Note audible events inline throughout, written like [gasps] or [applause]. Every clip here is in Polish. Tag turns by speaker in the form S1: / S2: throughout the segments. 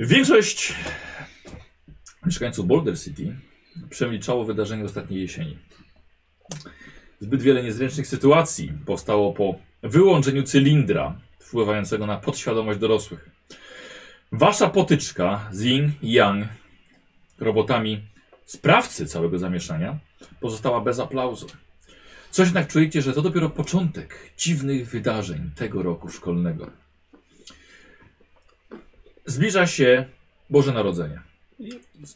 S1: Większość mieszkańców Boulder City przemilczało wydarzenie ostatniej jesieni. Zbyt wiele niezręcznych sytuacji powstało po wyłączeniu cylindra wpływającego na podświadomość dorosłych. Wasza potyczka z Yin i Yang, robotami sprawcy całego zamieszania, pozostała bez aplauzu. Coś jednak czujecie, że to dopiero początek dziwnych wydarzeń tego roku szkolnego. Zbliża się Boże Narodzenie.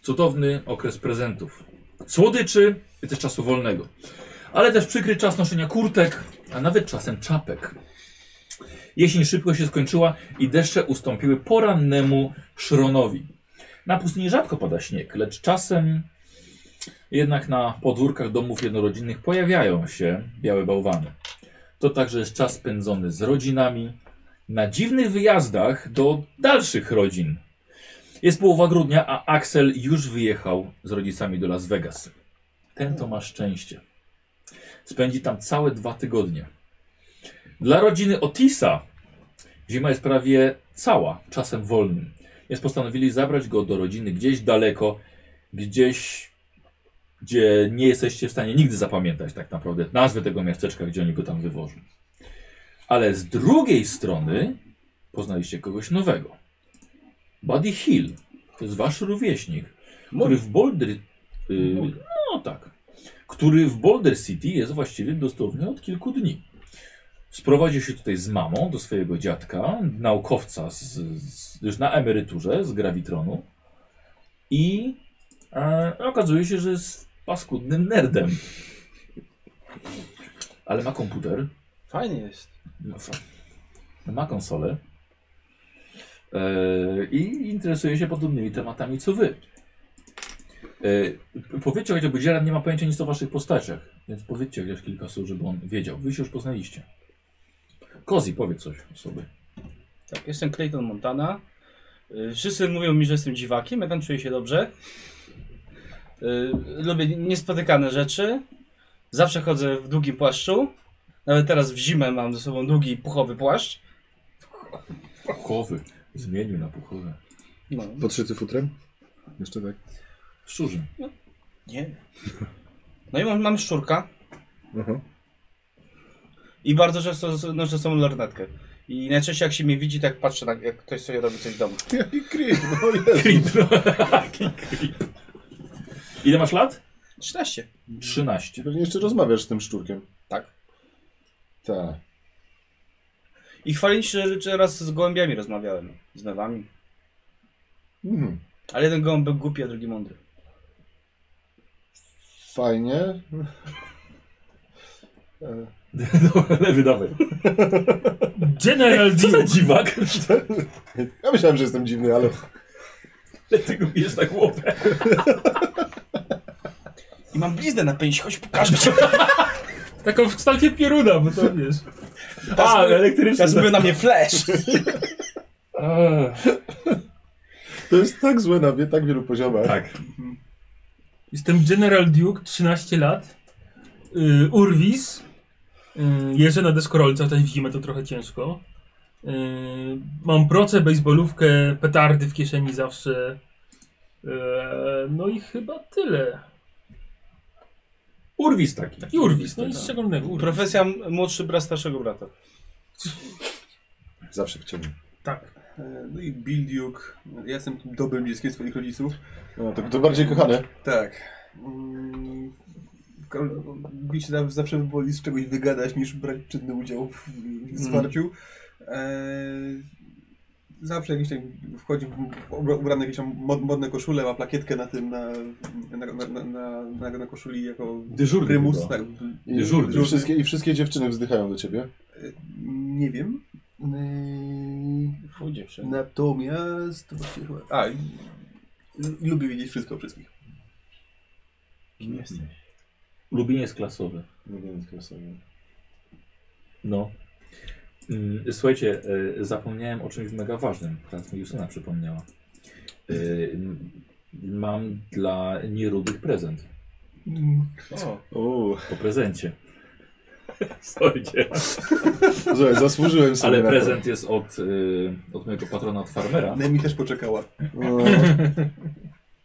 S1: Cudowny okres prezentów. Słodyczy i też czasu wolnego. Ale też przykry czas noszenia kurtek, a nawet czasem czapek. Jesień szybko się skończyła i deszcze ustąpiły porannemu szronowi. Na pustyni rzadko pada śnieg, lecz czasem jednak na podwórkach domów jednorodzinnych pojawiają się białe bałwany. To także jest czas spędzony z rodzinami, na dziwnych wyjazdach do dalszych rodzin. Jest połowa grudnia, a Axel już wyjechał z rodzicami do Las Vegas. Ten to ma szczęście. Spędzi tam całe dwa tygodnie. Dla rodziny Otisa zima jest prawie cała, czasem wolnym. Więc postanowili zabrać go do rodziny gdzieś daleko, gdzieś, gdzie nie jesteście w stanie nigdy zapamiętać tak naprawdę nazwy tego miasteczka, gdzie oni go tam wywożą. Ale z drugiej strony poznaliście kogoś nowego. Buddy Hill, to jest wasz rówieśnik, który w Boulder... y, no tak. Który w Boulder City jest właściwie dosłownie od kilku dni. Sprowadził się tutaj z mamą do swojego dziadka, naukowca z, z, już na emeryturze z Gravitronu i e, okazuje się, że jest paskudnym nerdem. Ale ma komputer,
S2: Fajnie jest.
S1: no co? No Ma konsolę. Yy, I interesuje się podobnymi tematami co wy. Yy, powiedzcie chociaż, bo Dzieran nie ma pojęcia nic o waszych postaciach, więc powiedzcie chociaż kilka słów, żeby on wiedział. Wy się już poznaliście. Kozi, powiedz coś o sobie.
S2: Tak, jestem Clayton Montana. Y, Wszyscy mówią mi, że jestem dziwakiem, ja tam czuję się dobrze. Y, Lubię niespotykane rzeczy. Zawsze chodzę w długim płaszczu. Nawet teraz w zimę mam ze sobą długi puchowy płaszcz.
S1: Puchowy. Zmienił na puchowy.
S2: No.
S3: Podszyty futrem? Jeszcze tak.
S1: Szczurzy.
S2: Nie. No i mam, mam szczurka
S3: [laughs] Aha.
S2: i bardzo często z- noszę ze sobą lornetkę. I najczęściej jak się mnie widzi, tak patrzę, tak, jak ktoś sobie robi coś w domu.
S3: Jaki creep, no jest.
S1: Creep. [laughs] Jaki creep. Ile masz lat?
S2: 13.
S1: 13.
S3: Pewnie jeszcze rozmawiasz z tym szczurkiem.
S2: Tak.
S3: Tak.
S2: I chwalić się, że teraz z gołębiami rozmawiałem. Z mewami.
S3: Mhm.
S2: Ale jeden gołąb był głupi, a drugi mądry.
S3: Fajnie. E,
S1: [laughs] Dobra, Lewy, dawaj.
S4: General
S1: Co za
S4: Duke.
S1: dziwak? [laughs]
S3: Ja myślałem, że jestem dziwny, ale
S1: Dlatego bierzesz na głowę.
S2: I mam bliznę na pęś, choć pokażę ci.
S4: [laughs] Taką w kształcie pieruna, bo to wiesz.
S1: A,
S2: Teraz-
S1: elektryczny.
S2: Teraz mówią na mnie flash.
S3: to jest tak złe na wie- tak wielu poziomach.
S1: Tak.
S4: Jestem General Duke, 13 lat. Yy, Urwis. Yy, jeżdżę na deskorolce, tutaj w zimę to trochę ciężko. Yy, mam procę, bejsbolówkę, petardy w kieszeni zawsze. Yy, no i chyba tyle.
S1: Urwis taki. Tak.
S4: I Urwis, no
S5: Tak.
S4: nic szczególnego. Urwis.
S2: Profesja m- młodszy brat starszego brata.
S3: Zawsze w ciemno.
S4: Tak.
S5: E, No i Bill Duke. Ja jestem tym dobrym dzieckiem swoich rodziców.
S3: No, to, to bardziej kochane.
S5: Tak. Mm, ko- Bill się tam zawsze woli z czegoś wygadać, niż brać czynny udział w, w zwarciu. Eee, zawsze jakiś tam wchodzi w, w ubra- ubrany jakieś tam mod, modne koszule, ma plakietkę na tym, na, na, na, na, na, na koszuli jako
S1: Dyżurny
S5: prymus.
S1: chyba.
S5: Tak,
S3: I,
S1: Dyżurny.
S3: i, wszystkie, I wszystkie dziewczyny wzdychają do ciebie.
S5: E, nie wiem. E, Eee,
S2: Fu, dziewczyny.
S5: Natomiast. właśnie chyba- A, i- i lubię wiedzieć wszystko o wszystkich.
S1: Kim jesteś? Lubinie jest klasowy.
S3: Nie wiem, tylko sobie.
S1: No. Mm, Słuchajcie, y, zapomniałem o czymś mega ważnym. Teraz mi Justyna przypomniała. Y, m- Mam dla nierudych prezent.
S5: Mm.
S2: O,
S3: O,
S1: Po prezencie. Słuchajcie.
S3: Słuchaj, zasłużyłem sobie
S1: Ale
S3: na to.
S1: prezent jest od, y, od mojego patrona, od farmera.
S6: Nemi też poczekała.
S3: No,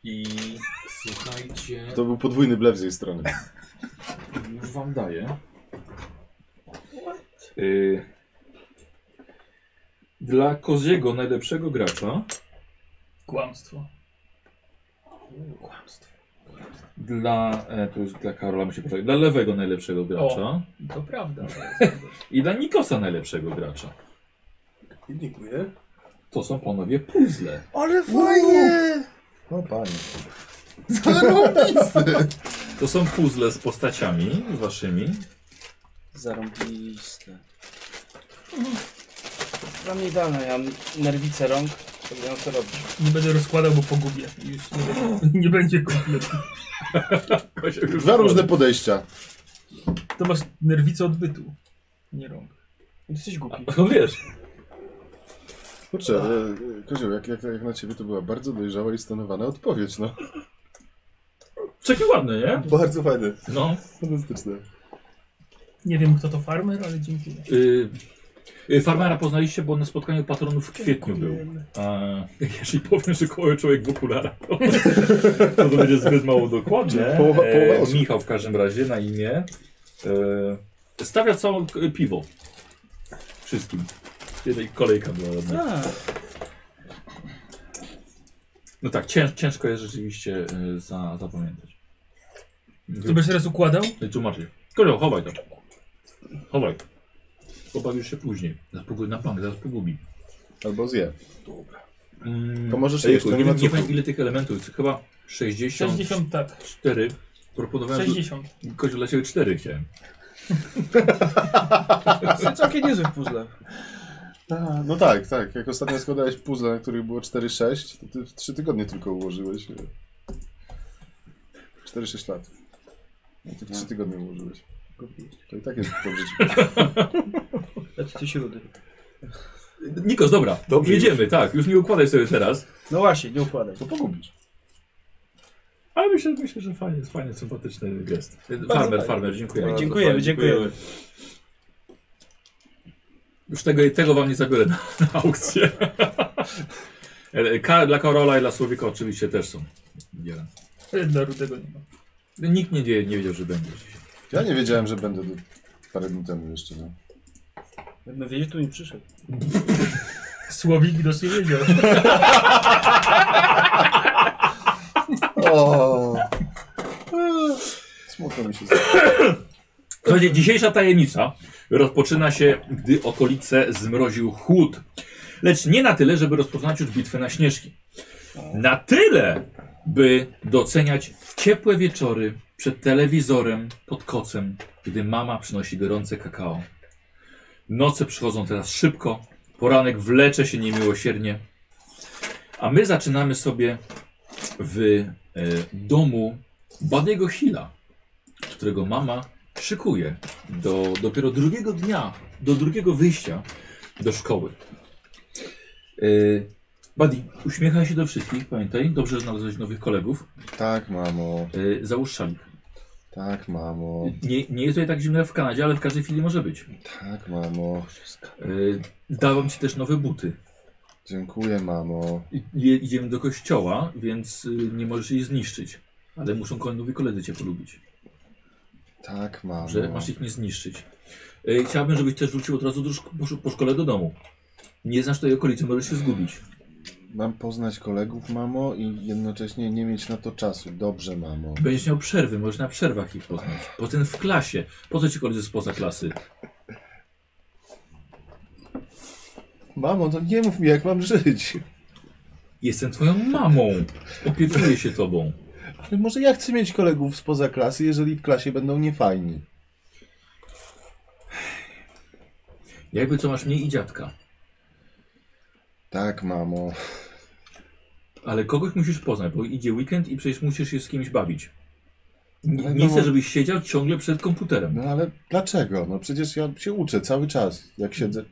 S1: I słuchajcie,
S3: to był podwójny blef z jej strony.
S1: już wam daję. Y, dla Koziego, najlepszego gracza,
S7: Kłamstwo.
S1: dla, e, to jest dla Karola, musi poczekać, dla lewego najlepszego gracza
S7: To prawda.
S1: i dla Nikosa najlepszego gracza.
S6: Dziękuję.
S1: To są panowie puzzle.
S6: Ale fajnie!
S3: O panie.
S1: To są puzzle z postaciami waszymi.
S8: Zarąbiste. Mhm. Dla mnie idealne, ja mam nerwice rąk, to wiem co robić.
S2: [laughs]
S7: Nie będę rozkładał, bo pogubię. Już nie, będzie- nie będzie kompletnie.
S3: Dwa różne podejścia.
S7: To masz nerwicę odbytu. Nie rąk.
S8: Jesteś głupi.
S1: No wiesz,
S3: Kurczę, e, e, Kozioł, jak, jak, jak na ciebie to była bardzo dojrzała i stonowana odpowiedź, no.
S1: czeki ładne, nie?
S6: Bardzo fajne.
S1: No.
S3: Fantastyczne.
S7: Nie wiem kto to farmer, ale dziękuję.
S1: Y, y, farmera poznaliście, bo na spotkaniu patronów w kwietniu był. E, jeżeli powiem, że koło człowiek w okularach, to, [laughs] to, to będzie zbyt mało dokładne.
S3: Połowa- połowa osób.
S1: Michał w każdym razie na imię. E, stawia całe k- piwo. Wszystkim. Jednej kolejka była ładna.
S8: A,
S1: No tak, cięż, ciężko jest rzeczywiście y, za, zapamiętać.
S7: To będziesz teraz układał?
S1: Nie tłumaczy. Kolego, chowaj to. Chowaj. Pobawisz się później. Zaraz pogubi, na bank, zaraz pogubi.
S3: Albo zje.
S1: Mm,
S3: To możesz
S1: ej,
S3: jeść, to nie
S1: nie,
S3: ma
S1: wiem- nie
S3: cukru.
S1: wiem ile tych elementów jest, chyba 64.
S7: 60 tak.
S1: Proponowałem
S7: 60.
S1: kościół dla ciebie 4 chciałem.
S8: jestem całkiem niezły w puzzle.
S3: A, No tak, tak. Jak ostatnio składałeś puzzle, na których było 4-6, to ty w 3 tygodnie tylko ułożyłeś. e. 4-6 lat. No ty w 3 tygodnie ułożyłeś. To i tak jest dobrze ci.
S8: Jaki ty śrudy.
S1: Nikos, dobra,
S6: Dobrze,
S1: jedziemy, tak, już nie układaj sobie teraz.
S8: No właśnie, nie układaj.
S3: To pogubisz.
S1: Ale myślę, myślę że fajnie, jest fajnie, sympatyczny gest. farmer,
S6: fajnie.
S1: farmer, dziękuję.
S6: Bardzo
S8: dziękujemy,
S6: fajnie,
S8: dziękujemy.
S1: Już tego, tego wam nie zabiorę na, na [laughs] aukcję. E, Ka dla Karola i dla Słowika oczywiście też są. Jeden.
S7: E, Dla rudego nie ma.
S1: Nikt nie, wie- nie wiedział, że będzie dzisiaj.
S3: Ja nie wiedziałem, że będę do parę dni temu jeszcze. No.
S8: Jakbym wiedział, tu nie przyszedł.
S7: Słowik widocznie wiedział.
S3: O! Eee, Smutno mi się stało.
S1: Słuchajcie, dzisiejsza tajemnica rozpoczyna się, gdy okolice zmroził chłód. Lecz nie na tyle, żeby rozpoznać już bitwę na śnieżki. Na tyle, by doceniać w ciepłe wieczory przed telewizorem pod kocem, gdy mama przynosi gorące kakao. Noce przychodzą teraz szybko, poranek wlecze się niemiłosiernie, a my zaczynamy sobie w e, domu Badiego Hilla, którego mama szykuje do dopiero drugiego dnia, do drugiego wyjścia do szkoły. Yy, Buddy, uśmiechaj się do wszystkich, pamiętaj, dobrze że znalazłeś nowych kolegów.
S3: Tak, mamo.
S1: Yy, załóż szalik.
S3: Tak, mamo.
S1: Nie, nie jest tutaj tak zimno jak w Kanadzie, ale w każdej chwili może być.
S3: Tak, mamo.
S1: Yy, dałam ci też nowe buty.
S3: Dziękuję, mamo.
S1: I, je, idziemy do kościoła, więc yy, nie możesz jej zniszczyć. Ale muszą ko- nowi koledzy cię polubić.
S3: Tak, mamo.
S1: Że masz ich nie zniszczyć. Yy, chciałbym, żebyś też wrócił od razu do szko- po, sz- po szkole do domu. Nie znasz tej okolicy, możesz się zgubić.
S3: Mam poznać kolegów, mamo, i jednocześnie nie mieć na to czasu. Dobrze, mamo.
S1: Będziesz miał przerwy, możesz na przerwach ich poznać. Potem w klasie. Po co ci koledzy spoza klasy?
S3: Mamo, to nie mów mi, jak mam żyć.
S1: Jestem twoją mamą. Opiekuję się tobą.
S3: Ale może ja chcę mieć kolegów spoza klasy, jeżeli w klasie będą niefajni.
S1: Jakby co masz mnie i dziadka.
S3: Tak, mamo.
S1: Ale kogoś musisz poznać, bo idzie weekend i przecież musisz się z kimś bawić. Nie,
S3: Ale
S1: nie
S3: no-
S1: chcę, żebyś siedział ciągle przed komputerem.
S3: No ale dlaczego? No przecież ja się uczę cały czas, jak siedzę.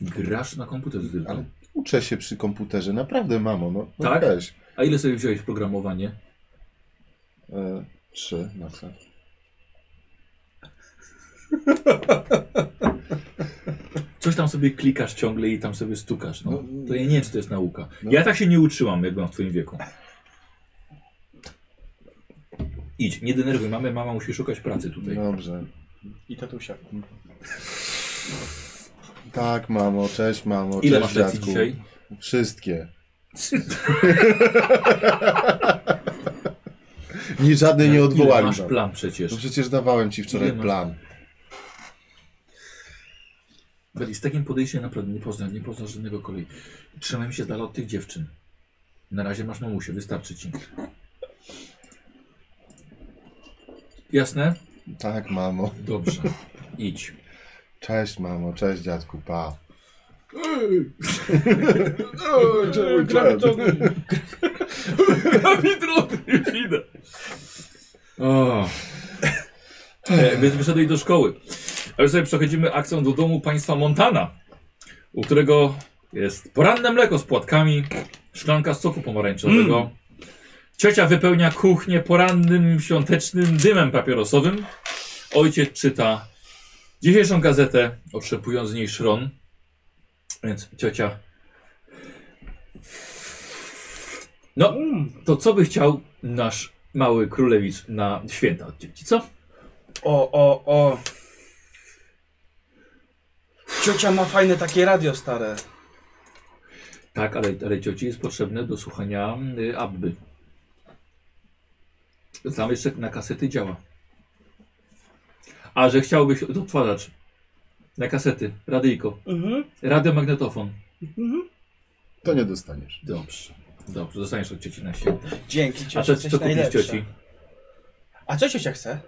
S1: Grasz na komputerze tylko.
S3: Ale uczę się przy komputerze, naprawdę, mamo. No, no
S1: Tak?
S3: weź.
S1: A ile sobie wziąłeś programowanie?
S3: E, trzy, maksa.
S1: Coś tam sobie klikasz ciągle i tam sobie stukasz. No.
S3: No,
S1: To ja nie wiem, czy to jest nauka.
S3: No.
S1: Ja tak się nie utrzymam, jak byłam w twoim wieku. Idź, nie denerwuj mamy, mama musi szukać pracy tutaj.
S3: Dobrze.
S2: I tatusia.
S3: Tak, mamo, cześć, mamo.
S1: Ile
S3: cześć,
S1: masz lekcji
S3: dziadku.
S1: dzisiaj?
S3: [laughs] Wszystkie. Nie, żadnej nie
S1: Ile
S3: odwołali.
S1: masz
S3: nam.
S1: plan
S3: No
S1: przecież.
S3: przecież dawałem ci wczoraj
S1: Ile masz?
S3: plan.
S1: Beli, z takim podejściem naprawdę nie poznasz, nie poznasz żadnego kolei. Trzymaj się z dala od tych dziewczyn. Na razie masz mamusię, wystarczy ci. Jasne?
S3: Tak, mamo.
S1: Dobrze. Idź.
S3: Cześć, mamo, cześć, dziadku, pa. [laughs]
S1: Kapitron, [laughs] już idę. O. E, Więc wyszedłeś do szkoły. A już sobie przechodzimy akcją do domu państwa Montana, u którego jest poranne mleko z płatkami, szklanka z soku pomarańczowego. Ciocia wypełnia kuchnię porannym, świątecznym dymem papierosowym. Ojciec czyta dzisiejszą gazetę, otrzepując z niej szron. Więc ciocia No, to co by chciał nasz mały królewicz na święta od dzieci, co?
S2: O, o, o. Ciocia ma fajne takie radio stare.
S1: Tak, ale, ale cioci jest potrzebne do słuchania y, abby. Tam jeszcze na kasety działa. A że chciałbyś odtwarzacz na kasety, radyjko,
S2: Mhm.
S1: radiomagnetofon.
S3: To nie dostaniesz.
S1: Dobrze, dobrze, dostaniesz od cioci na święta.
S2: Dzięki
S1: A
S2: ciocia,
S1: co,
S2: coś
S1: co kupisz
S2: najlepsze.
S1: cioci?
S2: A co ciocia chce?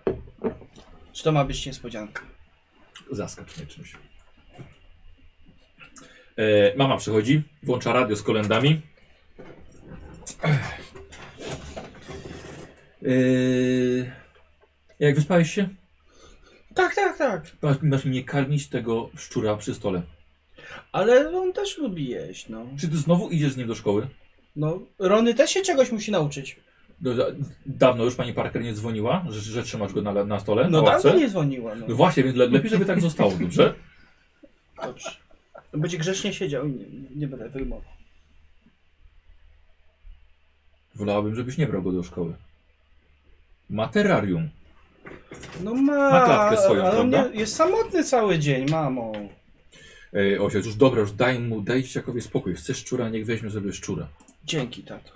S2: Czy to ma być niespodzianka?
S1: Zaskacz mnie czymś. E, mama przychodzi, włącza radio z kolendami. E, jak wyspałeś się?
S2: Tak, tak, tak.
S1: Masz, masz mnie karmić tego szczura przy stole.
S2: Ale on też lubi jeść, no.
S1: Czy ty znowu idziesz z nim do szkoły?
S2: No, Rony też się czegoś musi nauczyć.
S1: No, da- dawno już pani Parker nie dzwoniła, że, że trzymasz go na, na stole?
S2: No
S1: na ławce?
S2: dawno nie dzwoniła, no.
S1: No właśnie, więc le, lepiej, żeby tak zostało, dobrze?
S2: Dobrze. Będzie grzecznie siedział i nie, nie będę wyjmował.
S1: Wolałabym, żebyś nie brał go do szkoły. Ma terrarium.
S2: No ma,
S1: Ma klatkę swoją,
S2: ale on
S1: prawda?
S2: nie, jest samotny cały dzień, mamo.
S1: Ej, E, ojciec, już dobra, już daj mu, daj dzieciakowi spokój. Chcesz szczura, niech weźmie sobie szczura.
S2: Dzięki, tato.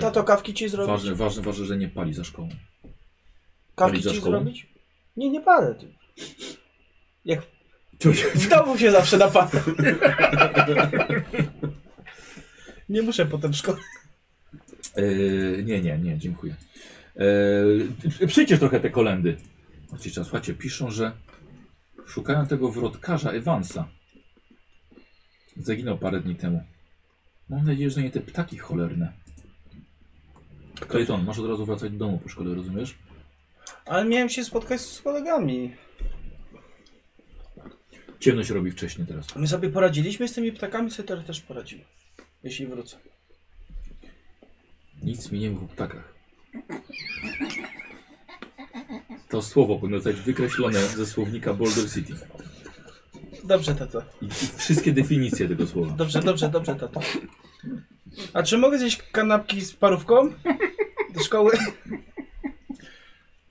S2: Tato, kawki ci zrobić?
S1: Ważne, ważne, ważne, że nie pali za szkołą.
S2: kawki
S1: palić za
S2: ci
S1: szkołą?
S2: zrobić? Nie, nie palę. Ty. Jak
S1: Ciocia,
S2: w domu się zawsze napalę. nie muszę potem szkoły.
S1: Eee, nie, nie, nie, dziękuję. Yy, przyjdziesz trochę te kolendy. Ojciec, słuchajcie, piszą, że szukają tego wrotkarza Evansa. Zaginął parę dni temu. Mam nadzieję, że nie te ptaki cholerne. Clayton, masz od razu wracać do domu po szkole, rozumiesz?
S2: Ale miałem się spotkać z kolegami.
S1: Ciemność robi wcześniej teraz.
S2: My sobie poradziliśmy z tymi ptakami, sobie teraz też poradzimy. Jeśli wrócę.
S1: Nic mi nie mów o ptakach. To słowo powinno zostać wykreślone ze słownika Boulder City.
S2: Dobrze, tato.
S1: I, i wszystkie definicje tego słowa.
S2: Dobrze, dobrze, dobrze, tato. A czy mogę zjeść kanapki z parówką? Do szkoły?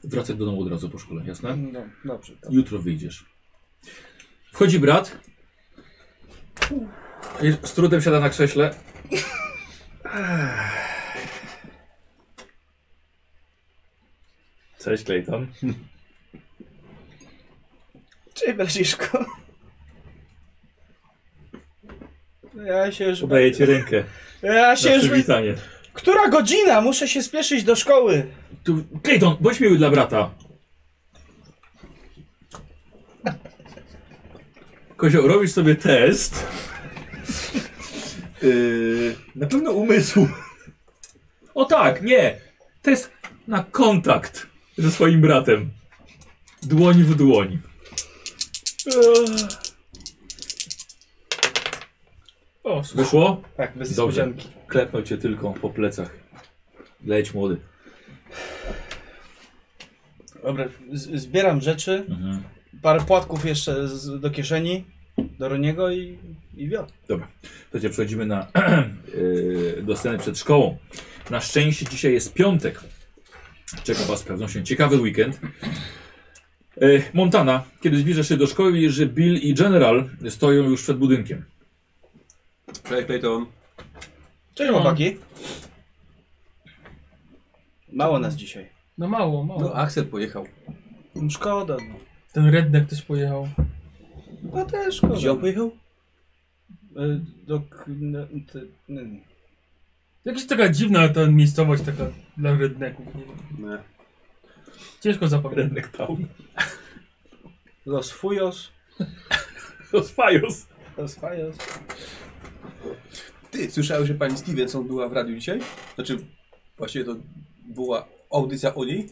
S1: Wracaj do domu od razu po szkole, jasne?
S2: No, dobrze. tato.
S1: Jutro wyjdziesz. Wchodzi brat. I Z trudem siada na krześle. Cześć, Clayton.
S2: Cześć, braciszko. No Ja się już...
S1: Podaję ci rękę
S2: Ja się
S1: na
S2: już...
S1: przywitanie.
S2: Która godzina? Muszę się spieszyć do szkoły.
S1: Tu, Clayton, bądź miły dla brata. Kozio, robisz sobie test. Yy, na pewno umysłu. O tak, nie. Test na kontakt ze swoim bratem. Dłoń w dłoń.
S7: O,
S1: Wyszło?
S2: Tak, bez
S1: Dobrze.
S2: niespodzianki.
S1: Klepnął cię tylko po plecach. Leć młody.
S2: Dobra, z- zbieram rzeczy,
S1: Mhm.
S2: parę płatków jeszcze z, do kieszeni, do Roniego i, i wiod.
S1: Słuchajcie, przechodzimy na, [clears throat] yy, do sceny przed szkołą. Na szczęście dzisiaj jest piątek. Czeka Was z pewnością ciekawy weekend. Yy, Montana, kiedy zbliżasz się do szkoły, widzisz, że Bill i General stoją już przed budynkiem. [laughs]
S5: Cześć Clayton.
S2: Cześć chłopaki. Mało nas dzisiaj.
S7: No mało, mało.
S5: No Axel pojechał.
S2: Szkoda. no.
S7: Ten redneck też pojechał.
S2: No też szkoda.
S5: Gdzie on pojechał?
S2: Y, Do, k- n- ty- n-
S7: Jakaś taka dziwna ta miejscowość taka dla rednecków. nie wiem.
S5: Nie.
S7: Ciężko zapamiętać.
S1: Town.
S2: Los Fujos.
S1: Los Fajos.
S2: Los Fajos.
S5: Ty, słyszałeś, że pani Stevenson była w radiu dzisiaj? Znaczy, właściwie to była audycja o niej?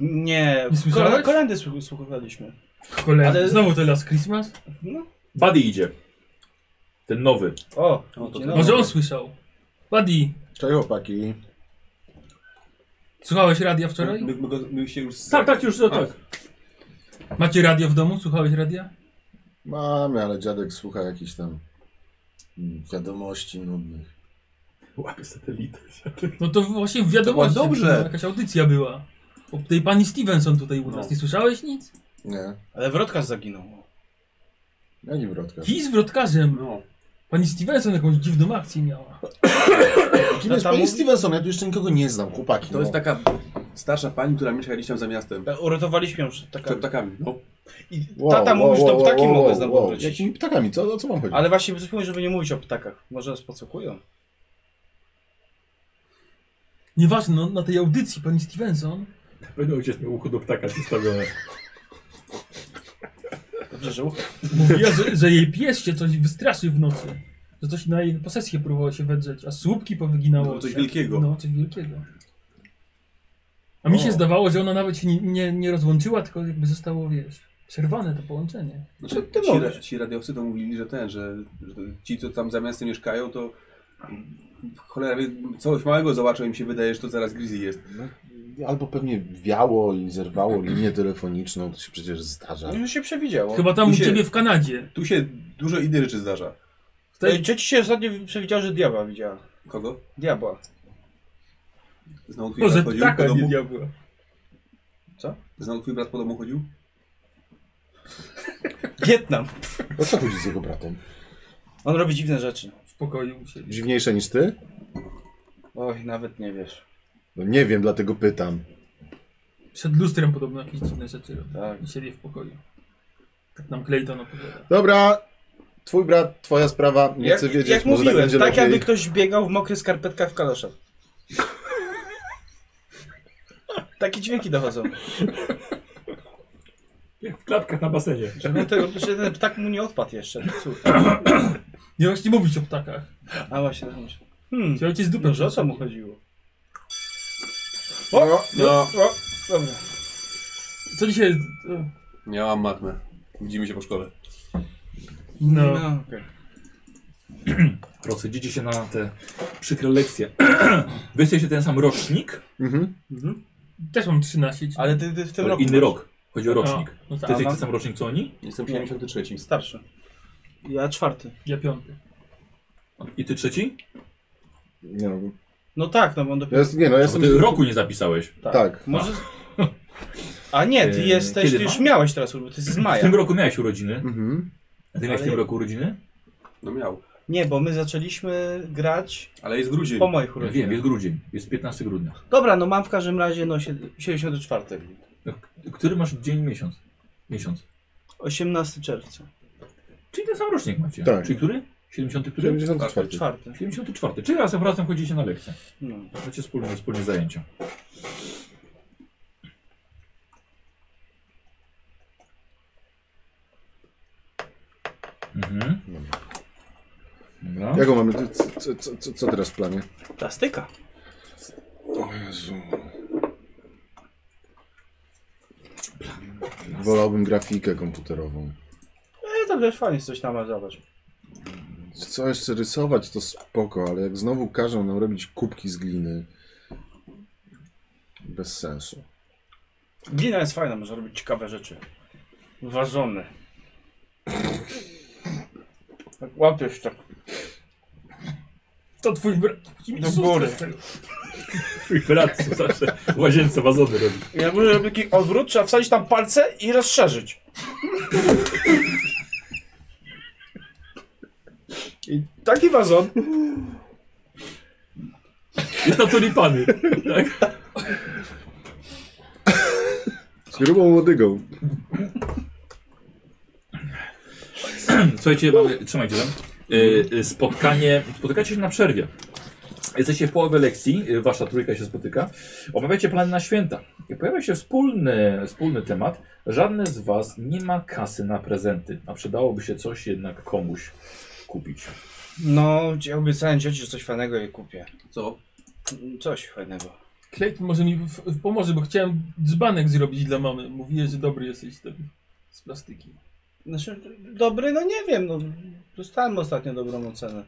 S2: Nie,
S7: Nie słyszałeś?
S2: kole- kolendy słuch- słuchaliśmy.
S7: Cholera,
S2: Ale-
S7: znowu to Last Christmas?
S2: No.
S1: Buddy idzie. Ten nowy.
S2: O, no, dzień
S5: to tak.
S2: dobry.
S7: Może on słyszał. Buddy,
S3: Cześć chłopaki.
S7: słuchałeś radia wczoraj?
S5: My, my, go, my się już...
S1: Tak, tak, już, no, tak.
S7: Macie radio w domu? Słuchałeś radia?
S3: Mamy, ale dziadek słucha jakichś tam mm, wiadomości nudnych.
S1: Łapie [laughs] satelitę.
S7: No to właśnie
S5: To
S7: wiadomo,
S5: było
S7: że
S5: dobrze.
S7: jakaś audycja była. O tej pani Stevenson tutaj u nas.
S3: No.
S7: Nie słyszałeś nic?
S3: Nie,
S2: Ale wrotkarz zaginął.
S3: jaki wrotka.
S7: Kij z wrotkarzem.
S5: No.
S7: Pani Stevenson jakąś dziwną akcję miała.
S3: Kim
S2: Tata
S3: jest pani
S2: mówi?
S3: Stevenson? Ja tu jeszcze nikogo nie znam, chłopaki.
S5: To
S3: no.
S5: jest taka starsza pani, która mieszka gdzieś tam za miastem.
S2: E, Uratowaliśmy ją przed
S1: tak
S5: Przed
S2: ptakami.
S5: ptakami, no.
S2: I
S3: Wow,
S2: tata
S3: wow,
S2: mówił, że to
S3: wow,
S2: ptaki
S3: wow,
S2: mogły
S3: wow,
S2: z nami
S3: wow.
S2: powrócić.
S3: Jakimi ptakami? Co, o co mam chodzi?
S2: Ale właśnie coś mówię, żeby nie mówić o ptakach. Może nas podsłuchują.
S7: Nieważne, no, na tej audycji pani Stevenson.
S1: Będę ojciec miał ucho do ptaka przystawione.
S2: Dobrze, że uch.
S7: Mówiła, że, że jej pies się coś wystraszy w nocy. Że coś na jej posesję próbowało się wedrzeć, a słupki powyginało.
S5: No, coś wielkiego.
S7: No, coś wielkiego. A mi się zdawało, że ona nawet się nie, nie, nie rozłączyła, tylko jakby zostało, wiesz, przerwane to połączenie.
S5: Znaczy,
S3: ty
S5: ci,
S3: mówisz?
S5: ra, ci radiowcy to mówili, że ten, że, że ci, co tam za miastem mieszkają, to cholera wie, coś małego zobaczą im się wydaje, że to zaraz Grizzly jest.
S3: Albo pewnie wiało i zerwało linię telefoniczną, to się przecież zdarza.
S2: No, Już się przewidziało. E,
S7: Chyba tam u
S5: mi się-
S7: ciebie w Kanadzie.
S5: Tu się dużo innych rzeczy zdarza.
S7: W
S2: Te
S7: tej...
S2: dzieci się ostatnio przewidziało, że diabła widziała.
S5: Kogo?
S2: Diabła.
S5: Znowu twój
S7: Może
S5: brat chodził po
S7: ptaka nie
S5: domu?
S7: diabła.
S5: Znowu twój brat po domu chodził?
S2: Wietnam.
S3: O co chodzi z jego bratem?
S2: On robi dziwne rzeczy.
S7: W pokoju musieli.
S3: Dziwniejsze niż ty?
S2: Oj, nawet nie wiesz.
S3: No nie wiem, dlatego pytam.
S7: Przed lustrem podobno jakieś dziwne rzeczy robią.
S2: Tak.
S7: Musieli w pokoju. Tak nam Clayton opowiada.
S3: Dobra, twój brat, twoja sprawa, nie chcę wiedzieć,
S2: jak
S3: może tak
S2: mówiłem,
S3: będzie
S2: tak,
S3: lepiej.
S2: jakby ktoś biegał w mokrych skarpetkach w kaloszach. Takie dźwięki dochodzą.
S1: Jak w klatkach na basenie.
S2: Żeby ten, że ten ptak mu nie odpadł jeszcze. Cóż.
S7: Nie właśnie mówić o ptakach.
S2: A właśnie, tak myślę. Hmm,
S7: Chciał cię z dupę
S2: no, że o co mu chodziło? O,
S5: No,
S2: o, dobra.
S7: Co dzisiaj... e,
S5: nie mam matmy. Widzimy się po szkole.
S7: No.
S2: No, okej.
S1: Rozchodzicie się na te przykre lekcje. [clears throat] Wy jesteście ten sam rocznik?
S3: Mhm.
S7: Też mam 13.
S2: Ale ty, ty w tym roku.
S1: Inny
S2: masz.
S1: rok. Chodzi o rocznik.
S7: A, no
S1: Ty
S7: tak,
S1: jesteś
S2: mam-
S1: ten sam rocznik co oni?
S5: Jestem 73.
S2: Starszy. Ja czwarty.
S7: ja piąty.
S1: I ty trzeci?
S3: Nie no,
S2: No tak, no bo on
S3: ja
S2: dopiero.
S3: jest, nie no, ja jestem...
S1: Ty roku nie zapisałeś.
S2: tak.
S3: Tak.
S2: Może. A nie, ty
S1: Eee,
S2: jesteś,
S1: kiedy
S2: ty już
S1: mam?
S2: miałeś teraz urlop, ty z
S1: W
S2: maja.
S1: tym roku miałeś urodziny.
S3: Mhm.
S1: A ty miałeś w
S2: Ale-
S1: tym roku urodziny?
S5: No miał.
S2: Nie, bo my zaczęliśmy grać
S5: Ale jest grudzień.
S2: po moich
S1: Ja wiem,
S2: urodzinach.
S1: jest grudzień. Jest 15 grudnia.
S2: Dobra, no mam w każdym razie no, sied- 74.
S1: Który masz dzień miesiąc? Miesiąc.
S2: 18 czerwca.
S1: Czyli ten sam rocznik macie.
S3: Tak.
S1: Czyli który? 70 który?
S3: 74.
S2: Czwarty.
S1: 74. Czyli razem razem chodzicie na lekcje.
S2: No.
S1: Macie wspólne, wspólne zajęcia. Mhm.
S3: Dobra.
S1: Dobra.
S2: tak.
S3: Jaką mamy, co, co- co, co, co teraz w planie?
S2: Plastyka.
S3: O Jezu. Wolałbym grafikę komputerową.
S2: E, tam też fajnie jest coś tam zobacz.
S3: Co jeszcze rysować, to spoko, ale jak znowu każą nam robić kubki z gliny. Bez sensu.
S2: Glina jest fajna, może robić ciekawe rzeczy. Ważone. Tak łapiesz tak.
S7: To twój brat.
S2: Do góry.
S1: Twój brat co zawsze w łazience wazony robi.
S2: Ja bym robił taki odwrót, trzeba wsadzić tam palce i rozszerzyć. I taki wazon.
S1: Jest na tulipany. Tak?
S3: Z grubą łodygą.
S1: Słuchajcie, mamy, trzymajcie tam. Y, y, spotkanie, spotykacie się na przerwie. Jesteście w połowie lekcji, y, wasza trójka się spotyka. Omawiacie plany na święta. I pojawia się wspólny, wspólny temat. Żadne z was nie ma kasy na prezenty, a przydałoby się coś jednak komuś kupić.
S2: No, ja obiecałem dzieci, że coś fajnego je kupię.
S5: Co?
S2: Coś fajnego.
S7: Clayton może mi w- w- pomoże, bo chciałem dzbanek zrobić dla mamy. Mówiłeś, że dobry jesteś z tego. Z plastiki.
S2: Znaczy, dobry, no nie wiem, no. Dostałem ostatnio dobrą ocenę.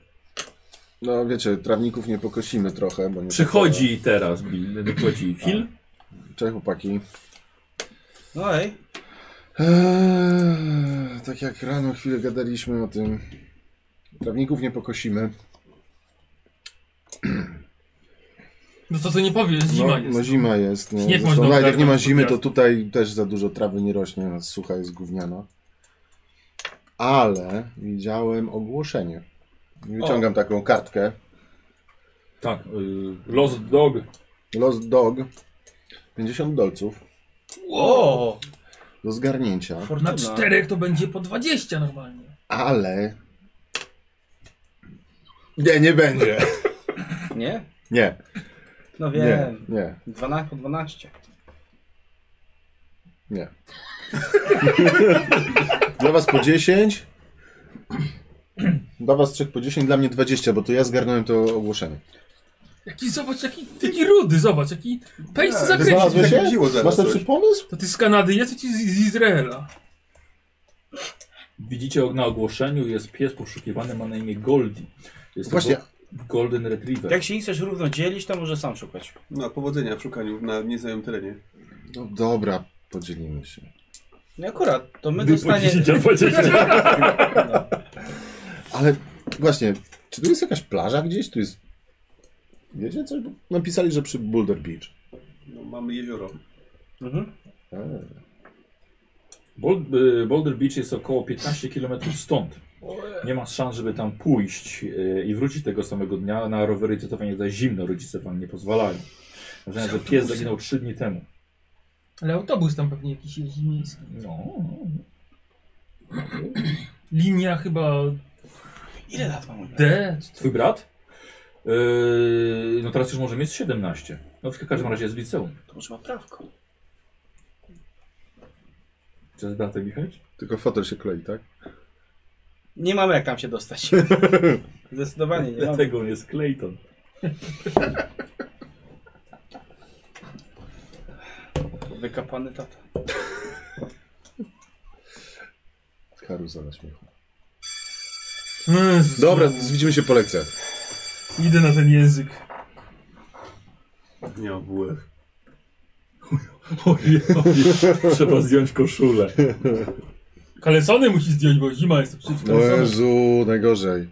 S3: No wiecie, trawników nie pokosimy trochę, bo nie...
S1: Przychodzi teraz, Bill, wychodzi Hill.
S3: Cześć chłopaki.
S2: No ej,
S3: Eee, tak jak rano chwilę gadaliśmy o tym. Trawników nie pokosimy.
S7: No to co nie powiesz, zima
S3: no,
S7: jest.
S3: no zima jest. No.
S7: Śnieg
S3: Zresztą
S7: można
S3: nawet jak nie ma
S7: ogarnąć
S3: zimy,
S7: pod
S3: to
S7: gwiazd.
S3: tutaj też za dużo trawy nie rośnie, a sucha jest gówniana. Ale widziałem ogłoszenie. Wyciągam taką kartkę.
S1: Tak, y, Lost Dog.
S3: Lost Dog. 50 dolców
S7: Wow!
S3: do zgarnięcia.
S7: Na czterech to będzie po 20 normalnie.
S3: Ale... Nie, nie będzie.
S2: nie?
S3: Nie,
S2: No
S3: nie,
S2: wiem.
S3: nie,
S2: 12 po 12.
S3: nie. [laughs] Dla was po 10. Dla was trzech po 10, dla mnie 20, bo to ja zgarnąłem to ogłoszenie.
S7: Jaki, zobacz, jaki, jaki rudy, zobacz, jaki pejsy
S5: Tak,
S7: zakręcił.
S3: Znalazłeś się?
S5: Zakręciło zaraz
S3: Masz
S5: coś.
S3: lepszy pomysł?
S7: To ty z Kanady jesteś czy z, z Izraela?
S1: Widzicie na ogłoszeniu jest pies poszukiwany, ma na imię Goldie. Jest to
S3: Właśnie.
S1: go- Golden Retriever.
S2: Jak się nie chcesz równo dzielić, to może sam szukać.
S5: No, powodzenia w szukaniu na nieznajomym terenie.
S3: No dobra, podzielimy się.
S2: No akurat, to my
S1: Wy po 10,
S2: dostaniemy...
S1: a po 10.
S3: Ale właśnie, czy tu jest jakaś plaża gdzieś? Tu jest... Wiecie coś? Bo Napisali, że przy Boulder Beach.
S5: No, mamy jezioro.
S2: Mhm.
S3: Eee.
S1: Bold- y, Boulder Beach jest około 15 km stąd. Nie ma szans, żeby tam pójść y, i wrócić tego samego dnia. Na rowery i cytowanie za zimno rodzice wam nie pozwalają. Znaczy, że pies zaginął 3 dni temu.
S7: Ale autobus tam pewnie jakiś jeździ miejski.
S1: No.
S7: Linia chyba
S2: Ile lat mam?
S7: D. czy
S1: Twój brat? Yy, no teraz już może mieć 17. No w każdym razie jest w liceum.
S2: To może ma prawko.
S1: Czy z bratem Michał?
S3: Tylko fotel się klei, tak?
S2: Nie mamy jak tam się dostać. Zdecydowanie nie mamy.
S1: Dlatego on jest Clayton. [laughs]
S2: Wykapany tata.
S3: Karuzela śmiechu.
S7: co? Jezus,
S3: Dobra,
S7: znowu.
S3: widzimy się po lekcjach.
S7: Idę na ten język.
S5: Nie ma WF.
S1: Ojej, trzeba zdjąć koszulę.
S7: Kalesony musi zdjąć, bo zima jest przecież
S5: No.
S3: O Jezu, najgorzej.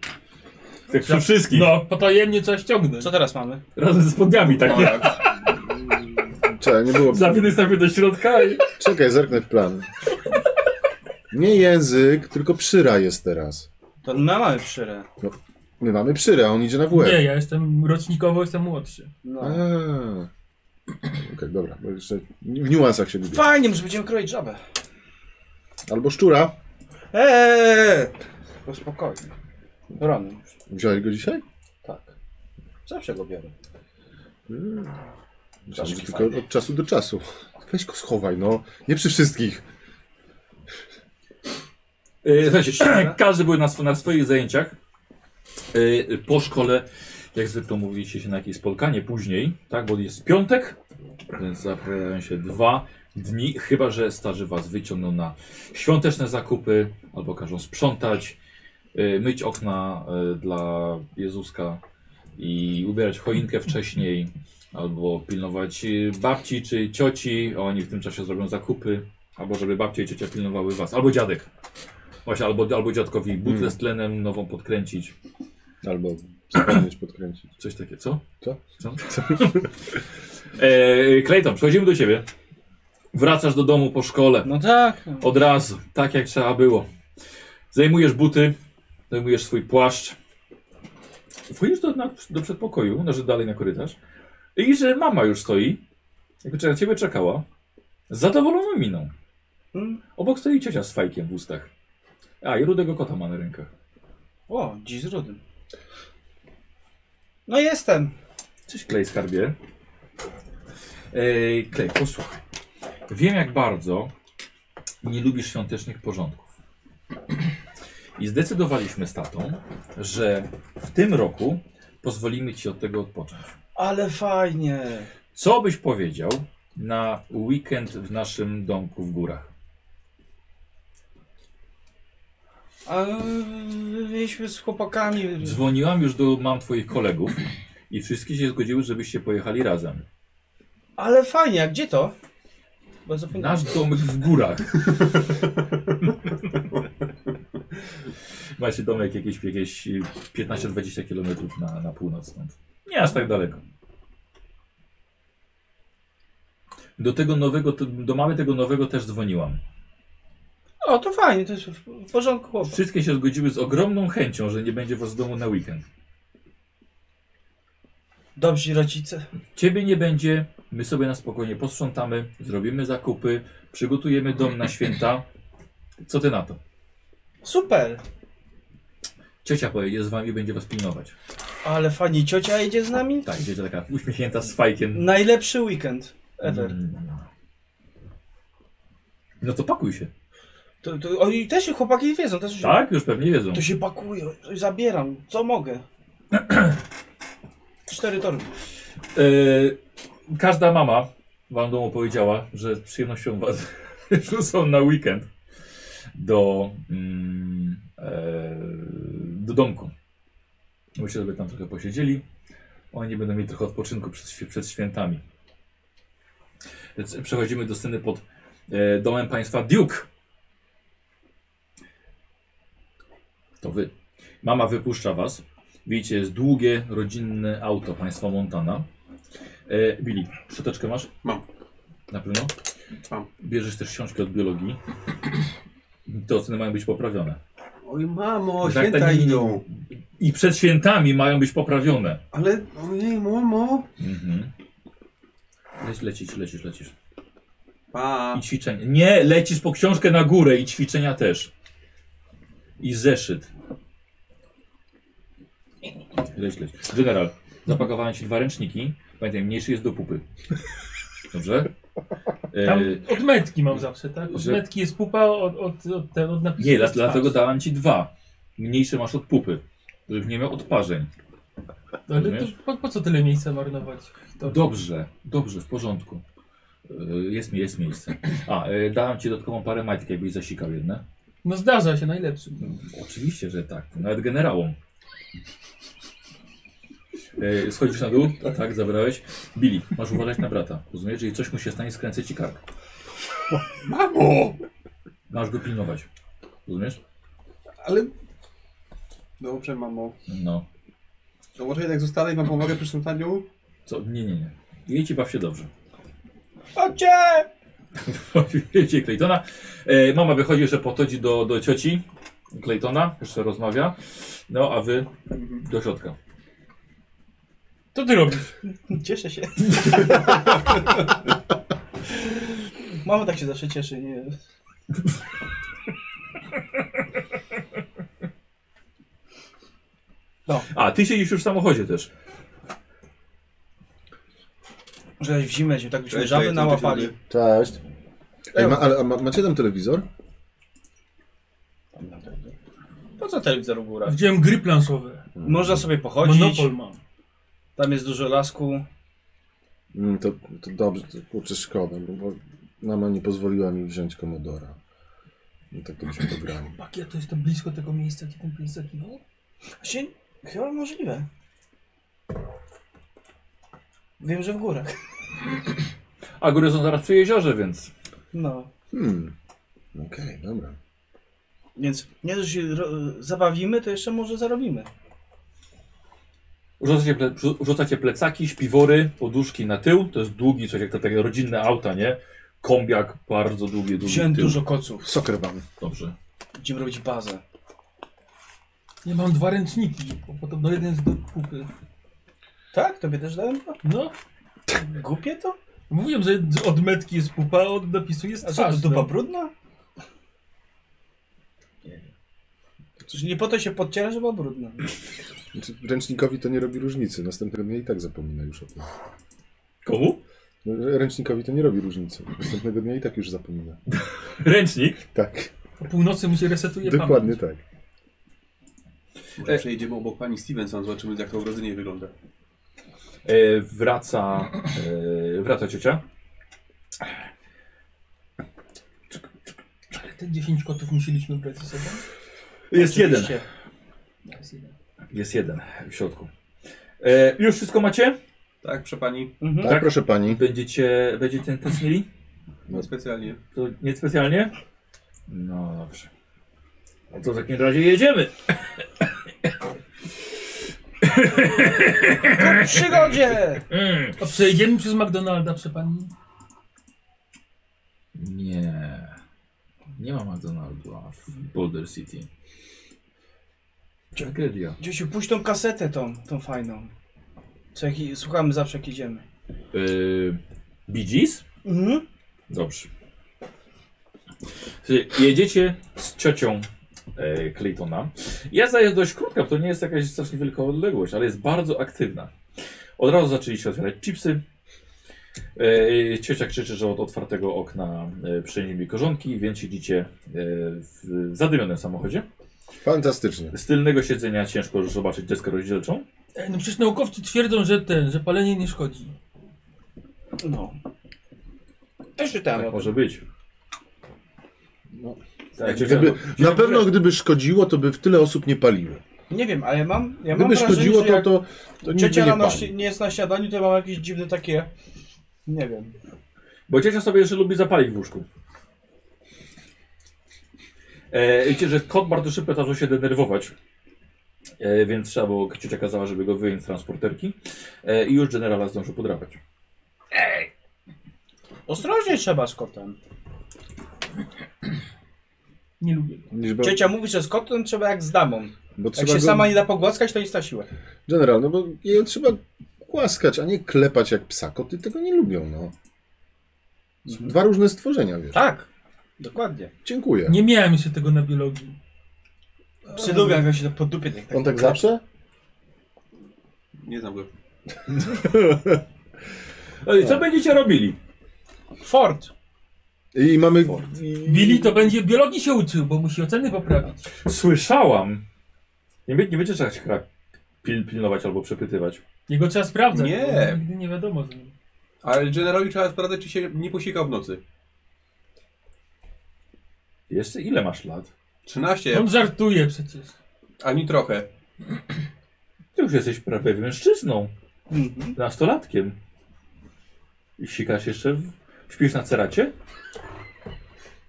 S1: Tak przy wszystkich.
S7: No, potajemnie trzeba ściągnąć.
S2: Co teraz mamy?
S1: Razem ze spodniami,
S2: No,
S1: tak? Nie?
S3: Czekaj, nie było...
S1: Zapinaj sobie do środka i...
S3: Czekaj, zerknę w plan. Nie język, tylko przyra jest teraz.
S2: To my No, mamy przyrę.
S3: My mamy przyra, on idzie na WF.
S7: Nie, ja jestem rocznikowo, jestem młodszy.
S2: No.
S3: E. Aaa. Okej, dobra, bo jeszcze w niuansach się gubię.
S2: Fajnie, może będziemy kroić żabę.
S3: Albo szczura.
S2: Eee! To spokojnie. Rano już.
S3: Wziąłeś go dzisiaj?
S2: Tak. Zawsze go biorę.
S3: Myślałem, że tylko od czasu do czasu. Weź go schowaj, no. Nie przy wszystkich.
S1: E, Słuchajcie, każdy był na, sw- na swoich zajęciach. E, Po szkole, jak zwykle mówiliście się na jakieś spotkanie później, tak? Bo jest piątek, więc zapowiadają się dwa dni, chyba że starzy was wyciągną na świąteczne zakupy albo każą sprzątać, e, myć okna e, dla Jezuska, i ubierać choinkę wcześniej, albo pilnować y, babci czy cioci, a oni w tym czasie zrobią zakupy, albo żeby babcia i ciocia pilnowały was, albo dziadek. Właśnie, albo, albo dziadkowi butlę z tlenem nową podkręcić,
S3: Albo zapomnieć podkręcić.
S1: coś takie, co?
S3: Co?
S1: Co? e, Clayton, przechodzimy do ciebie. Wracasz do domu po szkole.
S8: No tak.
S1: Od razu, tak jak trzeba było. Zajmujesz buty, zajmujesz swój płaszcz. Wchodzisz do, na, do przedpokoju, znaczy dalej na korytarz. I że mama już stoi, jakby na ciebie czekała, z zadowoloną miną.
S8: Mm.
S2: Hmm?
S1: Obok stoi ciocia z fajkiem w ustach. A, i rudego kota ma na rękach.
S8: O, dziś z rudym. No jestem.
S1: Cześć Klej skarbie. Ej, Klej, posłuchaj. Wiem jak bardzo nie lubisz świątecznych porządków. I zdecydowaliśmy z tatą, że w tym roku pozwolimy ci od tego odpocząć.
S8: Ale fajnie.
S1: Co byś powiedział na weekend w naszym domku w górach?
S8: A y, mieliśmy z chłopakami.
S1: Dzwoniłam już do mam twoich kolegów i wszystkie się zgodziły, żebyście pojechali razem.
S8: Ale fajnie, a gdzie to? Bo zapomniałem.
S1: Nasz domek w górach. Macie domek jakieś, jakieś y, 15-20 km na, na północ stąd. Nie aż tak daleko. Do tego nowego, te- do mamy tego nowego też dzwoniłam.
S8: O, to fajnie, to jest w w porządku chłopak.
S1: Wszystkie się zgodziły z ogromną chęcią, że nie będzie was w domu na weekend.
S8: Dobrzy rodzice.
S1: Ciebie nie będzie, my sobie na spokojnie posprzątamy, zrobimy zakupy, przygotujemy dom na święta. Co ty na to?
S8: Super.
S1: Ciocia pojedzie z wami, będzie was pilnować.
S8: Ale fajnie, ciocia idzie z nami?
S1: Tak, wiecie, taka uśmiechnięta z fajkiem.
S8: Najlepszy weekend ever.
S1: Mm. No to pakuj się.
S8: To, to, oni też chłopaki wiedzą, też się,
S1: Tak, już pewnie wiedzą.
S8: to się pakuje, zabieram, co mogę. [clears throat] Cztery torby.
S1: Yy, każda mama wam domu powiedziała, że z przyjemnością was [laughs] rzucą na weekend do, mm, e, do domku. Myślę, żeby tam trochę posiedzieli. Oni będą mieli trochę odpoczynku przed, świ- przed świętami. Więc przechodzimy do sceny pod e, domem państwa Duke. To wy. Mama wypuszcza was. Widzicie, jest długie, rodzinne auto państwa Montana. E, Billy, szczoteczkę masz?
S5: Mam.
S1: Na pewno?
S5: Mam.
S1: Bierzesz też książkę od biologii. Te oceny mają być poprawione.
S5: Oj mamo,
S1: Tak,
S5: święta
S1: tak,
S5: idą.
S1: I przed świętami mają być poprawione.
S5: Ale, ojej mamo.
S1: Mhm. Leć, lecisz, lecisz, lecisz.
S5: Pa.
S1: I ćwiczenia. Nie, lecisz po książkę na górę i ćwiczenia też. I zeszyt. Leć, leć. General, zapakowałem ci dwa ręczniki. Pamiętaj, mniejszy jest do pupy. Dobrze?
S7: Tam
S1: E,
S7: od metki mam zawsze, tak? Od
S1: że-
S7: metki jest pupa, od, od, od, ten, od napisu.
S1: nie,
S7: jest
S1: dla,
S7: twarz.
S1: dlatego dałem ci dwa. Mniejszy masz od pupy, żebyś nie miał odparzeń.
S7: No, Ale to,
S1: rozumiesz?
S7: po, po co tyle miejsca marnować? To,
S1: Dobrze, dobrze, w porządku. E, Jest, mi- jest miejsce. A, e, dałem ci dodatkową parę majtek, jakbyś zasikał jedne.
S7: No zdarza się, najlepszy.
S1: Oczywiście, że tak. Nawet generałom. E, Schodzisz na dół? Tak, zabrałeś. Billy, masz uważać na brata. Rozumiesz? Jeżeli coś mu się stanie, skręcę ci kark.
S5: Mamo!
S1: Masz go pilnować. Rozumiesz?
S5: Ale
S6: Dobrze, mamo.
S1: No.
S6: To może jednak zostanę i wam pomogę przy sprzątaniu?
S1: Co? Nie, nie, nie. Jedź i baw się dobrze.
S8: Chodźcie! [laughs]
S1: Wiecie Claytona. E, mama wychodzi jeszcze podchodzi do, do cioci Claytona. Jeszcze rozmawia. No, a wy do środka.
S7: To ty robisz.
S8: Cieszę
S1: [laughs]
S8: się. Mama tak się zawsze cieszy, nie?
S1: A, ty siedzisz już w samochodzie też.
S8: Że w zimę się tak byśmy
S5: Cześć,
S8: żaby
S5: cześć,
S8: nałapali.
S5: cześć,
S3: Cześć. Ej, ma, ale a ma, macie tam telewizor?
S8: Po No co telewizor u góra?
S7: Widziałem gry planszowe.
S1: Mm.
S8: Można sobie pochodzić,
S7: Monopol mam.
S8: tam jest dużo lasku.
S3: Mm, to, to dobrze, to kurczę szkoda, bo- bo mama nie pozwoliła mi wziąć Komodora. No tak to byśmy pograli.
S7: Pakia to
S8: Znaczy,
S7: jest to blisko tego miejsca, gdzie ten pies zaginął?
S8: Właśnie, chyba możliwe. Wiem, że w górach.
S1: A góry są zaraz przy jeziorze, więc
S8: No.
S3: Hmm. Okej, dobra.
S8: Więc nie, że się ro- zabawimy, to jeszcze może zarobimy.
S1: rzucacie, ple, rzucacie plecaki, śpiwory, poduszki na tył. To jest długi, coś jak to takie rodzinne auta, nie? Kombiak, bardzo długi, długi
S8: Wziąłem
S1: tył.
S8: dużo koców.
S3: Soccer wam.
S1: Dobrze.
S8: Będziemy robić bazę.
S7: Ja mam dwa ręczniki, bo podobno jeden jest do kupy.
S8: Tak? Tobie też dałem?
S7: No,
S8: Głupie to?
S7: mówiłem, że od metki jest pupa, a od napisu jest
S8: A co,
S7: twarz.
S8: to dupa
S7: no.
S8: brudna? Nie wiem. Przecież nie po to się podciera, że była brudna.
S3: Znaczy, Ręcznikowi to nie robi różnicy. Następnego dnia i tak zapomina już o tym.
S1: Komu?
S3: No, Ręcznikowi to nie robi różnicy. Następnego dnia i tak już zapomina.
S8: [laughs]
S1: Ręcznik.
S3: Tak,
S7: Po północy mu się resetuje
S3: dokładnie
S7: pamięć.
S3: tak.
S5: Może przejdziemy obok pani Stevenson, zobaczymy jak to urodzenie wygląda.
S1: E, wraca, e, wraca ciocia.
S7: Ale Te 10 kotów musieliśmy brać ze sobą.
S1: Jest jeden.
S8: Oczywiście.
S7: Jest jeden.
S1: Jest jeden w środku. E, już wszystko macie?
S5: Tak, prze pani?
S8: Mhm.
S3: Tak, proszę pani.
S1: Będziecie, będziecie ten test mieli?
S5: No specjalnie.
S1: To nie specjalnie? No dobrze. No to w takim razie jedziemy.
S8: No, W przygodzie!
S1: Mm.
S7: A przejdziemy przez McDonalda, prze pani?
S1: Nie. Nie ma McDonalda w Boulder City. Tragedia.
S8: Dzieciu, puść tą kasetę tą, tą fajną. Co jak i- słuchamy zawsze jak idziemy.
S1: Yy, Bidzis?
S8: Mhm.
S1: Dobrze. Słuchaj, Jedziecie z ciocią e, Claytona. Jazda jest dość krótka, bo to nie jest jakaś strasznie wielka odległość, ale jest bardzo aktywna. Od razu zaczęliście otwierać chipsy. E, ciocia krzyczy, że od otwartego okna e, przynieśli korzonki, więc siedzicie e, w zadymionym samochodzie.
S3: Fantastycznie.
S1: Z tylnego siedzenia ciężko już zobaczyć deskę rozdzielczą.
S7: Ej, no przecież naukowcy twierdzą, że ten, że palenie nie szkodzi.
S8: No. Też czytałem
S1: Tak
S8: o
S1: może być.
S3: No.
S1: Tak, ciocia-
S3: Gdyby,
S1: ciocia-
S3: na pewno gdyby szkodziło, to by w tyle osób nie paliło.
S8: tym. Nie wiem, ale mam, ja mam
S3: Gdyby
S8: wrażenie,
S3: szkodziło,
S8: że
S3: to,
S8: jak
S3: to, to nikt by
S8: ciocia
S3: nie
S8: rano
S3: palił.
S8: nie jest na śniadaniu, to mam jakieś dziwne takie... Nie wiem.
S1: Bo ciocia sobie jeszcze lubi zapalić w łóżku. E, wiecie, że kot bardzo szybko zaczął się denerwować. E, więc trzeba było, ciocia kazała, żeby go wyjąć z transporterki. E, I już generala zdążył podrapać.
S8: Ostrożnie trzeba z kotem.
S7: Nie lubię go.
S3: Liczba,
S8: Ciocia mówi, że z kotem trzeba jak z damą.
S3: bo
S8: Jak
S3: No. trzeba
S8: się
S3: go,
S8: sama nie da pogłaskać, to jest na siłę.
S3: General, no bo je trzeba głaskać, a nie klepać jak psa. Koty tego nie lubią, no. Są Dwa różne stworzenia, wiesz.
S8: Tak. Dokładnie.
S3: Dziękuję.
S7: Nie miałem jeszcze tego na biologii.
S8: Psy lubią, jak się to po dupie tak,
S3: No. On tak zawsze?
S5: Nie znam go.
S1: E, co będziecie robili?
S8: Ford.
S3: I mamy...
S7: Billy to będzie biologii się uczył, bo musi oceny poprawić.
S1: Słyszałam. Nie, bie- nie będzie trzeba się chyba pil, pilnować albo przepytywać.
S7: Jego trzeba sprawdzać,
S5: Nie.
S7: bo nigdy nie wiadomo z nim.
S5: Ale generalowi trzeba sprawdzać, czy się nie posiekał w nocy.
S1: Jeszcze ile masz lat?
S5: 13,
S7: On żartuje przecież.
S5: ani trochę.
S1: Ty już jesteś prawie mężczyzną. Nastolatkiem. I sikasz jeszcze w... Śpisz na ceracie?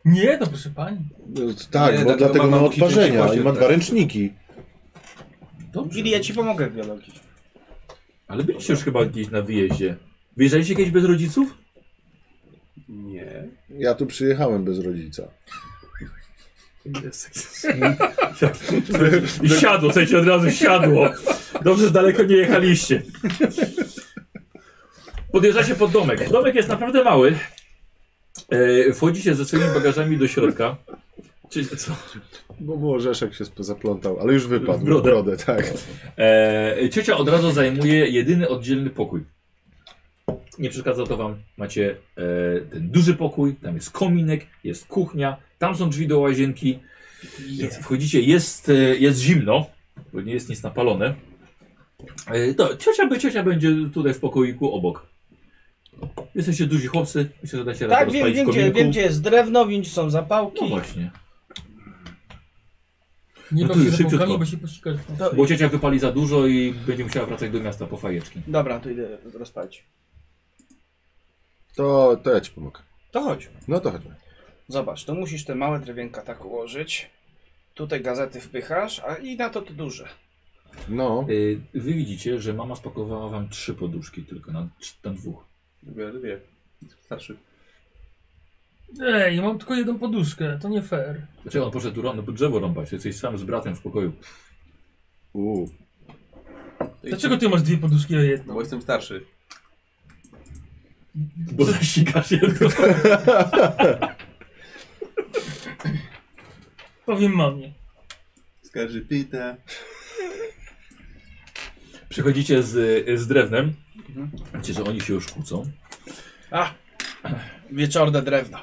S7: Nie, no proszę pani.
S3: No, Tak,
S5: Nie,
S3: bo
S5: tak, to
S3: dlatego
S5: mama
S3: ma
S5: musi czyścić
S3: odparzenia i
S5: łazienkę.
S3: ma dwa ręczniki.
S1: Dobrze.
S8: Gili, ja ci pomogę w biologii.
S1: Ale byliście już chyba gdzieś na wyjeździe. Wyjeżdżaliście kiedyś bez rodziców? [laughs]
S5: Nie.
S3: Ja tu przyjechałem bez rodzica.
S1: I siadło, co ci od razu siadło. Dobrze, że daleko nie jechaliście. Podjeżdżacie pod domek. Domek jest naprawdę mały. E, wchodzicie ze swoimi bagażami do środka. Czyli co?
S3: Bo mu orzeszek się sp- zaplątał, ale już wypadł.
S1: W
S3: W
S1: brodę.
S3: brodę, tak.
S1: E, ciocia od razu zajmuje jedyny oddzielny pokój. Nie przeszkadza to wam. Macie e, ten duży pokój, tam jest kominek, jest kuchnia, tam są drzwi do łazienki. Więc wchodzicie, jest, e, jest zimno, bo nie jest nic napalone. E, to ciocia, by, ciocia będzie tutaj w pokoiku obok. Jesteście duzi chłopcy, myślę, że dacie radę
S8: Tak, wiem,
S1: rozpalić
S8: wiem,
S1: No w kominku.
S3: No
S8: gdzie, wiem gdzie jest drewno, wiem gdzie są zapałki.
S1: No właśnie.
S7: Nie
S1: No
S7: baw
S1: tu
S7: się
S1: już szybciutko.
S7: zapałkami, bo się posikasz.
S2: To,
S1: Bo ciocia wypali za dużo i będzie musiała wracać do miasta po fajeczki.
S2: dobra, to idę rozpalić.
S3: To, to ja ci pomogę.
S2: To chodź.
S3: No to chodźmy.
S2: Zobacz, to musisz te małe drewienka tak ułożyć. Tutaj gazety wpychasz, a i na to te duże.
S3: No,
S1: Y, Wy widzicie, że mama spakowała wam trzy poduszki tylko na, na dwóch.
S5: Biorę dwie. Starszy.
S7: Ej, mam tylko jedną poduszkę, to nie fair.
S1: Dlaczego on poszedł rą- no, drzewo rąbać? Jesteś sam z bratem w pokoju.
S3: u,
S7: Dlaczego ty masz dwie poduszki, a jedną?
S5: No bo jestem starszy.
S1: [laughs] Bo zasikasz jedno.
S7: Powiem mamie.
S5: Skarży pita.
S1: Przychodzicie z, z drewnem. Widzicie, że oni się już kłócą.
S2: A! Wieczorne drewno.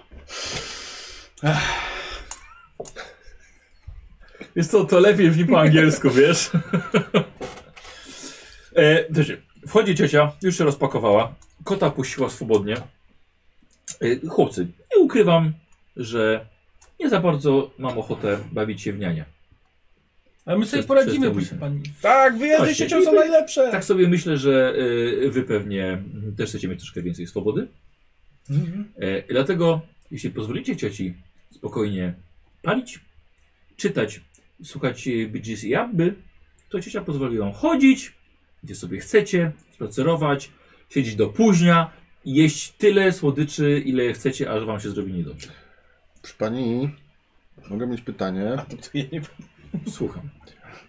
S1: Jest to, to lepiej brzmi [laughs] po angielsku, wiesz? e, znaczy, wchodzi ciocia, już się rozpakowała. Kota puściła swobodnie. E, chłopcy, nie ukrywam, że nie za bardzo mam ochotę bawić się w niania.
S7: Ale my sobie
S1: Przez-
S7: poradzimy,
S1: przez ten
S7: proszę
S1: weekend.
S7: pani.
S2: Tak, wyjazdy
S1: Właśnie.
S2: siecią są najlepsze!
S1: Tak sobie myślę, że e, wy pewnie mm, też chcecie mieć troszkę więcej swobody. E, dlatego, jeśli pozwolicie cioci spokojnie palić, czytać, słuchać e, BGS i Abby, to ciocia pozwoli wam chodzić, gdzie sobie chcecie, spacerować, siedzieć do późna i jeść tyle słodyczy, ile chcecie, aż wam się zrobi niedobrze.
S3: przy pani, mogę mieć pytanie.
S2: To ja nie
S1: Słucham.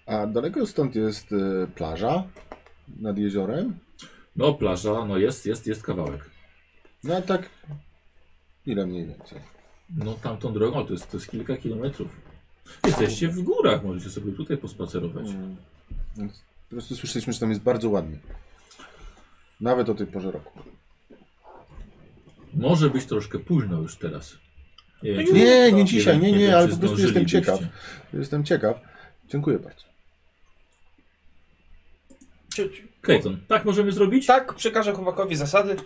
S3: A daleko stąd jest y, plaża nad jeziorem?
S1: No plaża, no jest, jest, jest kawałek.
S3: No a tak, ile mniej więcej?
S1: No tamtą drogą, to jest, to jest kilka kilometrów. Jesteście w górach, możecie sobie tutaj pospacerować.
S3: Mm. Więc Po prostu słyszeliśmy, że tam jest bardzo ładnie. Nawet o tej porze roku.
S1: Może być troszkę późno już teraz. Nie,
S3: Nie, nie
S1: wiem,
S3: dzisiaj, nie,
S1: wiem,
S3: nie,
S1: czy
S3: ale po prostu jestem
S1: zdążylibyście.
S3: ciekaw. Jestem ciekaw. Dziękuję bardzo.
S2: Czy- czy-
S1: Clayton, tak możemy zrobić?
S2: Tak, przekażę chłopakowi zasady.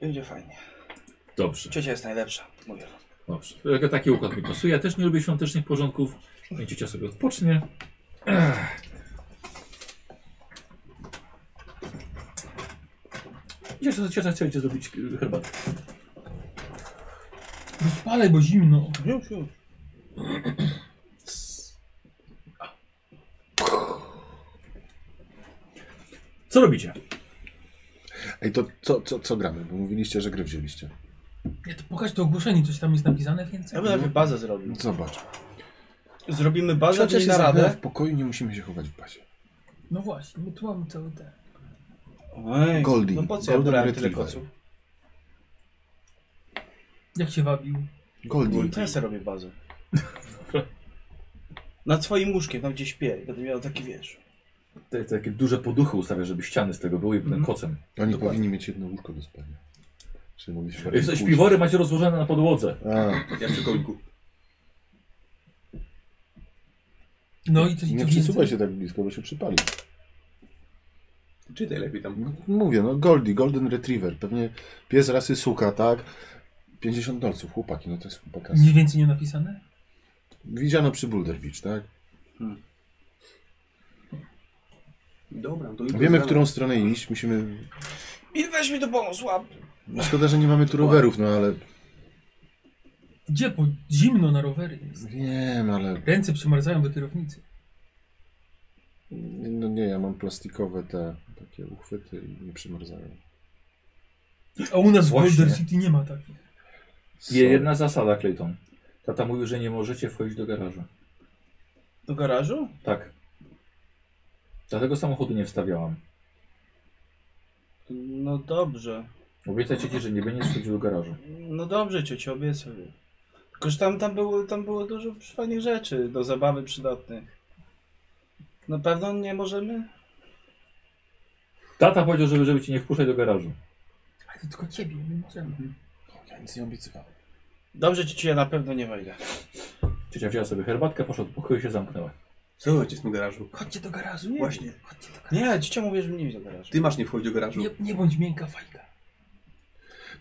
S2: Będzie fajnie.
S1: Dobrze,
S2: Ciocia jest najlepsza, mówię wam.
S1: dobrze. Tylko Taki układ mi pasuje. Ja też nie lubię świątecznych porządków. Więc Ciocia sobie odpocznie. Ciocia, ciocia chciała cię zrobić y, herbatę.
S7: Rozpalaj, bo zimno.
S2: Już, już.
S1: Co robicie?
S3: Ej, to co, co, co gramy? Bo mówiliście, że gry wzięliście.
S7: Nie, to pokaż to ogłoszenie, coś tam jest napisane więcej.
S2: Ja bym najpierw bazę zrobił.
S3: Zobacz.
S2: Zrobimy bazę,
S3: Przecież
S2: czyli
S3: się zamknęła
S2: naradę.
S3: w pokoju, nie musimy się chować w bazie.
S7: No właśnie, my tu mamy cały ten.
S2: Oj,
S3: Goldie,
S2: No po co ja
S3: Golden
S2: brałem tyle
S3: Retriever.
S2: koców?
S7: Jak się wabił?
S3: Goldie.
S2: To ja sobie robię bazę. Nad swoim łóżkiem, tam gdzie śpię. Będę miał taki, wiesz...
S1: Te, te takie duże poduchy ustawia, żeby ściany z tego były i potem
S7: Mhm.
S1: kocem.
S3: Oni
S2: Dokładnie.
S3: powinni mieć jedno łóżko do spania. Czyli mogli się bardziej
S1: Jest-
S3: kłócić.
S1: Śpiwory macie rozłożone na podłodze.
S3: A,
S5: Ja przy końku.
S7: No i coś
S3: nie
S7: co
S3: przesuwaj
S7: więcej?
S3: się tak blisko, bo się przypali.
S5: Czytaj lepiej tam.
S3: No, Mówię, no Goldie, Golden Retriever. Pewnie pies rasy suka, tak? 50 dolców, chłopaki, no to jest chłopaka.
S7: Nic więcej nie napisane?
S3: Widziano przy Boulder Beach, tak?
S5: Dobra, to jutro
S3: Wiemy, w
S5: rano.
S3: którą stronę iść, musimy... no,
S2: I weź mi do pomóc, łap!
S3: Szkoda, że nie mamy tu rowerów, no ale...
S7: Gdzie? Po zimno na rowery jest.
S3: Wiem, ale...
S7: Ręce przymarzają do kierownicy.
S3: No nie, ja mam plastikowe te takie uchwyty i nie przymarzają.
S7: A u nas w
S1: Właśnie.
S7: Boulder City nie ma takich.
S3: Sorry.
S1: Jedna zasada, Clayton. Tata mówił, że nie możecie wchodzić do garażu.
S2: Do garażu?
S1: Tak. Dlatego samochodu nie wstawiałam.
S2: No dobrze.
S1: Obiecajcie ci, że nie będziesz wchodził do garażu.
S2: No dobrze, ciocia, obiecuję. Tylko, że tam, tam, było, tam było dużo fajnych rzeczy do zabawy przydatnych. Na pewno nie możemy?
S1: Tata powiedział, żeby, żeby cię nie wpuszczać do garażu.
S7: Ale to tylko ciebie, my możemy.
S3: O, Ja nic nie obiecywałem.
S2: Dobrze, ciocia, ja na pewno nie wejdę.
S1: Ciocia wzięła sobie herbatkę, poszła do pokoju i się zamknęła.
S5: Co macie w tym garażu?
S7: Chodźcie do garażu.
S2: Nie.
S5: Właśnie.
S7: Chodźcie do garażu.
S2: Nie, ciocia mówię, że mnie nie idzie do garażu.
S5: Ty masz nie wchodzić do garażu.
S7: Nie, nie bądź miękka fajka.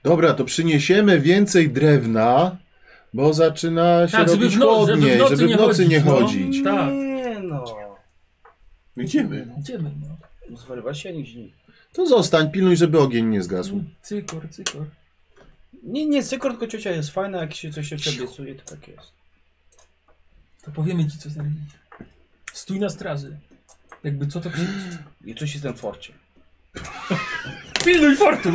S3: Dobra, to przyniesiemy więcej drewna, Bo zaczyna się
S7: Tak, żeby
S3: robić
S7: w, no, żeby
S3: chłodniej,
S7: w nocy
S3: nie
S7: nie chodzić. no.
S3: chodzić.
S7: Tak,
S8: Nie no.
S5: Idziemy.
S7: idziemy. No.
S8: Zwariować się nikt nie.
S3: To zostań, pilnuj, żeby ogień nie zgasł.
S7: Mm. Cykor, cykor.
S8: Nie, nie, cykor, tylko ciocia jest fajna, jak się coś jeszcze obiecuje, to tak jest.
S7: To powiemy ci, co zrobić. Stój na straży. Jakby co to krzyczeć. [gasps]
S8: I coś jest w tym forcie.
S7: Pilnuj fortu!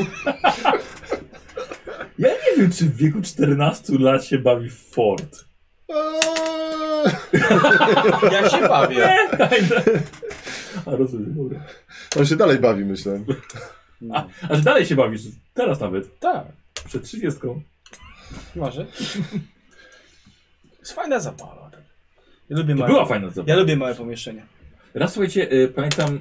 S1: Ja nie wiem, czy w wieku 14 lat się bawi w Ford.
S3: Eee,
S8: Ja się bawię.
S1: A rozumiem, dobra.
S3: On się dalej bawi, myślę.
S8: No,
S1: A czy dalej się bawisz? Teraz nawet.
S8: tak,
S1: Przed 30.
S8: może. Jest fajna zabawa. tak. Ja lubię
S1: To
S8: małe,
S1: była fajna zabawa.
S8: ja lubię małe pomieszczenia.
S1: Raz słuchajcie, e, pamiętam,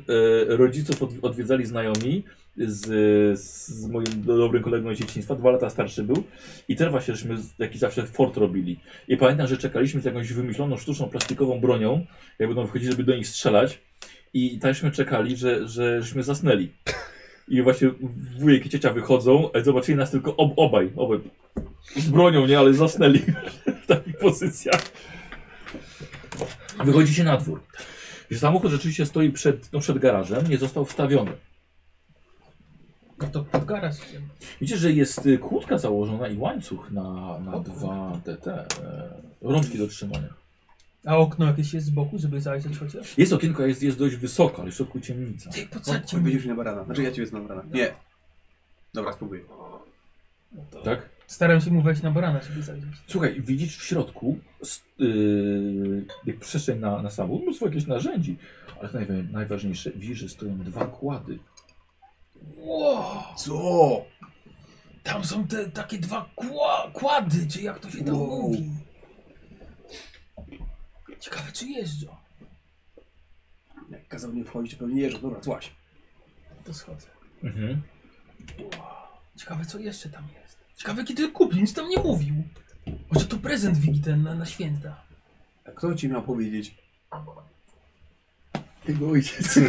S1: e, rodziców od, odwiedzali znajomi z, z moim do- dobrym kolegą z dzieciństwa, dwa lata starszy był i teraz właśnie żeśmy z- jakiś zawsze fort robili. I pamiętam, że czekaliśmy z jakąś wymyśloną, sztuczną, plastikową bronią, jak będą wchodzić, żeby do nich strzelać i taśmy czekali, że, że żeśmy zasnęli. I właśnie wujek i ciocia wychodzą, e, zobaczyli nas tylko ob, obaj, obaj z bronią, nie, ale zasnęli [laughs] w takich pozycjach. Wychodzicie na dwór że samochód rzeczywiście stoi przed, no, przed garażem, nie został wstawiony.
S7: No to pod garaż idziemy.
S1: Widzicie, że jest y, kłódka założona i łańcuch na, na dwa te, te e, rączki do trzymania.
S7: A okno jakieś jest z boku, żeby zajrzeć chociaż?
S1: Jest okienko, jest, jest dość wysoko, ale w środku ciemnica.
S7: Ty, po
S5: Chodź, będziesz na barana. Znaczy ja ciebie znam na
S7: No.
S5: barana. Nie. Dobra, spróbuję.
S1: Tak?
S7: Staram się mu wejść na barana, żeby zajrzeć.
S1: Słuchaj, widzisz w środku s- yy, jak przestrzeń na, na samochód, mnóstwo jakichś narzędzi, ale to najwa- najważniejsze, widzisz, że stoją dwa kłady.
S5: Co?
S7: Tam są te takie dwa kła kłady, czy jak to się tam
S5: Wow.
S7: mówi. Ciekawe, czy jeżdżą.
S5: Jak kazał nie wchodzić, to pewnie jeżdżą. Dobra, złaś.
S7: To schodzę.
S1: Mhm.
S7: Ciekawe, co jeszcze tam jest. Ciekawe, kiedy kupił, nic tam nie mówił. Może to prezent Wigi ten na, na święta.
S5: A kto ci miał powiedzieć?
S1: Jego
S7: [laughs]
S1: ojciec.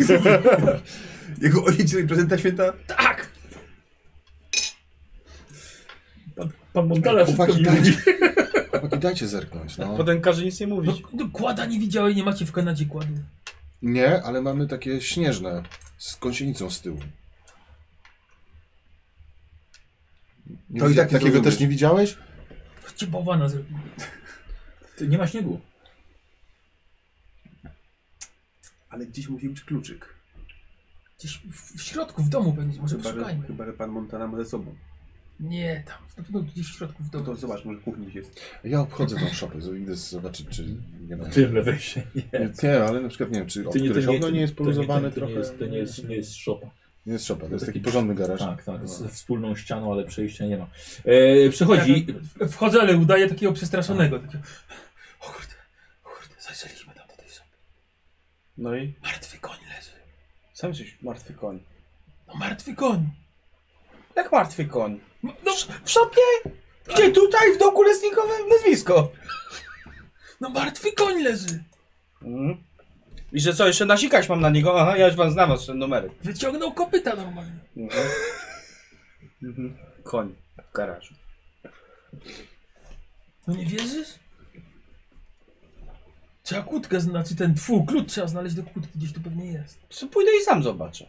S5: Jego ojciec robi prezenta święta?
S7: Tak!
S1: Pan Montala wszystko Tak,
S3: Chłopaki,
S1: mi mówi.
S3: dajcie, [laughs] chłopaki, dajcie zerknąć, no.
S8: Tak Potem każe nic nie
S7: No,
S8: mówić.
S7: no, kłada nie widziałeś, nie macie w Kanadzie kładu.
S3: Nie, ale mamy takie śnieżne z kąsienicą z tyłu. Nie
S5: To i
S3: widzia-
S5: tak nie
S3: takiego
S5: zrozumiesz.
S3: też nie widziałeś?
S7: Chodźcie bałwana zrobili.
S1: Ty, Nie ma śniegu.
S5: Ale gdzieś musi być kluczyk.
S7: Gdzieś w, w środku, w domu będzie, może
S5: Chyba, że,
S7: poszukajmy.
S5: chyba, że pan Montana ma ze sobą.
S7: Nie, tam, na pewno gdzieś w środku, w
S5: No To,
S7: domu.
S5: to zobacz, może kuchni jest.
S3: Ja obchodzę tą szopę, idę zobaczyć, czy nie ma.
S1: Tylne wejście.
S3: Nie, nie, ale na przykład nie wiem, czy od
S1: Ty nie- to
S3: których
S1: nie-
S3: okno
S1: to-
S3: nie jest
S1: to nie- to nie-
S3: poluzowane
S1: To nie
S3: trochę.
S1: jest, to nie jest, nie jest szopa.
S3: Nie jest szopa, to jest taki porządny garaż. No.
S1: Tak, tak, z wspólną ścianą, ale przejścia nie ma. E, przechodzi.
S7: Ja Wchodzę, ale udaję takiego przestraszonego. Takiego... O kurde, o kurde, zajrzeliśmy tam do tej szopy.
S8: No i
S7: Martwy koń leży.
S8: sam jesteś martwy koń.
S7: No martwy koń.
S8: Jak martwy koń? Tak.
S7: No, no,
S8: W szopie? Gdzie tutaj w doku lesnikowe nazwisko?
S7: no martwy koń leży.
S8: Mhm. I że co, jeszcze nasikać mam na niego? Aha, ja już wam znam wasze numery.
S7: Wyciągnął kopyta normalnie.
S8: Mhm. Mhm. Koń w garażu.
S7: No nie wierzysz? Trzeba kłódkę, znaczy ten tfu, klucz trzeba znaleźć do kłódki, gdzieś tu pewnie jest.
S8: Co pójdę i sam zobaczę.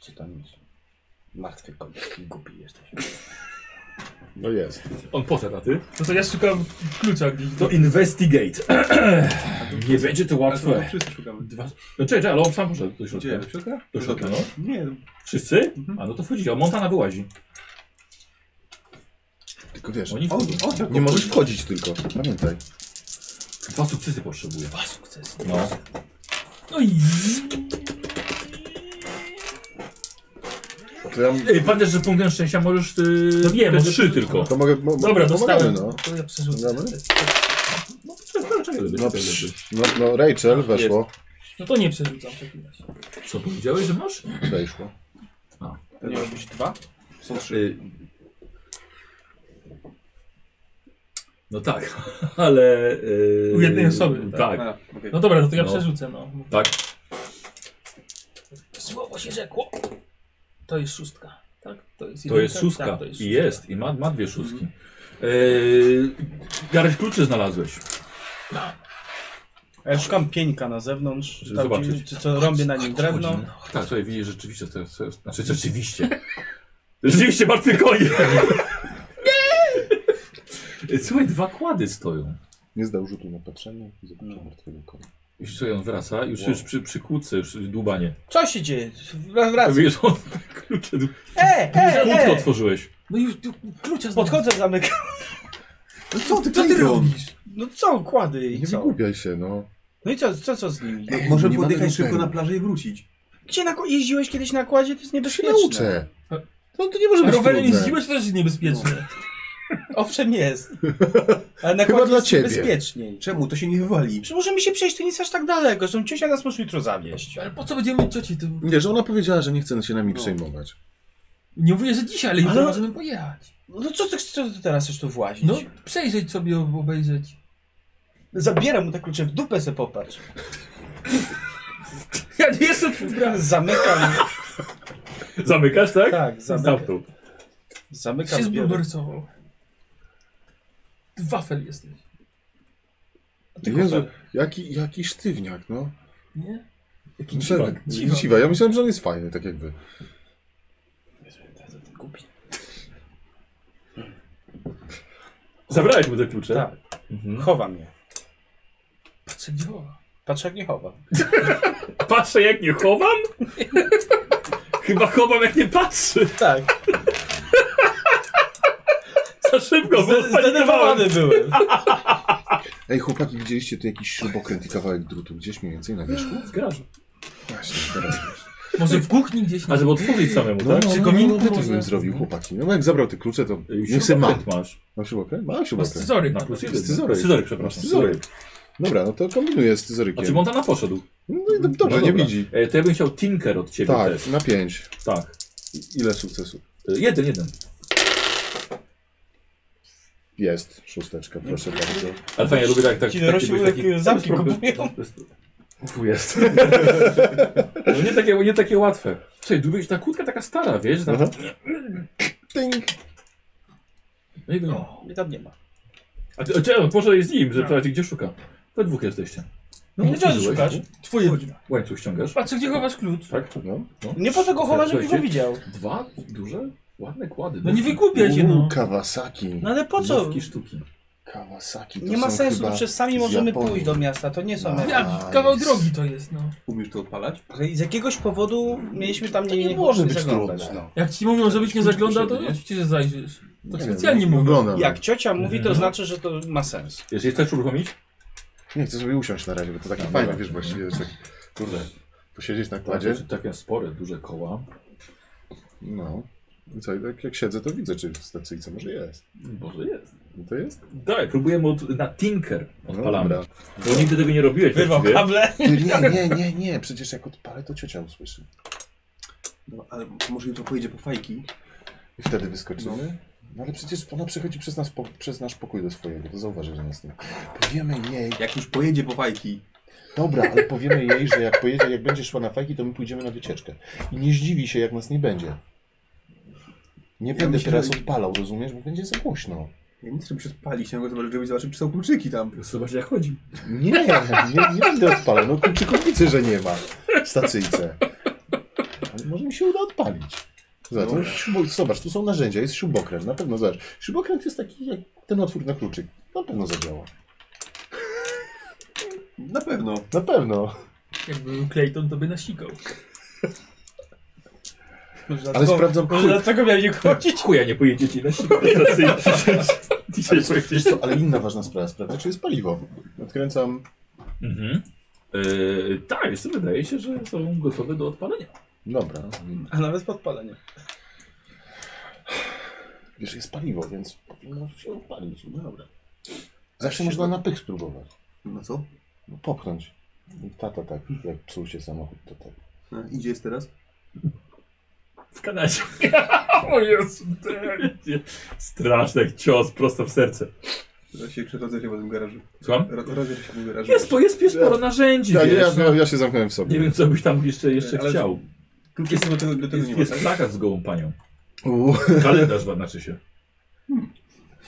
S8: Co tam jest? Martwy koń, jaki głupi jesteś.
S3: No jest.
S1: On poszedł, a ty?
S7: No to ja szukam klucza gdzieś.
S1: To investigate. nie będzie to
S5: Ale to, to
S1: łatwe.
S5: wszyscy szukamy.
S1: Dwa... No czekaj, czekaj, ale on sam poszedł do
S5: Gdzie? Do
S1: środka.
S5: środka?
S1: Do środka, no.
S5: Nie,
S1: Wszyscy? A no to wchodzicie, a Montana wyłazi.
S3: Tylko wiesz,
S1: Oni
S5: O,
S1: wchodzą.
S5: o, tak.
S3: nie możesz wchodzić tylko, pamiętaj.
S1: Dwa sukcesy potrzebuje.
S7: Dwa sukcesy.
S1: No.
S7: No i...
S3: To ja...
S1: Ej, pamiętasz, że punktem szczęścia możesz... Yy,
S7: No wiem,
S1: te
S7: bo-
S1: trzy tylko.
S3: To mogę... Mo,
S7: Dobra,
S3: pomagamy,
S7: dostałem.
S3: no.
S7: To ja przerzucę.
S3: Dobra.
S1: No, czekaj, czekaj, czekaj,
S3: No,
S1: czekaj,
S3: psz,
S1: czekaj.
S3: no, no Rachel weszło.
S7: No to nie przerzucam w takim razie.
S1: Co powiedziałeś, że masz?
S3: Weszło.
S8: To nie robić dwa?
S5: Są trzy.
S1: Y, No tak, [laughs] ale... y,
S7: U jednej osoby, tak.
S1: Tak,
S5: A, okej.
S7: No dobra, no to ja
S1: No.
S7: przerzucę, no.
S1: tak.
S7: Słowo się rzekło. To jest szóstka, tak? To jest,
S1: To
S7: jedynka?
S1: jest Mhm. szóstka.
S7: Tak, to
S1: I jest, i ma, ma dwie szóstki. Yy, Garaż kluczy znalazłeś.
S2: A Ja szukam pieńka na zewnątrz, czy, tam,
S1: Zobaczyć.
S2: czy, czy co rąbię na nim drewno.
S7: no.
S1: Tak, tutaj widzisz rzeczywiście, to jest, to jest, znaczy rzeczywiście. [laughs] Rzeczywiście martwy [laughs] konie. E, Słuchaj, dwa kłady stoją.
S3: Nie zdał rzutu na patrzenie i zobaczył
S2: No.
S3: martwego konia.
S1: Już co, on wraca, już
S3: Wow.
S1: już przy, przy kłódce, już dłubanie.
S2: Co się dzieje? Wr- Wracam.
S1: Wiesz, on klucze, dłu-
S2: E, e,
S1: kłódko
S2: e!
S1: otworzyłeś.
S7: No już tu klucza
S2: Podchodzę, zamykam.
S5: No co ty,
S7: Co ty
S5: Clayton?
S7: robisz?
S2: No co, kłady i
S3: Nie
S2: co?
S3: wygłupiaj się, no.
S2: No i co, co, co z nimi?
S5: No, może
S3: Nie mamy
S5: podjechać
S3: roweru.
S5: szybko na plażę i wrócić.
S2: Gdzie na, jeździłeś kiedyś na kładzie? To jest
S3: Ja się
S2: niebezpieczne.
S3: nauczę. No to nie może być
S7: Rowerem
S3: trudne.
S7: jeździłeś, to też jest niebezpieczne.
S2: Owszem
S3: [laughs]
S2: jest. Ale na
S3: Chyba
S2: kładzie
S3: dla
S2: jest
S3: ciebie.
S2: bezpieczniej.
S5: Czemu? To się nie wywali.
S2: Czy możemy się przejść, to nie jest aż tak daleko. Zresztą ciocia nas może jutro zawieźć.
S7: Ale po co będziemy mieć cioci? To...
S3: Nie, że ona powiedziała, że nie chce się nami
S5: No.
S3: przejmować.
S7: Nie mówię, że dzisiaj, ale jutro
S2: Ale-
S7: możemy pojechać.
S2: No co ty, co ty teraz chcesz tu włazić?
S7: No, przejrzeć sobie, ob- obejrzeć.
S2: Zabieram mu te klucze, w dupę se popatrz.
S7: Ja nie jestem przy-
S2: Zamykam.
S3: [laughs]
S1: Zamykasz, tak?
S2: tak, zamykam.
S1: Zamknął.
S2: Zamykam.
S7: się
S2: biorę.
S7: zbulwersował. Ty Wafel jesteś,
S3: Jezu, jaki, jaki sztywniak, no.
S7: nie?
S1: Jaki dziwak.
S7: Dziwak.
S3: Dziwa. Ja myślałem, że on jest fajny, tak jak wy.
S1: Zabrałeś mu te klucze?
S2: Tak,
S1: Mhm.
S2: chowam je.
S7: Patrz jak działa.
S2: Patrz jak nie chowa.
S1: Patrzę jak nie [laughs] chowam? Chyba chowam jak nie patrzę.
S3: [laughs]
S2: Tak,
S1: Za szybko, bo spanikowałem.
S2: zdenerwowany
S3: [laughs]
S2: byłem.
S3: Ej, chłopaki, widzieliście tu jakiś śrubokręt i kawałek drutu gdzieś mniej więcej na wierzchu?
S1: Z garażu.
S3: Właśnie, teraz.
S7: Może w kuchni gdzieś.
S1: A żeby otworzyć samemu, tak?
S7: Przy
S3: no,
S7: kominku
S3: no, no, to
S7: może.
S3: bym zrobił, chłopaki. No jak zabrał te klucze, to
S1: Już
S3: niech se ma.
S1: masz.
S3: Mam śrubokręt? Mam
S7: Ma
S3: śrubokręt.
S7: scyzoryk.
S1: Na
S7: na
S1: plus
S7: pewno.
S1: jeden.
S3: Scyzoryk.
S1: Scyzoryk, przepraszam.
S3: Scyzoryk.
S1: Scyzoryk.
S3: Dobra, no to kombinuję z
S1: A
S3: scyzorykiem.
S1: czy Montana poszedł?
S3: No i do- dobrze,
S1: No
S3: nie
S1: dobra.
S3: widzi.
S1: E, to ja bym chciał Tinker od ciebie
S3: Tak,
S1: też.
S3: na pięć.
S1: Tak.
S3: I- Ile sukcesów?
S1: E, jeden, jeden.
S3: Jest, szósteczka, proszę bardzo.
S1: Ale fajnie, lubię tak... tak
S2: Ci
S1: taki
S2: dorośli
S1: byłeś taki-
S2: takie zamki
S1: To jest
S2: kupują.
S1: problem. To jest- Tu jest. [laughs] No nie, takie, nie takie łatwe. Słuchaj, dłubię, ta kłódka taka stara, wiesz? Tam,
S3: Aha. Tynk.
S1: no i go nie ma.
S2: Mnie tam nie ma.
S1: A ty, a ty, może jest z nim,
S2: No.
S1: że pytacie, gdzie szuka? We dwóch jesteście. No,
S2: Nie czego
S1: otworzyłeś.
S2: szukasz?
S7: Twoje wina.
S1: Łańcuch ściągasz.
S7: Patrz gdzie chowasz klucz.
S1: Tak?
S3: No, no.
S2: Nie po to go chowa, żebyś go widział.
S1: Dwa duże, ładne kłady.
S7: No nie wygłupiaj się no.
S3: Uuu, Kawasaki.
S2: No ale po co?
S1: Nówki sztuki.
S3: Kawasaki to
S2: Nie ma
S3: są
S2: sensu,
S3: chyba
S2: bo przecież sami
S3: z
S2: możemy
S3: Japonii.
S2: pójść do miasta, to nie są...
S3: No.
S2: jakieś-
S7: Ja, kawał drogi to jest no.
S5: Umiesz to odpalać?
S2: Ale Z jakiegoś powodu mieliśmy tam nie,
S3: nie może być
S2: zaglądać,
S3: trudne.
S2: No.
S7: Jak ci mówią, żebyś nie
S5: Klucz
S7: zaglądał, to
S5: posiedli, nie?
S7: oczywiście, że zajrzysz.
S3: Nie wiem,
S7: specjalnie
S3: no,
S7: mówię.
S3: Oglądam.
S2: Jak ciocia mówi, to
S3: Mhm.
S2: znaczy, że to ma sens.
S1: Jeżeli chcesz uruchomić?
S3: Nie, chcę sobie usiąść na razie, bo to takie
S1: A,
S3: fajne,
S1: dobra.
S3: wiesz, właściwie, że tak, kurde, posiedzieć na
S1: Tak,
S3: kładzie.
S1: takie spore, duże koła.
S3: No. I co, jak, jak siedzę, to widzę, czy w stacyjce może jest.
S1: Boże jest.
S3: No to jest?
S1: Daj, próbujemy od, na Tinker odpalamy.
S3: Dobra.
S1: Bo nigdy tego nie robiłeś
S2: Wyrwał
S1: właściwie.
S2: kable.
S3: Ty, nie, nie, nie, nie, przecież jak odpalę, to ciocia usłyszy.
S5: No, ale może jutro pojedzie po fajki.
S3: I wtedy wyskoczymy. No ale przecież ona przechodzi przez, nas po, przez nasz pokój do swojego, to zauważy, że nas nie. Powiemy jej,
S5: Jak już pojedzie po fajki,
S3: dobra, ale powiemy jej, że jak pojedzie, jak będzie szła na fajki, to my pójdziemy na wycieczkę. I nie zdziwi się, jak nas nie będzie. Nie będę
S5: myślę,
S3: teraz
S5: że-
S3: odpalał, rozumiesz, bo będzie za głośno.
S5: ja nie chcę, żeby się odpalić, ja mogę zobaczyć, żeby zobaczyć, czy są kluczyki tam.
S1: Zobacz jak chodzi.
S3: Nie, nie, nie będę odpalał. No kluczyków widzę, że nie ma w stacyjce. Ale może mi się uda odpalić. Zobacz, no,
S5: Dobra.
S3: śrubo, zobacz, tu są narzędzia, jest śrubokręt, na pewno zobacz. Śrubokręt jest taki jak ten otwór na kluczyk. Na pewno zadziała.
S5: Na pewno.
S3: Na pewno.
S7: Jakby był Clayton, to by nasikał.
S3: Ale sprawdzam
S2: Może
S3: klucz.
S2: dlatego miał nie chodzić.
S1: Chuja nie pojedziecie na siłę. Dzisiaj
S3: Wiesz co, ale inna ważna sprawa, sprawdzę czy jest paliwo. Odkręcam.
S1: Mhm. Yy, tak, jest, wydaje się, że są gotowe do odpalenia.
S3: Dobra.
S2: A nawet podpalenie.
S3: Wiesz, jest paliwo, więc powinno się odpalić. No Dobra. Zawsze można na pych spróbować.
S5: No co?
S3: No, popchnąć. Tata tak, jak psuł się samochód, to tak.
S5: E, Idzie jest teraz?
S1: W Kanadzie. o Jezu, dajcie. Straszny jak cios, prosto w serce.
S5: Teraz się przechodzę chyba w tym garażu.
S1: Słucham?
S5: Ro- Rozejrzę się w tym garażu.
S1: Jest, po- jest, jest sporo narzędzi,
S3: Ja, ja,
S1: wiesz.
S3: ja, ja się zamknąłem w sobie.
S1: Nie wiem, co byś tam jeszcze, jeszcze
S5: Ale-
S1: chciał.
S5: Kluczy są do tego, do tego
S1: Jest,
S5: nie ma,
S1: jest
S5: tak?
S1: [laughs] plakat z gołą panią.
S3: Uuu.
S1: Kalendarz znaczy się.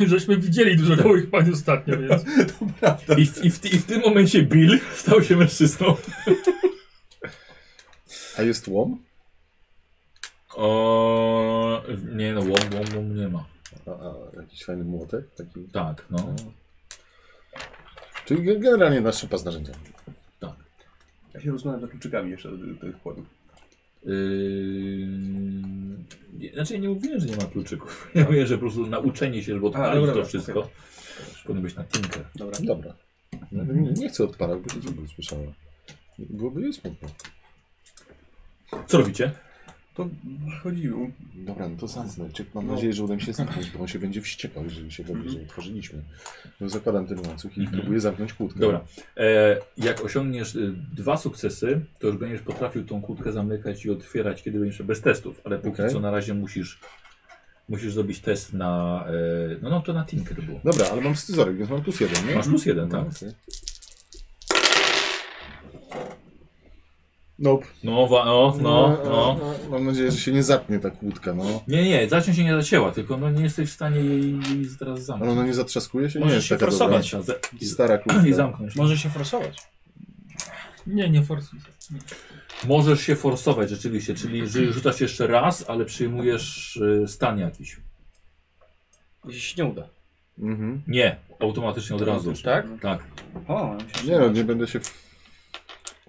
S7: Żeśmy widzieli dużo gołych pań ostatnio, więc...
S1: I w, i, w, I w tym momencie Bill stał się mężczyzną.
S3: A jest łom?
S1: O, nie no, łom, łom, łom nie ma.
S3: A, a jakiś fajny młotek? Taki...
S1: Tak, no.
S3: Czyli ge- generalnie nasz szupa z narzędziami.
S5: Ja się rozglądam za kluczykami jeszcze do do tych płodów.
S1: Yy... Znaczy ja nie mówiłem, że nie ma kluczyków. [laughs] Ja mówiłem, że po prostu nauczenie się, żeby
S5: A,
S1: odpalić
S5: dobra,
S1: to
S5: dobra,
S1: wszystko. Powinno być na tinker.
S5: Dobra.
S3: Dobra. No, nie, nie chcę odparać, bo to by słyszała. Byłoby jej smutno.
S1: Co robicie?
S5: To chodzimy.
S3: Dobra, no to zamknąć. Mam
S5: No.
S3: nadzieję, że uda mi się zamknąć, bo on się będzie wściekał, jeżeli się dowie, że otworzyliśmy. No zakładam ten łańcuch i
S1: Mhm.
S3: próbuję zamknąć kłódkę.
S1: Dobra. E, jak osiągniesz y, dwa sukcesy, to już będziesz potrafił tą kłódkę zamykać i otwierać, kiedy będziesz bez testów. Ale póki
S3: Okej.
S1: co na razie musisz, musisz zrobić test na... E, no, no to na tinker było.
S3: Dobra, ale mam scyzoryk, więc mam plus jeden, nie?
S1: Masz plus jeden, tak?
S3: No, okej. Nope.
S1: No, wa, no, no, no.
S3: Mam nadzieję, że się nie zatnie ta kłódka, no.
S1: Nie, nie, zacznie się nie zacięła, tylko no nie jesteś w stanie jej, jej teraz
S3: Ale
S1: zamknąć.
S3: ona nie zatrzaskuje się?
S8: Możesz
S3: nie jest
S8: się
S3: taka dobra.
S8: forsować.
S3: Stara kłódka.
S1: [clears throat] I zamknąć.
S8: Może się forsować.
S7: Nie, nie forsuj.
S1: Możesz się forsować rzeczywiście, czyli że rzucasz jeszcze raz, ale przyjmujesz y, stan jakiś.
S8: Jeśli się nie uda.
S3: Mhm.
S1: Nie, automatycznie od razu.
S8: Tak?
S1: Tak.
S8: O, ja myślę, że-
S3: Nie no, nie będę się w...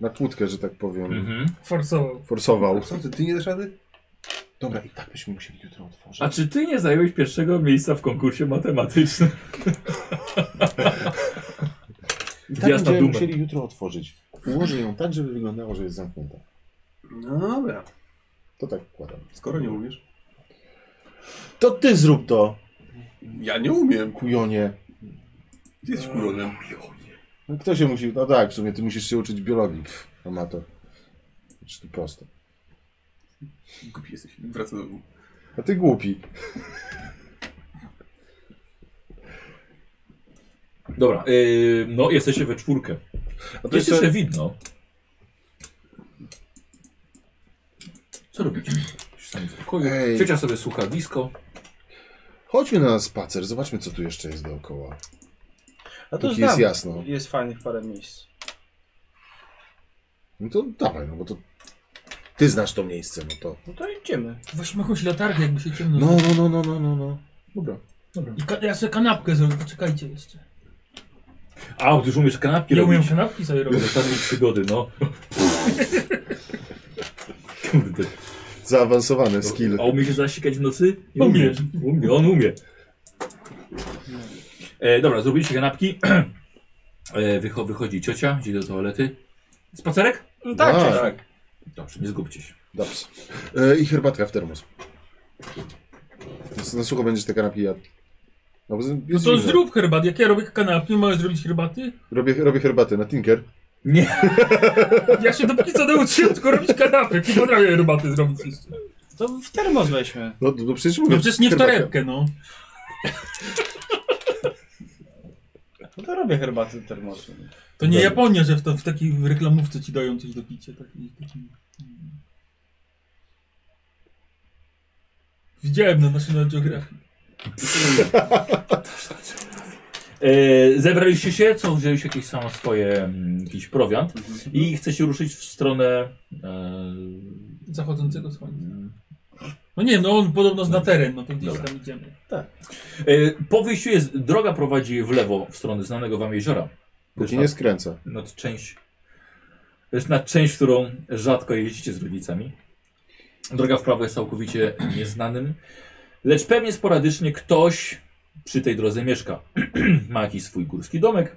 S3: na kłódkę, że tak powiem,
S1: Mhm.
S7: Forsował.
S3: forsował.
S5: Co ty, ty nie dasz rady?
S3: Dobra, i tak byśmy musieli jutro otworzyć.
S1: A czy ty nie zająłeś pierwszego miejsca w konkursie matematycznym?
S3: I tak
S1: Gwiazda
S3: będziemy
S1: Duma.
S3: musieli jutro otworzyć. Ułożę ją tak, żeby wyglądało, że jest zamknięta.
S5: No dobra.
S3: To tak układam.
S5: Skoro nie umiesz.
S3: To ty zrób to,
S5: Ja nie umiem.
S3: kujonie.
S5: Ty jesteś kujonem.
S3: No kto się musi... No tak, w sumie ty musisz się uczyć biologii, pff, amator. Znaczy to proste.
S5: Głupi jesteś. Wracam do domu.
S3: A ty głupi.
S1: Dobra, y, no jesteście we czwórkę.
S3: A to
S1: Jest jeszcze
S3: jeszcze...
S1: widno. Co robicie? Już tam w pokoju.
S3: Ej.
S1: Ciocia sobie słucha disco.
S3: Chodźmy na spacer, zobaczmy co tu jeszcze jest dookoła.
S2: no
S8: A to
S3: Póki
S8: znam.
S3: jest
S8: Jest,
S3: jasno.
S8: fajnych parę miejsc.
S3: No to dawaj, no bo to... Ty znasz to miejsce, no to...
S8: No to idziemy.
S7: Weźmy jakąś latarnię, jakby się ciemno...
S3: No, no, no, no, no, no, no. Dobra.
S7: I ka- ja sobie kanapkę zrobię, poczekajcie jeszcze.
S1: A, bo ty już umiesz kanapki
S7: Ja umiem
S1: robić.
S7: kanapki sobie robić.
S1: Ostatnie przygody, no. Kurde.
S3: Zaawansowany skill.
S1: A umie się zasikać w nocy? Nie
S7: Umie.
S1: Umie, on umie. E, dobra, zrobiliście kanapki. [clears throat] E, wycho wychodzi ciocia, idzie do toalety. Spacerek?
S8: No
S3: tak,
S8: tak,
S3: A.
S8: cześć.
S5: Tak.
S1: Dobrze, nie zgubcie się.
S3: Dobrze. E, I herbatka w termos. Na sucho będziesz te kanapki jadł. No, bo jest
S7: No
S3: zimno.
S7: to zrób herbatę. Jak ja robię kanapki, możesz zrobić herbaty?
S3: Robię, robię herbatę na Tinker.
S1: Nie.
S7: Ja się dopóki co nauczyłem tylko robić kanapek. Nie potrafię herbaty zrobić jeszcze.
S8: To w termos weźmy.
S3: No, to- no przecież mówię.
S7: No przecież nie w
S3: herbatę.
S7: torebkę, no.
S8: No to robię herbaty w termosu.
S7: To nie
S3: Dobra.
S7: Japonia, że w, to, w takiej reklamówce ci dają coś do picia. tak, Taki, taki... Widziałem na National Geographic.
S1: E, zebraliście się, co wzięliście jakieś samo swoje, mm, jakiś prowiant i chcecie ruszyć w stronę... E,
S7: Zachodzącego słońca. No nie, no on podobno zna teren, no to gdzieś
S1: Dobra.
S7: tam idziemy.
S1: e, po wyjściu jest, droga prowadzi w lewo w stronę znanego wam jeziora.
S3: Póki nie skręcę.
S1: na część, to jest na część, którą rzadko jeździcie z rodzicami. Droga w prawo jest całkowicie nieznanym, lecz pewnie sporadycznie ktoś przy tej drodze mieszka. [clears throat] Ma jakiś swój górski domek,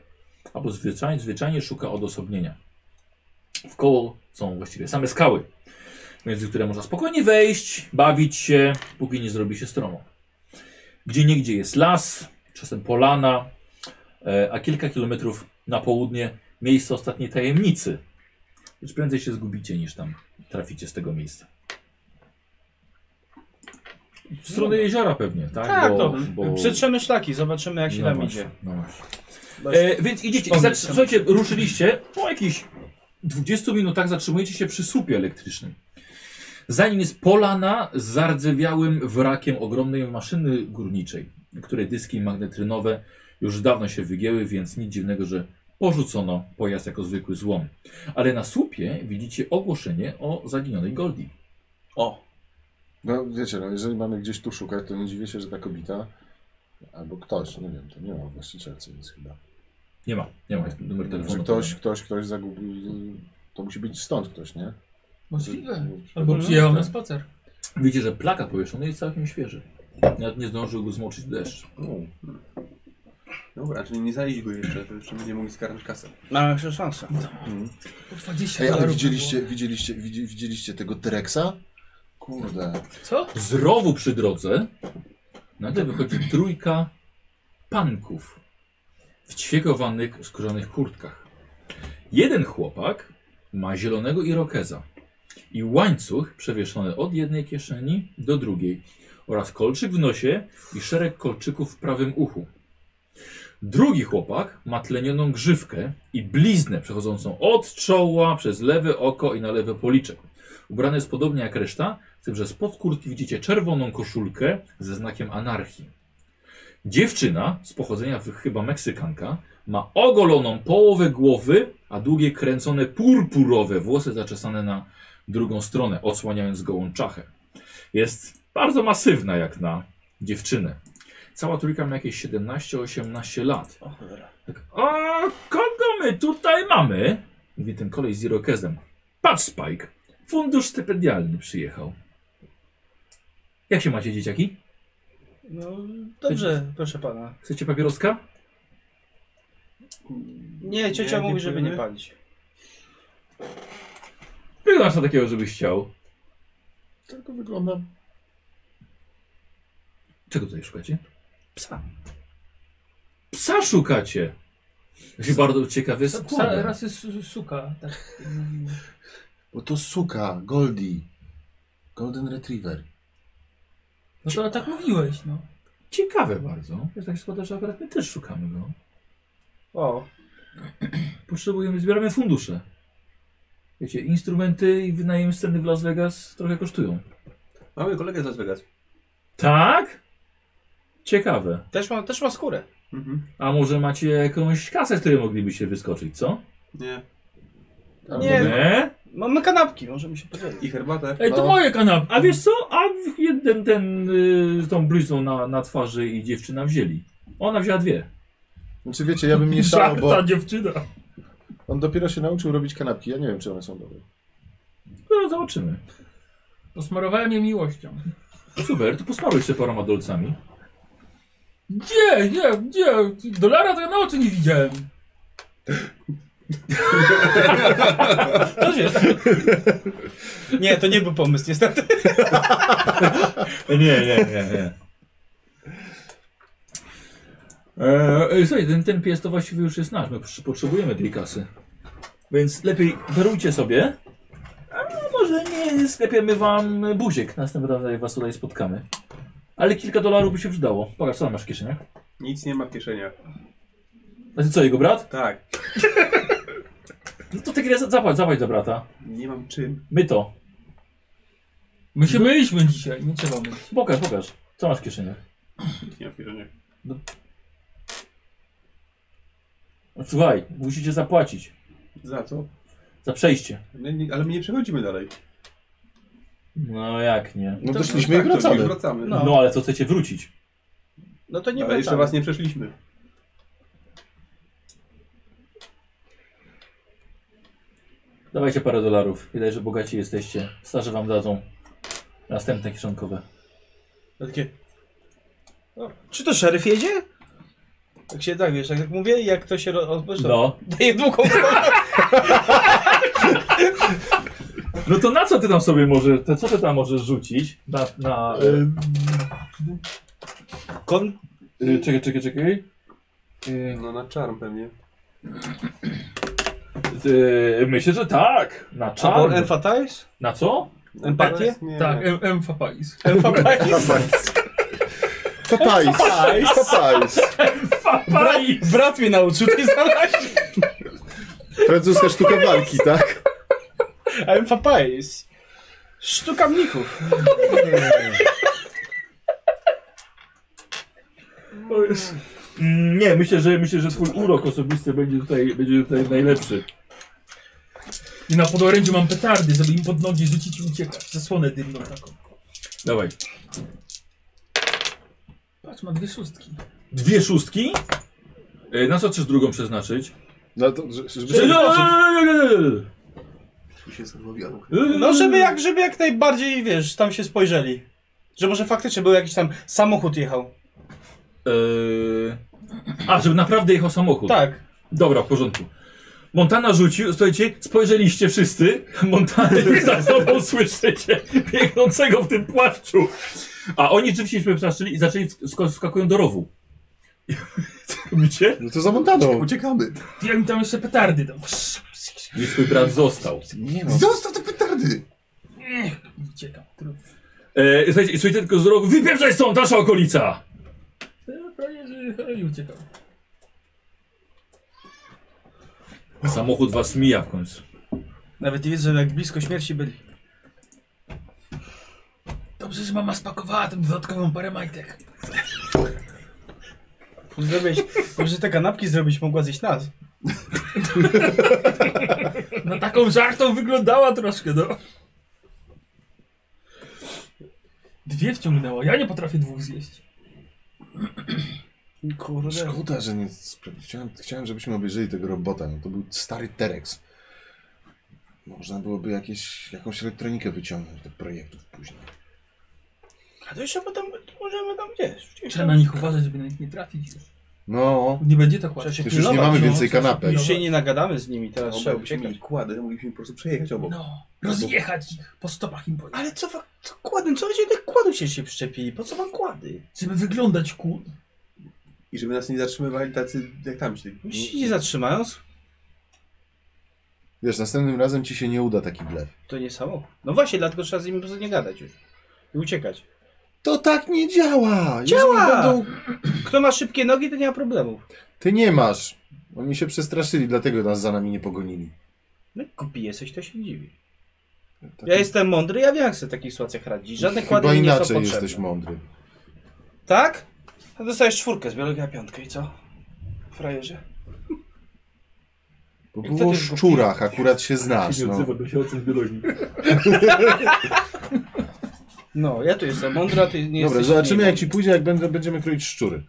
S1: albo zwyczajnie, zwyczajnie szuka odosobnienia. W koło są właściwie same skały, między które można spokojnie wejść, bawić się, póki nie zrobi się stromo. Gdzie niegdzie jest las, czasem polana, e, a kilka kilometrów na południe miejsce ostatniej tajemnicy. Już prędzej się zgubicie niż tam traficie z tego miejsca. W stronę jeziora pewnie, tak?
S8: No. Tak,
S1: Bo-
S8: to
S1: bo-
S8: przetrzemy szlaki, zobaczymy jak się
S1: no
S8: tam
S1: właśnie,
S8: idzie.
S1: No właśnie. E, więc idziecie, i
S8: Pomysł.
S1: zacz- słuchajcie, ruszyliście po jakichś 20 minutach zatrzymujecie się przy słupie elektrycznym. Za nim jest polana z zardzewiałym wrakiem ogromnej maszyny górniczej, której dyski magnetrynowe już dawno się wygięły, więc nic dziwnego, że porzucono pojazd jako zwykły złom. Ale na słupie widzicie ogłoszenie o zaginionej Goldie.
S5: O,
S3: No wiecie, no, jeżeli mamy gdzieś tu szukać, to nie dziwię się, że ta kobieta albo ktoś, no nie wiem, to nie ma właścicielcy nic chyba.
S1: Nie ma, nie ma, jest numer
S3: Że
S1: telefonu.
S3: ktoś, ktoś, ktoś zagubił, to musi być stąd ktoś, nie?
S7: Możliwe.
S3: Że-
S7: Albo przyjechał na spacer.
S1: Widzicie, że plakat powieszony jest całkiem świeży. Nawet nie zdążył go zmoczyć deszcz.
S3: U,
S5: dobra, czyli nie znaleźli go jeszcze, to jeszcze będziemy mogli skarżyć kasę.
S8: Mam jeszcze szansę.
S3: mhm.
S7: 20
S3: Ej, ale
S7: dolarów
S3: widzieliście, widzieliście, widzi- widzieliście tego Tereksa? Kurde.
S7: było. Co?
S1: Z rowu przy drodze nagle wychodzi trójka panków w ćwiekowanych, skórzanych kurtkach. Jeden chłopak ma zielonego irokeza i łańcuch przewieszony od jednej kieszeni do drugiej oraz kolczyk w nosie i szereg kolczyków w prawym uchu. Drugi chłopak ma tlenioną grzywkę i bliznę przechodzącą od czoła przez lewe oko i na lewy policzek. Ubrany jest podobnie jak reszta, z tym, że spod kurtki widzicie czerwoną koszulkę ze znakiem anarchii. Dziewczyna, z pochodzenia wy- chyba Meksykanka, ma ogoloną połowę głowy, a długie kręcone purpurowe włosy zaczesane na drugą stronę, odsłaniając gołą czachę. Jest bardzo masywna jak na dziewczynę. Cała trójka ma jakieś 17-18 lat.
S8: O cholera.
S1: Tak, A kogo my tutaj mamy? Mówi ten kolej z Irokezem. Patrz, Spike, fundusz stypendialny przyjechał. Jak się macie, dzieciaki?
S8: No dobrze, proszę pana.
S1: Chcecie papieroska?
S8: Nie, ciocia
S5: Nie,
S8: mówi, żeby
S5: dziękujemy.
S8: nie palić.
S1: Wyglądasz na takiego, żebyś chciał. Tak
S3: Tylko wygląda.
S1: Czego tutaj szukacie?
S8: Psa.
S1: Psa szukacie! To się bardzo ciekawy
S7: Psa-
S1: składa.
S7: Psa rasy su- suka. Tak.
S3: Bo to suka, Goldie. Golden Retriever.
S7: No to tak mówiłeś, no.
S1: Ciekawe bardzo. Jest tak się składa, że akurat my też szukamy go.
S8: O,
S1: Potrzebujemy, zbieramy fundusze. Wiecie, instrumenty i wynajem sceny w Las Vegas trochę kosztują.
S5: Mamy kolegę z Las Vegas.
S1: Tak? Ciekawe.
S8: też ma, też ma skórę.
S5: Mhm.
S1: A może macie jakąś kasę, z której moglibyście wyskoczyć, co?
S5: Nie.
S3: Albo
S8: Nie.
S3: wy-
S8: Mamy kanapki, możemy się podzielić.
S5: I herbatę.
S7: Ej, to
S3: No.
S7: moje kanapki.
S1: A wiesz co? A jeden ten y, z tą blizną na, na twarzy i dziewczyna wzięli. Ona wzięła dwie.
S3: Znaczy wiecie, ja
S7: [laughs]
S3: bym nie szalał, bo
S7: Ta dziewczyna.
S3: on dopiero się nauczył robić kanapki. Ja nie wiem, czy one są dobre.
S1: No zobaczymy.
S7: Posmarowałem je miłością.
S1: Super, to posmaruj się paroma dolcami.
S7: Gdzie, gdzie, gdzie? Dolara to ja na oczy nie widziałem.
S8: To jest. [laughs] Nie, to nie był pomysł, niestety.
S1: Nie, nie, nie, nie. E, e, słuchaj, ten, ten pies to właściwie już jest nasz. My przy- potrzebujemy tej kasy. Więc lepiej darujcie sobie. A może nie sklepiemy wam buziek następnym razem, jak was tutaj spotkamy. Ale kilka dolarów by się przydało. Pokaż, co tam masz w kieszeniach.
S5: Nic nie ma w kieszeniach.
S1: A ty co, jego brat?
S5: Tak.
S1: No to ty kiedy zapłać, zapłać za brata.
S5: Nie mam czym.
S1: My to.
S7: My się myliśmy dzisiaj, nie trzeba myć.
S1: Pokaż, pokaż. Co masz w kieszeniach?
S5: Nic nie ma w kieszeniach.
S1: No, Słuchaj, musicie zapłacić.
S5: Za co?
S1: Za przejście.
S5: Nie, nie, ale my nie przechodzimy dalej.
S1: No jak nie?
S3: No
S8: To-
S3: doszliśmy i
S5: tak, to już
S3: wracamy.
S5: wracamy.
S8: No.
S5: No.
S1: No ale co chcecie wrócić?
S8: No to nie
S5: ale jeszcze
S8: wracamy.
S5: was nie przeszliśmy.
S1: Dawajcie parę dolarów. Widać, że bogaci jesteście. Starzy wam dadzą następne kieszonkowe.
S8: Ja Takie... O, czy to szeryf jedzie? Tak się tak, wiesz, jak tak mówię, jak to się rozpoczyna.
S1: No.
S8: Daję długą
S1: No to na co ty tam sobie możesz, to co ty tam możesz rzucić? Na, na...
S8: [laughs] Kon...
S1: y, Czekaj, czekaj, czekaj.
S5: No na czarm pewnie.
S1: Y, Myślę, że tak. Na
S8: Albo
S1: czar.
S8: emphasize?
S1: Na co?
S8: Empatię?
S5: No Nie.
S7: Tak, M- M. Fapais.
S8: Emphasize?
S3: Papajs. Papajs.
S8: Brat,
S1: Fapaj!
S8: [laughs] brat mnie nauczył [laughs] tej znaleźć.
S3: Francuska sztuka walki, tak?
S8: Emphasize.
S2: Sztukawników.
S1: Mm, Nie, myślę, że myślę, że twój urok osobisty będzie tutaj, będzie tutaj najlepszy.
S7: I na podorędziu mam petardy, żeby im pod nogi rzucić i uciekać. Zasłonę dymną taką.
S1: Dawaj.
S7: Patrz, ma dwie szóstki.
S1: Dwie szóstki. E, Na co chcesz drugą przeznaczyć?
S3: No to, że- żeby
S1: Eee,
S9: Tu się zastanowiłem.
S2: No, żeby jak, żeby jak najbardziej, wiesz, tam się spojrzeli. Że może faktycznie był jakiś tam samochód jechał.
S1: Yy, A, żeby naprawdę jechał samochód.
S2: Tak.
S1: Dobra, w porządku. Montana rzucił, słuchajcie, spojrzeliście wszyscy, [laughs] Montany już za sobą słyszycie, biegnącego w tym płaszczu. A oni rzeczywiście się przestraszyli i zaczęli, sk- skakują do rowu. [laughs] Co robicie?
S3: No to za Montaną.
S9: Uciekamy.
S7: To Ja im tam jeszcze petardy dam. Psz,
S1: I twój brat został.
S3: Nie no.
S9: Zostaw te petardy!
S7: niech, Uciekam. Trudno.
S1: E, słuchajcie, i słuchajcie tylko z rogu, wypieprzaj stąd, nasza okolica!
S7: Ja Prawie, że i uciekam.
S1: Samochód was mija w końcu.
S2: Nawet nie wiedzą, jak blisko śmierci byli.
S7: Dobrze, że mama spakowała tę dodatkową parę majtek. [laughs]
S2: Zrobić, może te kanapki zrobić mogła zjeść nas.
S7: Na taką żartą wyglądała troszkę, no. Dwie wciągnęła, ja nie potrafię dwóch zjeść.
S2: Kurde.
S3: Szkoda, że nie spra- chciałem, chciałem, żebyśmy obejrzeli tego robota. No to był stary Terex. Można byłoby jakieś, jakąś elektronikę wyciągnąć do projektów później.
S2: A to jeszcze potem możemy tam gdzieś. gdzieś
S7: Trzeba
S2: tam-
S7: na nich uważać, żeby na nich nie trafić. już.
S3: No,
S7: Nie będzie tak łatwo.
S2: Trzeba się
S3: już nie
S2: pilnować,
S3: mamy
S2: no.
S3: więcej kanapek.
S2: Już się nie nagadamy z nimi, teraz trzeba
S5: Jakbyśmy
S2: uciekać.
S5: mieli kładę, mogliśmy po prostu przejechać obok.
S7: No, rozjechać ich, po stopach im pojechać.
S2: Ale co wam, co kłady, co będzie tych kładów się się przyczepili? Po co wam kłady?
S7: Żeby wyglądać cool.
S5: I żeby nas nie zatrzymywali tacy jak tamci.
S2: Jeśli No się zatrzymają,
S3: Wiesz, następnym razem ci się nie uda taki blef.
S2: to nie samochód. No właśnie, dlatego trzeba z nimi po prostu nie gadać już. I uciekać.
S3: To tak nie działa!
S2: Działa!
S3: Jeżeli będą...
S2: Kto ma szybkie nogi, to nie ma problemów.
S3: Ty nie masz. Oni się przestraszyli, dlatego nas za nami nie pogonili.
S2: No jak kupi jesteś, to się dziwi.
S3: Taki-
S2: Ja jestem mądry, ja wiem jak sobie w takich sytuacjach radzić. Żadne kłady
S3: Chyba
S2: mi nie są
S3: inaczej
S2: potrzebne.
S3: jesteś mądry.
S2: Tak? A dostajesz czwórkę z biologii na piątkę i co? Frajerze.
S3: Bo
S2: I co
S3: było o
S2: ty zgubiłeś?
S3: szczurach, akurat się znasz.
S1: Nie
S3: No.
S1: odzywa, bo się o tym zbiologii.
S2: No, ja tu jestem mądry, a ty nie
S3: Dobra,
S2: jesteś...
S3: zobaczymy
S2: nie
S3: jak ci pójdzie, jak będę, będziemy kroić szczury.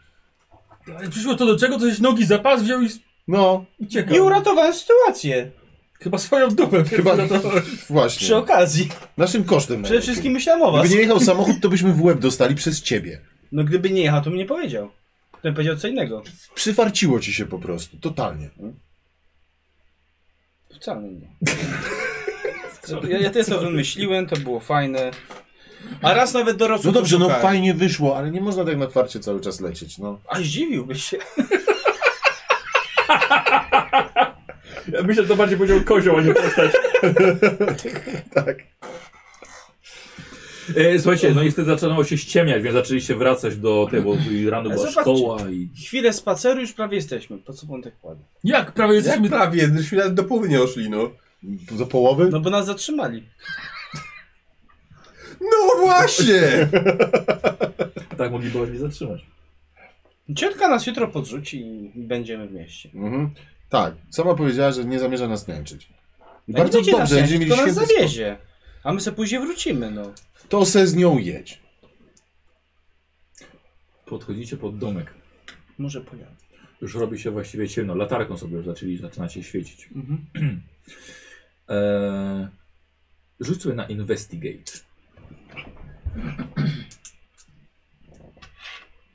S7: Ale przyszło to do czego, to żeś nogi za pas wziął i s-
S3: No,
S7: uciekał.
S2: Nie uratowałem sytuację.
S7: Chyba swoją
S3: [laughs]
S7: dupę
S3: chyba
S7: pierwszy ratował.
S2: Przy
S3: właśnie.
S2: okazji.
S3: Naszym kosztem.
S2: Przede
S3: najlepiej.
S2: wszystkim myślałem o was.
S3: Gdyby nie jechał samochód, to byśmy w łeb dostali przez ciebie.
S2: No gdyby nie jechał, to bym nie powiedział. To bym powiedział co innego.
S3: Przyfarciło ci się po prostu, totalnie.
S2: Wcale
S3: [laughs]
S2: nie. Co, Ja, ja też to wymyśliłem, to było fajne. A raz nawet
S3: No
S2: dorosłym
S3: dobrze, no
S2: poszukałem.
S3: fajnie wyszło, ale nie można tak na kwarcie cały czas lecieć, no.
S2: A zdziwiłbyś się.
S1: Ja myślę, że to bardziej powiedział kozioł, a nie postać.
S3: Tak.
S1: E, słuchajcie, no niestety zaczynało się ściemniać, więc zaczęliście wracać do tego, bo tu i rano
S2: Ale
S1: była
S2: zobaczcie.
S1: szkoła i...
S2: Chwilę spaceru już prawie jesteśmy. Po co pan tak kładzie?
S7: Jak? Prawie
S5: Jak
S7: jesteśmy...
S5: prawie, żeśmy nawet do połowy nie oszli, no.
S3: Do połowy?
S2: No bo nas zatrzymali.
S5: No
S3: [laughs]
S5: właśnie!
S1: Tak mogli było mnie zatrzymać.
S2: Ciotka nas jutro podrzuci i będziemy w mieście.
S3: Mhm. Tak, sama powiedziała, że nie zamierza nas męczyć. I
S2: No
S3: bardzo
S2: nie będzie
S3: dobrze,
S2: nas
S3: będziemy mieli
S2: to nas
S3: święty spokój.
S2: zawiezie. A my sobie później wrócimy, no.
S3: To se z nią jedź.
S1: Podchodzicie pod domek.
S2: Może pojadę.
S1: Już robi się właściwie ciemno. Latarką sobie już zaczęli, zaczynacie świecić.
S2: Mhm.
S1: [clears throat] Eee, rzuć sobie na investigate.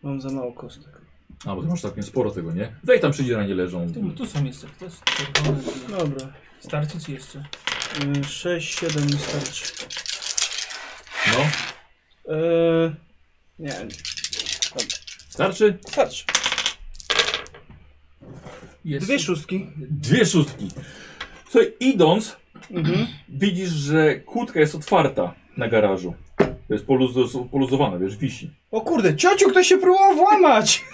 S2: Mam za mało kostek.
S1: A, bo ty masz całkiem sporo tego, nie? Weź tam przyjdzie, na nie leżą.
S7: Tu, tu są jeszcze, to jest czerwone.
S2: Dobra. Y,
S7: Starczy ci jeszcze?
S2: 6, 7 mi starczy.
S1: No,
S2: Yy, nie,
S1: starczy?
S2: starczy.
S7: Jest.
S2: Dwie szóstki.
S1: Dwie szóstki. Słuchaj, idąc,
S2: Mhm.
S1: widzisz, że kłódka jest otwarta na garażu. To jest poluz- poluzowana, wiesz, wisi.
S2: O kurde, ciociu, ktoś się próbował włamać!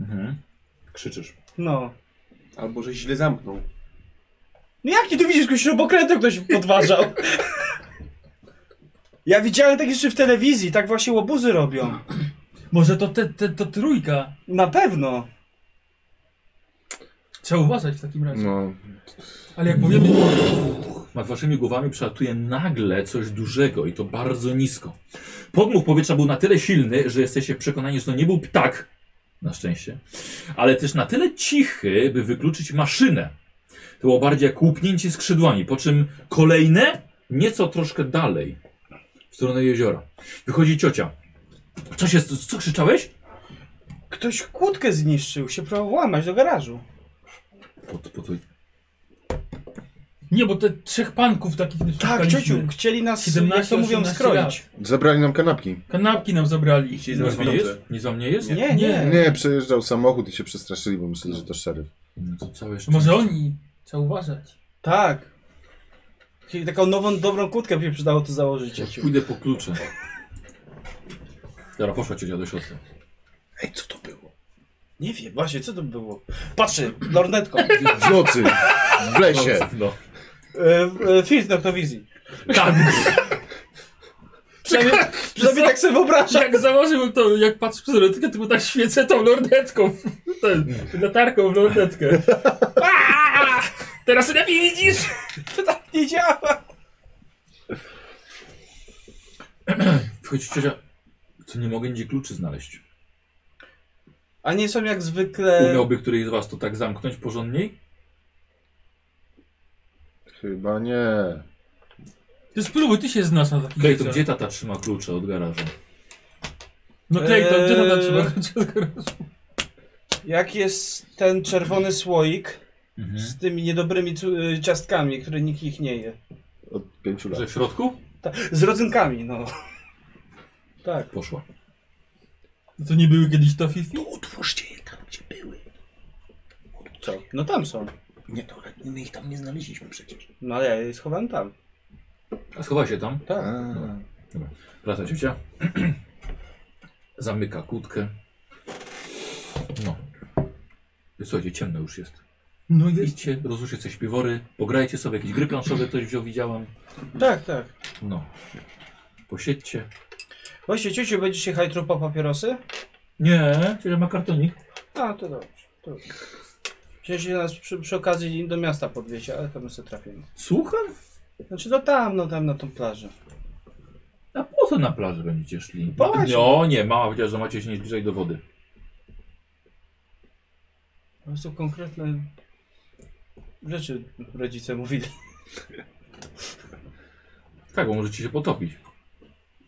S1: Mhm. Krzyczysz.
S2: No.
S5: Albo że źle zamknął.
S2: No jak ty tu widzisz, jakiś śrubokrętem ktoś podważał? Ja widziałem takie rzeczy w telewizji, tak właśnie łobuzy robią.
S7: Może to, te, te, to trójka.
S2: Na pewno.
S7: Trzeba uważać w takim razie.
S3: No,
S7: Ale jak powiemy...
S1: Nad waszymi głowami przelatuje nagle coś dużego i to bardzo nisko. Podmuch powietrza był na tyle silny, że jesteście przekonani, że to nie był ptak, na szczęście, ale też na tyle cichy, by wykluczyć maszynę. To było bardziej jak łupnięcie skrzydłami, po czym kolejne nieco troszkę dalej, w stronę jeziora. Wychodzi ciocia. Co się, co krzyczałeś?
S2: Ktoś kłódkę zniszczył, się próbował włamać do garażu.
S1: Po, po, po,
S7: Nie, bo te trzech panków takich nie
S2: Tak,
S7: spotkaliśmy.
S2: ciociu, chcieli nas,
S7: 17,
S2: jak to mówią,
S7: 18
S2: skroić.
S3: zabrali nam kanapki.
S7: Kanapki nam zabrali.
S1: nic
S5: Chcieli zaraz
S1: wam nie
S5: pieniądze.
S1: jest? Nic wam nie jest?
S2: Nie, nie.
S7: Nie.
S3: Nie, przejeżdżał samochód i się przestraszyli, bo myśleli, że to szeryf.
S1: No to całe
S7: To Może
S1: szczęście.
S7: oni. Trzeba uważać.
S2: Tak. Czyli Taką nową, dobrą kłódkę by się przydało to założyć, ciociu.
S1: Pójdę po klucze. Dobra, poszła ciocia do środka.
S2: Ej, co to było? Nie wiem, właśnie, co to było? Patrzę, [clears throat] lornetką.
S3: W nocy, w lesie.
S1: No.
S2: E, e, Filtr noktowizji.
S1: Tak.
S7: [laughs] Przynajmniej,
S2: Przynajmniej tak sobie wyobrażam.
S7: jak założył to, jak patrz przez lornetkę, to był tak świecę tą lornetką. [laughs] w- Ten, latarką
S2: [laughs]
S7: w lornetkę. Aaa! Teraz lepiej widzisz?
S2: Nie działa.
S1: Wchodzi ciocia. Co nie mogę nigdzie kluczy znaleźć.
S2: A nie są jak zwykle...
S1: Umiałby któryś z was to tak zamknąć porządniej?
S3: Chyba nie.
S7: Ty spróbuj, ty się znasz na takich
S1: Klej, to
S7: rzeczach.
S1: gdzie tata trzyma klucze od garażu?
S7: No Clayton, gdzie to
S2: Eee.
S7: trzeba?
S2: Jak jest ten czerwony słoik
S1: Mhm.
S2: z tymi niedobrymi cu- y, ciastkami, które nikt ich nie je.
S3: Od pięciu lat.
S1: Że w środku?
S2: Ta, z rodzynkami, no. Tak.
S1: Poszła.
S7: No to nie były kiedyś to fifi?
S6: Otwórzcie je tam, gdzie były.
S2: Co? No tam są.
S6: Nie, to my ich tam nie znaleźliśmy przecież.
S2: No ale ja je schowałem tam.
S1: A schowała się tam.
S3: A,
S1: Wraca ciocia. [clears throat] Zamyka kłódkę. No. Słuchajcie, ciemno już jest.
S7: No jest.
S1: Idźcie, rozruszcie sobie śpiwory, pograjcie sobie jakieś gry planszowe, ktoś wziął, widziałem.
S2: Tak, tak.
S1: No. Posiedźcie.
S2: Właśnie, ciociu, będziesz jechać trupa papierosy?
S1: Nie, ciocia ma kartonik.
S2: A, to dobrze. To dobrze. Chciałem się nas przy, przy okazji do miasta podwiecie, ale tam sobie trafimy.
S1: Słucham?
S2: Znaczy to tam, no tam na tą plażę.
S1: A po co na plaży będziecie szli?
S2: Po
S1: Ma-
S2: plaży.
S1: No nie, mama powiedziała, że macie się nie zbliżać do wody.
S2: To są konkretne rzeczy rodzice mówili.
S1: Tak, bo możecie się potopić.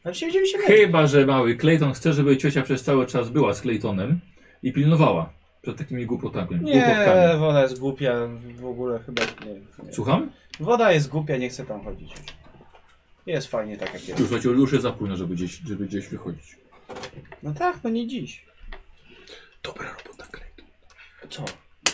S2: Ale siedzieli się lepiej.
S1: Chyba, że mały Clayton chce, żeby ciocia przez cały czas była z Claytonem i pilnowała przed takimi głupotami.
S2: Nie,
S1: głupotkami.
S2: woda jest głupia, w ogóle chyba nie, nie.
S1: Słucham?
S2: Woda jest głupia, nie chcę tam chodzić. Jest fajnie tak jak
S1: Już,
S2: jest.
S1: słuchajcie, już jest za późno, żeby gdzieś, żeby gdzieś wychodzić.
S2: No tak, no nie dziś.
S6: Dobra robota, Clayton.
S2: Co?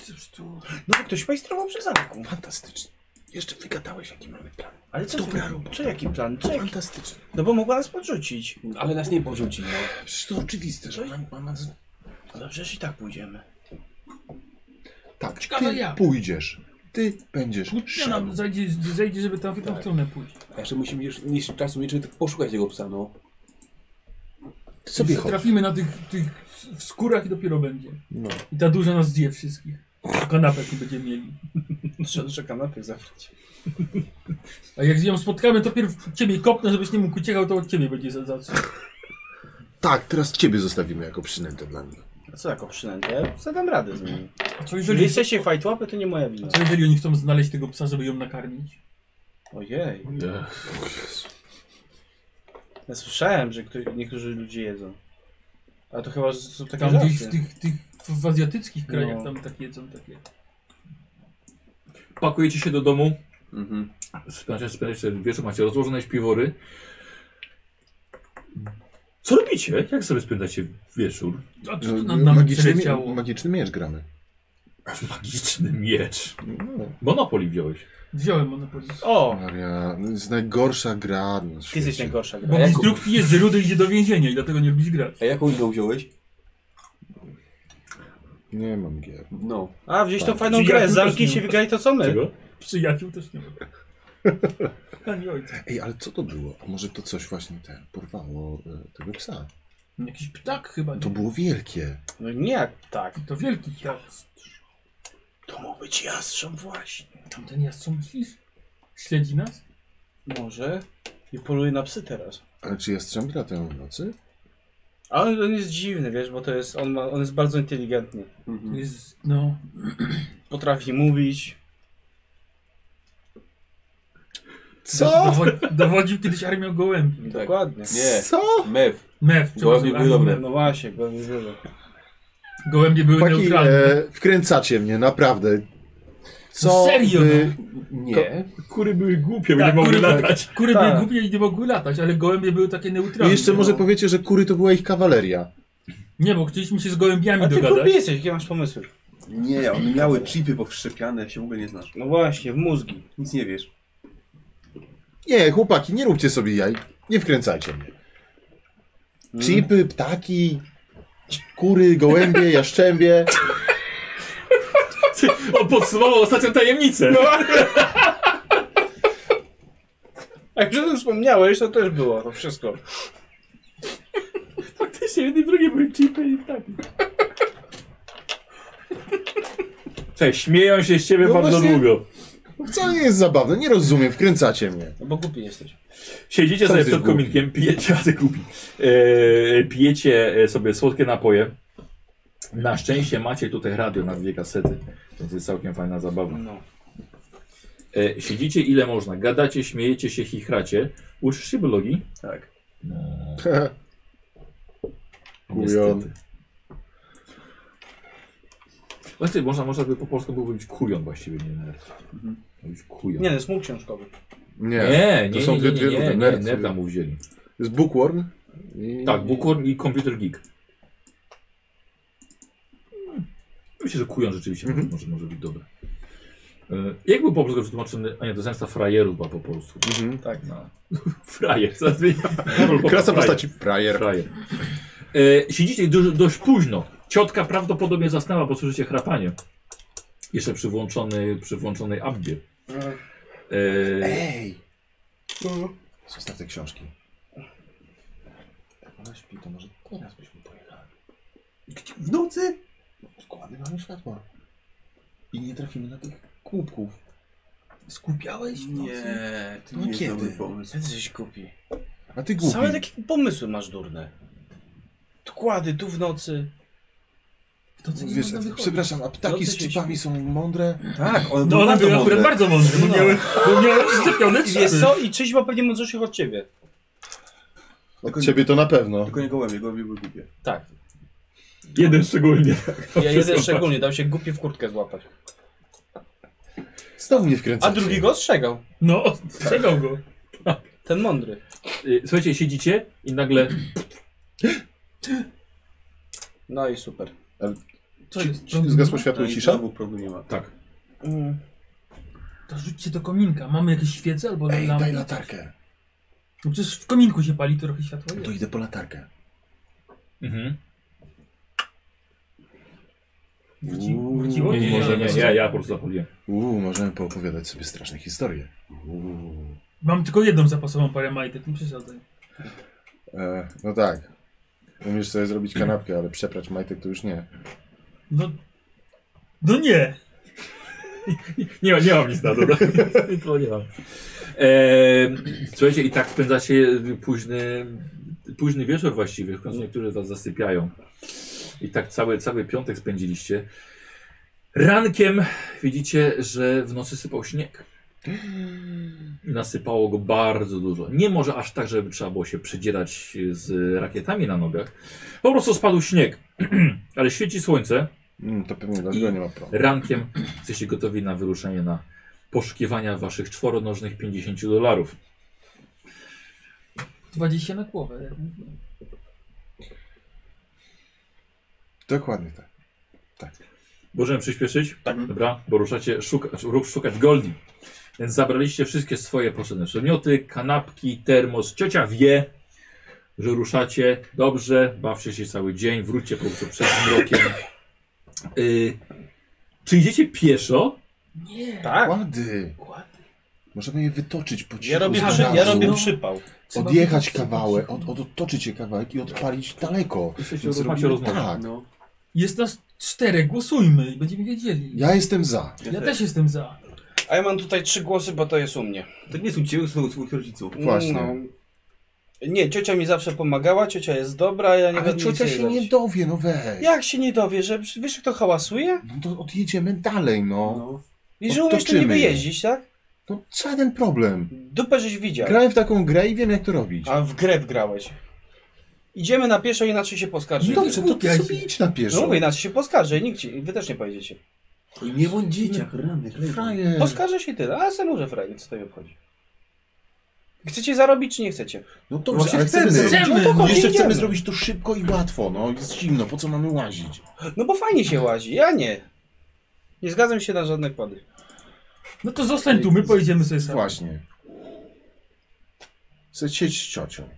S6: Cóż tu,
S2: No bo ktoś majstrował przy zamku.
S6: fantastycznie. Jeszcze wygadałeś, jaki mamy plan.
S2: Ale co,
S6: Dobra robota.
S2: co jaki plan?
S3: Tak.
S2: Co jaki?
S6: Fantastycznie.
S2: No bo mogła nas podrzucić.
S5: Ale nas nie porzuci. No.
S6: Przecież to oczywiste,
S3: No
S6: że ona, ona z...
S2: Ale przecież i tak pójdziemy.
S3: Tak,
S7: Ciekawe
S3: ty
S7: jak.
S3: pójdziesz. Ty będziesz
S7: Kłótnia
S3: szedł.
S7: nam no, zajdzie, zejdzie, żeby tam w tą stronę pójść.
S5: A jeszcze musimy jeszcze, jeszcze czasu mieć, żeby poszukać tego psa, no.
S3: Ty sobie
S7: Jeśli
S3: chodź.
S7: Trafimy na tych, tych w skórach i dopiero będzie.
S3: No.
S7: I ta duża nas zje wszystkich. Kanapek nie będziemy mieli.
S2: Trzeba do kanapy zabrać.
S7: A jak ją spotkamy, to pierw ciebie kopnę, żebyś nie mógł uciekał, to od ciebie będzie za, za co.
S3: Tak, teraz ciebie zostawimy jako przynętę dla nich.
S2: A co taką przynętę? Zadam radę z nimi.
S7: A co
S2: Jeżeli
S7: jeżeli,
S2: jesteście fajtłapy, to nie moja wina.
S7: co jeżeli oni chcą znaleźć tego psa, żeby ją nakarmić?
S2: Ojej.
S1: Nie.
S2: Ja słyszałem, że ktoś, niektórzy ludzie jedzą. A to chyba z- są takie
S7: Tam gdzieś w
S2: żarty.
S7: tych, tych w w azjatyckich krajach
S2: No.
S7: tam tak jedzą takie.
S1: Pakujecie się do domu,
S5: Mhm.
S1: spędzacie, spędzacie wieczór, macie rozłożone śpiwory. Co robicie? Jak sobie spędzacie wieczór?
S7: A co tu
S3: No,
S7: nam, nam
S3: magiczny,
S7: przeleciało?
S3: mie- magiczny miecz gramy.
S1: Magiczny miecz.
S3: No.
S1: Monopoly wziąłeś.
S7: Wziąłem monopol.
S2: O!
S3: Maria, no jest najgorsza gra na
S2: Ty jesteś
S3: świecie.
S2: najgorsza gra.
S7: Bo w instrukcji jest, że Rudy idzie do więzienia i dlatego nie lubisz grać.
S5: A jaką inną wziąłeś?
S3: Nie mam gier.
S5: No.
S2: A, wziąć tą fajną
S7: Czyli ja
S2: grę,
S7: tu też
S2: zamknij
S7: nie
S2: się,
S7: mam.
S2: wygraj to co my.
S1: Czego?
S7: Przyjaciół też nie ma. Ani ojca.
S3: Ej, ale co to było? A może to coś właśnie ten porwało e, tego psa?
S7: Jakiś ptak chyba.
S3: To
S7: Nie?
S3: było wielkie.
S2: No nie, tak.
S7: To wielki ptak.
S2: To mógł być jastrząb właśnie.
S7: Tamten jastrząb myślisz? Śledzi nas?
S2: Może. I poluje na psy teraz.
S3: Ale czy jastrzębie latają w nocy?
S2: A on, on jest dziwny, wiesz, bo to jest, on, ma, on jest bardzo inteligentny.
S5: Mhm.
S7: To jest, no...
S2: Potrafi mówić.
S7: Do, dowo- dowodził kiedyś armią gołębi.
S2: Dokładnie.
S5: Nie,
S3: Co?
S5: mew.
S7: Mew, przepraszam,
S5: były
S7: armią
S5: dobre.
S7: mew.
S2: No właśnie, bo nie dużo.
S7: Gołębie były
S3: Chłopaki,
S7: neutralne.
S3: e, wkręcacie mnie, naprawdę. Co
S7: No Serio,
S3: wy...
S5: Nie.
S1: Kury były głupie,
S7: Tak,
S1: nie mogły
S7: kury,
S1: latać.
S7: kury
S2: Tak.
S7: były głupie i nie mogły latać, ale gołębie były takie
S3: I
S7: neutralne.
S3: jeszcze może powiecie, że kury to była ich kawaleria.
S7: Nie, bo chcieliśmy się z gołębiami
S2: A ty
S7: dogadać.
S2: głupi jesteś, jakie masz pomysły?
S5: Nie, one miały chipy powszczepiane, się w ogóle nie znasz.
S2: No właśnie, w mózgi.
S5: Nic nie wiesz.
S3: Nie, chłopaki, nie róbcie sobie jaj. Nie wkręcajcie mnie.
S1: Mm.
S3: Chipy, ptaki, kury, gołębie,
S7: [laughs]
S3: jaszczębie.
S1: [laughs] On podsumował ostatnią tajemnicę.
S2: A jak już o tym wspomniałeś, to też było, to wszystko.
S1: Faktycznie, jedni drugie były chipy i tak. Cześć, śmieją się z ciebie
S3: No
S1: bardzo
S3: właśnie-
S1: długo.
S3: Wcale nie jest zabawne, nie rozumiem, wkręcacie mnie. [laughs]
S2: No bo głupi jesteś.
S1: Siedzicie
S3: Sam
S1: sobie
S3: jesteś
S1: przed kominkiem, pijecie, a ty głupi. Eee, pijecie e, sobie słodkie napoje. Na szczęście macie tutaj radio na dwie kasety, więc jest całkiem fajna zabawa.
S2: No.
S1: E, siedzicie ile można, gadacie, śmiejecie się, chichracie. Uczysz się biologii?
S5: Tak.
S3: Kujon.
S1: Niestety. Właściwie No można, można by po polsku byłoby być kujon właściwie, nie nerd. Być kujon.
S2: Nie, no, jest mógł książkowy.
S1: nie,
S3: Mhm. Nie.
S1: nie,
S3: to
S1: nie,
S3: są
S1: nie,
S3: dwie-
S1: nie,
S3: dwie
S1: nie,
S3: różne
S1: nie,
S3: nerdy.
S1: nerda mu wzięli.
S3: Jest bookworm? I...
S1: Tak, Bukorn i Computer Geek. Hmm. Myślę, że kujon rzeczywiście
S3: Mhm.
S1: może, może być dobre. E, Jak był po polsku przetłumaczony, a nie, to zemsta frajerów była po polsku.
S3: Mhm.
S1: Tak. No. [laughs] Frajer, co ty- Karol,
S3: Klasa
S1: frajer.
S3: postaci Prayer.
S1: Frajer. E, siedzicie dość, dość późno. Ciotka prawdopodobnie zasnęła, bo słyszycie chrapanie. Jeszcze przy, włączony, przy włączonej abbie. E,
S3: Ej! Zostaw te książki. Jak ona śpi, to może teraz byśmy pojechali.
S6: Gdzie- W nocy?
S3: Składy mamy światła. I nie trafimy na tych kłupków. Skupiałeś?
S5: Nie, to
S3: No
S5: nie jest
S3: kiedy?
S5: dobry pomysł.
S2: Ty coś głupi.
S3: A ty głupi.
S2: Same takie pomysły masz durne. Tu kłady, tu w nocy.
S7: W to, co nie
S3: Wiesz,
S7: można wychodzić.
S3: przepraszam, a ptaki
S2: Nocy
S3: z
S2: się
S3: chipami są mądre?
S5: Tak, one
S7: No
S5: były
S7: one
S5: bardzo
S7: były akurat
S5: mądre.
S7: bardzo mądre, bo miały, bo miały przyczepione
S2: I wiesz
S7: czapy.
S2: co? I czyś ma pewnie mądrzejszych od ciebie.
S3: Od ciebie to na pewno.
S5: Tylko nie gołębie, gołębie były głupie.
S2: Tak.
S1: jeden szczególnie.
S2: Ja jeden szczególnie dał się głupie w kurtkę złapać.
S3: Znowu mnie
S2: A
S3: wkręcacie.
S2: drugi go ostrzegał.
S7: No, ostrzegał go.
S2: Ten mądry.
S1: E, Słuchajcie, siedzicie i nagle
S2: No i super.
S7: Co jest?
S3: Ci- Zgasło światło
S5: No
S3: i
S5: i
S3: cisza?
S5: znowu problemu nie ma.
S1: tak.
S3: Mm.
S7: To rzućcie do kominka. Mamy jakieś świece albo
S3: Ej,
S7: lampy?
S3: daj latarkę.
S7: No przecież w kominku się pali, to trochę światła
S3: To
S7: jest.
S3: idę po latarkę.
S1: Mhm.
S7: Wróci,
S3: Uuu,
S7: wróciło?
S1: Nie, nie, nie, nie,
S7: nie.
S1: ja, ja po prostu zapomniałem.
S3: Uuu, możemy poopowiadać sobie straszne historie. Uuu.
S7: Mam tylko jedną zapasową parę majtek, nie przesadzaj.
S3: E, no tak. Umiesz sobie zrobić kanapkę, ale przeprać majtek to już nie.
S7: No, no nie.
S1: Nie, nie mam nic na [laughs] to. tak? to nie mam. Eee, słuchajcie, i tak spędzacie późny, późny wieczór właściwie, w końcu niektórzy z was zasypiają. I tak cały, cały piątek spędziliście. Rankiem widzicie, że w nocy sypał śnieg. Nasypało go bardzo dużo. Nie może aż tak, żeby trzeba było się przedzierać z rakietami na nogach. Po prostu spadł śnieg, [clears throat] ale świeci słońce.
S3: Mm, to pewnie dlatego nie ma prądu.
S1: Rankiem jesteście gotowi na wyruszenie na poszukiwania waszych czworonożnych 50 dolarów.
S7: 20 na głowę.
S3: Dokładnie tak.
S1: Możemy przyspieszyć? Tak. Dobra, bo ruszacie szuka, rób szukać Goldi. Więc zabraliście wszystkie swoje potrzebne przedmioty, kanapki, termos. Ciocia wie, że ruszacie. Dobrze, bawcie się cały dzień, wróćcie po prostu przed mrokiem. Y, czy idziecie pieszo?
S7: Nie.
S2: Tak?
S3: Kłady. Możemy je wytoczyć po cichu.
S2: Ja robię,
S3: z
S2: przy, ja
S3: gazu,
S2: robię przypał.
S3: Odjechać kawałek, od, od, odtoczyć je kawałek i odpalić daleko.
S1: Jesteście
S3: Więc
S1: rozmawiacie
S3: robimy-
S1: rozmowę.
S3: tak.
S5: No.
S7: Jest nas czterech, głosujmy i będziemy wiedzieli. Ja,
S3: Ja jestem za.
S5: też.
S7: też jestem za.
S2: A ja mam tutaj trzy głosy, bo to jest u mnie. No.
S5: To nie są ciebie, są swoich rodziców.
S3: Właśnie.
S2: Nie, ciocia mi zawsze pomagała, ciocia jest dobra, ja nie
S3: Ale
S2: będę nic
S3: ciocia
S2: jej
S3: się nie
S2: robić.
S3: dowie, no weź.
S2: Jak się nie dowie, że wiesz kto hałasuje?
S3: No to odjedziemy dalej, no.
S5: No.
S2: I że umiesz to
S3: Odtoczymy
S2: niby
S3: je.
S2: jeździć, tak?
S3: To żaden problem.
S2: Dupę żeś widział.
S3: Grałem w taką grę i wiem jak to robić.
S2: A w grę wgrałeś. Idziemy na pieszo, inaczej się poskarży.
S7: No
S3: Dobrze, to ty sobie idź na
S2: No
S3: pieszo.
S2: mówię, inaczej się poskarży i nikt ci, wy też nie pojedziecie.
S5: Nie bądź dzieciak, rany,
S3: Frajer.
S2: Poskarży się tyle, a se może frajer, co to mi obchodzi. Chcecie zarobić, czy nie chcecie?
S3: No to
S5: Właśnie
S3: ale chcemy.
S5: chcemy.
S3: zrobić-
S7: Chcemy,
S3: No
S2: no.
S3: jeszcze chcemy
S2: Idziemy.
S3: zrobić to szybko i łatwo, no. Jest zimno, po co mamy łazić?
S2: No bo fajnie się łazi, ja nie. Nie zgadzam się na żadne kłady.
S7: No to zostań tu, my pojedziemy sobie sami.
S3: Właśnie. Chcę siedzieć z ciocią.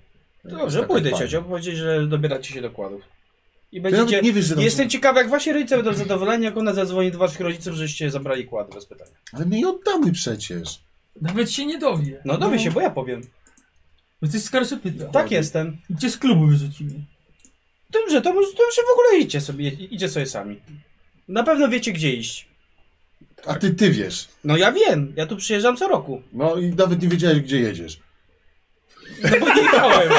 S3: Jest
S2: Dobrze,
S3: taka
S2: pójdę
S3: fajna.
S2: ciocio, bo powiedzieć, że dobieracie się do kładów. I
S3: Ty
S2: będziecie...
S3: nawet nie wiesz, że tam
S2: Jestem ciekaw, jak wasi rodzice będą zadowoleni, jak ona zadzwoni do waszych rodziców, żeście zabrali kłady, bez pytania.
S3: Ale my je oddamy przecież.
S7: Nawet się nie dowie. No
S2: No dowie się, bo ja powiem.
S7: Bo jesteś
S3: No,
S7: skarżopyta.
S2: Tak jestem.
S7: I cię z klubu wyrzucimy.
S2: Dobrze, to może to już w ogóle idźcie sobie, idźcie sobie sami. Na pewno wiecie, gdzie iść. Tak.
S3: A ty, ty wiesz.
S2: No ja wiem, ja tu przyjeżdżam co roku.
S3: No i nawet nie wiedziałeś, gdzie jedziesz.
S2: No bo nie jechałem.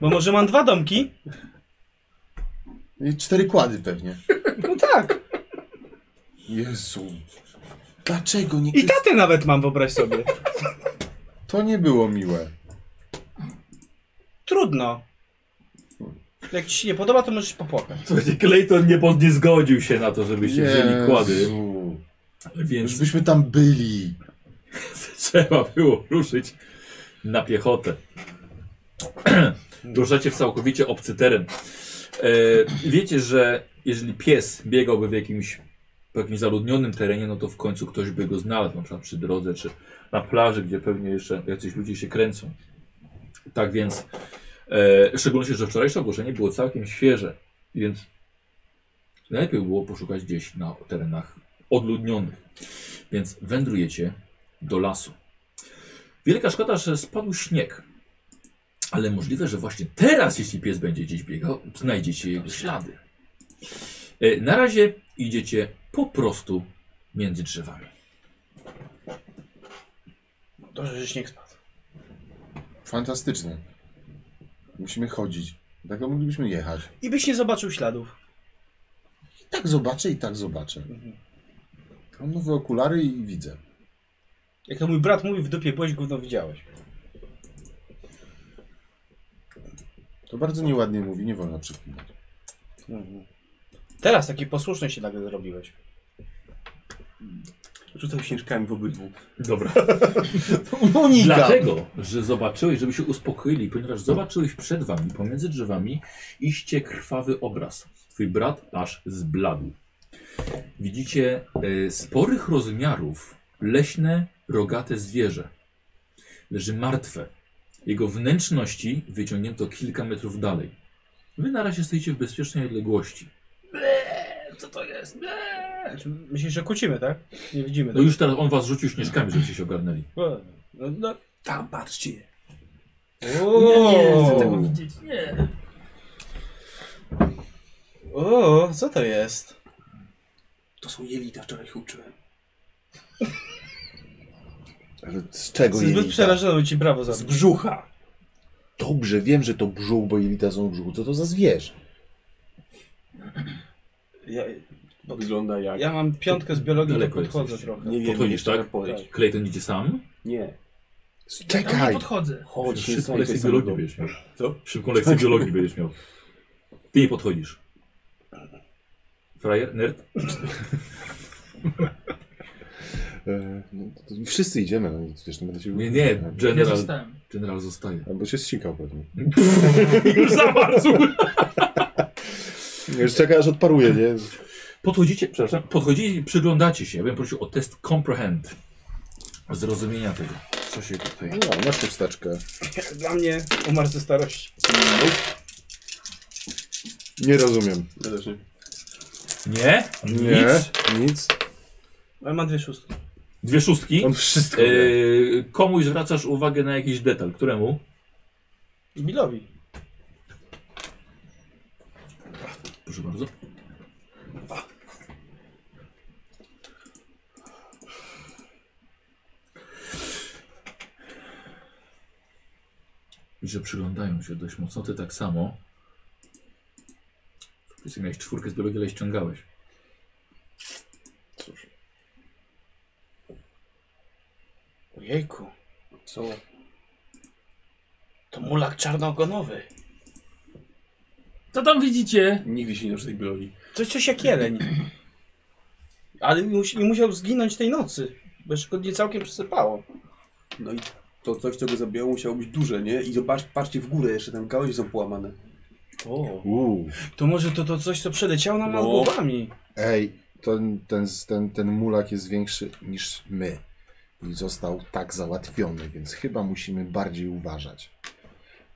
S2: Bo może mam dwa domki?
S3: I cztery kłady pewnie.
S2: No tak.
S3: Jezu. Dlaczego nie...
S2: I tatę nawet mam, wyobraź sobie.
S3: To nie było miłe.
S2: Trudno. Jak ci się nie podoba, to możesz popłakać.
S1: Słuchajcie, Clayton nie, pod, nie zgodził się na to, żebyście wzięli kłady,
S3: Jezu. Już
S1: więc
S3: byśmy tam byli.
S1: [laughs] trzeba było ruszyć na piechotę. [clears throat] Ruszacie w całkowicie obcy teren. E, wiecie, że jeżeli pies biegałby w jakimś, po jakimś zaludnionym terenie, no to w końcu ktoś by go znalazł, na przykład przy drodze, czy na plaży, gdzie pewnie jeszcze jacyś ludzie się kręcą. Tak więc, e, w szczególności, że wczorajsze ogłoszenie było całkiem świeże, więc najlepiej było poszukać gdzieś na terenach odludnionych. Więc wędrujecie do lasu. Wielka szkoda, że spadł śnieg. Ale możliwe, że właśnie teraz, jeśli pies będzie gdzieś biegał, znajdziecie jego ślady. E, Na razie idziecie po prostu między drzewami.
S2: Dobrze, że śnieg spadł.
S3: Fantastyczne. Musimy chodzić. Tak jak moglibyśmy jechać.
S2: I byś nie zobaczył śladów.
S3: I tak zobaczę i tak zobaczę. Mam nowe okulary i widzę.
S2: Jak to mój brat mówi, w dupie byłeś, gówno widziałeś.
S3: To bardzo nieładnie mówi, nie wolno przeklinać.
S2: Mhm. Teraz taki posłuszny się nagle zrobiłeś.
S5: Rzucam śnieżkami w obydwu.
S1: Dobra.
S3: Unika!
S1: Dlatego, że zobaczyłeś, żeby się uspokoili, ponieważ zobaczyłeś przed wami, pomiędzy drzewami, iście krwawy obraz. Twój brat aż zbladł. Widzicie e, sporych rozmiarów leśne, rogate zwierzę. Leży martwe. Jego wnętrzności wyciągnięto kilka metrów dalej. Wy na razie stoicie w bezpiecznej odległości.
S7: Eee,
S1: Co to jest?
S2: Myślisz, że kłócimy, tak? Nie widzimy.
S1: No już teraz on was rzucił śnieżkami, żebyście się ogarnęli.
S2: No, no.
S5: Tam patrzcie.
S7: Nie, nie chcę
S2: Uuu.
S7: tego widzieć, nie.
S2: O, co to jest?
S5: To są jelita, wczoraj ich uczyłem.
S3: Ale z czego
S2: Jestem zbyt
S3: jelita?
S2: przerażony, bo ci brawo za
S7: Z brzucha.
S3: Dobrze, wiem, że to brzuch, bo jelita są w brzuchu. Co to za zwierz?
S2: ja,
S5: Wygląda jak...
S2: ja mam piątkę z biologii, to
S1: Daleko
S2: podchodzę
S1: jesteście.
S2: trochę.
S5: Nie wiem,
S1: Podchodzisz,
S5: jeszcze
S1: tak?
S5: tak? podejść.
S1: Clayton idzie sam?
S5: Nie.
S7: Ja
S2: No,
S7: tam
S3: Czekaj!
S7: nie podchodzę.
S5: Chodź, nie
S1: Szybką
S5: staj
S1: lekcję
S5: tej
S1: biologii
S5: samego.
S1: będziesz miał.
S5: Co?
S1: Szybką [laughs] lekcję biologii będziesz miał. Ty nie podchodzisz. Frajer, nerd.
S3: E, no, to, to wszyscy idziemy, no i też nie będę się... E,
S1: Nie, nie,
S7: Ja
S1: general,
S7: zostałem.
S1: general zostaje.
S3: Albo się ścikał pewnie.
S1: [laughs] Już zamarzł.
S3: [laughs] Już czeka, aż odparuje, nie?
S1: Podchodzicie, przepraszam, podchodzicie i przyglądacie się. Ja bym prosił o test comprehend. Zrozumienia tego, co się tutaj...
S3: No, masz chusteczkę.
S2: Dla mnie umarł ze starości.
S3: Nie rozumiem.
S5: Ja też nie.
S1: Nie?
S3: Nie?
S1: Nic?
S3: Nic?
S2: Ale ma dwie szóstki.
S1: Dwie szóstki.
S3: On wszystko wie.
S1: Yy, komuś zwracasz uwagę na jakiś detal. Któremu?
S2: Bilowi.
S1: Proszę bardzo. I że przyglądają się dość mocno. Ty tak samo. Faktycznie miałeś czwórkę z biologii, ale ściągałeś.
S2: Ojejku,
S5: Co?
S2: to mulak czarnoogonowy.
S7: Co tam widzicie?
S5: Nigdy się nie uczy tej biologii.
S2: Coś, coś jak jeleń. [clears throat] Ale nie musi- nie musiał zginąć tej nocy, bo jeszcze go nie całkiem przysypało.
S5: No i to coś, co go zabijało, musiało być duże, nie? I zobacz, patrzcie w górę, jeszcze tam gałęzie są połamane.
S2: O.
S3: Uuu.
S2: To może to, to coś, co przeleciało nam nad
S5: No.
S2: głowami.
S3: Ej, ten, ten, ten, ten mulak jest większy niż my. I został tak załatwiony, więc chyba musimy bardziej uważać.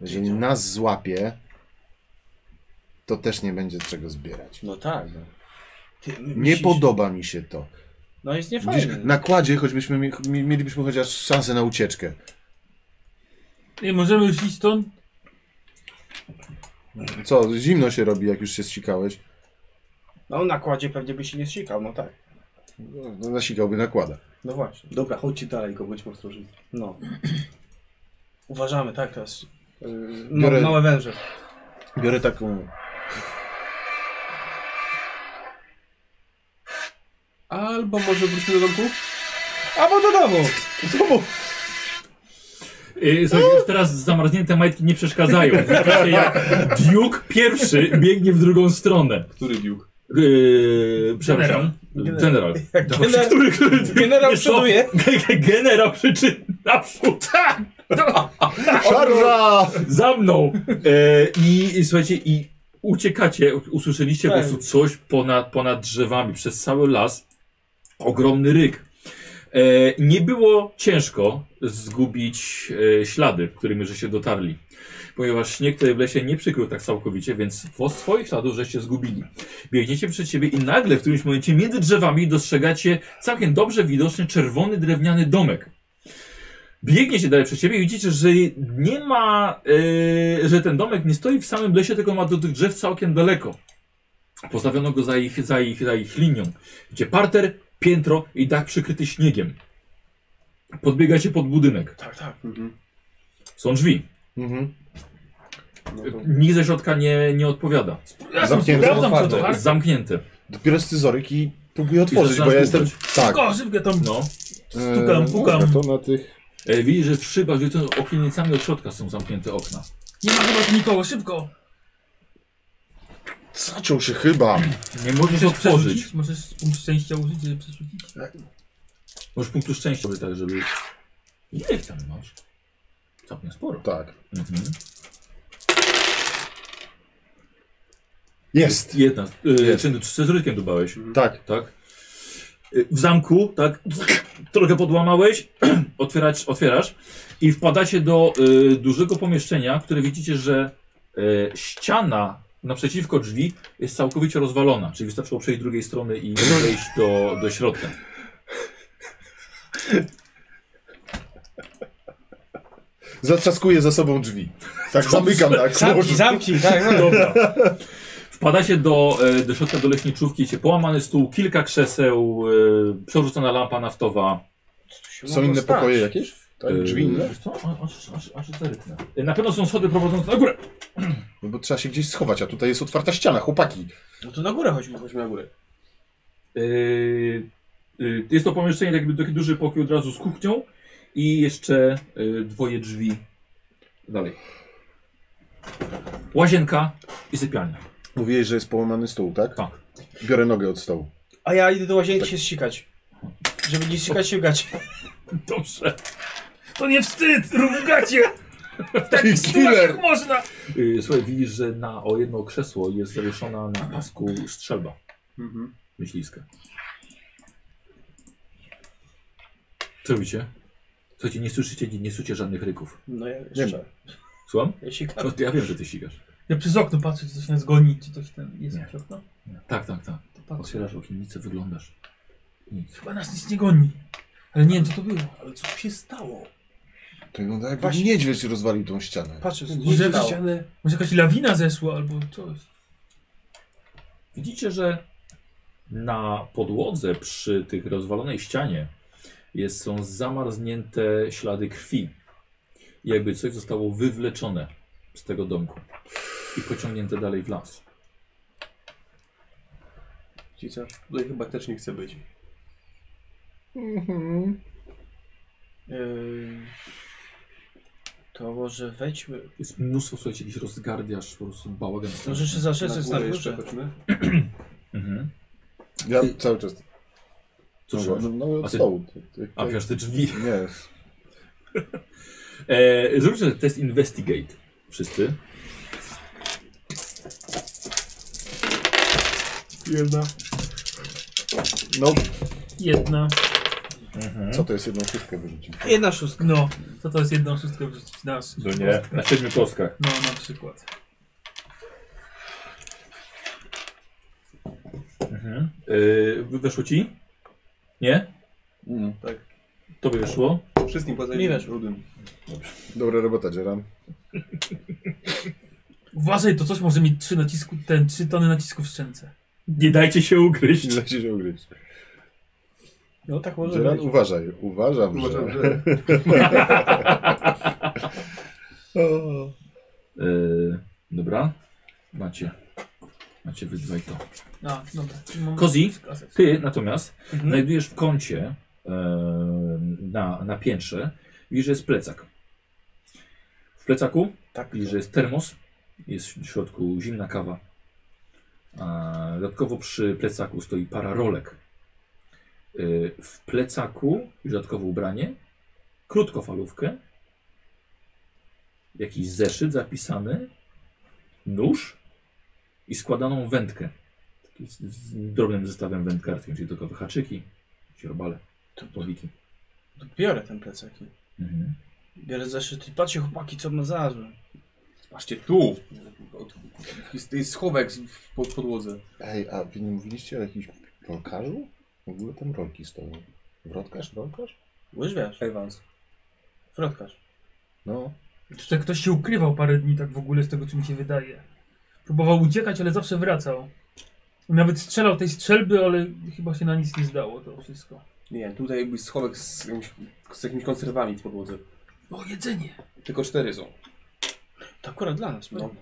S3: Jeżeli nas złapie, to też nie będzie czego zbierać.
S2: No tak. No. Ty, my
S3: Nie
S2: myślisz-
S3: podoba mi się to.
S2: No jest
S3: Widzisz,
S2: niefajny.
S3: na kładzie choćbyśmy mi, mi, mielibyśmy chociaż szansę na ucieczkę.
S7: Nie możemy już iść stąd?
S3: Co, zimno się robi, jak już się ścikałeś.
S2: No na kładzie pewnie by się nie ścikał, no tak.
S3: No, zasikałby nakłada.
S2: No właśnie.
S5: Dobra, chodźcie dalej, go bądźmy ostrożni.
S2: No. [clears throat] Uważamy, tak teraz. Ma,
S3: Biorę,
S2: małe węże.
S3: biorę taką
S5: Albo może wróćmy do domku?
S2: Albo do domu!
S1: Yy, słuchaj, już teraz zamarznięte majtki nie przeszkadzają. Widzicie, jak Duke pierwszy biegnie w drugą stronę.
S5: Który biuk?
S1: Yy, przepraszam. General.
S2: Gener-
S1: Który, który,
S2: Generał
S1: Nie, co?
S2: przoduje.
S1: [laughs] Generał krzyczy naprzód. Tak!
S3: Szarża!
S1: Za mną! E, i, I słuchajcie, i uciekacie, usłyszeliście po
S2: Tak.
S1: prostu coś ponad, ponad drzewami, przez cały las. Ogromny ryk. E, nie było ciężko zgubić e, ślady, którymi że się dotarli. Ponieważ śnieg tutaj w lesie nie przykrył tak całkowicie, więc po swoich śladów żeście zgubili. Biegniecie przed siebie i nagle w którymś momencie między drzewami dostrzegacie całkiem dobrze widoczny czerwony drewniany domek. Biegnie się dalej przed siebie i widzicie, że nie ma, e, że ten domek nie stoi w samym lesie, tylko ma do tych drzew całkiem daleko. Postawiono go za ich, za ich, za ich linią. Gdzie parter, piętro i dach przykryty śniegiem. Podbiegacie pod budynek.
S2: Tak, tak.
S5: Mhm.
S1: Są drzwi.
S3: Mhm.
S5: No to...
S1: Nikt ze środka nie, nie odpowiada.
S7: Ja
S3: Zamknięte,
S7: sprawdzam co
S5: otwarte.
S7: to, tak?
S1: Zamknięte.
S3: Dopiero scyzoryk i próbuję otworzyć, bo ja jestem...
S1: zaczynasz
S3: Tak.
S7: O, szybko tam
S1: No.
S7: stukam, pukam.
S3: No To na tych...
S1: E, widzisz, że w szybach, że to okienicami od środka są zamknięte okna.
S7: Nie ma chyba tu nikogo, szybko.
S3: Zaciął się chyba.
S1: Nie możesz
S7: Możesz
S1: otworzyć.
S7: przerzucić? Możesz punkt szczęścia użyć, żeby przerzucić?
S1: Możesz punktu szczęścia, by tak, żeby... Ile ich tam masz? Całkiem sporo.
S3: Tak.
S1: Mhm.
S3: Jest.
S1: Jedna. Yy,
S3: Jest.
S1: czy czy z rytkiem dubałeś,
S3: Tak.
S1: tak? Y, W zamku, tak, trochę podłamałeś, [clears throat] otwierać, otwierasz i wpadacie do y, dużego pomieszczenia, które widzicie, że y, ściana naprzeciwko drzwi jest całkowicie rozwalona, czyli wystarczyło przejść z drugiej strony
S3: [clears throat]
S1: i wejść do, do środka.
S3: Zatrzaskuję za sobą drzwi. Tak zamykam, tak.
S2: Zamki, zamki, tak, no.
S3: [laughs]
S1: Dobra. Wpadacie do, e, do środka do leśniczówki, cię połamany stół, kilka krzeseł, e, przerzucona lampa naftowa.
S3: Są inne pokoje jakieś? Tak,
S1: E,
S3: drzwi inne?
S1: wiesz Co? A- Aż, aż, aż zerknę. E, Na pewno są schody prowadzące na górę.
S3: No bo trzeba się gdzieś schować, a tutaj jest otwarta ściana, chłopaki.
S2: No to na górę chodźmy.
S5: Chodźmy na górę.
S1: Yy, yy, Jest to pomieszczenie jakby taki duży pokój od razu z kuchnią i jeszcze yy, dwoje drzwi dalej. Łazienka i sypialnia.
S3: Mówiłeś, że jest połamany stół, tak?
S1: Tak.
S3: Biorę nogę od stołu.
S2: A ja idę do
S3: Tak.
S2: łazienki się ścikać. Żeby nie ścikać się w gacie.
S1: Dobrze.
S7: To nie wstyd, rób w gacie! W takich sytuacjach
S3: Killer!
S7: można!
S1: Yy, Słuchaj, widzisz, że na, o jedno krzesło jest zawieszona na pasku strzelba
S5: Mhm.
S1: myśliwska. Co robicie? Słuchajcie, nie słyszycie, nie, nie słyszycie żadnych ryków.
S2: No ja
S3: Nie
S2: jeszcze.
S1: Słucham?
S2: Ja
S1: No,
S2: sikam.
S1: to ja wiem, że ty ścigasz.
S7: Ja przez okno patrzę, czy coś nas goni, czy coś ten jest
S1: Nie.
S7: przez okno.
S1: Tak, tak, tak.
S7: To patrzę.
S1: Otwierasz okiennicę, wyglądasz. Nic.
S7: Chyba nas nic nie goni. Ale nie wiem, co to było.
S6: Ale co tu się stało?
S3: To wygląda jakby
S2: Właśnie.
S3: niedźwiedź rozwalił tą ścianę.
S2: Patrzę,
S7: Może,
S2: stało.
S7: ścianę, może jakaś lawina zeszła albo coś.
S1: Widzicie, że na podłodze przy tych rozwalonej ścianie jest, są zamarznięte ślady krwi. Jakby coś zostało wywleczone z tego domku i pociągnięte dalej w las.
S5: Dzieciarz, tutaj chyba też nie chce być.
S8: Yy, to może wejdźmy.
S1: Jest mnóstwo, słuchajcie, jakiś rozgardiasz, po prostu bałagan.
S8: Może jeszcze za szesem
S5: Na
S8: jest na
S5: górę jeszcze
S8: górze.
S5: chodźmy.
S1: Mhm.
S3: Ja cały czas.
S1: Co
S3: no,
S1: trzymasz?
S3: no, no,
S1: A
S3: od
S1: ty-
S3: stołu. Ty- ty-
S1: A, wiesz, te drzwi.
S3: Nie.
S1: E, zróbcie test investigate. Wszyscy.
S7: Jedna.
S3: No,
S7: Jedna.
S3: co to jest jedną szóstkę wyrzucił?
S2: Jedna szóstka.
S7: No, to to jest jedną szóstkę wrzucić nas.
S1: No nie. Na siedmiu kostkach.
S7: No, na przykład.
S1: Mhm. E, weszło ci? Nie?
S3: Mm.
S1: Tobie weszło?
S5: Wszystkim poza
S8: Nie wiesz.
S5: rudym.
S3: Dobra robota, Dzieran. [laughs]
S7: Uważaj, to coś może mieć trzy nacisku, ten, trzy tony nacisku w szczęce.
S1: Nie dajcie się ugryźć.
S3: Nie dajcie się ugryźć.
S8: No tak może
S3: Dzieran,
S8: być.
S3: uważaj. Uważam,
S5: Uważam,
S3: że...
S5: że
S3: [laughs] O.
S1: Yy, dobra. Macie. Macie wy dwaj to.
S7: A, dobra. Mam-
S1: Kozi,
S7: Ases.
S1: ty natomiast
S8: Mhm.
S1: znajdujesz w kącie yy, na, na piętrze widzisz, że jest plecak. W plecaku
S2: Tak.
S1: widzisz, że jest termos. Jest w środku zimna kawa. A, dodatkowo przy plecaku stoi para rolek. Yy, w plecaku już dodatkowo ubranie, krótkofalówkę, jakiś zeszyt zapisany, nóż i składaną wędkę. Taki z, z drobnym zestawem wędkarstwem, czyli tylko haczyki, śrobale, powiki.
S8: To Biorę ten plecak. i
S1: Mhm.
S8: Biorę zeszyt i patrzcie chłopaki, co my znalazłem.
S5: Patrzcie tu! Od, jest, jest schowek w pod podłodze.
S3: Ej, a wy nie mówiliście o jakimś rolkarzu? W ogóle tam rolki stoją. Wrotkarz, rolkarz?
S8: Łyżwiarz,
S5: Ewans.
S8: wrotkarz.
S3: No.
S7: Tutaj ktoś się ukrywał parę dni tak w ogóle z tego, co mi się wydaje. Próbował uciekać, ale zawsze wracał. Nawet strzelał tej strzelby, ale chyba się na nic nie zdało to wszystko.
S5: Nie, tutaj jakby schowek z, jakimś- z jakimiś konserwami w podłodze.
S7: O, jedzenie!
S5: Tylko cztery są.
S8: To akurat dla nas.
S5: No.
S8: No,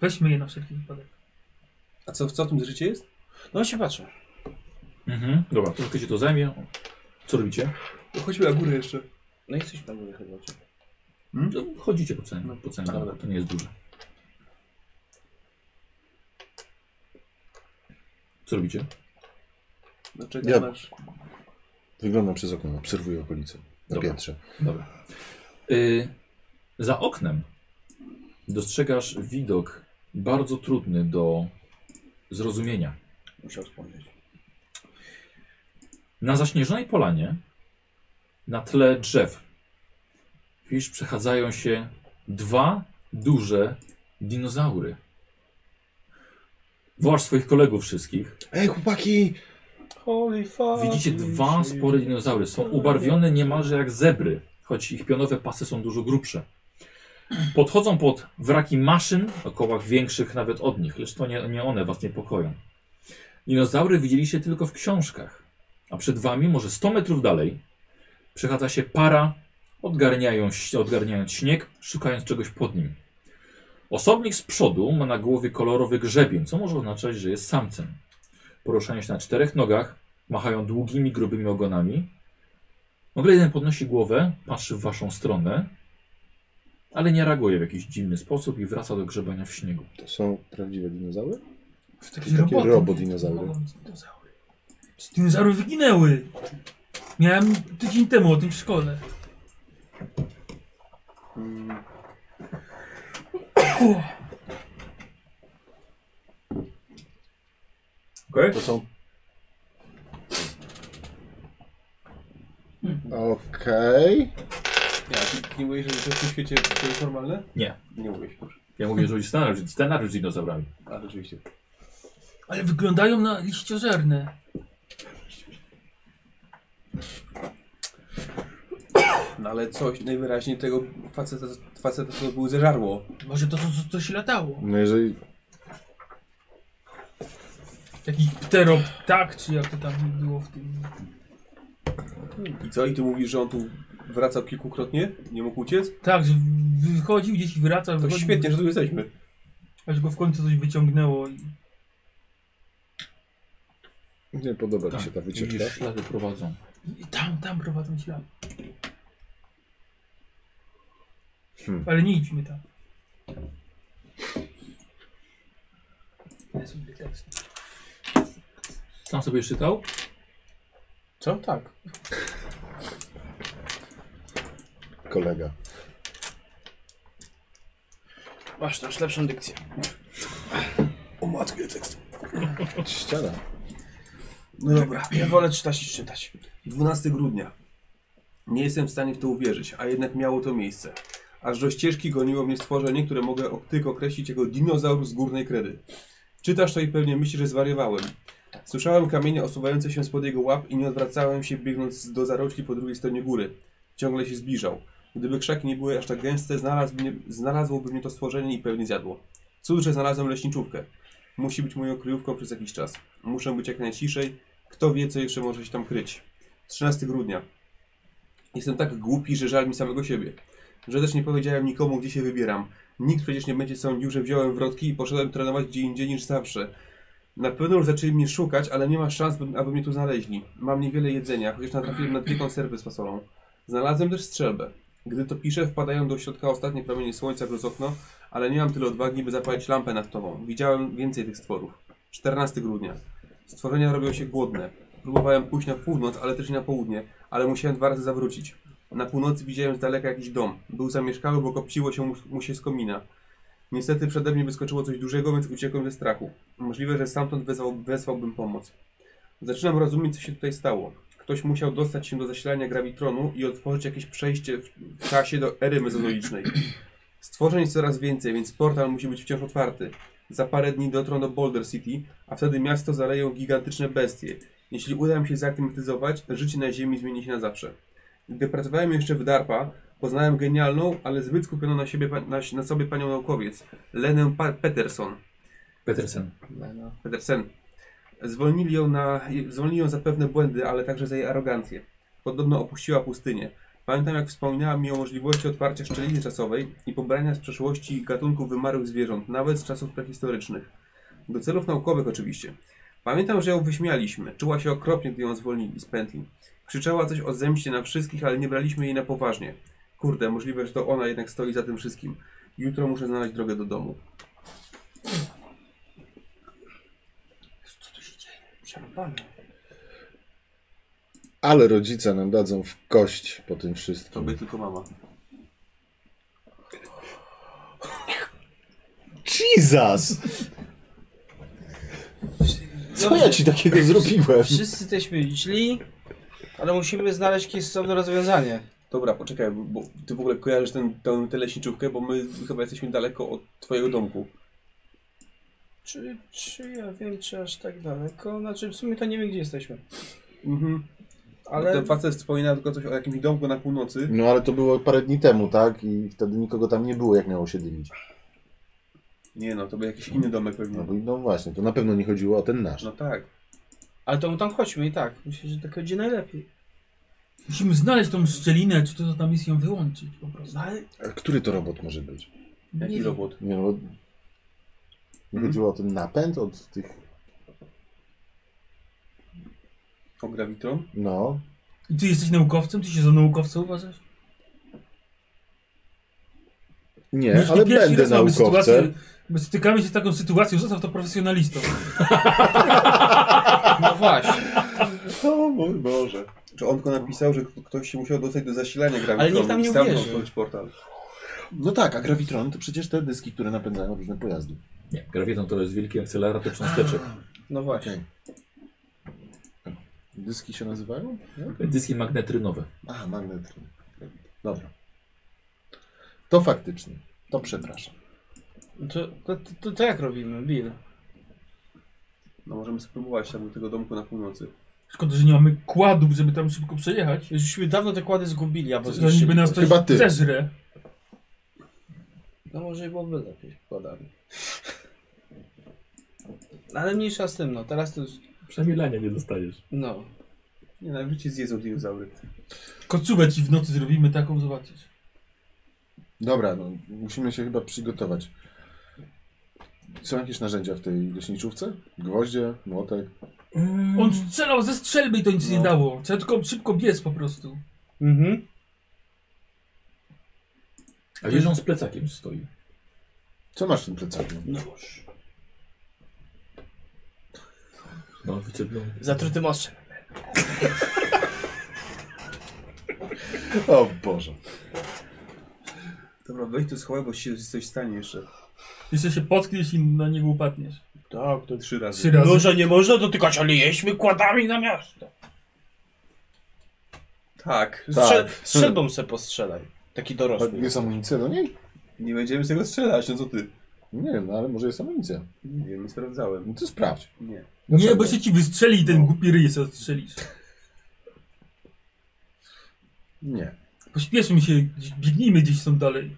S7: Weźmy je na wszelki wypadek.
S5: A co, co w tym życie jest?
S8: no się patrzę.
S1: Mhm. Dobra, troszkę się to zajmie. O, Co robicie?
S5: No chodźmy na górę jeszcze.
S8: No i coś tam było chyba. czy-
S1: No, chodzicie po całym, po całym
S5: dobra.
S1: domku, to nie jest duże. Co robicie?
S5: Dlaczego
S3: Ja-
S5: masz?
S3: Wyglądam przez okno, obserwuję okolice. Na
S1: Dobra.
S3: piętrze.
S1: Dobra. Y, za oknem dostrzegasz widok bardzo trudny do zrozumienia.
S8: Musiał wspomnieć.
S1: Na zaśnieżonej polanie, na tle drzew, widzisz, przechadzają się dwa duże dinozaury. Wołasz swoich kolegów wszystkich.
S3: Ej, chłopaki!
S8: Holy fuck.
S1: Widzicie dwa spore dinozaury. Są ubarwione niemalże jak zebry, choć ich pionowe pasy są dużo grubsze. Podchodzą pod wraki maszyn, o kołach większych nawet od nich, lecz to nie, nie one was niepokoją. Dinozaury widzieliście tylko w książkach, a przed wami, może 100 metrów dalej, przechadza się para, odgarniają, ś- odgarniając śnieg, szukając czegoś pod nim. Osobnik z przodu ma na głowie kolorowy grzebień, co może oznaczać, że jest samcem. Poruszają się na czterech nogach, machają długimi, grubymi ogonami. Nagle jeden podnosi głowę, patrzy w waszą stronę, ale nie reaguje w jakiś dziwny sposób i wraca do grzebania w śniegu.
S3: To są prawdziwe dinozaury?
S7: Takie,
S3: Takie
S7: roboty,
S3: robodinozaury.
S7: nie? To mogą być dinozaury. Z Dinozaury wyginęły! Miałem tydzień temu o tym w szkole.
S5: mm,
S1: Okej?
S3: To są... Okej.
S5: Ja, ty nie mówisz, że to w tym świecie to jest normalne?
S1: Nie.
S5: Nie mówisz, dobrze.
S1: Ja mówię, że chodzi scenariusz, scenariusz z dinozaurami.
S5: A, rzeczywiście.
S7: Ale wyglądają na liściożerne.
S5: No ale coś najwyraźniej tego faceta, faceta co był zeżarło.
S2: Może to, co co- co się latało.
S3: No jeżeli
S7: Jakiś pteroptak, czy jak to tam było w tym...
S5: I co? I ty mówisz, że on tu wracał kilkukrotnie? Nie mógł uciec?
S7: Tak, że wychodził gdzieś i wraca.
S5: To
S7: wychodził,
S5: świetnie, że tu jesteśmy.
S7: Aż go w końcu coś wyciągnęło i...
S3: nie podoba mi się
S7: Tak,
S3: ta wycieczka.
S1: Widzisz, ślady prowadzą.
S7: I tam, tam prowadzą ślady.
S3: Hmm.
S7: Ale nie idźmy tam.
S1: Sam sobie czytał?
S2: Co? Tak.
S3: Kolega.
S2: Masz też lepszą dykcję.
S5: O tak- matkę tekst.
S3: Ściana.
S5: No dobra.
S2: Ja wolę czytać niż czytać.
S5: 12 grudnia. Nie jestem w stanie w to uwierzyć, a jednak miało to miejsce. Aż do ścieżki goniło mnie stworzenie, które mogę ok- tylko określić jako dinozaur z górnej kredy. Czytasz to i pewnie myślisz, że zwariowałem. Słyszałem kamienie osuwające się spod jego łap i nie odwracałem się, biegnąc do zarośli po drugiej stronie góry. Ciągle się zbliżał. Gdyby krzaki nie były aż tak gęste, znalazł mnie, znalazłoby mnie to stworzenie i pewnie zjadło. Cud, że znalazłem leśniczówkę. Musi być moją kryjówką przez jakiś czas. Muszę być jak najciszej. Kto wie, co jeszcze może się tam kryć. 13 grudnia. Jestem tak głupi, że żal mi samego siebie. Że też nie powiedziałem nikomu, gdzie się wybieram. Nikt przecież nie będzie sądził, że wziąłem wrotki i poszedłem trenować gdzie indziej niż zawsze. Na pewno już zaczęli mnie szukać, ale nie ma szans, by- aby mnie tu znaleźli. Mam niewiele jedzenia, chociaż natrafiłem na dwie konserwy z fasolą. Znalazłem też strzelbę. Gdy to piszę, wpadają do środka ostatnie promienie słońca przez okno, ale nie mam tyle odwagi, by zapalić lampę naftową. Widziałem więcej tych stworów. 14 grudnia. Stworzenia robią się głodne. Próbowałem pójść na północ, ale też i na południe, ale musiałem dwa razy zawrócić. Na północy widziałem z daleka jakiś dom. Był zamieszkały, bo kopciło się mu, mu się z komina. Niestety przede mnie wyskoczyło coś dużego, więc uciekłem ze strachu. Możliwe, że stamtąd wezwał, wezwałbym pomoc. Zaczynam rozumieć, co się tutaj stało. Ktoś musiał dostać się do zasilania grawitronu i otworzyć jakieś przejście w, w czasie do ery mezozoicznej. Stworzeń jest coraz więcej, więc portal musi być wciąż otwarty. Za parę dni dotrą do Boulder City, a wtedy miasto zaleją gigantyczne bestie. Jeśli uda mi się zaklimatyzować, życie na Ziemi zmieni się na zawsze. Gdy pracowałem jeszcze w DARPA, poznałem genialną, ale zbyt skupioną na, siebie, pa- na, na sobie panią naukowiec, Lenę pa Peterson.
S1: Petersen.
S2: No,
S5: Petersen. Zwolnili ją, na, zwolnili ją za pewne błędy, ale także za jej arogancję. Podobno opuściła pustynię. Pamiętam, jak wspomniała mi o możliwości otwarcia szczeliny czasowej i pobrania z przeszłości gatunków wymarłych zwierząt, nawet z czasów prehistorycznych. Do celów naukowych oczywiście. Pamiętam, że ją wyśmialiśmy. Czuła się okropnie, gdy ją zwolnili z pętli. Krzyczała coś o zemście na wszystkich, ale nie braliśmy jej na poważnie. Kurde, możliwe, że to ona jednak stoi za tym wszystkim. Jutro muszę znaleźć drogę do domu.
S2: Szarpane.
S3: Ale rodzice nam dadzą w kość po tym wszystkim.
S5: Tobie tylko mama.
S3: Jesus! Co ja ci
S7: [laughs]
S3: takiego zrobiłem?
S2: Wszyscy jesteśmy źli, ale musimy znaleźć jakieś stosowne rozwiązanie.
S5: Dobra, poczekaj, bo- bo ty w ogóle kojarzysz ten, tę, tę leśniczówkę, bo my chyba jesteśmy daleko od twojego domku.
S2: Czy, czy ja wiem, czy aż tak daleko? Znaczy, w sumie to nie wiem, gdzie jesteśmy.
S5: Mhm. Ale...
S2: Ale
S5: Ten facet wspomina tylko coś o jakimś domku na północy.
S3: No ale to było parę dni temu, tak? I wtedy nikogo tam nie było, jak miało się dymić.
S5: Nie no, to był jakiś inny domek
S3: No,
S5: pewnie.
S3: bo- no właśnie, to na pewno nie chodziło o ten nasz.
S5: No tak.
S2: Ale to mu tam chodźmy i tak. Myślę, że tak będzie najlepiej.
S7: Musimy znaleźć tą szczelinę, czy to co tam jest, i ją wyłączyć po prostu.
S2: No, ale
S3: A który to robot może być?
S7: Nie
S5: Jaki
S7: wiem.
S5: robot.
S3: Nie, no, bo... nie
S7: Mhm.
S3: chodziło o ten napęd od tych...
S5: O Gravitron?
S3: No,
S7: I ty jesteś naukowcem? Ty się za naukowca uważasz?
S3: Nie,
S7: Już
S3: ale
S7: pierwszy
S3: będę
S7: raz mamy
S3: naukowcem.
S7: sytuację- bo Stykamy się z taką sytuacją, zostaw to profesjonalistą.
S2: no właśnie.
S3: [laughs] O mój Boże.
S5: Czy on tylko napisał, że k- ktoś się musiał dostać do zasilania Gravitronu
S2: nikt tam nie
S5: i stamtąd
S2: uwierzy.
S5: otworzyć portal.
S3: No tak, a grawitron to przecież te dyski, które napędzają różne pojazdy.
S1: Nie, grawiton to jest wielki akcelerator cząsteczek.
S2: No właśnie.
S3: Dyski się nazywają? Nie?
S1: Dyski magnetrynowe.
S3: A, magnetron. Dobra. To faktycznie. To przepraszam.
S2: No To, to, to, to, to jak robimy, Bill?
S5: No możemy spróbować tam do tego domku na północy.
S7: Szkoda, że nie mamy kładów, żeby tam szybko przejechać.
S8: Żeśmy dawno te kłady zgubili, albo
S7: No niby
S8: zniszczyli.
S7: nas coś
S3: Chyba ty.
S7: zeżre.
S2: No może byłoby lepiej podany. [laughs] Ale mniejsza z tym, no teraz to już...
S1: Przynajmniej lania nie dostaniesz.
S2: No.
S6: Nie, na życie zjedzą dinozaury.
S7: Kocówę ci w nocy zrobimy taką, zobaczysz.
S3: Dobra, no, musimy się chyba przygotować. Są jakieś narzędzia w tej leśniczówce? Gwoździe, młotek?
S1: Mm.
S7: On strzelał ze strzelby i to nic
S3: No.
S7: nie dało. Trzeba tylko szybko biec po prostu.
S2: Mhm.
S1: A wiesz, on z plecakiem stoi.
S3: Co masz w tym plecaku?
S2: Noż.
S1: No, wyciągnął.
S2: Zatrutym ostrzem.
S3: O Boże.
S6: Dobra, weź tu schowaj, bo się coś stanie jeszcze.
S7: Jeszcze się potkniesz i na niego upadniesz.
S6: Tak, to trzy razy.
S7: Trzy razy.
S2: Noża nie można dotykać, ale jeźdźmy kładami na miasto.
S6: Tak.
S2: Strzel strzelbą Tak, se postrzelaj. Taki
S3: A
S2: dorosły.
S3: Jest amunicja do niej?
S6: Nie będziemy z tego strzelać, no co ty?
S3: Nie wiem, no, ale może jest amunicja.
S6: Nie wiem, nie sprawdzałem.
S3: No to sprawdź.
S6: Nie.
S7: Nie,
S3: Dlaczego?
S7: bo się ci wystrzeli i ten głupi ryj sobie odstrzelisz.
S3: Nie.
S7: Pośpieszmy się, gdzieś- biegnijmy gdzieś są dalej.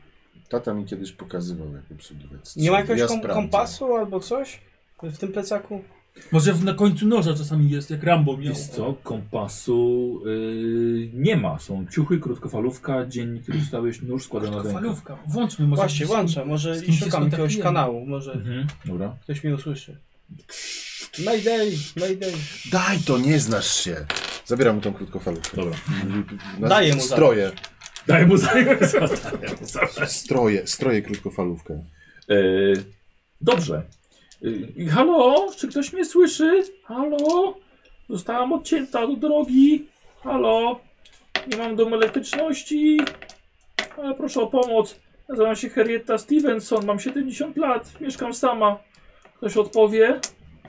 S3: Tata mi kiedyś pokazywał, jak obsługiwać
S2: Nie ma
S3: strzelbę.
S2: jakiegoś kom
S3: sprawdzę.
S2: kompasu albo coś? W tym plecaku?
S7: Może w, na końcu noża czasami jest, jak Rambo miał.
S1: Jest co? Kompasu yy, nie ma. Są ciuchy, krótkofalówka, dziennik, który dostałeś, nóż składany na rękę.
S7: Krótkofalówka. Włączmy może.
S2: Właśnie,
S7: z-
S2: włączę. Może
S7: z kimś się
S2: szukam jakiegoś
S7: skontaktujemy.
S2: kanału. Może
S1: Mhm, dobra.
S2: ktoś mnie usłyszy. Mayday, mayday.
S3: Daj to, nie znasz się. Zabieram mu tą krótkofalówkę.
S1: Dobra.
S3: Na-
S2: Daję mu
S3: Stroje,
S1: Daj mu [laughs] zajęć. Daj mu zajęć.
S3: stroje, stroje krótkofalówkę.
S1: Yy, dobrze. Yy, halo? Czy ktoś mnie słyszy? Halo? Zostałam odcięta od drogi. Halo? Nie mam domu elektryczności. A, proszę o pomoc. Nazywam się Henrietta Stevenson, mam 70 lat, mieszkam sama. Ktoś odpowie?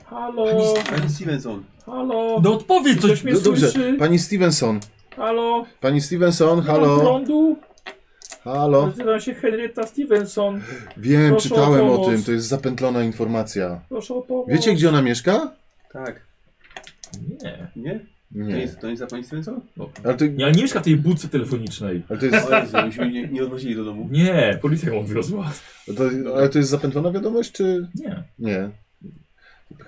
S1: Halo?
S6: Pani Stevenson.
S1: Halo?
S7: No odpowiedz
S1: Ktoś
S7: coś.
S1: mnie
S3: No dobrze,
S1: słyszy?
S3: pani Stevenson.
S1: Halo?
S3: Pani Stevenson,
S1: Nie mam
S3: halo,
S1: prądu?
S3: halo.
S1: Nazywam się Henrietta Stevenson.
S3: Wiem,
S1: Proszę o
S3: czytałem o
S1: pomoc.
S3: tym, to jest zapętlona informacja.
S1: Proszę o pomoc.
S3: Wiecie, gdzie ona mieszka?
S6: Tak.
S1: Nie.
S6: Nie? To nie,
S3: Nie.
S6: jest, to nie jest za pani
S2: [laughs]
S6: Stevenson?
S1: No,
S3: Ale to,
S1: ja nie mieszkam w tej budce telefonicznej.
S3: ale to, jest,
S6: O Jezu, myśmy nie, nie odwozili do domu.
S1: Nie, policja ją odwiozła.
S3: to, ale to jest zapętlona wiadomość, czy...
S1: Nie.
S3: Nie.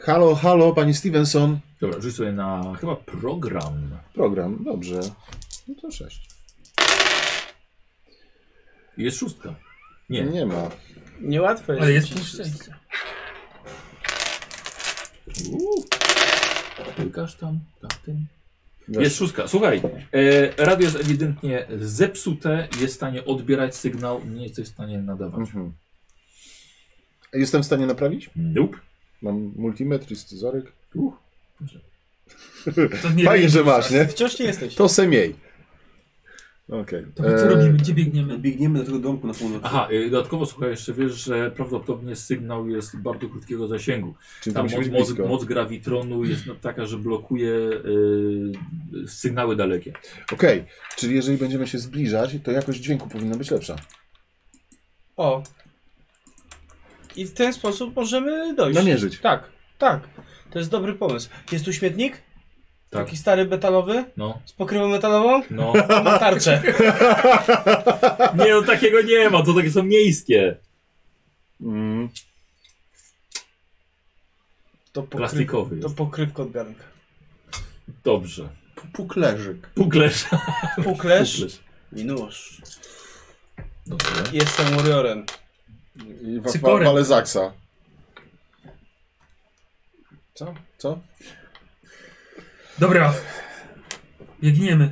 S3: Halo, halo, pani Stevenson.
S1: Dobra, rzuć sobie na chyba program.
S3: Program, dobrze. No to sześć.
S1: Jest szóstka. Nie.
S3: Nie, nie ma.
S2: Niełatwe jest.
S7: Ale jest
S2: rzucić
S7: punkt
S2: wszystko.
S7: szczęścia.
S1: Uuu. Pykasz tam, tamtym. Jest
S3: Wiesz,
S1: szóstka. Słuchaj, e, radio jest ewidentnie zepsute, jest w stanie odbierać sygnał, nie jesteś w stanie nadawać.
S3: mhm. Jestem w stanie naprawić?
S1: Nope.
S3: Mam multimetr i scyzoryk.
S1: Uh.
S7: To nie
S3: Fajnie, że masz, nie?
S2: Wciąż nie jesteś.
S3: To se miej. Okej.
S7: To my co
S3: Eee,
S7: robimy? Gdzie
S6: No,
S7: biegniemy?
S6: biegniemy do tego domku na północ.
S1: Aha, e, dodatkowo słuchaj, jeszcze wiesz, że prawdopodobnie sygnał jest bardzo krótkiego zasięgu.
S3: Czyli to
S1: Tam
S3: musi
S1: moc,
S3: być
S1: moc,
S3: blisko.
S1: moc grawitronu jest no, taka, że blokuje e, sygnały dalekie.
S3: Okej, czyli jeżeli będziemy się zbliżać, to jakość dźwięku powinna być lepsza.
S2: O. I w ten sposób możemy dojść.
S3: Namierzyć.
S2: Tak, tak. To jest dobry pomysł. Jest tu śmietnik?
S1: Tak.
S2: Taki stary metalowy?
S1: No,
S2: Z pokrywą metalową?
S1: no.
S2: Mam tarczę.
S1: [laughs] Nie, no takiego nie ma, to takie są miejskie.
S3: Mm.
S2: To, pokryw...
S1: Plastikowy
S2: to
S1: jest.
S2: pokrywka od garnka.
S1: Dobrze.
S3: Puklerzyk.
S1: Puklerz.
S2: Puklerz
S1: Puklerz.
S2: i nóż.
S1: Dobrze.
S2: Jestem warriorem.
S3: I wa- wa-
S7: Cykorek.
S3: wale Zaksa. Co? Co?
S7: Dobra. Biegniemy.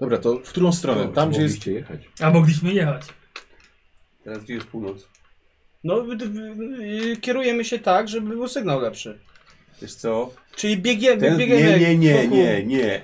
S3: Dobra, to w którą stronę? Tam, gdzie jest...
S1: Mogliście jechać.
S7: A mogliśmy jechać.
S6: Teraz gdzie jest północ?
S2: No, w- w- y, kierujemy się tak, żeby był sygnał lepszy.
S6: Wiesz co?
S2: Czyli biegiem,
S6: Ten... Nie,
S2: biegiem jak
S6: nie, nie,
S2: wokół.
S6: nie, nie.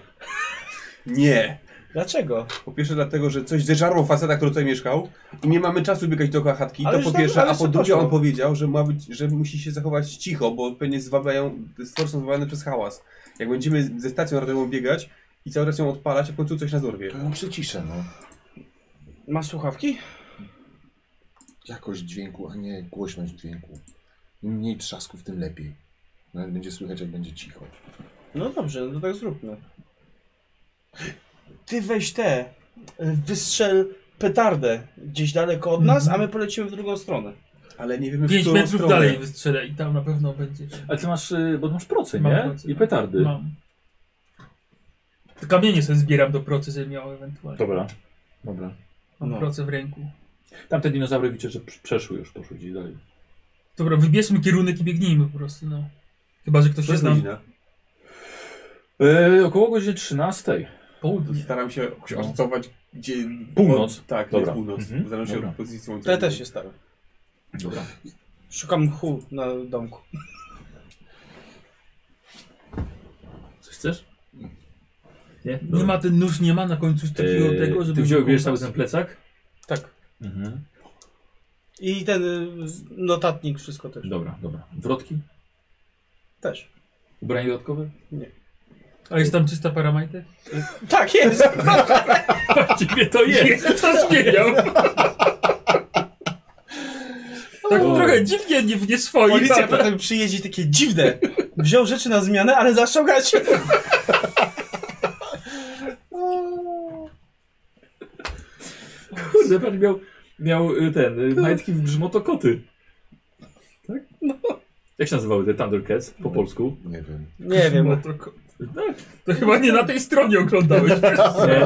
S6: Nie.
S2: Dlaczego?
S6: Po pierwsze dlatego, że coś zeżarło faceta, który tutaj mieszkał i nie mamy czasu biegać dookoła chatki,
S2: Ale
S6: to
S2: już
S6: po
S2: tak-
S6: pierwsze,
S2: ale
S6: a po
S2: co
S6: drugie on
S2: poszło?
S6: powiedział, że, ma być, że musi się zachować cicho, bo pewnie zwabiają, stwory są zwabiane przez hałas. Jak będziemy ze stacją radiową biegać i cały czas ją odpalać, a w końcu coś nas
S3: To
S6: dorwie.
S3: ja przyciszę, no.
S2: Masz słuchawki?
S3: Jakość dźwięku, a nie głośność dźwięku. Im mniej trzasków, tym lepiej. Nawet będzie słychać, jak będzie cicho.
S2: No dobrze, no to tak zróbmy. Ty weź te, y, wystrzel petardę gdzieś daleko od nas, a my
S6: Mhm.
S2: polecimy w drugą stronę.
S5: Ale nie wiemy, w
S7: 5
S5: którą
S7: metrów
S5: stronę.
S7: dalej wystrzelę i tam na pewno będzie.
S1: Ale ty masz, y, bo ty masz proce,
S7: Mam
S1: nie?
S7: proce.
S1: I petardy.
S7: Mam. Te Kamienie sobie zbieram do procy, żeby miał ewentualnie.
S1: Dobra, dobra.
S7: Mam
S2: No.
S7: procę w ręku.
S1: Tamte dinozaury widzicie, że pr- przeszły już, poszły gdzieś dalej.
S7: Dobra, wybierzmy kierunek i biegnijmy po prostu, no. Chyba, że ktoś
S5: To
S7: się
S5: jest
S7: zna.
S5: godzina.
S1: E, około godziny 13.
S7: Południe.
S5: Staram się oszacować, gdzie...
S1: Północ.
S5: Od, tak,
S1: Dobra.
S5: jest północ.
S1: Mhm.
S5: Staram się
S1: Dobra.
S5: od pozycji słońca.
S2: To ja też się staram.
S1: Dobra.
S2: Szukam mchu na domku.
S1: Coś chcesz? Nie?
S7: Nie ma ten nóż, nie ma na końcu z takiego
S1: E,
S7: tego, żeby.
S1: Ty wziąłeś
S7: wykąpać.
S1: bierzesz cały ten plecak?
S2: Tak.
S1: Mhm.
S2: I ten y, notatnik, wszystko też.
S1: Dobra, dobra. Wrotki?
S2: Też.
S1: Ubranie dodatkowe?
S7: A jest tam czysta para majtek?
S6: [laughs]
S2: Tak jest!
S1: Właściwie to jest.
S7: to zmieniał. tak
S1: O.
S7: trochę dziwnie, nie, nie swoim.
S2: Policja
S7: ale-
S2: potem przyjedzie takie dziwne. Wziął rzeczy na zmianę, ale
S6: [laughs]
S2: zaczął grać.
S1: Kurde, pan miał, miał y, ten, y, majtki w grzmotokoty. Tak? No. Jak się nazywały te Thundercats po polsku?
S3: Nie wiem.
S2: Nie wiem.
S1: Tak.
S7: To chyba nie na tej stronie oglądałeś.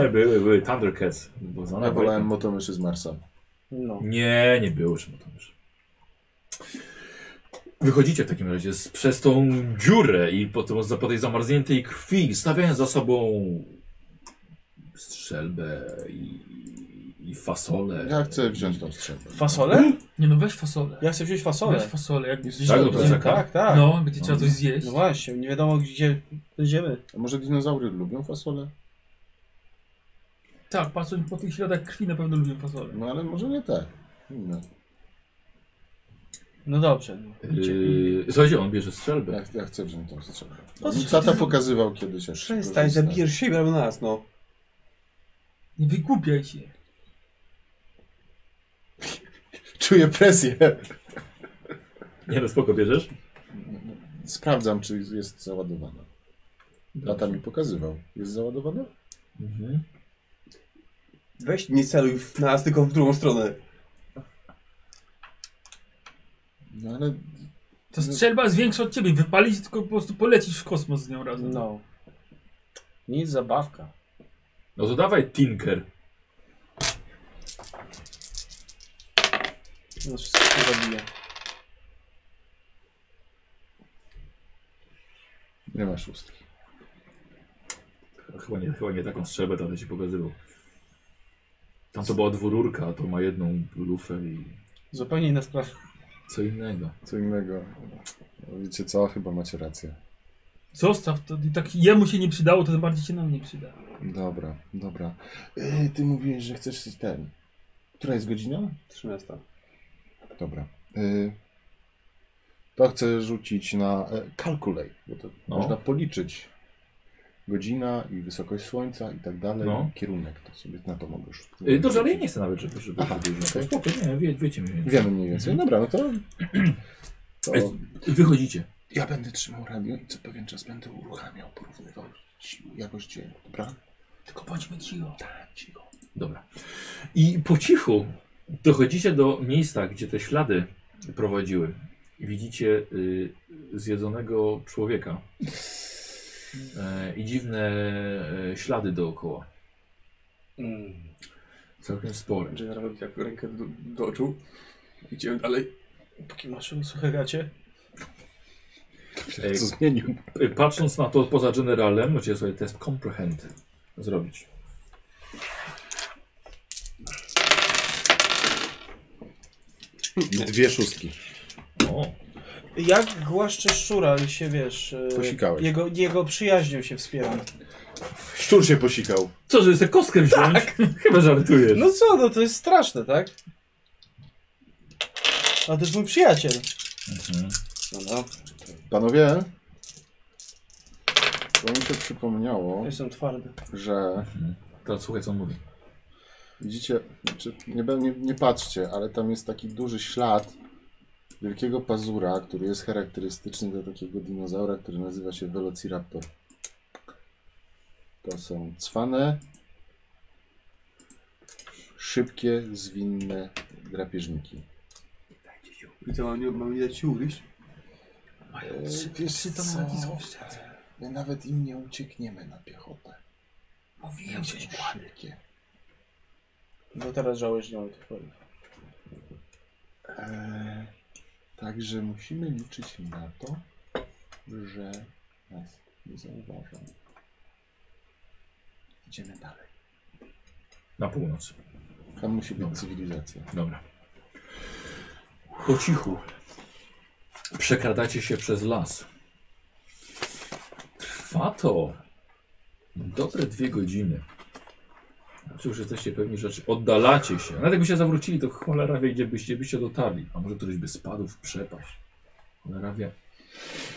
S1: Nie, były, były Thundercats. Bo znane
S3: Ja
S1: były.
S3: wolałem motomyszy z Marsa.
S2: No.
S1: Nie, nie było czemu to już. Wychodzicie w takim razie z, przez tą dziurę i po, tym, po tej zamarzniętej krwi, stawiając za sobą strzelbę i, i fasolę.
S3: Ja chcę wziąć tą strzelbę.
S2: Fasolę?
S7: Nie no, weź fasolę.
S2: Ja chcę wziąć
S7: Weź
S2: fasolę.
S7: fasolę, jak gdzieś
S6: no
S1: Tak, do
S7: będzie-
S1: plecaka?
S2: Tak, tak.
S7: No, będzie trzeba coś
S1: No.
S7: zjeść.
S2: No właśnie, nie wiadomo gdzie będziemy.
S3: A może dinozaury lubią fasolę?
S7: Tak, patrząc po tych śladach krwi na pewno lubię fasolę.
S3: No ale może nie tak. Inne.
S2: No dobrze. No.
S1: Yy, słuchajcie, on bierze strzelbę.
S3: Ja, ja chcę wziąć tą strzelbę.
S2: Po co
S3: Mi Tata pokazywał kiedyś. jak się
S5: Przestań,
S3: korzysta.
S5: zabijesz siebie albo nas, no.
S7: Nie wykupiaj się.
S3: Czuję presję.
S1: Nie no, spoko, bierzesz?
S3: Sprawdzam, czy jest załadowana. Tata mi pokazywał. Jest załadowana?
S1: Mhm.
S5: Weź nie celuj w nas, tylko w drugą stronę.
S3: No ale
S2: No.
S7: To strzelba jest większa od ciebie. Wypalić tylko po prostu polecisz w kosmos z nią razem.
S2: No. Nic zabawka.
S1: No to dawaj Tinker.
S2: No wszystko zabija.
S3: nie ma szóstki.
S1: Chyba nie, chyba nie taką strzelbę tata ci pokazywał. Tam to była dwururka, a to ma jedną lufę i
S2: Zupełnie inna sprawa.
S1: co innego.
S3: Co innego. No, Wiecie co? Chyba macie rację.
S7: Zostaw to. I tak jemu się nie przydało, to tym bardziej się nam nie przyda.
S3: Dobra, dobra. Ej, ty mówiłeś, że chcesz coś ten. Która jest godzina?
S5: 13.
S3: Dobra. Y, To chcę rzucić na e, calculate, bo to
S1: No.
S3: można policzyć godzina i wysokość słońca i tak dalej,
S1: No.
S3: kierunek, to sobie na to mogę rzucić.
S1: Yy, Dobrze, ale ja nie chcę nawet, żeby... żeby
S3: Aha,
S1: żeby-
S3: okej.
S1: Spoko, nie, wie, wiecie mniej więcej.
S3: Wiemy mniej więcej, dobra, no [clears throat] to... to...
S1: Jest- Wychodzicie.
S3: Y, Ja będę trzymał radio i co pewien czas będę uruchamiał, porównywał siły, jakość dźwięku, dobra?
S7: Tylko bądźmy cicho.
S2: Tak,
S3: Cicho.
S1: Dobra. I po cichu dochodzicie do miejsca, gdzie te ślady prowadziły. I Widzicie y, zjedzonego człowieka e, i dziwne e, ślady dookoła.
S2: Mm.
S1: Całkiem spore.
S5: Że ja robię tak rękę do, do oczu. Idziemy dalej.
S2: Póki masz suche gacie.
S1: Ej.
S3: Co zmienił?
S1: Y, Patrząc na to poza generalem, możecie sobie test comprehend zrobić.
S3: Dwie szóstki.
S1: O,
S2: Jak głaszczę szczura i się wiesz. e,
S3: Posikałeś.
S2: Jego, jego przyjaźnią się wspieram.
S3: Szczur się posikał.
S1: co, że sobie kostkę wziąć? [laughs] Chyba żartujesz.
S2: No co, no to jest straszne, tak? A to jest mój przyjaciel.
S1: Mhm.
S2: No, no.
S3: Panowie, to mi się przypomniało,
S2: Jestem twardy.
S3: że
S1: Teraz słuchaj, co on mówi.
S3: widzicie, znaczy nie, be- nie, nie patrzcie, ale tam jest taki duży ślad wielkiego pazura, który jest charakterystyczny dla takiego dinozaura, który nazywa się Velociraptor. To są cwane, szybkie, zwinne drapieżniki.
S5: I co, mam, mam dać się ugryźć?
S3: Eee, Wiesz co? My nawet im nie uciekniemy na piechotę. Mówiłem, że szybkie.
S2: No teraz żałeś nią. to powiem.
S3: Eee, Także musimy liczyć na to, że nas nie zauważą. Idziemy dalej.
S1: Na północ.
S3: Tam musi być
S1: Dobra.
S3: cywilizacja.
S1: Dobra. Po cichu przekradacie się przez las. Trwa to dobre dwie godziny. Znaczy już jesteście pewni rzeczy. Oddalacie się. Nawet jakby się zawrócili, to cholera wie, gdzie byście, byście dotarli. A może któryś by spadł w przepaść. Cholera wie.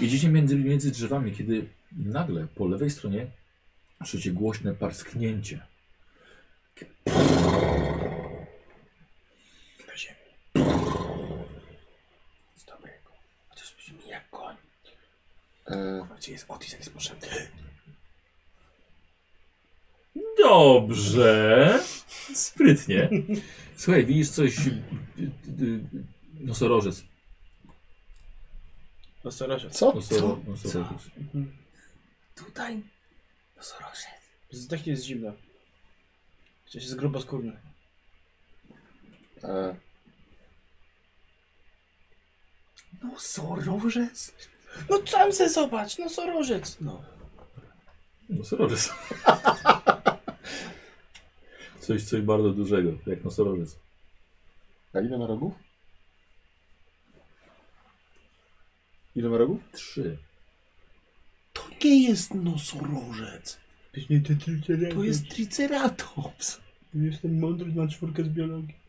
S1: Idziecie między, między drzewami, kiedy nagle po lewej stronie słyszycie głośne parsknięcie.
S2: Nic dobrego. Chociaż brzmi jak koń.
S3: Eee,
S2: Kurwa, gdzie jest Otis, jak jest potrzebny?
S1: Dobrze. Sprytnie. Słuchaj, widzisz coś. y, y, y, Nosorożec.
S2: Nosorożec.
S3: co?
S1: Nosoro, nosorożec.
S2: Tutaj? Nosorożec. Zdech jest zimna. Chociaż jest gruboskórny.
S3: Eee,
S2: Nosorożec? No sam se zobacz, nosorożec. No.
S1: [laughs] Nosorożec. Coś, coś bardzo dużego, jak nosorożec.
S3: a ile ma rogów? Ile ma rogów?
S1: Trzy.
S10: To nie jest nosorożec. To jest triceratops.
S2: Jestem mądry na czwórkę z biologii.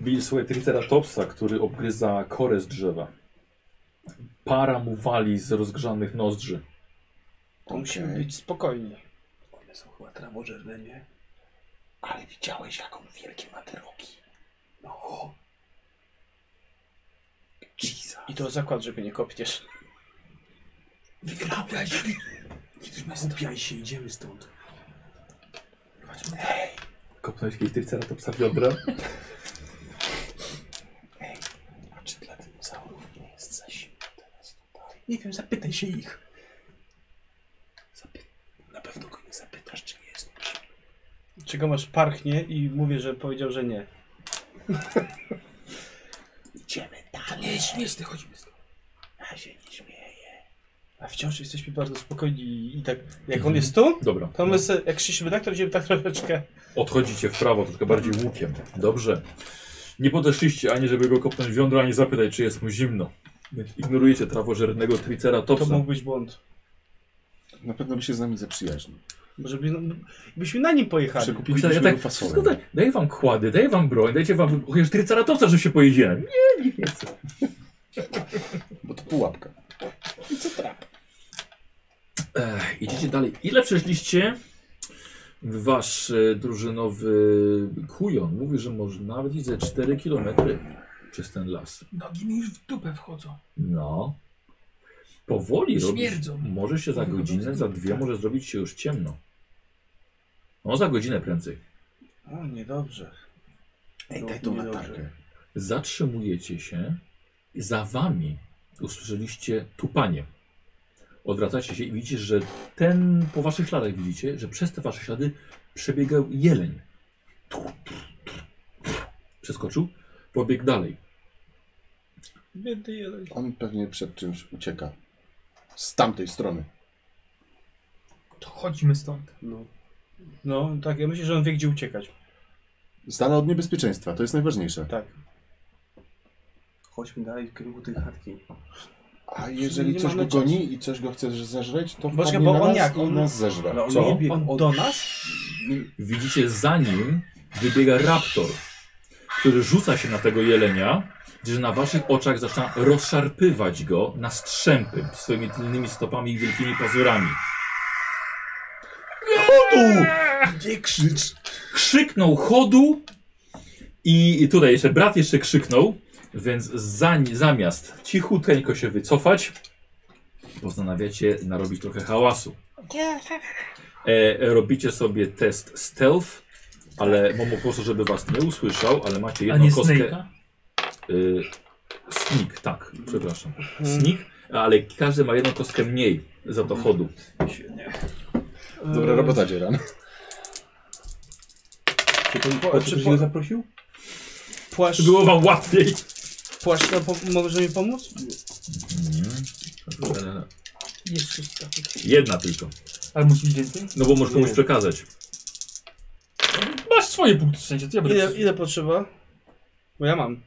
S1: Widzisz, słuchaj, triceratopsa, który obgryza korę z drzewa. Para mu wali z rozgrzanych nozdrzy.
S2: To musimy być spokojni.
S5: One są chyba trawożerne, nie?
S10: Ale widziałeś, jak on wielkie ma te rogi.
S5: No.
S10: Jesus.
S2: I to zakład, żeby nie kopniesz.
S10: Wygrałeś.
S5: Skupiaj się, idziemy stąd.
S1: Kopnąłeś kiedyś triceratopsa w biodra?
S10: A czy dla dinozaurów nie jest za zimno teraz tutaj?
S5: Nie wiem, zapytaj się ich.
S10: Zapy... Na pewno go nie zapytasz, czy nie jest mu zimno.
S2: Czego masz parchnie i mówię, że powiedział, że nie.
S10: Idziemy dalej. Nie śmieszny, chodźmy stąd. Ja się nie śmieję.
S2: A wciąż jesteśmy bardzo spokojni i, i tak. Jak on jest tu,
S1: Dobra.
S2: to my se, jak szliśmy tak, to będziemy tak troszeczkę.
S1: Odchodzicie w prawo, troszkę bardziej łukiem. Dobrze. Nie podeszliście ani żeby go kopnąć w jądro, ani zapytać, czy jest mu zimno. Więc ignorujecie trawożernego
S2: To
S1: triceratopsa.
S2: mógł być błąd.
S3: Na pewno by się z nami zaprzyjaźnił.
S2: Może by, no, byśmy na nim
S3: Tak,
S2: pojechali.
S3: Przekupiliśmy go
S1: tak wszystko
S3: fasolem.
S1: daj, daję wam kłady, daję wam broń, dajcie wam chociaż triceratopsa, żeby się pojedziemy. Nie, nie, nie chcę.
S3: Bo to pułapka.
S1: Ech, idziecie dalej. Ile przeszliście? Wasz e, drużynowy kujon mówi, że może nawet i ze 4 km przez ten las.
S10: Nogi mi już w dupę wchodzą.
S1: No. Powoli robisz.
S10: Śmierdzą.
S1: Może się za godzinę, za dwie może zrobić się już ciemno. No za godzinę prędzej.
S2: O, niedobrze.
S3: Ej,
S2: No,
S3: daj tą
S2: nie dobrze.
S3: latarkę.
S1: Zatrzymujecie się. Za wami usłyszeliście tupanie. Odwracacie się i widzicie, że ten, po waszych śladach widzicie, że przez te wasze ślady przebiegał jeleń. Przeskoczył, pobiegł dalej.
S2: Biedny jeden.
S3: On pewnie przed czymś ucieka. Z tamtej strony.
S10: To chodźmy stąd.
S2: No. No, tak, ja myślę, że on wie, gdzie uciekać.
S3: Z dala od niebezpieczeństwa, to jest najważniejsze.
S2: Tak.
S5: Chodźmy dalej w kierunku tej chatki.
S3: A jeżeli
S2: Nie
S3: coś go
S2: mamy
S3: goni i coś go chce zeżreć, to
S2: Poczekaj,
S3: wpadnie
S2: bo
S3: na
S2: on
S3: nas
S2: jak?
S3: i
S2: On- No,
S3: nas zeżre.
S5: Ale on
S1: Co?
S5: nie biegł
S2: On
S5: od...
S2: do nas?
S1: Widzicie za nim wybiega raptor, który rzuca się na tego jelenia, że na waszych oczach zaczyna rozszarpywać go na strzępy swoimi tylnymi stopami i wielkimi pazurami. Chodu!
S5: Nie krzycz!
S1: Krzyknął chodu i i tutaj jeszcze brat jeszcze krzyknął, więc zań, zamiast cichuteńko się wycofać, postanawiacie narobić trochę hałasu. E, e, robicie sobie test stealth, ale mam po prostu, żeby was nie usłyszał, ale macie
S7: A
S1: jedną
S7: nie
S1: kostkę.
S7: Snake'a?
S1: Y, sneak, tak, przepraszam. Sneak, ale każdy ma jedną kostkę mniej za to chodu.
S2: y-
S3: Dobra robota, Dzieran.
S5: Czy ten płaszcz
S2: czy
S5: ktoś
S2: po-
S5: nie zaprosił?
S2: Płaszcz,
S1: Było wam łatwiej.
S2: płaszcz to po, może mi pomóc?
S7: Jest szóstka.
S1: E, Jedna tylko.
S7: Ale musi być więcej?
S1: No bo możesz komuś przekazać.
S7: Masz swoje punkty szczęścia, to ja będę...
S2: Ile, ile potrzeba? Bo ja mam.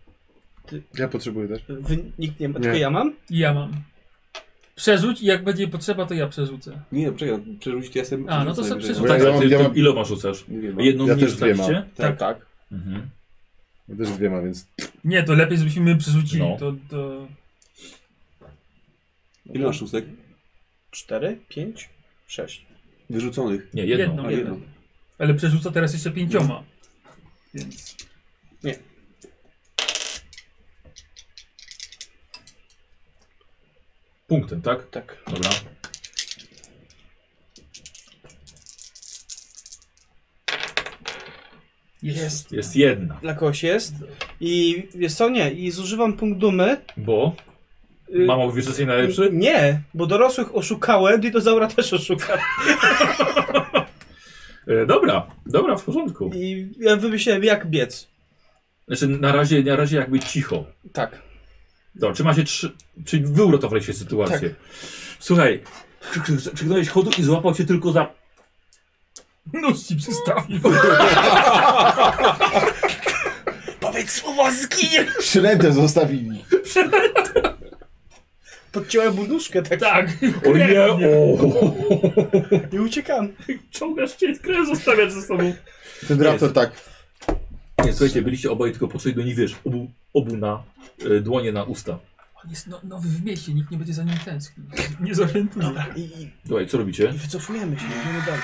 S3: Ja potrzebuję też.
S2: Wy, nikt nie ma,
S3: Nie.
S2: tylko ja mam?
S7: Ja mam. Przerzuć i jak będzie potrzeba, to ja przerzucę.
S5: Nie, czekaj, przerzucić ja jestem.
S7: A, no to sobie
S1: No
S7: przerzucę.
S1: tak,
S3: ja
S1: ale
S3: mam-
S1: ty,
S3: ja
S1: ty
S3: mam-
S1: ilo masz rzucasz?
S5: Nie wiem.
S1: Jedną
S3: Ja
S1: mniej
S3: też dwiema.
S1: rzucaliście?
S7: Tak.
S1: Mhm.
S3: Ja też dwiema, więc [laughs]
S7: Nie, to lepiej żebyśmy my przerzucili,
S1: No.
S7: to, to...
S5: Ile masz szóstek?
S2: Cztery, pięć, sześć.
S5: Wyrzuconych.
S1: Nie, jedną.
S7: Jedną.
S5: A,
S7: No,
S5: jedno.
S7: Ale przerzuca teraz jeszcze pięcioma. Więc...
S1: Punktem, tak?
S2: Tak.
S1: Dobra.
S2: Jest.
S1: Jest jedna.
S2: Dla kogoś jest. I jest co nie, i zużywam punkt dumy.
S1: Bo
S2: Y,
S1: mama mówi, że jesteś najlepszy?
S2: Nie, bo dorosłych oszukałem, dinozaura też oszukałem.
S1: E, dobra, dobra, w porządku.
S2: I ja wymyśliłem jak biec.
S1: Znaczy na razie, na razie jakby cicho.
S2: Tak.
S1: Dobra, czy macie trzy... Czy wy uratowaliście sytuację?
S3: Tak.
S1: Słuchaj, krzy- krzy- krzyknąłeś chodu i złapał cię tylko za...
S7: Nóż ci przystawił.
S2: Powiedz słowa zginie!
S3: śledę zostawili.
S2: Podciąłem mu nóżkę tak,
S7: Tak.
S1: O nie, o!
S2: i uciekam.
S7: Ciągasz cię, [laughs] krew zostawiasz ze sobą.
S3: Ten raptor tak.
S1: Nie, słuchajcie, byliście obaj tylko po co jedno, nie wiesz, obu, obu na e, dłonie na usta.
S7: On jest no, nowy w mieście, nikt nie będzie za nim tęsknił. Nie zorientuje.
S2: I, i,
S1: Słuchaj, co robicie?
S2: I wycofujemy się, idziemy dalej.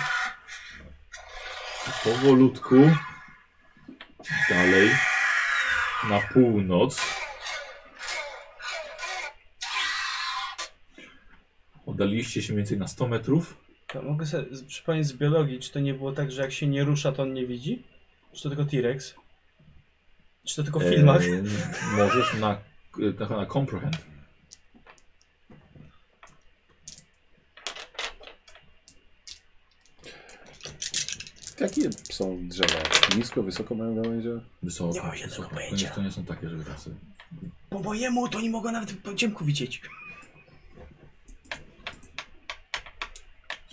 S1: Powolutku. Dalej. Na północ. Oddaliliście się mniej więcej na 100 metrów.
S2: To mogę sobie z- przypomnieć z biologii, czy to nie było tak, że jak się nie rusza, to on nie widzi? Czy to tylko T-Rex? Czy to tylko
S3: Eee.
S2: w filmach?
S1: E, możesz na, na, na comprehend.
S3: Jakie są drzewa? Nisko, wysoko mają gałęzie?
S1: Wysoko.
S2: Nie mam żadnego
S1: wysoko. To nie,
S2: pojęcia.
S1: to nie są takie, żeby tak sobie...
S2: Po mojemu to nie mogę nawet po ciemku widzieć.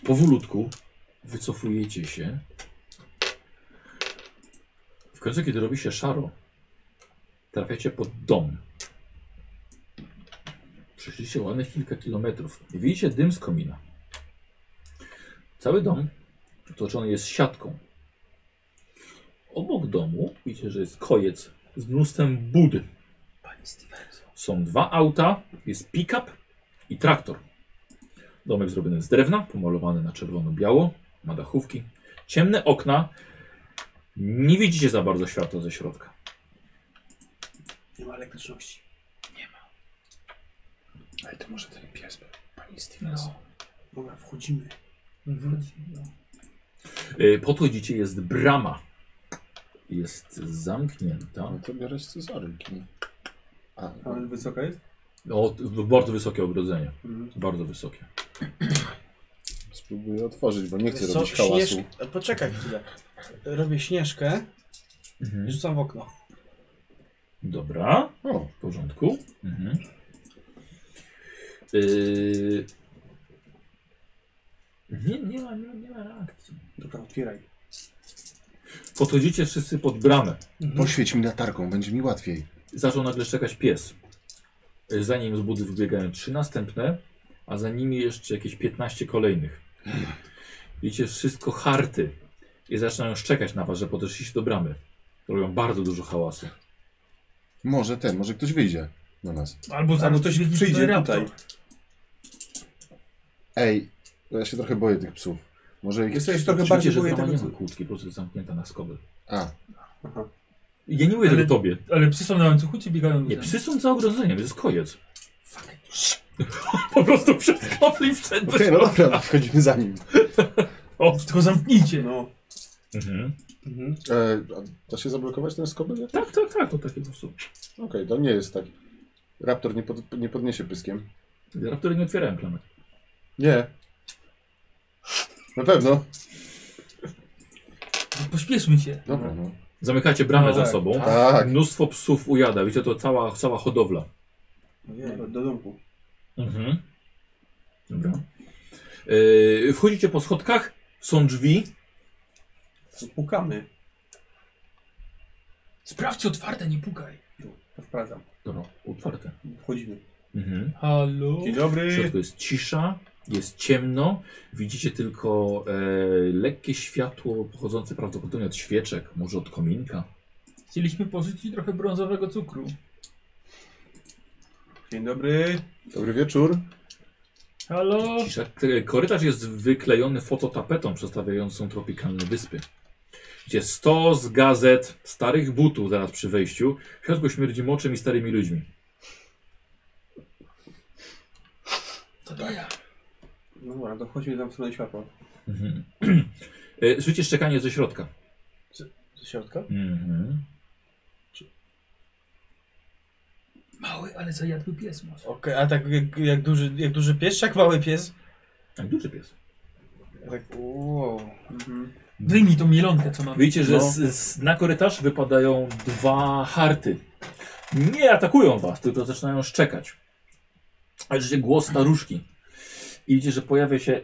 S1: Powolutku wycofujecie się. W końcu, kiedy robi się szaro, trafiacie pod dom. Przeszliście ładnych kilka kilometrów. I widzicie dym z komina. Cały dom otoczony jest siatką. Obok domu widzicie, że jest kojec z mnóstwem bud. Są dwa auta, jest pick-up i traktor. Domek zrobiony z drewna, pomalowany na czerwono-biało, ma dachówki, ciemne okna. Nie widzicie za bardzo światła ze środka.
S2: Nie ma elektryczności.
S3: Ale to może ten pies był. Pani Stevens.
S7: No.
S2: Dobra, wchodzimy.
S1: Yy, Podchodzicie, jest brama. Jest zamknięta.
S3: No to biorę scyzoryki. A,
S6: Ale wysoka jest?
S1: O, t- bardzo wysokie ogrodzenie.
S6: Mhm.
S1: Bardzo wysokie.
S3: spróbuję otworzyć, bo nie chcę
S2: Co,
S3: robić hałasu.
S2: Śnieżkę- Poczekaj chwilę. Robię śnieżkę i rzucam w okno.
S1: Dobra,
S3: O,
S1: w porządku. Mhm. Yy... Nie, nie, ma, nie, ma- nie ma reakcji.
S6: Dobra, otwieraj.
S1: Podchodzicie wszyscy pod bramę.
S3: poświeć mi latarką, będzie mi łatwiej.
S1: zaczął nagle szczekać pies. Zanim z budy wybiegają trzy następne, a za nimi jeszcze jakieś 15 kolejnych. Widzicie, wszystko harty i zaczynają szczekać na was, że podeszliście do bramy. Robią bardzo dużo hałasu.
S3: Może ten, może ktoś wyjdzie do nas.
S7: Albo zaraz
S6: Albo ktoś
S7: będzie
S6: przyjdzie
S7: tutaj
S6: tutaj.
S7: raptor.
S3: Ej, ja się trochę boję tych psów. Może ich...
S6: Jesteś trochę
S1: Czujcie,
S6: bardziej
S1: że
S6: boję
S1: brama
S6: tego,
S1: nie
S6: co...
S1: ma kłódki, po prostu jest zamknięta na skoby.
S3: A,
S1: Ja nie mówię
S7: Ale-
S1: tego tobie.
S6: Tak.
S7: Ale psy są na łańcuchu, czy biegają?
S1: Nie,
S7: za-
S1: psy są za ogrodzeniem, to jest kojec. Po prostu przez kafli wszedł bez
S3: Okej, no dobra, [laughs] no, wchodzimy za nim.
S7: O, tylko zamknijcie.
S5: No,
S1: Mhm.
S3: E, a da się zablokować ten skobel? Okej,
S1: Tak, tak, tak, to takie po prostu.
S3: to nie jest tak. Raptor nie, pod, nie podniesie pyskiem.
S1: Raptory nie otwierają klamek.
S3: Nie. Na pewno.
S7: Pośpieszmy się.
S3: Dobra, no.
S1: Zamykacie bramę
S6: No
S1: za
S6: tak.
S1: sobą.
S3: Tak.
S1: Mnóstwo psów ujada, wiecie, to cała, cała hodowla.
S5: do, no, do domku.
S1: Mhm. Dobra. Yy, wchodzicie po schodkach, są drzwi.
S5: Pukamy.
S7: Sprawdź otwarte, nie pukaj.
S5: To Sprawdzam.
S1: Dobra, otwarte.
S5: Wchodzimy.
S1: Mhm.
S7: Halo?
S5: Dzień
S1: W
S5: dobry.
S1: środku jest cisza, jest ciemno. Widzicie tylko e, lekkie światło pochodzące prawdopodobnie od świeczek, może od kominka.
S7: Chcieliśmy pożyczyć ci trochę brązowego cukru.
S5: Dzień dobry.
S3: Dobry wieczór.
S7: Halo?
S1: Cisza. K- Korytarz jest wyklejony fototapetą przedstawiającą tropikalne wyspy. Gdzie stos gazet, starych butów zaraz przy wejściu. W środku śmierdzi moczem i starymi ludźmi.
S7: To tak. ja.
S5: No dobra, to chodźmy tam w stronę światła.
S1: Mhm. E, Słyszycie szczekanie ze środka.
S8: Ze środka?
S1: Mhm.
S7: Mały, ale zajadły pies masz.
S8: Okej, a tak jak, jak, duży, jak duży pies, czy jak mały pies?
S1: Tak, duży pies.
S8: Ja tak, wow.
S5: Mhm.
S7: Wyjmij tą mielonkę, co mam.
S1: Widzicie, że z, z, na korytarz wypadają dwa harty. Nie atakują was, tylko zaczynają szczekać. A słyszycie głos staruszki. I widzicie, że pojawia się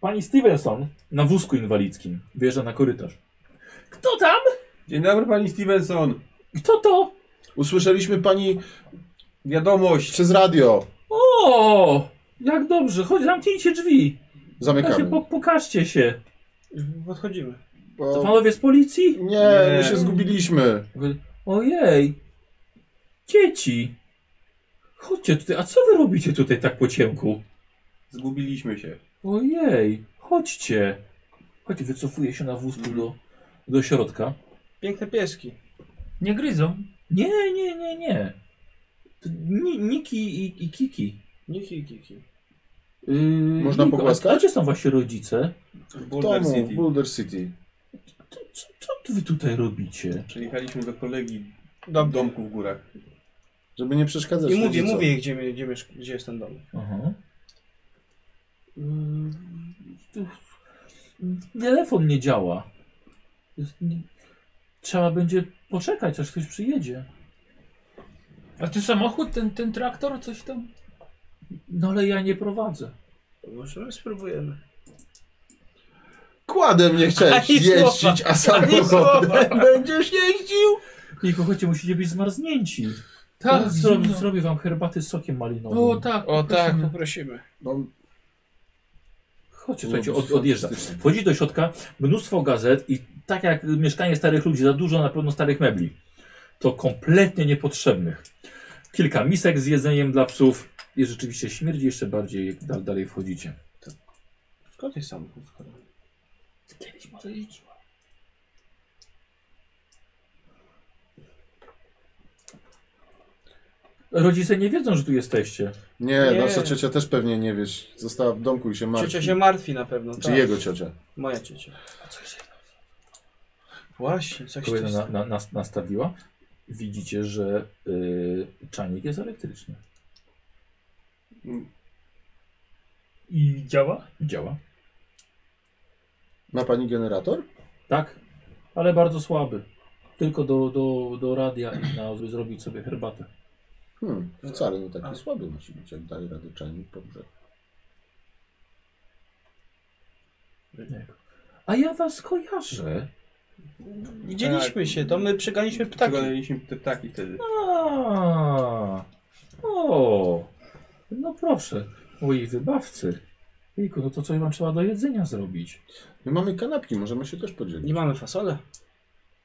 S1: pani Stevenson na wózku inwalidzkim. Wjeżdża na korytarz. Kto tam?
S5: Dzień dobry pani Stevenson.
S1: Kto to?
S3: Usłyszeliśmy pani
S5: Wiadomość.
S3: przez radio.
S1: O! Jak dobrze, chodź, zamknijcie drzwi. Ja się
S3: Zamykamy.
S1: po, pokażcie się.
S8: Podchodzimy.
S1: To
S3: Bo...
S1: panowie z policji?
S3: Nie, my
S5: Nie.
S3: się zgubiliśmy.
S1: Ojej, dzieci. Chodźcie tutaj, a co wy robicie tutaj tak po ciemku?
S5: Zgubiliśmy się.
S1: Ojej, chodźcie. Chodź, wycofuję się na wózku do, do środka.
S8: Piękne pieski.
S7: Nie gryzą.
S1: Nie, nie, nie, nie. To Ni, Niki i, i Kiki.
S8: Nie kiki.
S1: Yy,
S3: Można
S1: Niko,
S3: pogłaskać?
S1: A gdzie są wasi rodzice?
S5: W
S3: W
S5: Boulder
S3: domu,
S5: City.
S3: w Boulder City.
S1: Co, co, co wy tutaj robicie?
S5: Przyjechaliśmy do kolegi w
S8: Dom.
S5: domku w górach.
S3: Żeby nie przeszkadzać
S8: I mówię,
S3: rodzicom.
S8: mówię jej, gdzie, mie- gdzie, mieszk- gdzie jest ten dom.
S1: Aha. Yy, tu- telefon nie działa. Jest, nie, trzeba będzie poczekać, aż ktoś przyjedzie.
S7: A ty samochód, ten, ten traktor, coś tam?
S1: No ale ja nie prowadzę.
S8: Może spróbujemy.
S3: Kładem nie chcesz
S8: Ani słowa.
S3: jeździć, a
S5: Tak,
S8: Ani słowa.
S5: [laughs]
S3: samochodem będziesz jeździł.
S1: Tylko chodźcie, musicie być zmarznięci.
S7: Tak,
S1: Zrobię,
S7: zimno.
S1: zrobię wam herbaty z sokiem malinowym.
S7: O tak,
S8: O tak,
S3: Mhm.
S7: poprosimy.
S8: poprosimy.
S3: No,
S1: Chodźcie, słuchajcie, od, odjeżdża. Wchodzi do środka mnóstwo gazet i tak jak mieszkanie starych ludzi, za dużo na pewno starych mebli. To kompletnie niepotrzebnych. Kilka misek z jedzeniem dla psów i rzeczywiście śmierdzi jeszcze bardziej, jak dal, dalej wchodzicie.
S8: Skąd jest samochód? skoro?
S7: Kiedyś może jeździła.
S1: Rodzice nie wiedzą, że tu jesteście.
S3: Nie,
S8: Nie.
S3: nasza ciocia też pewnie nie wiesz. Została w domku i się martwi.
S8: Ciocia się martwi na pewno,
S3: Czy
S8: tak.
S3: jego ciocia.
S8: Moja ciocia. Właśnie, coś
S1: Kobieta
S8: tam.
S1: na, na, nas nastawiła. Widzicie, że y, czajnik jest elektryczny.
S7: I działa?
S1: Działa.
S3: Ma pani generator?
S1: Tak, ale bardzo słaby. Tylko do, do, do radia i na, żeby zrobić sobie herbatę.
S3: Hmm,
S8: Tak.
S3: wcale nie taki słaby musi być, jak daje radę czajnik pogrzeb.
S1: A ja was kojarzę.
S8: Widzieliśmy się, to my przeganiśmy ptaki.
S5: Przegonaliśmy te ptaki wtedy.
S1: A, o, no proszę, moi wybawcy. Jejku, no to coś wam trzeba do jedzenia zrobić.
S3: My mamy kanapki, możemy się też
S8: Nie
S3: podzielić.
S8: mamy fasole.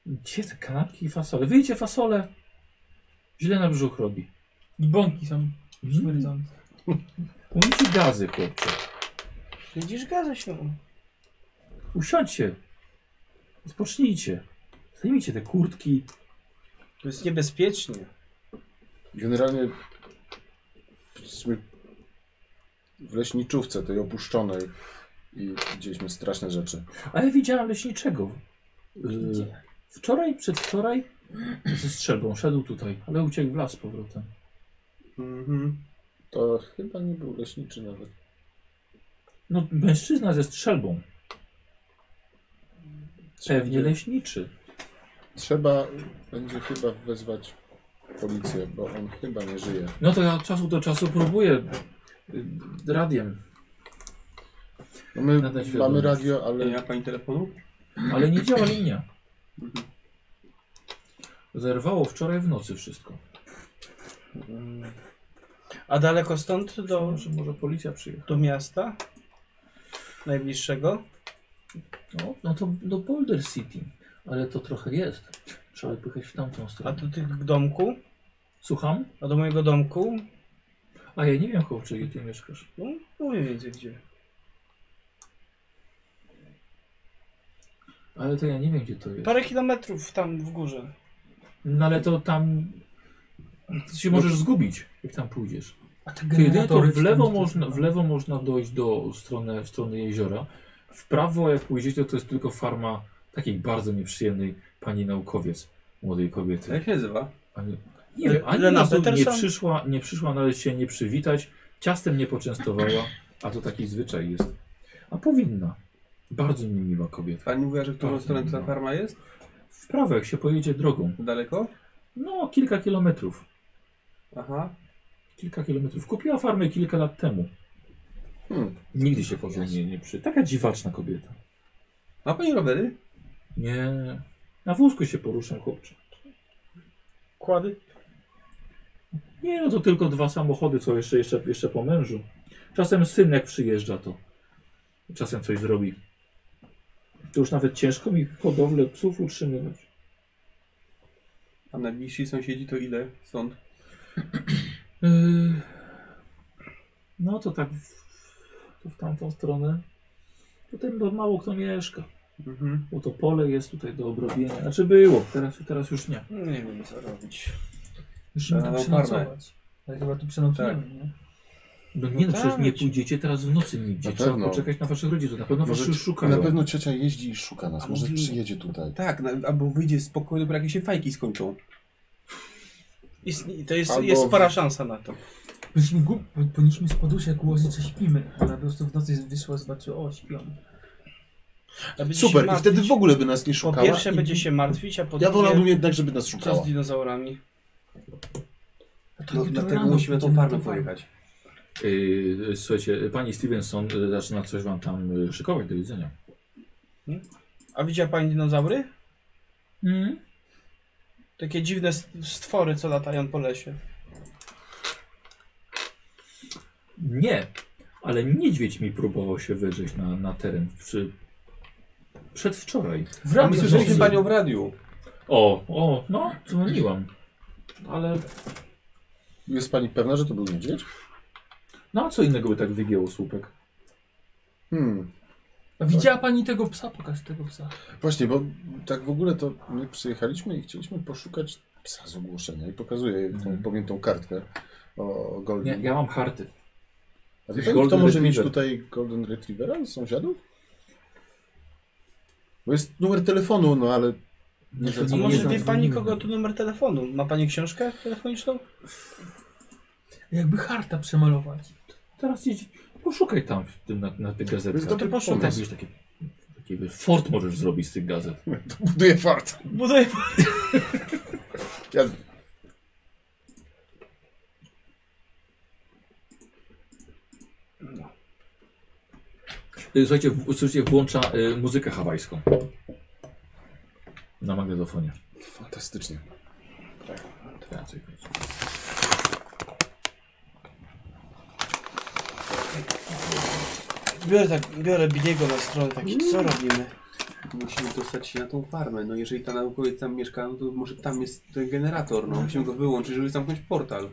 S1: Gdzie te kanapki i fasole? Wyjdzie fasole. Źle na brzuch robi.
S7: I bąki
S5: Mhm.
S7: są śmierdzące.
S1: Umyjcie gazy, chłopcze.
S8: Widzisz, gaza się.
S1: Usiądźcie. Odpocznijcie. Zdejmijcie te kurtki.
S8: To jest niebezpiecznie.
S3: Generalnie jesteśmy w leśniczówce tej opuszczonej i widzieliśmy straszne rzeczy.
S1: Ale widziałem leśniczego. Yy, wczoraj, przedwczoraj ze strzelbą szedł tutaj, ale uciekł w las z powrotem.
S6: Mhm.
S3: To chyba nie był leśniczy nawet.
S1: No, mężczyzna ze strzelbą. Pewnie leśniczy.
S3: Trzeba będzie chyba wezwać policję, bo on chyba nie żyje.
S1: No to ja od czasu do czasu próbuję yy, radiem,
S3: No my
S1: Nadać
S3: mamy
S1: wiadomość.
S3: radio, ale
S5: Nie ma pani telefonu?
S1: ale nie działa linia. Zerwało wczoraj w nocy wszystko.
S2: A daleko stąd do,
S1: Może, może policja przyjechała.
S2: do miasta? Najbliższego?
S1: No, no to do Boulder City, ale to trochę jest. Trzeba pychać w tamtą
S2: A
S1: stronę.
S2: do tych domku?
S1: Słucham?
S2: A do mojego domku?
S1: A ja nie wiem, chłopcze, gdzie ty mieszkasz.
S2: No, mówię więcej gdzie.
S1: Ale to ja nie wiem, gdzie to jest.
S2: Parę kilometrów tam w górze.
S1: No ale to tam... Ty się możesz zgubić, jak tam pójdziesz.
S7: A te
S1: To jedyne to
S7: generatory
S1: w lewo,
S7: są-
S1: można, w lewo można dojść do strony, w stronę jeziora. W prawo, jak pójdziecie, to jest tylko farma takiej bardzo nieprzyjemnej pani naukowiec, młodej kobiety.
S5: Jak się nazywa?
S1: Ani, nie wiem, ani
S2: Lena
S1: na dół nie
S2: Peterson?
S1: przyszła, nie przyszła nawet się nie przywitać, ciastem nie poczęstowała, a to taki zwyczaj jest. A powinna. Bardzo mi miła kobieta.
S5: Pani mówiła, że w którą
S1: Bardzo
S5: stronę ta
S1: miło.
S5: farma jest?
S1: W prawo, jak się pojedzie drogą,
S5: Daleko?
S1: no kilka kilometrów.
S5: Aha.
S1: Kilka kilometrów. Kupiła farmę kilka lat temu.
S3: Hmm.
S1: Nigdy się po nie, nie przy... Taka dziwaczna kobieta.
S5: Ma pani rowery?
S1: Nie. Na wózku się poruszam, chłopcze.
S2: Kłady?
S1: Nie, no to tylko dwa samochody, co jeszcze, jeszcze, jeszcze po mężu. Czasem syn jak przyjeżdża, to czasem coś zrobi. To już nawet ciężko mi hodowlę psów utrzymywać.
S5: A najbliżsi sąsiedzi to ile? Stąd?
S1: Yy, No to tak w, to w tamtą stronę. Tutaj bo mało kto mieszka,
S5: Mhm.
S1: bo to pole jest tutaj do obrobienia. Znaczy było, teraz, teraz już nie.
S2: Nie wiem co robić.
S7: Musimy
S5: Na
S7: tu
S5: farmę.
S7: przenocować. Ale chyba tu przenocujemy, nie?
S1: No nie no,
S2: tak,
S1: przecież nie
S2: ci-
S1: pójdziecie teraz w nocy nigdzie.
S3: Na
S1: Trzeba
S3: pewno.
S1: poczekać na waszych rodziców, na
S2: No
S1: pewno was
S3: Może-
S1: już szukają.
S3: Na pewno ciocia jeździ i szuka nas.
S5: A
S3: Może
S5: mówi-
S3: przyjedzie tutaj.
S5: Tak, na, albo wyjdzie z pokoju, dopiero jak się fajki skończą.
S2: Istnie, to jest,
S3: Albo
S2: jest
S3: w-
S2: spora szansa na to.
S7: Byliśmy głupi, powinniśmy z poduszek ułożyć, że śpimy. Ona po prostu w nocy wyszła, zobaczyła, o śpią.
S2: A będzie się
S3: Super, i
S2: martwić-
S3: wtedy w ogóle by nas nie
S2: Po
S3: szukała.
S2: pierwsze będzie się martwić, a po
S3: Ja
S2: drugie
S3: wolałbym jednak, żeby nas
S2: co z
S3: szukała.
S2: dinozaurami?
S7: A to
S5: No,
S7: jutro
S5: dlatego
S7: rano
S5: musimy na tą
S7: pójdziemy
S5: farmę
S7: na tą
S5: pojechać.
S1: Yy, słuchajcie, y, pani Stevenson y, zaczyna coś wam tam y, szykować do jedzenia.
S2: A widziała pani dinozaury?
S1: Mm.
S2: Takie dziwne st- stwory, co latają po lesie.
S1: Nie, ale niedźwiedź mi próbował się wyrzeć na, na teren przy... przedwczoraj.
S7: W
S5: A
S7: radiu
S5: my słyszeliśmy
S7: nocy.
S5: panią w radiu.
S1: O, o, no, dzwoniłam. Ale
S3: Jest pani pewna, że to był niedźwiedź?
S1: no a co innego by tak wygięło słupek?
S3: Hmm.
S7: A Widziała pani tego psa? Pokaż tego psa.
S3: Właśnie, bo tak w ogóle to my przyjechaliśmy i chcieliśmy poszukać psa z ogłoszenia. I pokazuję tą
S1: Mhm.
S3: pamiętą kartkę o Golden.
S1: Nie, ja mam harty.
S3: A wie
S1: Golden
S3: pani, kto może mieć
S1: Retriever.
S3: tutaj Golden Retrievera z sąsiadów? Bo jest numer telefonu, no ale
S1: No to
S2: A
S1: nie
S2: może wie
S1: zadzwoniłem.
S2: pani kogo tu numer telefonu? Ma pani książkę telefoniczną?
S7: Jakby harta przemalować.
S1: Teraz idź, poszukaj tam w tym, na, na tych
S3: to jest
S1: gazetach.
S3: dobry
S2: poszło
S1: Tak,
S3: pomysł.
S1: wiesz, takie, takie, wiesz, fort możesz zrobić z tych gazet.
S3: Buduję fart.
S2: Buduję
S3: Ja...
S1: Y, Słuchajcie, w, słuchajcie włącza y, muzykę hawajską. Na magnetofonie.
S3: Fantastycznie.
S1: Teraz coś będzie.
S2: Biorę, tak, biorę Bigiego na stronę, taki co robimy?
S5: Musimy dostać się na tą farmę. No jeżeli ta naukowiec tam mieszka, no to może tam jest ten generator. No musimy go wyłączyć, żeby zamknąć portal.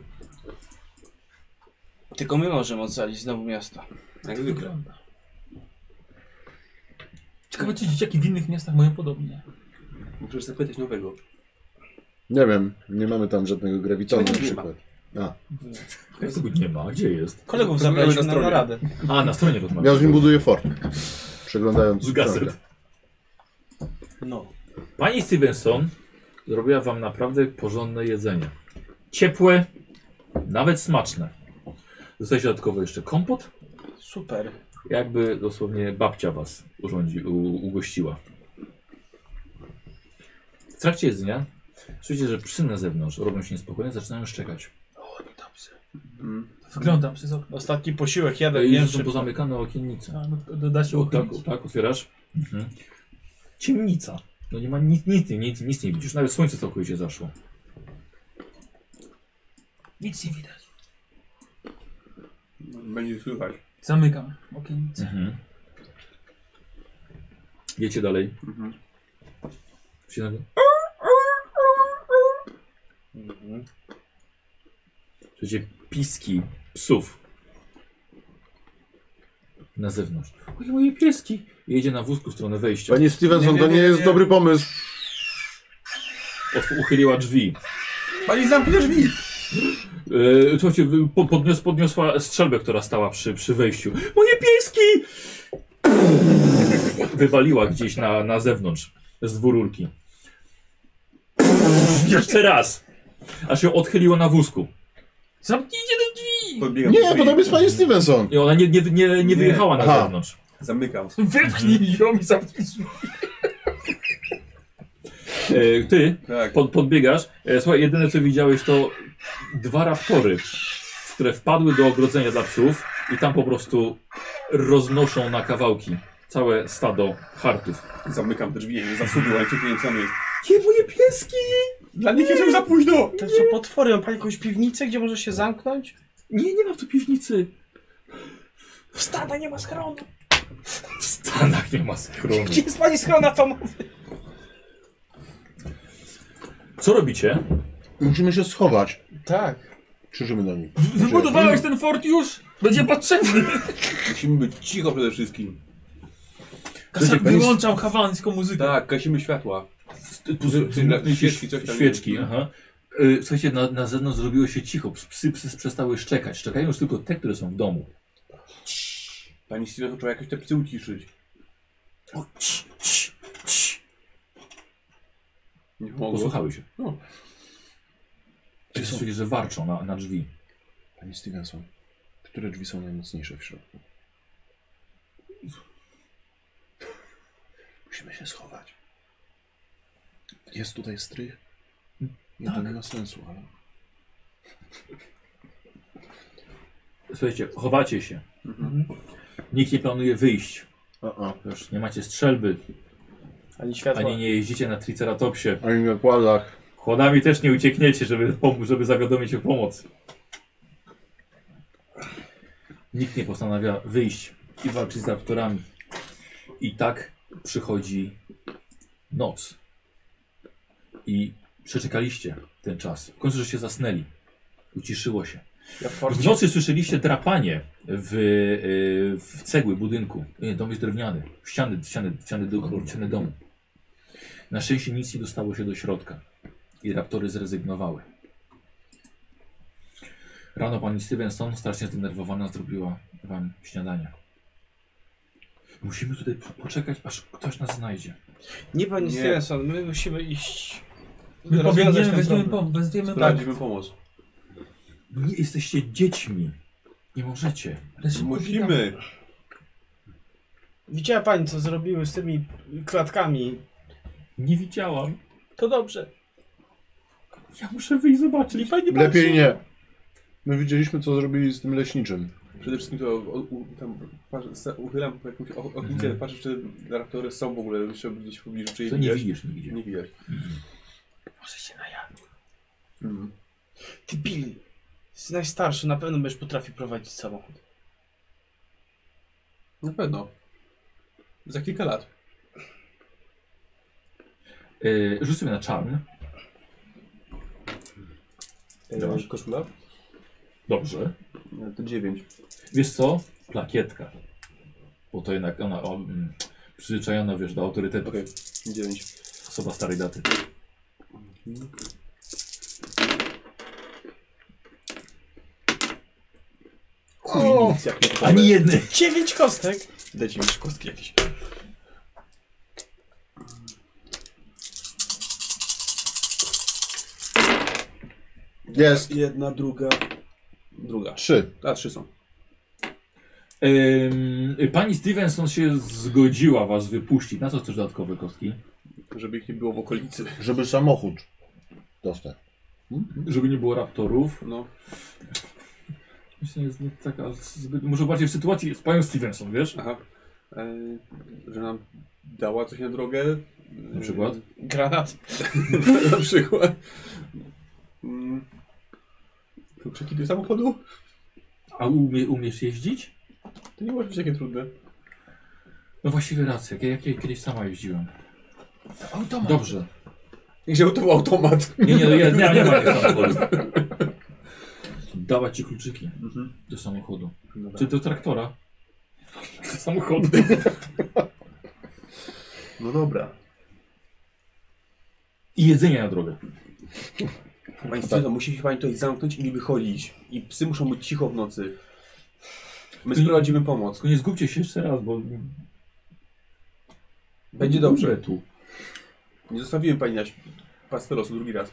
S2: Tylko my możemy ocalić znowu miasto.
S5: Jak zwykle.
S7: Wygląda. Ciekawe, czy dzieciaki w innych miastach mają podobnie.
S5: Musisz zapytać nowego.
S3: Nie wiem, nie mamy tam żadnego grawitonu na
S5: Nie ma.
S3: przykład.
S1: Jak tego nie ma? Gdzie jest?
S8: Kolegów
S6: Rozmawiamy
S8: zabraliśmy
S6: na
S8: na
S6: stronie.
S8: naradę.
S1: A, na stronie rozmawiamy.
S3: Ja z nim buduję fort. Przeglądając
S1: Z gazet.
S3: książkę.
S8: No.
S1: Pani Stevenson zrobiła wam naprawdę porządne jedzenie. Ciepłe, nawet smaczne. Dostajecie dodatkowo jeszcze kompot,
S8: Super.
S1: jakby dosłownie babcia was urządzi, u, ugościła. W trakcie jedzenia słyszycie, że psy na zewnątrz robią się niespokojne, zaczynają szczekać.
S7: Mm. Wyglądam przez okno.
S8: Ostatni posiłek jadę.
S1: I
S8: jem
S1: są
S8: szybko.
S1: pozamykane okiennice.
S7: A, no, Doda się
S1: O, tak,
S7: uchylić.
S1: tak, otwierasz. Mhm. Ciemnica. No nie ma nic, nic, nic, nic nie widzisz. Nawet słońce całkowicie zaszło.
S7: Nic nie widać.
S5: Będzie słychać.
S7: Zamykam okienicę.
S1: Mhm. Jedziecie dalej.
S5: Mhm.
S1: Się nagle-
S8: Mhm.
S1: Słyszycie piski psów. Na zewnątrz. Oj, moje pieski! Jedzie na wózku w stronę wejścia.
S3: Panie Stevenson,
S5: Nie,
S3: to
S5: nie,
S3: nie
S5: nie,
S3: jest
S5: nie.
S3: dobry pomysł.
S1: Otw- Uchyliła drzwi.
S5: Pani zamknie drzwi!
S1: E, słuchajcie, wy- po, podnios, podniosła strzelbę, która stała przy, przy wejściu. Moje pieski! Wywaliła gdzieś na, na zewnątrz z dwururki. Jeszcze raz! Aż ją odchyliło na wózku.
S7: Zamknijcie te drzwi!
S5: Podbiegam do
S3: Nie,
S5: drzwi.
S3: podobnie jest panie Stevenson.
S1: I ona nie, nie, nie, nie
S5: Nie.
S1: wyjechała na
S3: Aha.
S1: zewnątrz.
S5: Zamykam.
S7: Wypchnij ją i zamknij drzwi.
S1: E, ty
S5: Tak.
S1: pod, podbiegasz. E, słuchaj, jedyne co widziałeś to dwa raptory, które wpadły do ogrodzenia dla psów i tam po prostu roznoszą na kawałki całe stado hartów.
S5: Zamykam te drzwi, nie zasuwam łańcuch, nie wiem co tam jest.
S1: Gdzie moje pieski?
S5: Dla nich jest już za późno!
S8: To są potwory, on pani jakąś piwnicę, gdzie może się zamknąć?
S1: Nie, nie ma tu piwnicy.
S10: W stada nie ma schronu.
S1: W Stanach nie ma schronu.
S8: Gdzie jest pani schrona atomowa?
S1: Co robicie?
S3: Musimy się schować.
S8: Tak.
S3: Krzyżymy do nich.
S7: Wybudowałeś ten fort już? Będzie potrzebny.
S5: Musimy być cicho przede wszystkim.
S7: Kasak
S3: będzie-
S7: wyłączał hawańską muzykę.
S5: Tak, gasimy światła.
S1: Świeczki,
S5: Świeczki, coś tam.
S1: Świeczki, aha. Y, Słuchajcie, na, na zewnątrz zrobiło się cicho. Psy, psy przestały szczekać. Szczekają już tylko te, które są w domu.
S5: Pani Steven chciała jakoś te psy uciszyć. Nie mogło.
S1: Posłuchały się. No. Słyszycie, że warczą na, na drzwi.
S3: Panie Stevenson, które drzwi są najmocniejsze w środku? Musimy się schować. Jest tutaj strych? Nie, to nie ma sensu, ale...
S1: Słuchajcie, chowacie się.
S5: Mhm.
S1: Nikt nie planuje wyjść.
S3: A, a.
S1: Już nie macie strzelby,
S8: Ani światła.
S1: ani nie jeździcie na triceratopsie.
S3: Ani na kładach.
S1: Chłodami też nie uciekniecie, żeby, pom- żeby zawiadomić o pomoc. Nikt nie postanawia wyjść i walczyć z raptorami. I tak przychodzi noc. I przeczekaliście ten czas. W końcu, że się zasnęli. Uciszyło się.
S8: Ja w forcie.
S1: W
S7: No.
S1: nocy słyszeliście drapanie w, y, w cegły budynku. Nie, dom jest drewniany. Ściany, ściany, ściany, do, ściany domu. Na szczęście nic nie dostało się do środka. I raptory zrezygnowały. Rano pani Stevenson, strasznie zdenerwowana, zrobiła wam śniadanie. Musimy tutaj po- poczekać, aż ktoś nas znajdzie.
S8: Nie pani
S5: Nie.
S8: Stevenson, my musimy iść.
S7: My
S8: rozwiązać ten
S7: pobiegniemy, weźmiemy
S8: problem.
S7: pomysł,
S1: no
S7: weźmiemy
S1: tak.
S7: pomysł.
S5: Sprawdzimy pomoc.
S1: Nie jesteście dziećmi. Nie możecie.
S7: Ale się
S5: Musimy!
S7: pobiegamy.
S8: Widziała pani, co zrobiły z tymi klatkami.
S1: Nie widziałam.
S8: To dobrze.
S1: Ja muszę wyjść zobaczyć. Pani
S3: Lepiej nie. My widzieliśmy, co zrobili z tym leśniczym.
S5: Przede wszystkim to o, u, tam patrzę, se- uchylam jakąś o- oknicę,
S1: Mhm.
S5: patrzę czy raptory są w ogóle jeszcze gdzieś w pobliżu, czy je
S1: To nie
S5: widać.
S1: widzisz nigdzie.
S5: Nie widać.
S8: Może się najadł.
S5: Mhm.
S8: Ty Bill, jesteś najstarszy, na pewno będziesz potrafił prowadzić samochód.
S5: Na pewno. Za kilka lat.
S1: Yy, rzuć sobie na czarn. Dobrze.
S5: Koszula?
S1: Dobrze.
S5: No, to dziewięć.
S1: Wiesz co? Plakietka. Bo to jednak ona o, mm, przyzwyczajona, wiesz, do autorytetu.
S5: Okej, dziewięć.
S1: Osoba starej daty.
S5: Chuj, nic jak nie
S10: Ani jednej.
S2: Dziewięć kostek!
S5: Dajcie mi jeszcze kostki jakieś.
S3: Jest.
S5: Jedna, druga. Druga.
S3: Trzy.
S5: A, trzy są.
S1: Ym, pani Stevenson się zgodziła was wypuścić. Na co chcesz dodatkowe kostki?
S5: Żeby ich nie było w okolicy.
S3: Żeby samochód dostał.
S1: Żeby nie było raptorów.
S5: No.
S1: Myślę, jest nie taka zbyt, może bardziej w sytuacji z panią Stevenson, wiesz?
S5: Aha. E, że nam dała coś na drogę.
S1: Na przykład?
S2: Granat.
S5: [laughs] na przykład. Mm. Kluczyki do samochodu?
S1: A umie, umiesz jeździć?
S5: To nie może być takie trudne.
S1: No właściwie rację, jak ja kiedyś sama jeździłem.
S10: Automat.
S1: Dobrze.
S5: I Wziął tu automat.
S1: Nie, nie, nie, nie, nie ma tych samochodów. Dawać ci kluczyki do samochodu.
S5: Dobra.
S1: Czy do traktora? [laughs] Do samochodu.
S5: No dobra.
S1: I jedzenie na drogę.
S5: Pani
S1: Tak.
S5: Stevenson, musi się pani tutaj zamknąć i nie wychodzić. I psy muszą być cicho w nocy. My sprowadzimy pomoc.
S1: Tylko nie zgubcie się jeszcze raz, bo...
S5: Będzie dobrze.
S1: Umrę tu.
S5: Nie zostawiłem pani na śp- pastę losu drugi raz.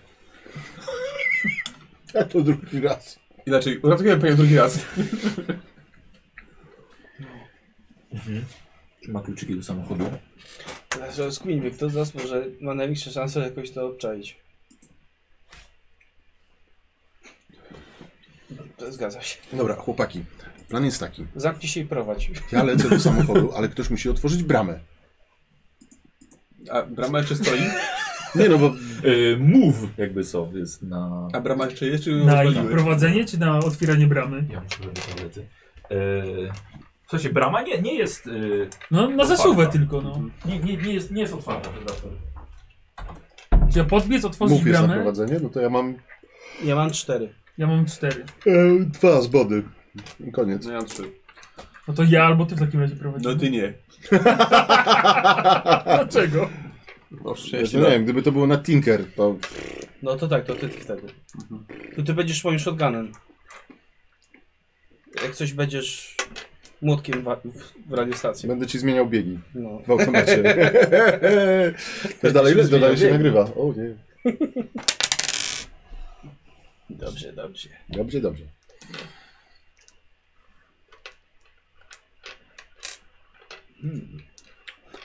S3: A to drugi raz.
S5: Inaczej, uratowałem panią drugi raz.
S1: Czy ma kluczyki do samochodu?
S2: Znaczy, Skminmy, kto z nas może ma największe szanse jakoś to obczaić? To Zgadzam się.
S3: Dobra, chłopaki. Plan jest taki.
S2: Zamknij się i prowadź.
S3: Ja lecę do samochodu, ale ktoś musi otworzyć bramę.
S5: A brama jeszcze stoi?
S3: Nie no, bo
S1: Yy, move jakby co jest na...
S5: A brama jeszcze jest, czy ją
S7: Na
S5: rozwaliły?
S7: prowadzenie czy na otwieranie bramy?
S1: Ja muszę wejść do toalety. Yy, słuchajcie, brama nie, nie jest... Yy,
S7: No na zasuwę tylko, no.
S1: nie, nie, nie jest, nie jest otwarta.
S7: Ja podbiec, otworzyć
S3: mów jest na
S7: bramę.
S3: prowadzenie, no to ja mam
S2: Ja mam cztery.
S7: Ja mam cztery.
S3: e, dwa zbody. I koniec.
S5: No ja mam trzy.
S7: No to ja albo ty w takim razie prowadzisz.
S5: No ty nie.
S7: Dlaczego?
S5: No
S3: Ja
S5: szczęście.
S3: nie wiem, gdyby to było na Tinker, to
S2: No to tak, to ty wtedy. To ty będziesz moim shotgunem. Jak coś będziesz młotkiem w, w, w radiostacji.
S3: będę ci zmieniał biegi
S2: No.
S3: w automacie. [laughs] Też dalej lec, dalej się nagrywa. O nie.
S2: Dobrze, dobrze.
S3: Dobrze, dobrze.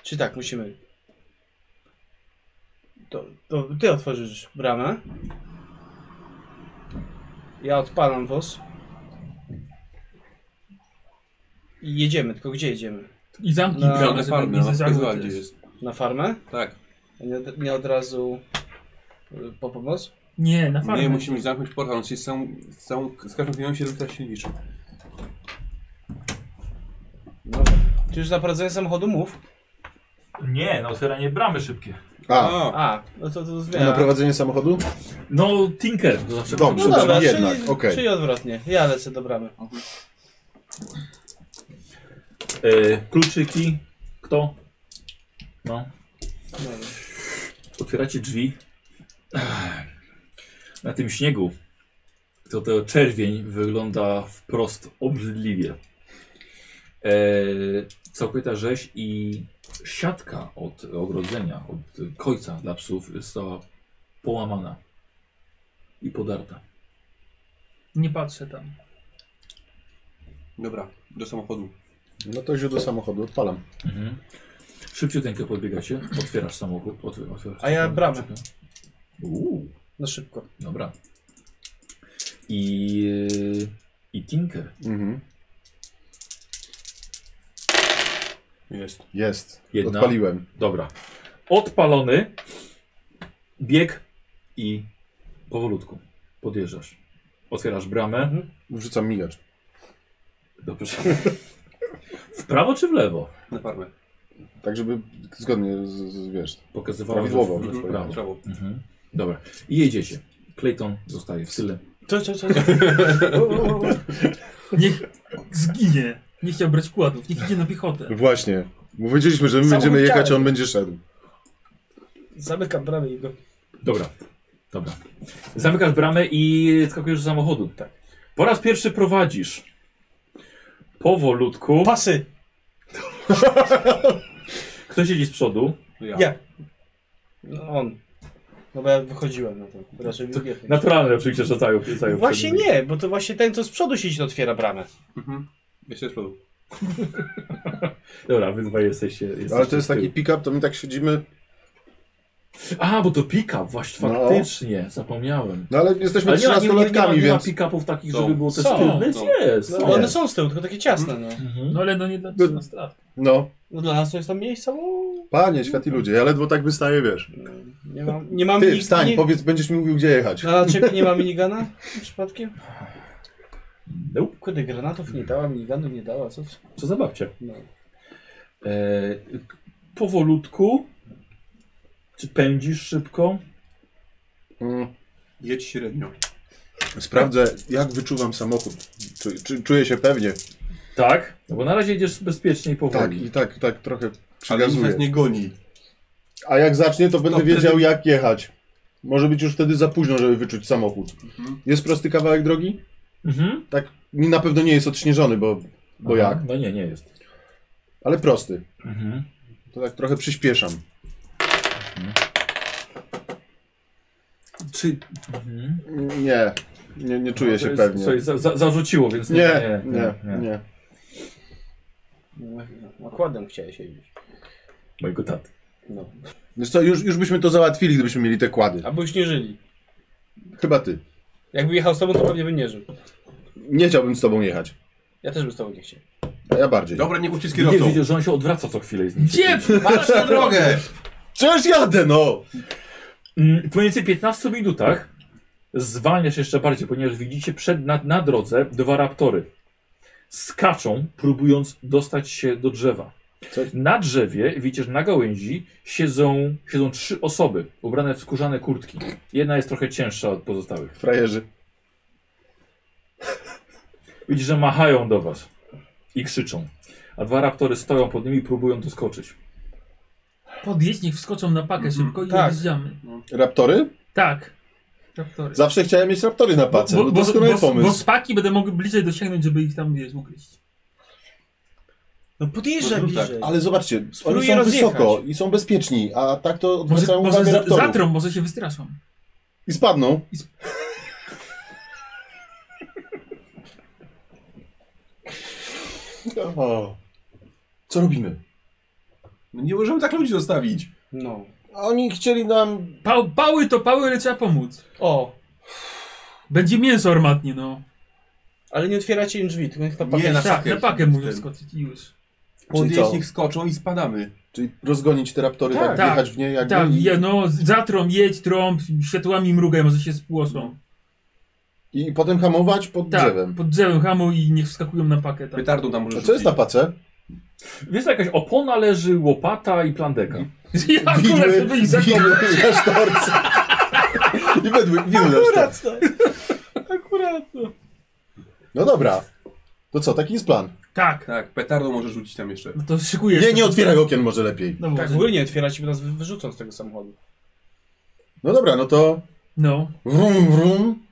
S2: Czy tak, musimy. To, to ty otworzysz bramę. Ja odpalam wóz. I jedziemy, tylko gdzie jedziemy?
S7: I zamknij
S2: Na-
S7: bramę,
S5: Ona
S7: żeby
S5: farmy,
S7: nie
S5: ona
S7: zadziałał
S5: wskazywała gdzie no, jest.
S2: Na farmę?
S5: Tak.
S2: Nie od, nie od razu y, po pomoc?
S7: Nie, na farmę.
S5: Nie, musimy zamknąć portal, on się z całą, z całą, z każdą chwilą się rzuca silniczą.
S2: No. Czy już na prowadzenie samochodu mów?
S1: Nie, na otwieranie bramy szybkie.
S3: A,
S2: A, no to, to
S3: na
S2: zmiana.
S3: prowadzenie samochodu?
S1: No, Tinker to zawsze
S3: Dobrze,
S2: No dobra,
S3: dobrze,
S2: jednak,
S3: jednak,
S2: czyli,
S3: okej.
S2: czyli odwrotnie. Ja lecę do bramy.
S1: E, kluczyki. Kto? No.
S2: No.
S1: Otwieracie drzwi. Ech. Na tym śniegu to to czerwień wygląda wprost obrzydliwie. E, całkowita rzeź i siatka od ogrodzenia, od kojca dla psów została połamana i podarta.
S7: Nie patrzę tam.
S5: Dobra, do samochodu.
S3: No to źródło samochodu odpalam.
S1: Mhm. Szybciuteńko podbiegacie, otwierasz samochód. Otw otwierasz
S2: A ja
S1: samochód,
S2: bramę.
S1: czekaj. Uuu.
S2: No szybko.
S1: Dobra. I, yy, i Tinker.
S3: Mhm.
S5: Jest.
S3: Jest.
S1: Jedna.
S3: Odpaliłem.
S1: Dobra. Odpalony. Bieg i powolutku podjeżdżasz. Otwierasz bramę.
S3: Wrzucam migacz.
S1: Dobrze. W prawo czy w lewo?
S5: Na farmę.
S3: Tak, żeby zgodnie z, z wiesz.
S1: Pokazywałem,
S3: Prawidłowo.
S1: że w, że w
S3: Mhm.
S1: prawo.
S5: Brawo.
S1: Mhm. Dobra. I jedziecie. Clayton zostaje w tyle.
S2: Co, co, co?
S7: Niech zginie. Nie chciał brać kładów, niech idzie na piechotę.
S3: Właśnie. Bo wiedzieliśmy, że my będziemy jechać, a on będzie szedł.
S2: Zamykam bramę i go.
S1: Dobra. Dobra. Zamykasz bramę i skakujesz z samochodu. Tak. Po raz pierwszy prowadzisz. powolutku.
S2: Pasy!
S1: Kto siedzi z przodu?
S2: Ja. No on. No bo ja wychodziłem na to. Raczej
S1: To-
S2: nie wiem.
S1: Naturalne oczywiście, że stają, stają
S2: Właśnie
S1: przed nimi.
S2: nie, bo to właśnie ten, co z przodu siedzi, to otwiera bramę.
S5: Mhm. Jeszcze z przodu.
S1: Dobra, wy dwa jesteście, jesteście
S3: Ale to jest
S1: z tyłu.
S3: taki pick-up, to my tak siedzimy.
S1: A, bo to pick-up, właśnie,
S3: No.
S1: faktycznie, zapomniałem.
S3: No ale jesteśmy
S1: nie ma, nie, nie, nie ma,
S3: trzynastolatkami,
S1: nie ma
S3: więc.
S1: pick-upów takich,
S5: Są.
S1: żeby było też
S2: Są,
S1: tylnych?
S5: są.
S1: Jest,
S2: No,
S1: są.
S2: one są z tyłu, tylko takie ciasne, no.
S1: Mhm.
S7: No ale no nie dla
S3: No.
S7: 13 lat.
S3: No,
S2: no dla nas to jest tam miejsce, bo...
S3: panie, świat i ludzie, ja ledwo tak wystaję, wiesz.
S2: No, Nie mam, nie mam
S3: Ty,
S2: mig-
S3: wstań,
S2: nie,
S3: powiedz, będziesz mi mówił, gdzie jechać.
S2: Na naczepie nie ma minigana? Przypadkiem?
S1: Nope.
S2: Kiedy granatów nie dała, miniganów nie dała, co?
S1: Co za babcia.
S2: No.
S1: E, powolutku. Czy pędzisz szybko?
S3: Mm,
S5: Jedź średnio.
S3: Sprawdzę, jak wyczuwam samochód. Czy, czy, czuję się pewnie.
S1: Tak. No bo na razie idziesz bezpiecznie i
S3: Tak,
S1: powoli.
S3: i tak, tak, trochę
S5: Ale
S3: przygazuję.
S5: nikt nie goni.
S3: A jak zacznie, to będę
S5: To
S3: wiedział,
S5: wtedy-
S3: jak jechać. Może być już wtedy za późno, żeby wyczuć samochód.
S5: Mhm.
S3: Jest prosty kawałek drogi?
S1: Mhm.
S3: Tak, mi na pewno nie jest odśnieżony, bo, bo
S1: Aha,
S3: jak?
S1: No nie, nie jest.
S3: Ale prosty.
S1: Mhm.
S3: To tak trochę przyspieszam.
S1: Czy... Mhm.
S3: Nie, nie, nie czuję
S1: No, To
S3: się
S1: jest-
S3: pewnie.
S1: Coś za, za, zarzuciło, więc nie.
S3: Nie, nie, nie.
S2: No, Nakładem chciałeś jeździć.
S1: Mojego taty.
S2: No.
S3: Wiesz co, już, już byśmy to załatwili, gdybyśmy mieli te kłady.
S2: Albo już nie żyli.
S3: Chyba ty.
S2: Jakby jechał z tobą, to pewnie by nie żył.
S3: Nie chciałbym z tobą jechać.
S2: Ja też bym z tobą nie chciał.
S3: A ja bardziej.
S5: Dobra, nie kłóćcie z
S1: Widzisz,
S5: kierowcą.
S1: widzisz, że on się odwraca co chwilę i z nim. się
S7: Gdzie?
S5: Patrz na drogę!
S3: Przecież jadę, no!
S1: Mm, W mniej więcej 15 minutach zwalniasz jeszcze bardziej, ponieważ widzicie przed, na, na drodze dwa raptory. Skaczą, próbując dostać się do drzewa.
S3: Co?
S1: Na drzewie, widzisz, na gałęzi siedzą, siedzą trzy osoby ubrane w skórzane kurtki. Jedna jest trochę cięższa od pozostałych.
S3: Frajerzy.
S1: Widzisz, że machają do was i krzyczą. A dwa raptory stoją pod nimi i próbują doskoczyć.
S7: Podjedź, niech wskoczą na
S5: Mm,
S7: pakę szybko i
S2: Tak.
S7: odjeżdżamy.
S3: Raptory?
S7: Tak. Raptory.
S3: Zawsze chciałem mieć raptory na pace. no doskonały
S7: bo, bo
S3: pomysł.
S7: z paki będę mógł bliżej dosięgnąć, żeby ich tam wiesz, ukryć.
S2: No podjeżdżaj
S5: No, no tak,
S2: bliżej.
S3: Ale zobaczcie, oni
S2: Spróbuję
S3: są
S2: rozjechać.
S3: wysoko i są bezpieczni, a tak to
S7: Może,
S3: odwracają
S7: może
S3: uwagę
S7: za,
S3: raptorów.
S7: zatrą, może się wystraszą.
S3: I spadną. O. Co robimy?
S5: No nie możemy tak ludzi zostawić.
S2: No.
S3: Oni chcieli nam...
S7: Pa, pały to pały, ale trzeba pomóc.
S2: O,
S7: Będzie mięso armatnie, no.
S2: ale nie otwieracie im drzwi, tylko niech na
S5: Nie,
S2: pakiet.
S5: na-
S7: tak,
S5: pakę
S7: na pakę
S5: z
S7: muszę
S5: tym.
S7: wskoczyć i już.
S3: co?
S5: Podjeźdź, niech skoczą i spadamy.
S3: Czyli rozgonić te raptory, tak,
S7: Tak, tak,
S3: wjechać w nie jakby...
S7: Tak,
S3: i,
S7: je, no, zatrą, jedź, trąb, światłami mrugaj, może się spłoszą.
S3: I potem hamować No, pod
S7: Tak,
S3: drzewem.
S7: pod drzewem hamuj i niech wskakują na pakę. Tak.
S5: Petardą tam może
S3: A co jest na pace?
S1: Jest jakaś opona leży, łopata i plandeka.
S7: [laughs] Ja akurat, żeby ich zakopać.
S3: widły [laughs] klasztorce. I według widły Akurat.
S2: Akurat, no. Akurat, no.
S3: No dobra. To co, taki jest plan.
S7: Tak,
S5: Tak, petardą może rzucić tam jeszcze.
S7: no to szykuję.
S3: Nie, nie otwieraj okien może lepiej.
S7: No,
S2: Tak,
S7: może.
S2: w ogóle nie otwieracie, bo nas wy- wyrzucą z tego samochodu.
S3: No dobra, no to...
S7: no.
S3: Wrum, wrum.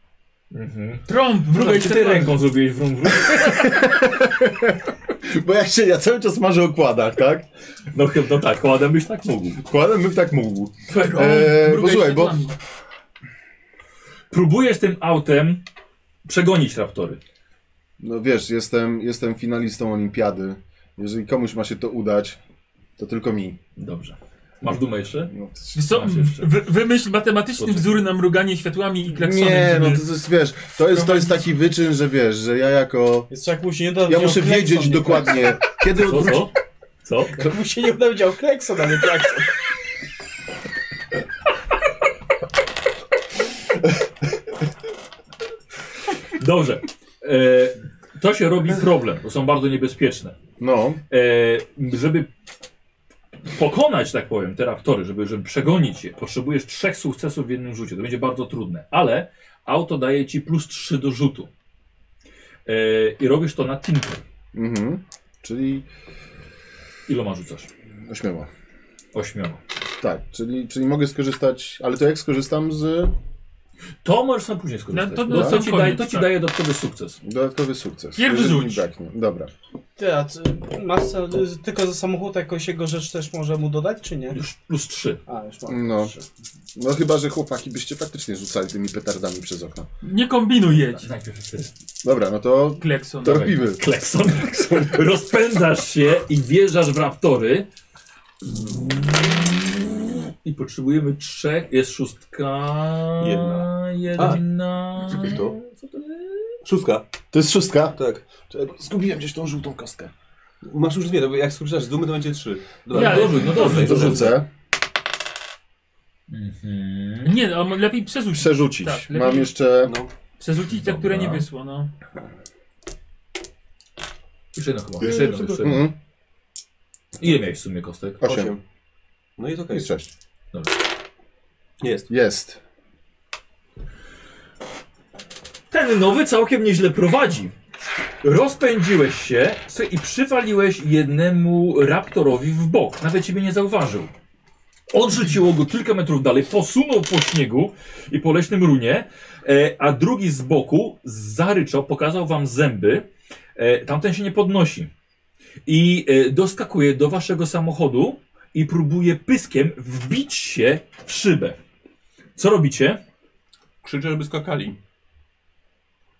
S1: Mhm.
S7: Trąb, mrugaj
S1: Czy ty
S7: światłami.
S1: ręką zrobiłeś wrum wrum?
S3: Bo ja się, ja cały czas marzę o kładach, tak?
S1: No chyba no tak, ładem byś tak mógł.
S3: Kładem bym tak mógł.
S7: Trąb,
S3: Eee,
S7: mrugaj
S3: posłuchaj, bo-
S7: światłami.
S1: Próbujesz tym autem przegonić raptory.
S3: No wiesz, jestem, jestem finalistą olimpiady. Jeżeli komuś ma się to udać, to tylko mi.
S1: Dobrze. Masz dumę jeszcze?
S3: No,
S7: Wiesz co,
S1: Masz jeszcze.
S7: wy, wymyśl matematyczny
S1: Poczekaj.
S7: wzór na mruganie światłami i klaksonem.
S3: nie, no
S7: żeby-
S3: to jest, wiesz, to jest, to jest taki wyczyn, że wiesz, że ja jako...
S2: Jest jak mu się nie da
S3: Ja muszę wiedzieć
S2: [laughs]
S3: dokładnie, kiedy
S1: tak. Co, co? Co?
S2: Mu się nie dowiedział klekson, a nie klakson.
S1: Dobrze. E, to się robi problem, bo są bardzo niebezpieczne.
S3: No,
S1: E, żeby pokonać, tak powiem, te raptory, żeby, żeby przegonić je, potrzebujesz trzech sukcesów w jednym rzucie. To będzie bardzo trudne, ale auto daje ci plus trzy do rzutu. E, I robisz to na Tinker.
S3: mhm. czyli no
S1: Iloma rzucasz?
S3: ośmioma.
S1: Ośmioma.
S3: Tak, czyli, czyli mogę skorzystać, ale to jak skorzystam z
S1: To możesz na później skorzystać.
S7: No to-
S1: bo
S7: no
S1: to,
S7: to
S1: ci
S7: koniec,
S1: daje, to ci
S7: tak.
S1: daje dodatkowy sukces.
S3: Dodatkowy sukces.
S7: Pierwszy
S3: Jeżeli mi
S7: rzuć.
S3: braknie. Dobra.
S2: Ty, a c- masa, y, tylko za samochód jakąś jego rzecz też może mu dodać, czy nie?
S1: Już plus 3.
S2: A, już mam.
S3: No. No chyba, że chłopaki byście faktycznie rzucali tymi petardami przez okno.
S7: Nie kombinuj jedź.
S1: Najpierw ty.
S3: Dobra, no to
S7: Klekson.
S3: to robimy.
S1: Klekson. Rozpędzasz się i wjeżdżasz w raptory. I potrzebujemy trzech. Jest szóstka.
S5: Jedna.
S1: Jedna.
S5: A, co to?
S1: Co to jest?
S5: Szóstka,
S3: To jest szóstka?
S5: tak.
S3: Zgubiłem gdzieś tą żółtą kostkę.
S5: Masz już dwie, no bo jak skorzystasz z dumy, to będzie trzy.
S1: Dobra,
S7: Ja-
S1: dorzuć, no dobrze.
S3: To rzucę.
S1: Mhm.
S7: Nie, no, a lepiej przerzuć.
S3: Przerzucić.
S7: Tak, lepiej-
S3: Mam jeszcze...
S5: No.
S7: Przerzucić te,
S1: Dobra.
S7: które nie wyszło, no.
S1: Jeszcze jedno chyba. Jeszcze jedno, jeszcze jedno.
S3: Mhm.
S1: Ile miałeś w sumie kostek?
S3: Osiem.
S5: Osiem. No jest okej.
S3: Jest sześć.
S5: Jest.
S3: Jest.
S1: Ten nowy całkiem nieźle prowadzi. Rozpędziłeś się słuchaj, i przywaliłeś jednemu raptorowi w bok. Nawet ciebie nie zauważył. Odrzuciło go kilka metrów dalej, posunął po śniegu i po leśnym runie, e, a drugi z boku zaryczał, pokazał wam zęby. E, tamten się nie podnosi. I e, doskakuje do waszego samochodu i próbuje pyskiem wbić się w szybę. Co robicie?
S5: Krzyczę, żeby skakali.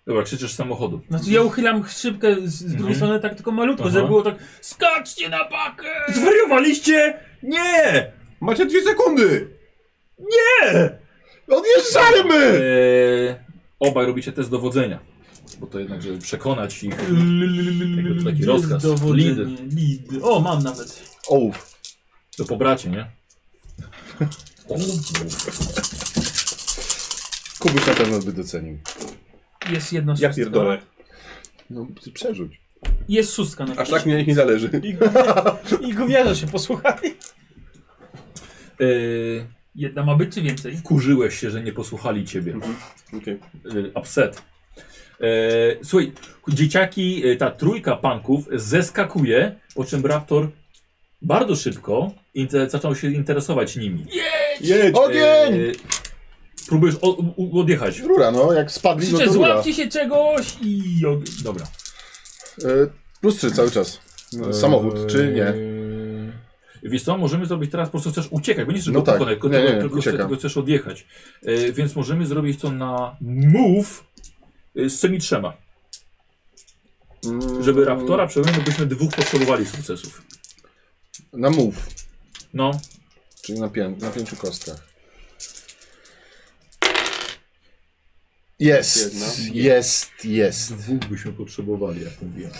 S1: Dobra, krzyczysz z samochodu.
S7: Znaczy ja uchylam szybkę z, z drugiej
S1: Mhm.
S7: strony tak tylko malutko,
S1: Aha.
S7: żeby było tak Skaczcie na pakę!
S1: Zwariowaliście? Nie!
S5: Macie dwie sekundy!
S1: Nie!
S3: Odjeżdżajmy!
S1: Eee, obaj robicie test dowodzenia. Bo to jednak, żeby przekonać ich. Jakby taki rozkaz.
S7: Dowodzenie.
S1: Lidy.
S7: Lidy. O, mam nawet.
S3: Ołów.
S1: To pobracie, nie?
S3: Kubuś na pewno by docenił.
S7: Jest jedna
S5: Ja
S7: szóstka.
S5: pierdolę.
S3: No, ty przerzuć.
S7: Jest szóstka na
S5: Aż tak mi na nich nie zależy.
S2: I gówniarze się posłuchali.
S1: Eee,
S7: Jedna ma być czy więcej?
S1: wkurzyłeś się, że nie posłuchali ciebie.
S5: Okej.
S1: y, upset. E, słuchaj, dzieciaki, y, ta trójka panków zeskakuje, po czym Raptor bardzo szybko inte- zaczął się interesować nimi.
S5: Jedź!
S3: Ogień!
S1: E, próbujesz o, u, odjechać.
S3: Rura, no, jak spadli, no
S7: Krzyczę,
S3: to rura.
S7: złapcie się czegoś i... og-
S1: Dobra.
S3: E, Plus trzy cały czas. No, Samochód, czy nie?
S1: Eee, Wiesz co, możemy zrobić teraz, po prostu chcesz uciekać, bo nie chcesz
S3: No
S1: go
S3: tak.
S1: pokonać, tylko,
S3: Nie,
S1: tylko-
S3: nie,
S1: tylko,
S3: uciekam.
S1: tylko chcesz odjechać. Eee, więc możemy zrobić to na move e, z tymi trzema.
S3: Mm,
S1: Eee, Żeby Raptora przełamać, byśmy dwóch potrzebowali sukcesów.
S3: Na move,
S1: No,
S3: czyli na, pię na pięciu kostkach. Jest,
S5: Jedna.
S3: jest, jest.
S1: Dwóch byśmy potrzebowali, jak mówiłem.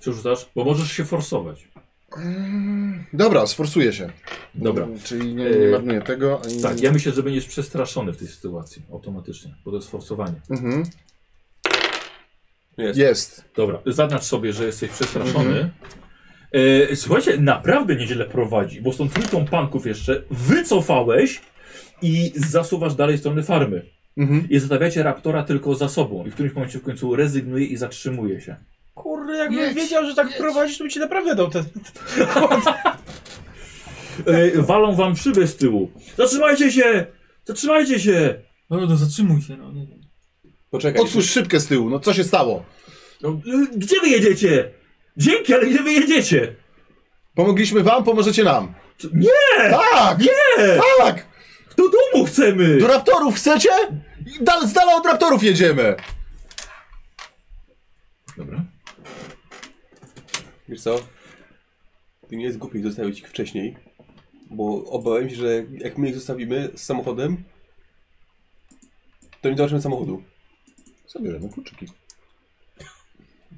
S1: Przerzucasz? Bo możesz się forsować.
S3: Mm, Dobra, sforsuję się.
S1: Dobra.
S3: Mm, Czyli nie, nie
S1: E,
S3: marnuję tego. Ani...
S1: Tak, ja myślę, że będziesz przestraszony w tej sytuacji automatycznie, bo to jest forsowanie.
S3: Mhm.
S5: Jest.
S3: Jest.
S1: Dobra, zaznacz sobie, że jesteś przestraszony. E, słuchajcie, naprawdę nieźle prowadzi, bo z tą trójką panków jeszcze wycofałeś i zasuwasz dalej w stronę farmy.
S3: Mhm.
S1: I zostawiacie raptora tylko za sobą i w którymś momencie w końcu rezygnuje i zatrzymuje się.
S2: Kurde, jakbym wiedział, że tak prowadzisz, to by ci naprawdę dał te...
S1: E, walą wam szybę z tyłu. Zatrzymajcie się! Zatrzymajcie się!
S7: No, no zatrzymuj się, no nie wiem.
S5: Poczekaj.
S3: Otwórz szybkę z tyłu, no co się stało?
S1: No, y, gdzie wy jedziecie? Dzięki, ale gdzie wy jedziecie?
S3: Pomogliśmy wam, pomożecie nam.
S1: Nie!
S3: Tak!
S1: Nie!
S3: Tak!
S1: Do domu chcemy!
S3: Do raptorów chcecie? Dal, z dala od raptorów jedziemy!
S1: Dobra.
S5: Wiesz co? Ty nie jest głupi zostawić ich wcześniej, bo obawiam się, że jak my ich zostawimy z samochodem, to nie zobaczymy samochodu.
S3: Zabieramy kluczyki.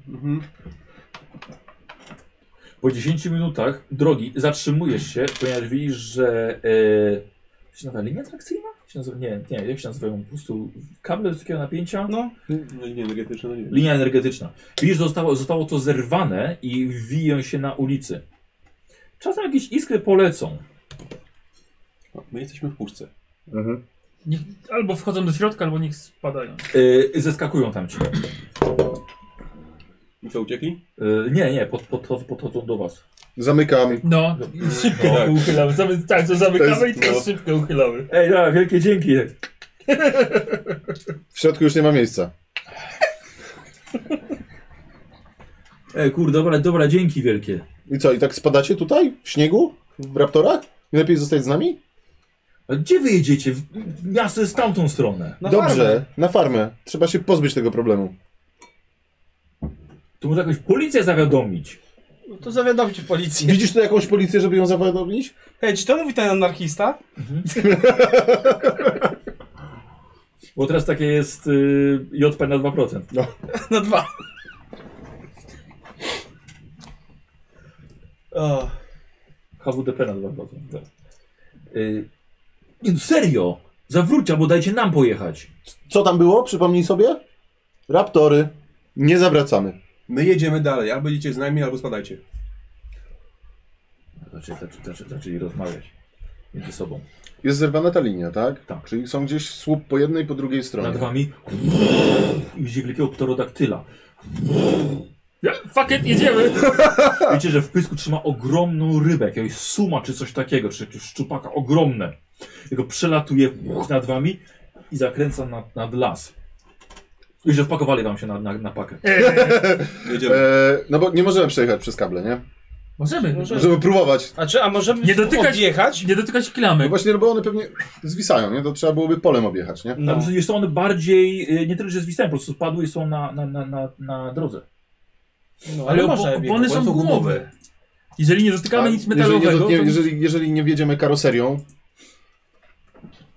S5: Mhm.
S1: Po 10 minutach drogi zatrzymujesz się, ponieważ widzisz, że... Yy, jak się nazywa linia trakcyjna? Jak Się nazywa, nie, nie, jak się nazywają? Po prostu kable wysokiego napięcia? No.
S5: No nie, energetyczne, no nie wiem.
S1: Linia energetyczna. Widzisz, zostało, zostało to zerwane i wiją się na ulicy. Czasem jakieś iskry polecą.
S5: My jesteśmy w puszce.
S3: Mhm.
S7: Niech, albo
S1: e,
S7: wchodzą do środka, albo niech spadają.
S1: Yy, zeskakują tam ci.
S5: I I co, uciekli?
S1: E, nie, nie, pod, pod, podchodzą do was.
S3: Zamykam.
S7: No, i szybko
S5: Tak.
S7: to uchylamy. Zamy, tak, to
S3: To
S7: zamykamy i
S3: jest-
S7: tylko
S3: no.
S7: szybko uchylamy.
S1: Ej, da, wielkie dzięki.
S3: W środku już nie ma miejsca.
S1: Ej, kurde, E, dobra, dobra, dzięki wielkie.
S3: I co, i tak spadacie tutaj? W śniegu? W raptorach? Nie lepiej zostać z nami?
S1: A gdzie wy jedziecie? W- Miasto jest w tamtą stronę.
S8: Na
S3: Dobrze,
S8: farmę.
S3: na farmę. Trzeba się pozbyć tego problemu.
S1: Tu może jakoś policję zawiadomić.
S8: No To zawiadomcie policję.
S3: Widzisz tu jakąś policję, żeby ją zawiadomić?
S8: Hej, czy to mówi ten anarchista?
S1: Bo teraz takie jest y, JP na 2%.
S8: Na dwa. O,
S1: HWDP na 2%. Tak. Y, nie, no serio! Zawróćcie, bo dajcie nam pojechać.
S3: Co tam było? Przypomnij sobie? Raptory. Nie zawracamy.
S5: My jedziemy dalej. Albo idziecie z nami, albo spadajcie.
S1: Zaczę, zaczę, zaczę, zaczęli znaczy, rozmawiać między sobą.
S3: Jest zerwana ta linia, tak?
S1: Tak.
S3: Czyli są gdzieś słup po jednej, po drugiej stronie.
S1: Nad wami i widzicie wielkiego pterodaktyla.
S7: Ja, fuck it, jedziemy.
S1: Wiecie, że w pysku trzyma ogromną rybę, jakiegoś suma czy coś takiego, czy jakiegoś szczupaka, ogromne. Jego przelatuje nad wami i zakręca nad, nad las. I że wpakowali wam się na, na, na pakę.
S5: Jedziemy.
S3: E, no bo nie możemy przejechać przez kable, nie?
S7: Możemy.
S8: Może-
S3: Możemy próbować.
S8: A czy, a możemy
S7: Nie dotykać-
S8: odjechać?
S7: Nie dotykać
S3: No
S7: klamek.
S3: właśnie, no bo one pewnie zwisają, nie? To trzeba byłoby polem objechać, nie?
S1: Tam,
S8: No.
S1: że są one bardziej, y, nie tyle, że zwisają, po prostu spadły i są na, na, na, na, na drodze.
S8: No,
S7: Ale
S8: można
S7: opo-
S8: je
S7: opony są
S5: Bo są
S7: gumowe. Jeżeli nie dotykamy nic
S3: A Tak? jeżeli nie,
S7: metalowego,
S3: nie,
S7: to
S3: jeżeli, jeżeli nie wjedziemy karoserią...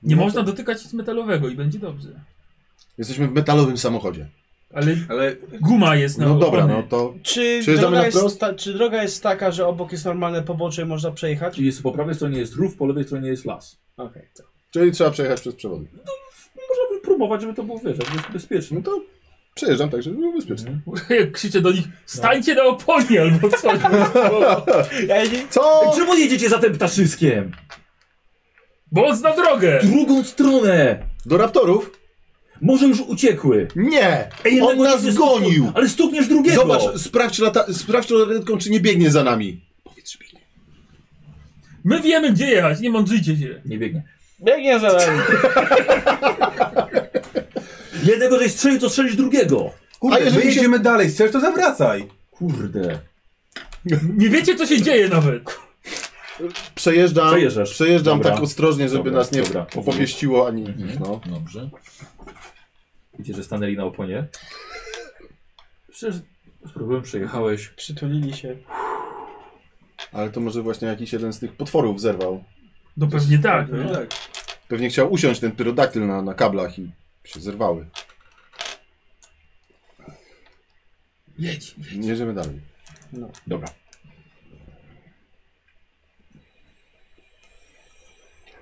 S7: nie
S3: no to
S7: można dotykać nic metalowego i będzie dobrze.
S3: Jesteśmy w metalowym samochodzie.
S7: Ale
S5: Ale
S7: guma jest na
S3: No dobra,
S7: opony.
S3: no to...
S8: Czy
S3: Przejeżdżamy
S8: droga,
S3: na
S8: jest
S3: wprost?
S8: ta, czy droga jest taka, że obok jest normalne pobocze i można przejechać?
S1: Czyli jest, po prawej stronie jest rów, po lewej stronie jest las.
S8: Okej.
S3: Czyli trzeba przejechać przez przewody.
S1: Można by próbować, żeby to było, wiesz, żeby jest bezpieczne.
S3: No to przejeżdżam tak, żeby było
S1: Mhm.
S3: bezpiecznie.
S7: [laughs] Jak Krzyczę do nich, stańcie na oponie albo coś.
S3: [laughs]
S8: Ja nie-
S3: Co?
S1: Czemu jedziecie za tym ptaszyskiem?
S7: Bo on zna drogę.
S1: Drugą stronę!
S3: Do raptorów?
S1: Może już uciekły.
S3: Nie!
S1: Ej,
S3: On
S1: jednego
S3: nas
S1: nie stuknął,
S3: gonił!
S1: Ale stukniesz drugiego!
S3: Zobacz, sprawdź, lata, sprawdź latarką, czy nie biegnie za nami.
S7: My wiemy gdzie jechać, nie mądrzyjcie się.
S1: Nie biegnie.
S8: Biegnie za nami.
S1: Jednego, żeś strzelił, to strzelisz drugiego!
S3: A
S5: kurde, my
S3: jeżeli się-
S5: jedziemy dalej. Chcesz, to zawracaj.
S1: Kurde.
S7: Nie wiecie co się dzieje nawet.
S3: Przejeżdżam,
S1: Przejeżdżasz.
S3: przejeżdżam
S1: Dobra.
S3: tak ostrożnie, żeby
S1: Dobra,
S3: nas nie
S1: dobra.
S3: popieściło ani ich,
S1: Mhm.
S3: no.
S1: Dobrze. Widzicie, że stanęli na oponie. Przecież z problemem przejechałeś.
S8: Przytulili się.
S3: Ale to może właśnie jakiś jeden z tych potworów zerwał.
S7: No pewnie tak. No.
S5: tak.
S3: Pewnie chciał usiąść ten pyrodaktyl na, na kablach i się zerwały.
S7: Jedź.
S3: Nie jedziemy dalej.
S1: Dobra.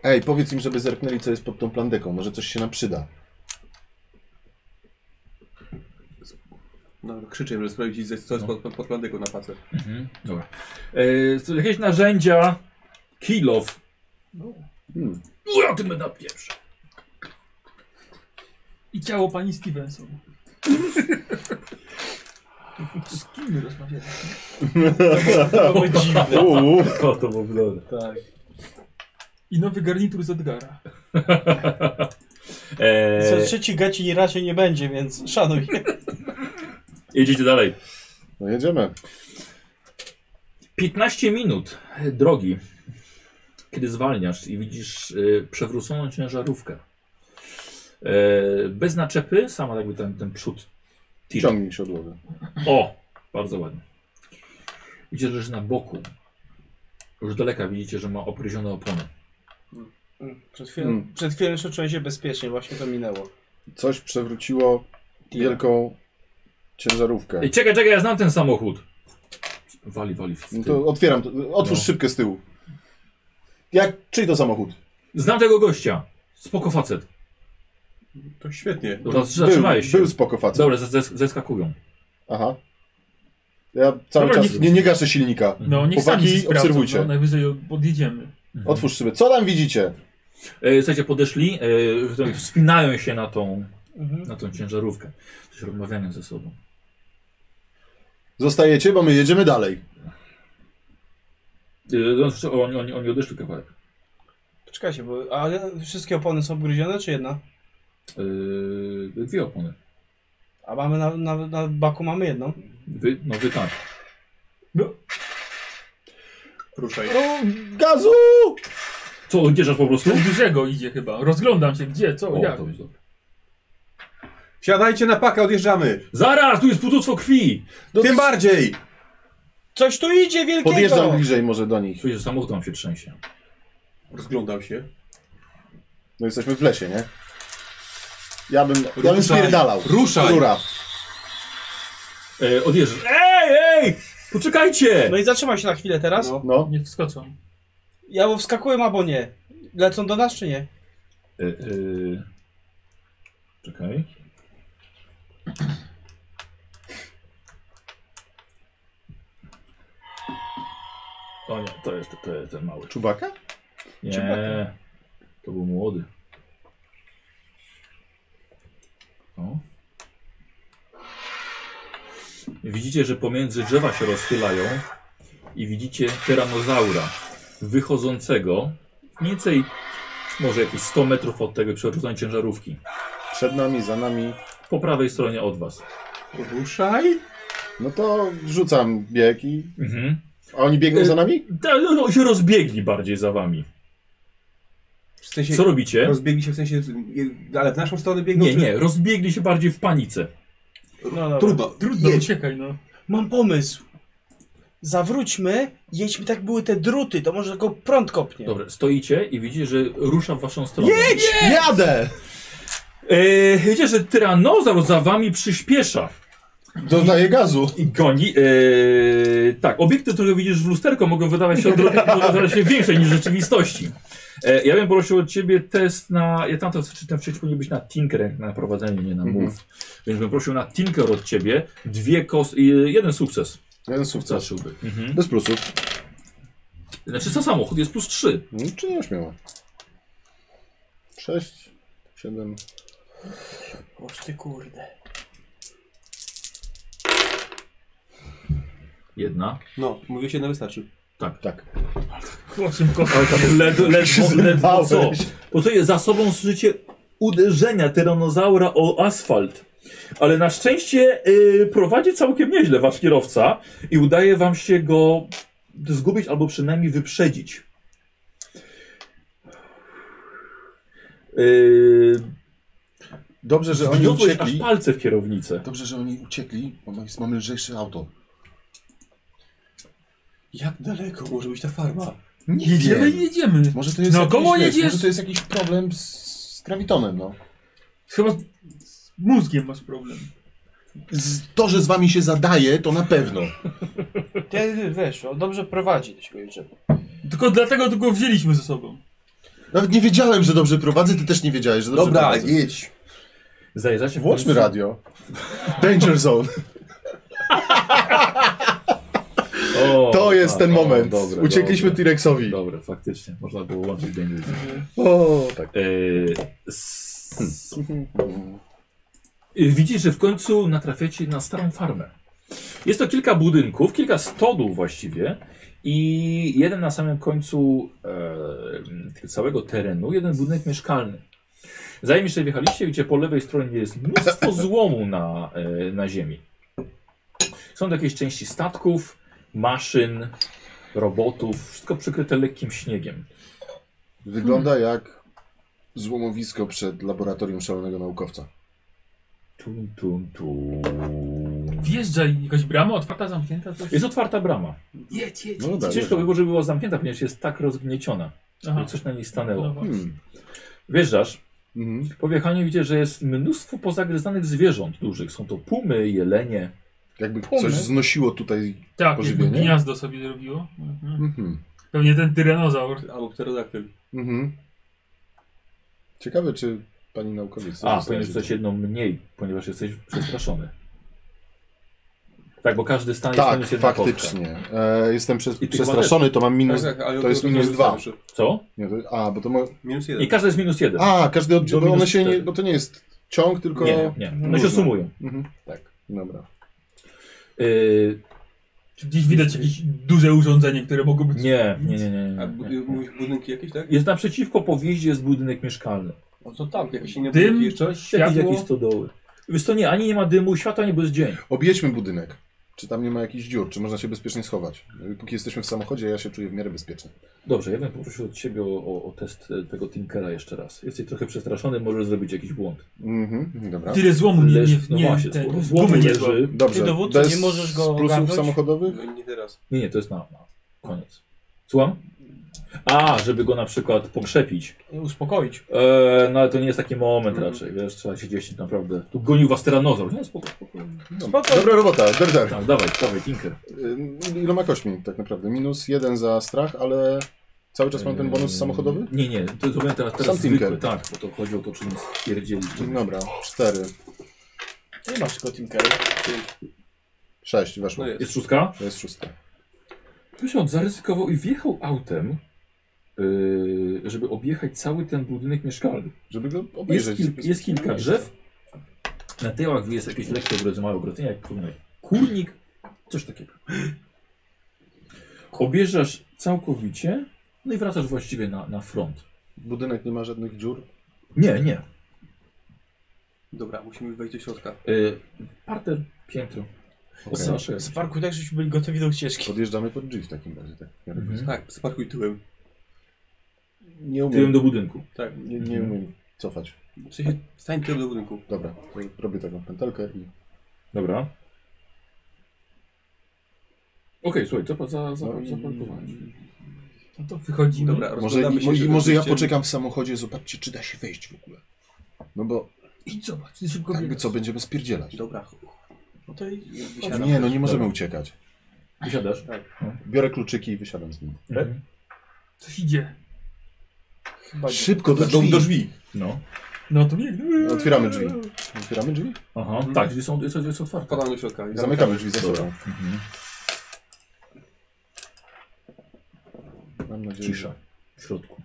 S3: Ej, powiedz im, żeby zerknęli, co jest pod tą plandeką. Może coś się nam przyda.
S5: No, krzyczę, żeby sprawdzić, co jest pod, pod, pod plandeką na pace.
S1: Mhm. Dobra. E, są jakieś narzędzia. Kilow.
S3: Hmm.
S1: Ura, ty mnie napieprz.
S7: I ciało pani [laughs] Stevenson. Z kim my rozmawiamy?
S8: [laughs] To było
S3: [laughs]
S8: dziwne.
S3: Uuu.
S1: O, to było dobre.
S8: Tak.
S7: I nowy garnitur z Edgara.
S8: Co
S1: E,
S8: trzeci gaci raczej nie będzie, więc szanuj.
S1: jedziecie dalej.
S3: No jedziemy.
S1: 15 minut e, drogi, kiedy zwalniasz i widzisz y, przewróconą ciężarówkę. E, bez naczepy, sama jakby ten, ten przód. tira.
S3: Ciągnij siodłowę.
S1: O! Bardzo ładnie. Widzisz, że jest na boku. Już z daleka widzicie, że ma opryzione opony.
S8: Przed chwilą, przed chwilą jeszcze czułem się bezpiecznie, właśnie to minęło.
S3: Coś przewróciło wielką ciężarówkę.
S1: Ej, czekaj, czekaj, ja znam ten samochód. Wali, wali. W tył.
S3: No to otwieram. to- Otwórz
S1: No.
S3: szybkę z tyłu. Jak, czyj to samochód?
S1: Znam tego gościa. Spoko facet.
S5: To świetnie.
S1: Dobra,
S3: Był,
S1: No zatrzymałeś się.
S3: był spoko facet.
S1: Dobra, zes- zes- zeskakują. Mhm.
S3: Aha. Ja cały
S7: Dobra,
S3: czas
S7: nie-
S3: nie, nie gaszę silnika.
S7: No niech
S3: Chłopaki,
S7: sami się sprawdzą,
S3: obserwujcie.
S7: no, najwyżej podjedziemy.
S1: Mhm.
S3: Otwórz szybę. Co tam widzicie?
S1: E, Słuchajcie, podeszli, e, że tam wspinają się na tą,
S8: Mhm.
S1: na tą ciężarówkę. Coś rozmawiają ze sobą.
S3: Zostajecie, bo my jedziemy dalej.
S1: Y, no, znaczy, Oni, oni, oni odeszli kawałek.
S2: Poczekajcie, bo... Ale wszystkie opony są obgryzione, czy jedna?
S1: Yy, dwie opony.
S2: A mamy na, na, na baku mamy jedną.
S1: Wy, no wy tak.
S5: Ruszaj.
S3: No, gazu!
S1: Co, odjeżdżasz po prostu?
S7: Coś dużego idzie chyba. Rozglądam się, gdzie, co,
S1: O,
S7: No, jak.
S1: to jest dobre.
S5: Siadajcie na pakę, odjeżdżamy!
S1: Zaraz, tu jest płuctwo krwi!
S5: Tym bardziej!
S2: Coś tu idzie wielkiego!
S3: Podjeżdżam bliżej może do nich.
S1: Czujesz, że samochód tam się trzęsie.
S5: Rozglądam się.
S3: No jesteśmy w lesie, nie? Ja bym, ja bym spierdalał.
S5: Ruszaj!
S3: Rura.
S1: E, odjeżdżasz. Ej, ej! Poczekajcie!
S2: No i zatrzymaj się na chwilę teraz.
S5: No.
S3: No.
S7: Nie wskoczą.
S2: Ja bo wskakuję albo nie. Lecą do nas czy nie?
S1: E, e, czekaj. O nie, to jest, to jest ten mały.
S3: Czubaka?
S1: Nie, to był młody. O. Widzicie, że pomiędzy drzewa się rozchylają i widzicie tyranozaura wychodzącego mniej więcej może jakieś 100 metrów od tego przy odrzucaniu ciężarówki.
S3: Przed nami, za nami.
S1: Po prawej stronie od was.
S5: Ruszaj!
S3: No to rzucam bieg i...
S1: Mhm.
S3: A oni biegną
S1: Y-
S3: za nami?
S1: Ta, no, się rozbiegli bardziej za wami.
S5: W sensie,
S1: Co robicie?
S5: rozbiegli się w sensie, y, ale w naszą stronę biegną?
S1: Nie,
S5: czy-
S1: nie, rozbiegli się bardziej w panice.
S7: No, dobra.
S5: Trudno,
S7: Trudno,
S5: jedź.
S7: uciekaj, no.
S2: Mam pomysł. Zawróćmy, jedźmy tak były te druty, to może tylko prąd kopnie.
S1: Dobra, stoicie i widzicie, że rusza w waszą stronę.
S3: Jadę!
S1: E, wiecie, że tyranozaur za wami przyspiesza
S3: Dodaję gazu.
S1: i goni. E, tak, obiekty, które widzisz w lusterko mogą wydawać się, odro- mogą wydawać się większe niż w rzeczywistości. E, ja bym prosił od ciebie test na... Ja tam to czytam wcześniej powinien być na Tinker, na prowadzenie, nie na move.
S3: Mhm.
S1: Więc bym prosił na Tinker od ciebie dwie kos... e, jeden sukces.
S3: Jeden sukces.
S1: Zaszyłby. Mhm.
S3: Bez plusów.
S1: Znaczy co samochód jest plus trzy.
S3: No, Czy nie śmiało? Sześć, siedem...
S10: Oż ty kurde.
S1: Jedna.
S5: No, mówię się, na wystarczy.
S3: Tak.
S7: Kłosiem kocha.
S1: Ledwo, ledwo, ledwo co?
S3: Zjebałeś.
S1: Bo to jest za sobą słyszycie uderzenia tyranozaura o asfalt. Ale na szczęście y, prowadzi całkiem nieźle wasz kierowca i udaje wam się go zgubić albo przynajmniej wyprzedzić. Yy,
S3: Dobrze, że oni
S1: Zgniotłeś aż
S3: uciekli.
S1: palce w kierownicę.
S3: Dobrze, że oni uciekli, bo ma- mamy lżejsze auto.
S5: Jak daleko może być ta farma?
S3: Nie
S7: Jedziemy i jedziemy.
S3: Może to jest,
S7: No, koło
S3: jakiś, wiesz,
S7: jedziesz?
S3: może to jest jakiś problem z, z grawitonem, no.
S7: Chyba z, z mózgiem masz problem.
S3: Z, to, że z wami się zadaje, to na pewno.
S2: Ty wiesz, on dobrze prowadzi do siebie.
S7: Tylko dlatego go wzięliśmy ze sobą.
S3: Nawet nie wiedziałem, że dobrze prowadzę, ty też nie wiedziałeś, że dobrze
S5: Dobra,
S3: prowadzę.
S5: jedź.
S1: Zajeżdżacie w
S3: Włączmy
S1: końcu-
S3: radio. Danger Zone.
S1: O,
S3: To jest
S1: a,
S3: ten
S1: o,
S3: moment.
S1: dobre,
S3: Uciekliśmy
S1: dobre.
S3: T-Rexowi.
S1: Dobra, faktycznie. Można było łączyć Daniel.
S3: O, tak.
S1: Yy, s- Yy, Hmm. Widzisz, że w końcu natrafiacie na starą farmę. Jest to kilka budynków, kilka stodół właściwie i jeden na samym końcu e, całego terenu, jeden budynek mieszkalny. Zanim jeszcze wjechaliście, widzicie, po lewej stronie jest [laughs] mnóstwo złomu na, e, na ziemi. Są to jakieś części statków, maszyn, robotów, wszystko przykryte lekkim śniegiem.
S3: Wygląda jak złomowisko przed laboratorium szalonego naukowca.
S1: Tum, tum, tum.
S7: Wjeżdża i jakaś brama otwarta, zamknięta, coś.
S1: Jest otwarta brama.
S7: Jedź, jedź.
S3: No dobra.
S1: Ciężko by było, żeby była zamknięta, ponieważ jest tak rozgnieciona,
S7: Aha.
S3: Tak.
S7: no
S1: że coś na niej stanęło.
S7: Dobra.
S3: Hmm.
S1: Wjeżdżasz,
S3: Mhm.
S1: po wjechaniu widzisz, że jest mnóstwo pozagryzanych zwierząt dużych. Są to pumy, jelenie.
S3: Jakby
S2: Pumy.
S3: coś znosiło tutaj.
S7: Tak, jakby
S3: Pożywienie?
S7: gniazdo sobie zrobiło. Mhm.
S3: Mhm.
S7: Pewnie ten tyranozaur.
S5: Albo pterodaktyl.
S3: Mhm. Ciekawe, czy pani naukowiec.
S1: A,
S3: zostaje
S1: powinien rzucać
S3: żywa.
S1: jedną mniej, ponieważ jesteś przestraszony. Tak, bo każdy stan jest
S3: Tak,
S1: minus jedna
S3: faktycznie. E, jestem przez,
S1: I tych
S3: przestraszony, to mam minus.
S5: Tak, tak, ale
S3: to jest minus
S5: minus
S3: dwa.
S5: dwa.
S1: Kostka. Co?
S3: Nie, to, a, bo to ma.
S5: Minus
S1: I
S5: jeden.
S1: każdy jest minus jeden.
S3: A, każdy
S1: Do
S3: oddział, bo one
S1: minus
S3: się nie.
S1: cztery.
S3: Bo to nie jest ciąg, tylko. Mhm. Tak,
S1: Nie, nie. One się
S3: Różne.
S1: sumują.
S3: Mhm.
S1: Tak.
S3: Dobra.
S1: Yy,
S7: Czy gdzieś widać jakieś duże urządzenie, które mogłoby...
S1: Nie, nie, nie, nie.
S5: A
S1: nie,
S5: bud
S1: nie.
S5: mówisz budynki jakieś, tak?
S1: Jest naprzeciwko po wjeździe jest budynek mieszkalny.
S5: No to tam, jakieś inne budynki
S7: Dym,
S5: jeszcze?
S1: Jakieś,
S7: światło...
S1: jakieś stodoły. Wiesz to nie, ani nie ma dymu, światła nie, bo jest dzień.
S3: Objedźmy budynek. Czy tam nie ma jakichś dziur? Czy można się bezpiecznie schować? Póki jesteśmy w samochodzie, ja się czuję w miarę bezpiecznie.
S1: Dobrze, ja bym poprosił od ciebie o, o, o test e, tego Tinkera jeszcze raz. Jesteś trochę przestraszony, możesz zrobić jakiś błąd.
S3: Mhm, dobra.
S7: Tyle złomu, nie, nie,
S1: Leż, no
S7: nie,
S1: właśnie,
S7: ten,
S1: ten,
S7: gumy
S1: złoty
S7: nie złam.
S1: leży.
S3: Dobrze.
S2: Ty dowódco,
S3: Bez
S2: nie możesz go
S3: plusów
S2: ogarnąć?
S3: samochodowych?
S5: No, nie teraz.
S1: Nie, nie, to jest na, na koniec. Słucham? A, żeby go na przykład pokrzepić.
S2: Uspokoić.
S1: E, no ale to nie jest taki moment
S5: Mhm.
S1: raczej, wiesz, trzeba się gdzieś naprawdę. Tu gonił was tyranozaur. Nie, spoko, spoko.
S7: Tak.
S3: Dobra, dobra robota, der, der.
S1: Tak, dawaj, dawaj, Tinker.
S3: Y, Iloma kośćmi tak naprawdę? Minus jeden za strach, ale cały czas mam ten bonus
S1: Ym,
S3: samochodowy?
S1: Nie, nie, to zrobiłem teraz, teraz
S3: Sam
S1: zwykły,
S3: Tinker.
S1: tak, bo to chodzi o to, czym stwierdzili. czym-
S3: Dobra, cztery,
S2: Nie Yy. masz tylko Tinkera.
S3: sześć, weszło.
S5: No jest.
S1: Jest szóstka?
S3: To jest szóstka.
S1: Tysiąc zaryzykował i wjechał autem, yy, żeby objechać cały ten budynek mieszkalny.
S3: Żeby go
S1: Jest,
S3: obejrzeć.
S1: kil, jest kilka drzew, na tyłach jest jakieś lekkie ogrodzenie, małe ogrodzenie, jak kurnik, kurnik, coś takiego. Obierzesz całkowicie, no i wracasz właściwie na, na front.
S3: Budynek nie ma żadnych dziur.
S1: Nie, nie.
S5: Dobra, musimy wejść do środka.
S1: Yy, parter, piętro. Zawsze.
S2: Z parku tak, żeśmy byli gotowi do ucieczki.
S3: Podjeżdżamy pod drzwi w takim razie. Tak.
S1: Mhm.
S5: Tak, sparkuj tyłem.
S3: Nie
S1: Tyłem
S3: umiem,
S1: do budynku.
S5: Tak,
S3: nie, nie umiem cofać.
S5: w sensie stań tyłem do budynku.
S3: Dobra, to robię taką pętelkę i
S1: Dobra. Okej, słuchaj, co pa- za, za,
S3: No i-
S1: zaparkowałeś?
S7: No to wychodzimy.
S5: Dobra,
S3: Może,
S5: rozglądamy się
S3: mo- i
S5: jeszcze
S3: może ja
S5: przed wyjściem.
S3: poczekam w samochodzie, zobaczcie, czy da się wejść w ogóle. No bo
S7: Idź zobacz, ty szybko
S1: Tak,
S3: jakby
S7: biegasz.
S3: co, będziemy spierdzielać.
S5: Dobra,
S2: No to i...
S5: wysiadam.
S3: Nie, no nie możemy
S1: Dobra.
S3: uciekać.
S1: Wysiadasz?
S3: Biorę kluczyki i wysiadam z nim.
S1: Mhm.
S7: Coś idzie.
S2: Chyba nie.
S3: Szybko do drzwi.
S1: No.
S7: No to biegnie.
S3: Otwieramy drzwi. Otwieramy drzwi?
S1: Aha, tak, drzwi są, jest, jest otwarte.
S5: Wpadamy do środka. i
S3: Zamykamy drzwi za sobą.
S1: Mhm.
S3: Mam nadzieję,
S1: Cisza
S3: że...
S1: w środku.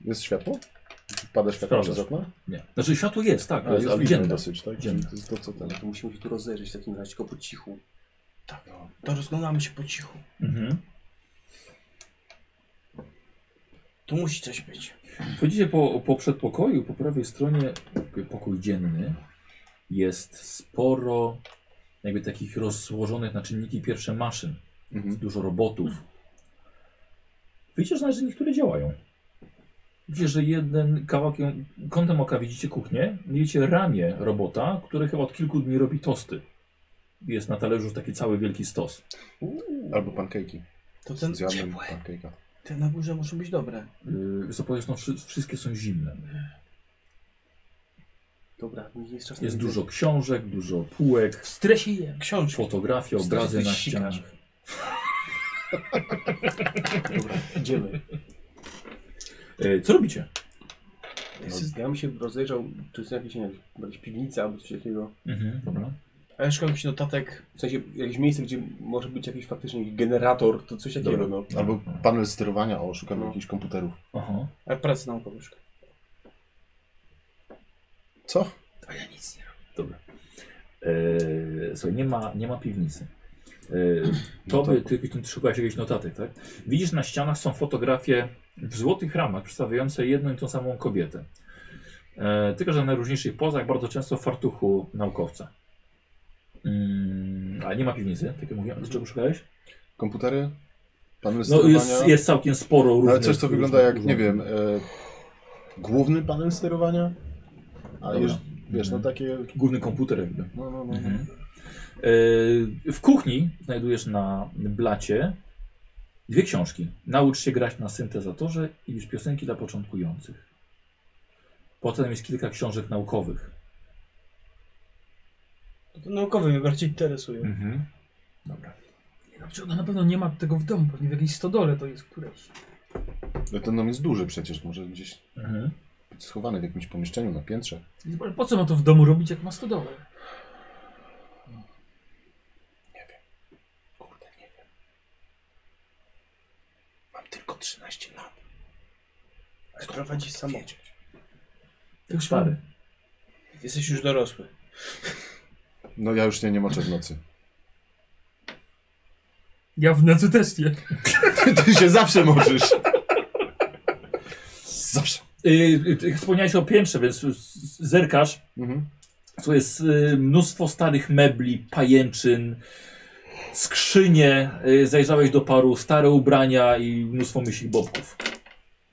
S3: Jest światło? Pada światło
S1: Sprawdzasz.
S3: przez okno?
S1: Nie. Znaczy światło jest, tak,
S3: A,
S1: ale
S3: jest
S1: jest
S3: widno
S1: dzienne.
S3: dosyć, tak?
S1: Dzienne.
S3: To jest to, co ten...
S5: No to musimy się tu rozejrzeć w takim razie, tylko po cichu.
S2: To rozglądamy się po cichu.
S1: Mhm.
S2: Tu musi coś być.
S1: Wchodzicie po, po przedpokoju, po prawej stronie, pokój dzienny, jest sporo jakby takich rozłożonych na czynniki pierwsze maszyn.
S3: Mhm.
S1: dużo robotów. Widzisz, nawet, że niektóre działają. Widzisz, że jeden kawałkiem, kątem oka widzicie kuchnię, widzicie ramię robota, który chyba od kilku dni robi tosty. Jest na talerzu taki cały wielki stos.
S3: Albo pancake'i.
S2: To ten
S3: Zjadłem
S2: ciepły.
S3: pancake'a.
S2: Te na górze muszą być dobre.
S1: Yy, co powiesz, no, wszy, wszystkie są zimne.
S5: Dobra, no jest czas na
S1: Jest
S5: jedzenie.
S1: dużo książek, dużo półek,
S7: W stresie jem.
S2: Książki.
S1: fotografie,
S2: Strasznie
S1: obrazy na
S2: wysikasz.
S1: ścianach.
S5: Dobra, idziemy.
S1: Yy, co robicie?
S5: No, ja bym się rozejrzał, czy są jakieś, nie wiem, jakieś piwnice albo coś takiego.
S1: Mhm, dobra.
S2: A ja szukam jakichś notatek.
S5: W sensie jakieś miejsce, gdzie może być jakiś faktycznie generator, to coś takiego,
S3: Dobra.
S5: no.
S3: Albo panel sterowania, o, szukamy
S5: No.
S3: jakichś komputerów.
S1: Aha.
S2: A pracę naukową szukam.
S3: Co?
S2: A ja nic nie robię.
S1: Dobra. Eee, słuchaj, nie ma, nie ma piwnicy. Eee,
S3: No
S1: to
S3: to-
S1: by, ty, ty szukałeś jakichś notatek, tak? Widzisz na ścianach są fotografie w złotych ramach przedstawiające jedną i tą samą kobietę. Eee, tylko, że w najróżniejszych pozach, bardzo często w fartuchu naukowca. Mm, a nie ma piwnicy, tak jak mówiłem. A ty czego szukałeś?
S3: Komputery? Panel
S1: No
S3: sterowania?
S1: jest, jest całkiem sporo różnych...
S3: Ale coś, co wygląda
S1: różnych
S3: jak, nie wiem,
S1: urządzeń.
S3: e, główny panel sterowania? A
S1: Dobra.
S3: już, wiesz, no
S1: Mhm.
S3: takie...
S1: Główny komputer jakby.
S3: No, no, no.
S1: Mhm. E, W kuchni znajdujesz na blacie dwie książki. Naucz się grać na syntezatorze i już piosenki dla początkujących. Potem jest kilka książek naukowych.
S2: To, to naukowe mnie bardziej interesują.
S1: Dobra.
S7: Nie, No, przecież ona na pewno nie ma tego w domu, pewnie w jakiejś stodole to jest któreś.
S3: No ten dom jest duży przecież, może gdzieś
S1: Mhm.
S3: być schowany w jakimś pomieszczeniu na piętrze.
S7: Ale po co ma to w domu robić, jak ma stodolę?
S10: Kurde, nie wiem. Mam tylko 13 lat.
S2: Ale prowadzi samochód.
S7: To już
S1: Stary.
S7: mam-
S2: Jesteś już dorosły.
S1: [laughs]
S3: No ja już nie, nie moczę w nocy.
S7: Ja w nocy też nie.
S3: Ty się zawsze możesz. Zawsze.
S1: Yy, ty wspomniałeś o piętrze, więc z- z- zerkasz.
S3: Mhm.
S1: Tu jest y, mnóstwo starych mebli, pajęczyn, skrzynie. Y, zajrzałeś do paru stare ubrania i mnóstwo myśli bobków.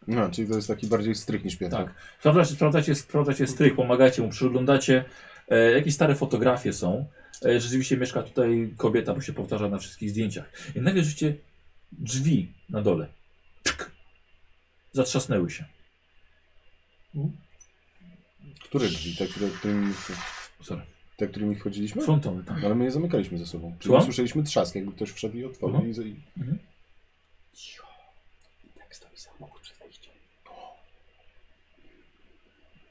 S3: No, czyli to jest taki bardziej strych niż piętro.
S1: Tak. Sprawdzacie, sprawdzacie, sprawdzacie strych, pomagacie mu, przyglądacie. E, jakieś stare fotografie są. E, rzeczywiście mieszka tutaj kobieta, bo się powtarza na wszystkich zdjęciach. I nagle rzeczywiście drzwi na dole. Tk, zatrzasnęły się.
S3: Które drzwi? Te, które, którymi,
S1: Tak. Sorry.
S3: te, którymi wchodziliśmy?
S1: Frontowe, tak.
S3: No, Ale my je zamykaliśmy ze sobą. Czyli
S1: Słucham?
S3: słyszeliśmy trzask, jakby ktoś wszedł i otworzył.
S1: Mhm.
S3: I, i...
S10: Tak stoi samochód przed wejściem.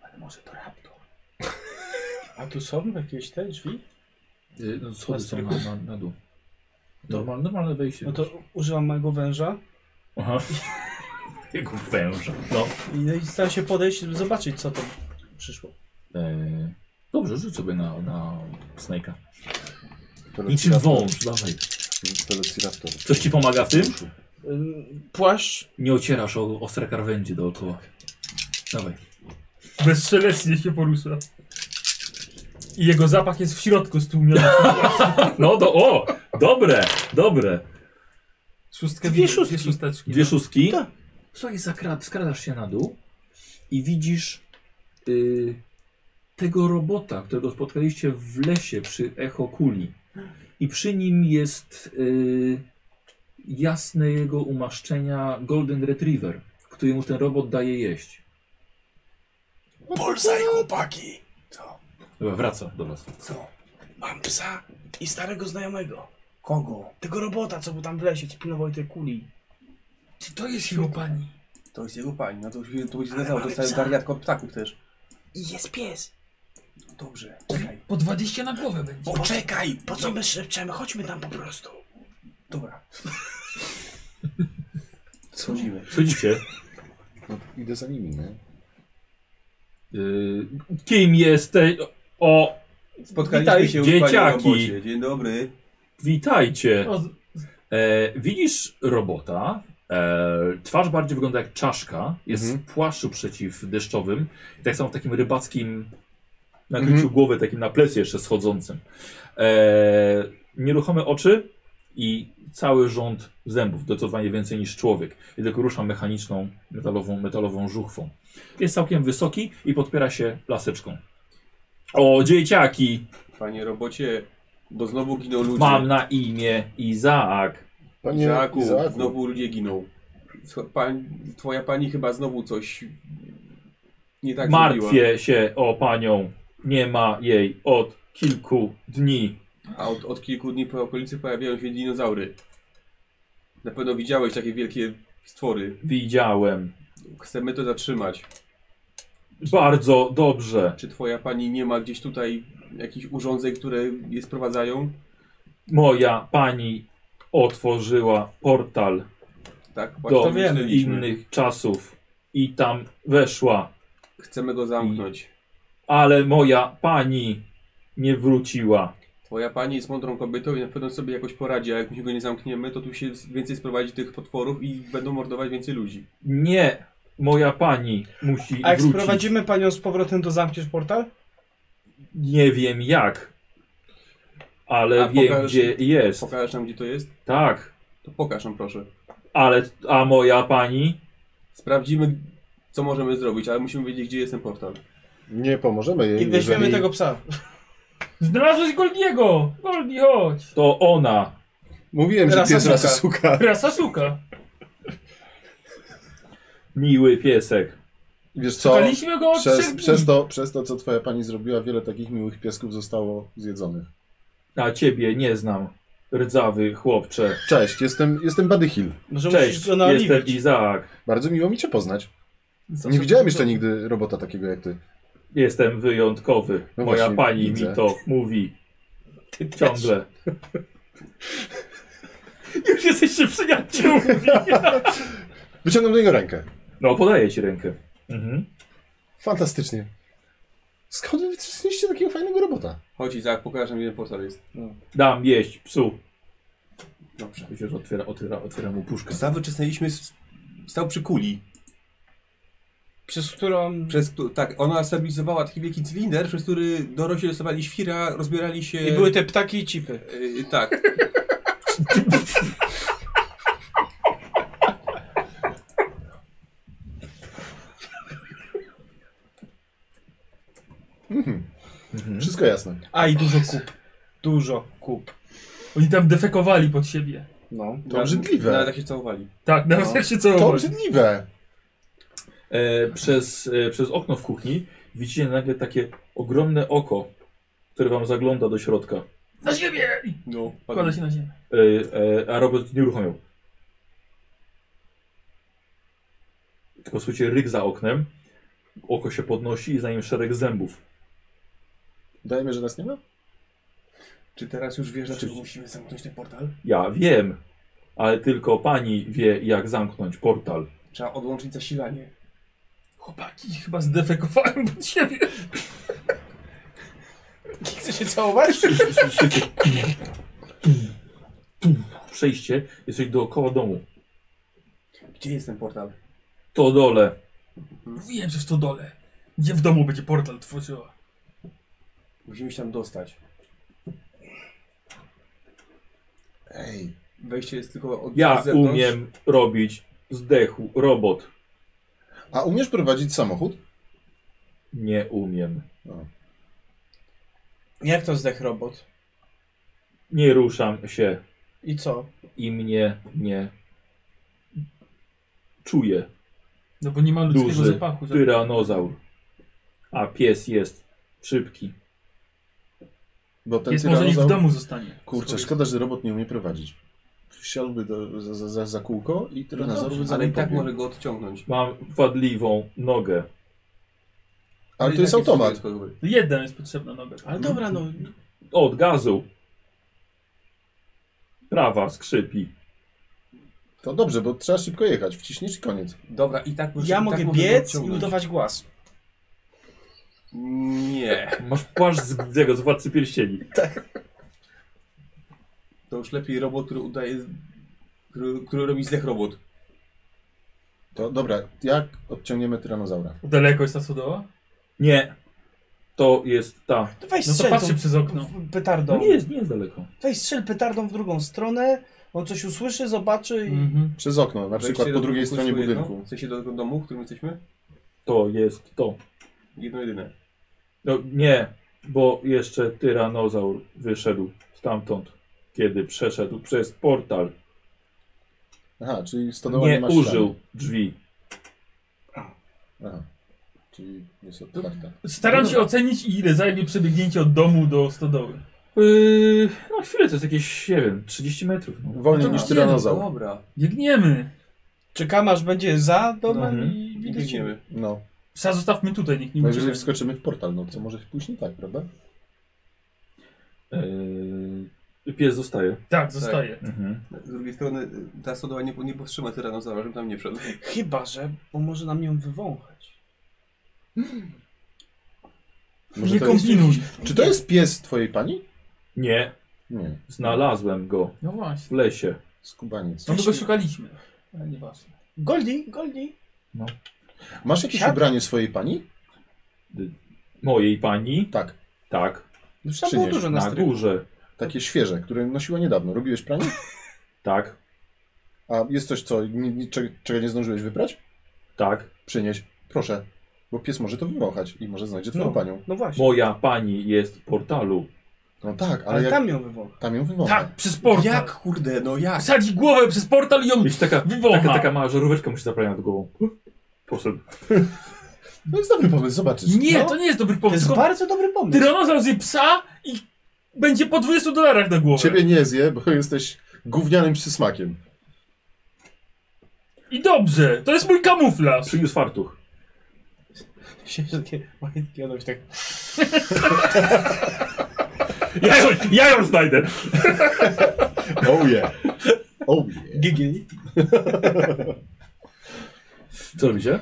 S10: Ale może to raptor.
S8: A tu są jakieś te drzwi?
S1: Y, no, schody są na, na, na dół. Normalne, normalne wejście.
S8: No to używam mojego węża
S1: Aha. [laughs] Jego węża. No.
S8: i, no i staram się podejść, żeby zobaczyć, co tam przyszło.
S1: E, dobrze, rzuć sobie na, na Snake'a.
S3: Teleciraptor.
S1: Niczym wąż, dawaj.
S3: Teleciraptor.
S1: Coś ci pomaga w tym?
S8: Ym, Płaszcz,
S1: Nie ocierasz o ostre krawędzie dookoła. Dawaj.
S7: Bezszelestnie się porusza. I jego zapach jest w środku stłumiony.
S1: No to o! Dobre, dobre.
S7: Szóstkę
S8: Dwie
S7: widzę,
S8: szóstki.
S7: Dwie szósteczki. No,
S1: Dwie szóstki. Tak. Słuchaj, zakrad, skradasz się na dół i widzisz y, tego robota, którego spotkaliście w lesie przy echo kuli. I przy nim jest y, jasne jego umaszczenia Golden Retriever, któremu ten robot daje jeść.
S10: Polsaj chłopaki!
S1: Dobra, wraca do was.
S10: Co? Mam psa i starego znajomego. Kogo? Tego robota, co był tam w lesie, co pilnował tej kuli.
S2: Czy to jest jego pani?
S6: To jest jego pani, no to się, to się
S10: Ale
S6: zgadzało, to
S10: mamy
S6: jest
S10: psa.
S6: wariatko od ptaków też.
S10: I jest pies.
S6: Dobrze, czekaj.
S2: Po 20 na głowę będzie.
S10: Poczekaj, po co my szepczemy? Chodźmy tam po prostu.
S6: Dobra. Schodzimy.
S1: Słyszycie?
S3: No, idę za nimi, nie?
S1: Y, kim jesteś? O,
S6: Spotkaliśmy
S1: Witaj,
S6: się u
S1: dzieciaki.
S6: pani robocie. Dzień dobry.
S1: witajcie.
S7: O,
S1: E, widzisz robota. E, twarz bardziej wygląda jak czaszka. Jest
S3: Mhm.
S1: w płaszczu przeciwdeszczowym. I tak samo w takim rybackim nakryciu głowy, takim na plecy jeszcze schodzącym. E, nieruchome oczy i cały rząd zębów, docowanie więcej niż człowiek. I tylko rusza mechaniczną, metalową, metalową żuchwą. Jest całkiem wysoki i podpiera się laseczką. O, dzieciaki!
S5: Panie robocie, bo znowu giną ludzie.
S1: Mam na imię Izaak.
S3: Panie
S5: Izaaku,
S3: Izaaku.
S8: no-
S5: znowu ludzie giną. Co- Pan, twoja pani chyba znowu coś nie tak zrobiła.
S1: Martwię się o panią. Nie ma jej od kilku dni.
S5: A od, od kilku dni po okolicy pojawiają się dinozaury. Na pewno widziałeś takie wielkie stwory.
S1: Widziałem.
S5: Chcemy to zatrzymać.
S1: Bardzo dobrze.
S5: Czy twoja pani nie ma gdzieś tutaj jakichś urządzeń, które je sprowadzają?
S1: Moja pani otworzyła portal
S5: Tak, właśnie
S1: do
S5: to myśleliśmy.
S1: innych czasów i tam weszła,
S5: Chcemy go zamknąć.
S1: ale moja pani nie wróciła.
S5: Twoja pani jest mądrą kobietą i na pewno sobie jakoś poradzi, a jak my się go nie zamkniemy, to tu się więcej sprowadzi tych potworów i będą mordować więcej ludzi.
S1: Nie, moja pani musi
S8: a jak
S1: wrócić.
S8: sprowadzimy panią z powrotem, to zamkniesz portal?
S1: Nie wiem jak, ale
S5: A
S1: wiem
S5: pokaż-
S1: gdzie jest.
S5: Pokażesz nam, gdzie to jest?
S1: Tak,
S5: To pokaż nam, proszę.
S1: ale a moja pani
S5: Sprawdzimy, co możemy zrobić, ale musimy wiedzieć, gdzie jest ten portal.
S3: Nie pomożemy jej.
S8: I weźmiemy
S3: jeżeli-
S8: tego psa.
S7: Znalazłeś Goldiego! Goldi, chodź!
S1: To ona.
S3: Mówiłem, że ty jest
S8: Rasasuka.
S3: rasasuka.
S7: Rasa suka.
S1: Miły piesek.
S3: Wiesz co?
S7: Szukaliśmy go od trzech
S3: Przez,
S7: dni.
S3: przez, to, przez to, co twoja pani zrobiła, wiele takich miłych piesków zostało zjedzonych.
S1: A ciebie nie znam. Rdzawy chłopcze.
S3: Cześć, jestem, jestem Buddy Hill.
S2: No,
S8: Może musisz
S1: Cześć,
S8: go
S1: jestem
S8: naoliwić.
S1: Izaak.
S3: Bardzo miło mi cię poznać.
S7: Za
S3: Nie
S7: co
S3: widziałem
S7: to-
S3: jeszcze nigdy robota takiego jak ty.
S1: Jestem wyjątkowy.
S3: No
S1: Moja
S3: właśnie,
S1: pani
S3: widzę.
S1: mi to mówi. Ty Ciągle.
S8: [laughs]
S1: Już jesteście przyjaciółmi.
S3: Wyciągnął do niego rękę.
S1: No, podaję ci rękę. Mhm.
S3: Fantastycznie. Skąd wy wytrzymaliście takiego fajnego robota?
S5: Chodź Izak, pokaż nam, gdzie ten portal jest.
S1: Dam jeść psu.
S5: Dobrze.
S1: Myślę, że otwiera, otwiera, otwiera mu puszkę.
S5: Zawyczesnęliśmy, s- stał przy kuli.
S2: Przez którą...
S5: Przez, któ- tak, ona stabilizowała taki wielki cylinder, przez który dorośli losowali świra, rozbierali się...
S2: I były te ptaki i cipy.
S5: Yy, tak.
S3: Mhm. Wszystko jasne.
S2: A i dużo kup. Dużo kup.
S7: Oni tam defekowali pod siebie.
S2: No.
S3: To obrzydliwe.
S5: Nawet tak się całowali.
S7: Tak, nawet jak się
S3: No. To
S7: całowali.
S3: obrzydliwe.
S1: E, przez, e, przez okno w kuchni widzicie nagle takie ogromne oko, które wam zagląda do środka.
S7: Na ziemię! I
S5: No,
S7: Kładę się na ziemię.
S1: E, e, a Robert nie uruchomił. Tylko słyszycie ryk za oknem. Oko się podnosi i za nim szereg zębów.
S3: Dajemy, że nas nie ma?
S5: Czy teraz już wiesz, dlaczego
S1: Czy-
S5: musimy zamknąć ten portal?
S1: Ja wiem, ale tylko pani wie, jak zamknąć portal.
S5: Trzeba odłączyć zasilanie.
S7: Chłopaki chyba zdefekowałem [laughs] pod siebie.
S2: Chce się całować?
S1: Przejście jesteś dookoła domu.
S5: Gdzie jest ten portal?
S1: To dole.
S7: Mówiłem, że w to dole. Gdzie w domu będzie portal tworzyła?
S5: Musimy się tam dostać.
S3: Ej,
S5: Wejście jest tylko od
S1: Ja
S5: z zewnątrz.
S1: umiem robić zdechł robot.
S3: a umiesz prowadzić samochód?
S1: Nie umiem.
S2: [laughs] Jak to zdech robot?
S1: Nie ruszam się
S2: I co?
S1: i mnie nie czuję.
S7: No bo nie ma ludzkiego
S1: Duży.
S7: zapachu. żeby-
S1: Tyranozaur. A pies jest szybki.
S3: Bo ten
S7: Jest może niech w
S3: tyranozaur-
S7: domu zostanie.
S3: Kurczę,
S7: Schowaj.
S3: szkoda, że robot nie umie prowadzić. Wsiadłby do, za, za- za, za kółko i
S5: No
S3: tyranozaur by
S5: dobrze,
S3: za
S5: ale
S3: nim
S5: i tak
S3: pobiegł.
S5: może go odciągnąć.
S1: Mam wadliwą nogę.
S3: Ale
S5: i
S3: to jest
S5: tak
S3: automat.
S5: wszystko jakby.
S7: Jedna jest potrzebna noga.
S2: Ale dobra, no.
S1: Od gazu. Prawa skrzypi.
S3: To dobrze, bo trzeba szybko jechać. Wciśniesz i koniec.
S5: Dobra, i tak
S2: Ja
S5: i
S2: mogę
S5: tak możemy
S2: biec i
S5: odciągnąć.
S2: udawać głaz.
S5: Nie.
S1: Masz płaszcz z tego, z władcy pierścieni.
S5: To już lepiej robot, który udaje, który, który robi zdech robot.
S3: To dobra, jak odciągniemy tyranozaura?
S7: No, Daleko jest ta stodoła?
S1: Nie. To jest ta.
S2: To weź
S7: No to
S2: strzel
S7: patrzcie
S2: tą
S7: przez okno.
S2: w-
S1: No
S2: petardą.
S1: nie jest, nie jest daleko.
S2: Weź strzel petardą w drugą stronę, on coś usłyszy, zobaczy i...
S7: Mhm.
S3: Przez okno, na przykład
S5: Wejście
S3: po
S5: do
S3: drugiej
S5: budynku
S3: stronie
S5: jest jedno,
S3: budynku.
S5: W sensie do tego domu, w którym jesteśmy?
S1: To jest to.
S5: Jedno jedyne.
S1: No nie, bo jeszcze tyranozaur wyszedł stamtąd, kiedy przeszedł przez portal.
S3: Aha, czyli stodoła nie,
S1: Nie
S3: ma
S1: użył drzwi.
S3: ścian. Aha, czyli jest otwarta.
S7: Staram się ocenić, ile zajmie przebiegnięcie od domu do stodoły.
S1: Yy, no chwilę, to jest jakieś, nie wiem, 30 metrów. No.
S3: Wolniej
S7: No to
S3: niż
S7: nie,
S3: tyranozaur.
S5: Dobra,
S7: Biegniemy.
S2: Czy kamarz będzie za domem
S1: Mhm.
S2: i
S5: i
S2: widać?
S5: biegniemy.
S3: No,
S7: Psa zostawmy tutaj, nikt nie
S3: najwyżej
S7: użyje.
S3: wskoczymy w portal, no co może później tak, prawda?
S1: Yy, pies zostaje.
S7: Tak, zostaje.
S1: Mhm.
S5: Z drugiej strony y, ta sodowa nie, nie powstrzyma tyranozaura, żeby tam nie wszedł.
S2: Chyba, że, bo może nam ją wywąchać.
S3: Może
S7: nie
S3: to jest...
S7: kombinuj.
S3: Czy to jest pies twojej pani?
S1: Nie,
S3: Nie,
S1: znalazłem go
S7: No
S1: w
S7: właśnie.
S1: lesie.
S3: skubaniec.
S7: No my go szukaliśmy. Ale nieważne.
S2: Goldi, Goldi.
S3: Masz jakieś
S2: Siad-
S3: ubranie swojej pani?
S1: Mojej pani,
S3: Tak,
S1: tak,
S2: No Już tam
S3: Przynieś
S2: było dużo
S1: na
S2: nastroju.
S1: górze,
S3: takie świeże, które nosiła niedawno. Robiłeś pranie?
S1: tak,
S3: A jest coś, co, ni- ni- czego- czego nie zdążyłeś wybrać?
S1: tak.
S3: Przynieś, proszę, bo pies może to wywąchać i może znajdzie twoją
S2: No.
S3: panią.
S2: No właśnie,
S1: Moja pani jest w portalu.
S3: No tak, ale,
S2: ale
S3: jak tam...
S2: tam ją wywącha.
S3: ją wywącha.
S7: Tak, przez portal.
S5: Jak kurde, no jak?
S7: Wsadzi głowę przez portal i ją
S1: Wiecie, taka,
S7: wywoła.
S1: taka, taka mała żaróweczka musi zaprawiać nad głową. Poszedł.
S3: To No jest dobry pomysł, zobaczysz.
S7: Nie,
S3: No.
S7: to nie jest dobry
S2: To jest
S7: pomysł.
S2: bardzo dobry pomysł.
S7: Tyranozaur zje psa i będzie po 20 dolarach na głowę.
S3: Ciebie nie zje, bo jesteś gównianym przysmakiem.
S7: I dobrze, to jest mój kamuflaż.
S1: Przyniósł fartuch.
S2: Się takie majtki, ono się tak...
S1: Ja ją, ja ją znajdę!
S3: Oh yeah. Oh yeah.
S2: Gigi.
S1: Co robicie?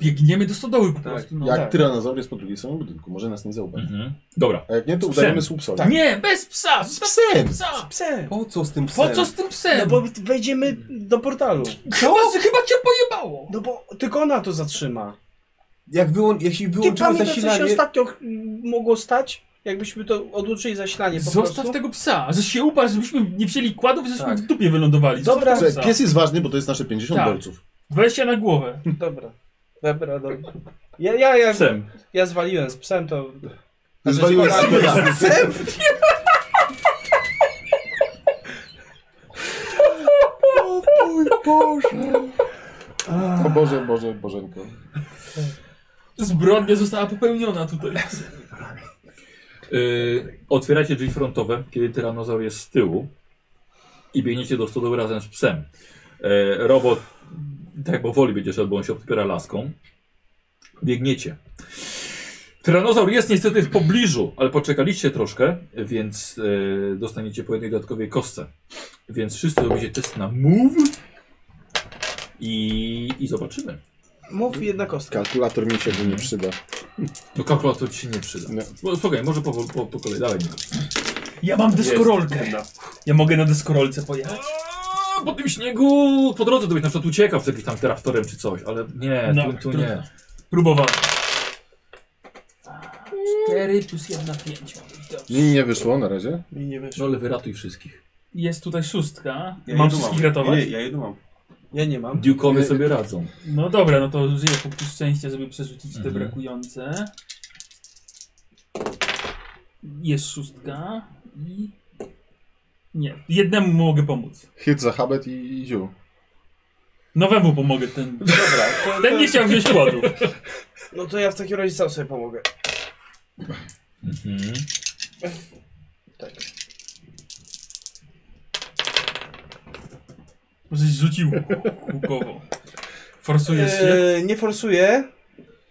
S7: biegniemy do stodoły po
S5: Tak.
S7: prostu. No.
S3: Jak tyranozaur jest po drugiej stronie budynku, może nas nie zauważyć.
S1: Mhm. Dobra.
S3: A jak nie, to
S1: Z
S3: udajemy
S1: psem.
S3: słup soli.
S7: Tak. Nie, bez psa!
S3: Z
S7: Bez
S3: psem!
S7: psa!
S10: Psem.
S5: Po co z tym
S7: Po
S5: psem?
S7: co z tym psem?
S10: No bo wejdziemy do portalu.
S7: chyba, chyba cię pojebało!
S10: No bo tylko ona to zatrzyma.
S5: Jak, wyłą... jak się
S10: Ty
S5: wyłączyło
S10: pamiętasz, co się
S5: zasilanie...
S10: ostatnio ch- mogło stać? Jakbyśmy to odłączyli zasilanie po
S7: Zostaw
S10: prostu.
S7: tego psa, że się uparł, żebyśmy nie wzięli kładów, żeśmy
S5: Tak.
S7: w dupie wylądowali. Zostaw
S10: Dobra.
S7: tego
S3: Słuchaj,
S7: psa.
S3: pies jest ważny, bo to jest nasze 50
S7: Tak.
S3: dolców.
S7: Weź się na głowę.
S10: Dobra. Dobra, dobra. Ja, ja, ja,
S1: Psem.
S10: ja zwaliłem z psem, to...
S3: Zwaliłeś
S10: z
S3: sobie raz. [laughs] O Boże, Boże, Bożenko.
S7: Zbrodnia została popełniona tutaj.
S1: Yy, otwieracie drzwi frontowe, kiedy tyranozaur jest z tyłu i biegniecie do stodoły razem z psem. Yy, robot tak powoli będzie szedł, bo on się odpiera laską. Biegniecie. Tyranozaur jest niestety w pobliżu, ale poczekaliście troszkę, więc yy, dostaniecie po jednej dodatkowej kostce. Więc wszyscy robicie test na move i, i zobaczymy.
S10: Mów jedna kostka.
S3: Kalkulator mi się tu nie przyda.
S1: To No, kalkulator ci się nie przyda.
S3: No.
S1: No. Słuchaj, może po, po, po kolei, dalej.
S7: Ja mam deskorolkę. Ja mogę na deskorolce pojechać.
S1: A, Eee, po tym śniegu, po drodze to byś na przykład uciekał z jakimś tam traktorem czy coś, ale nie,
S7: No,
S1: tu, tu
S7: trudno.
S1: nie.
S7: Próbowałem. 4 plus 1, 5.
S3: Mi nie wyszło na razie.
S2: Mi nie wiesz.
S1: No ale wyratuj wszystkich.
S7: Jest tutaj szóstka.
S5: Ja
S7: mam
S5: jedną
S7: wszystkich
S5: Nie,
S7: ratować?
S5: nie, ja jedną mam.
S2: Ja nie mam.
S1: Duke'owie
S3: Nie.
S1: sobie radzą.
S7: No dobra, no to użyję punktu szczęścia, żeby przerzucić te
S1: Mhm.
S7: brakujące. Jest szóstka i... Nie, jednemu mogę pomóc.
S3: Chyt za habet i, i ziół.
S7: Nowemu pomogę, ten,
S2: Dobra, to,
S7: ten nie chciał wziąć kładów.
S10: No to ja w takim razie sam sobie pomogę.
S1: Mhm.
S7: Może rzucił łukowo. Forsujesz się.
S10: Eee, nie forsuję,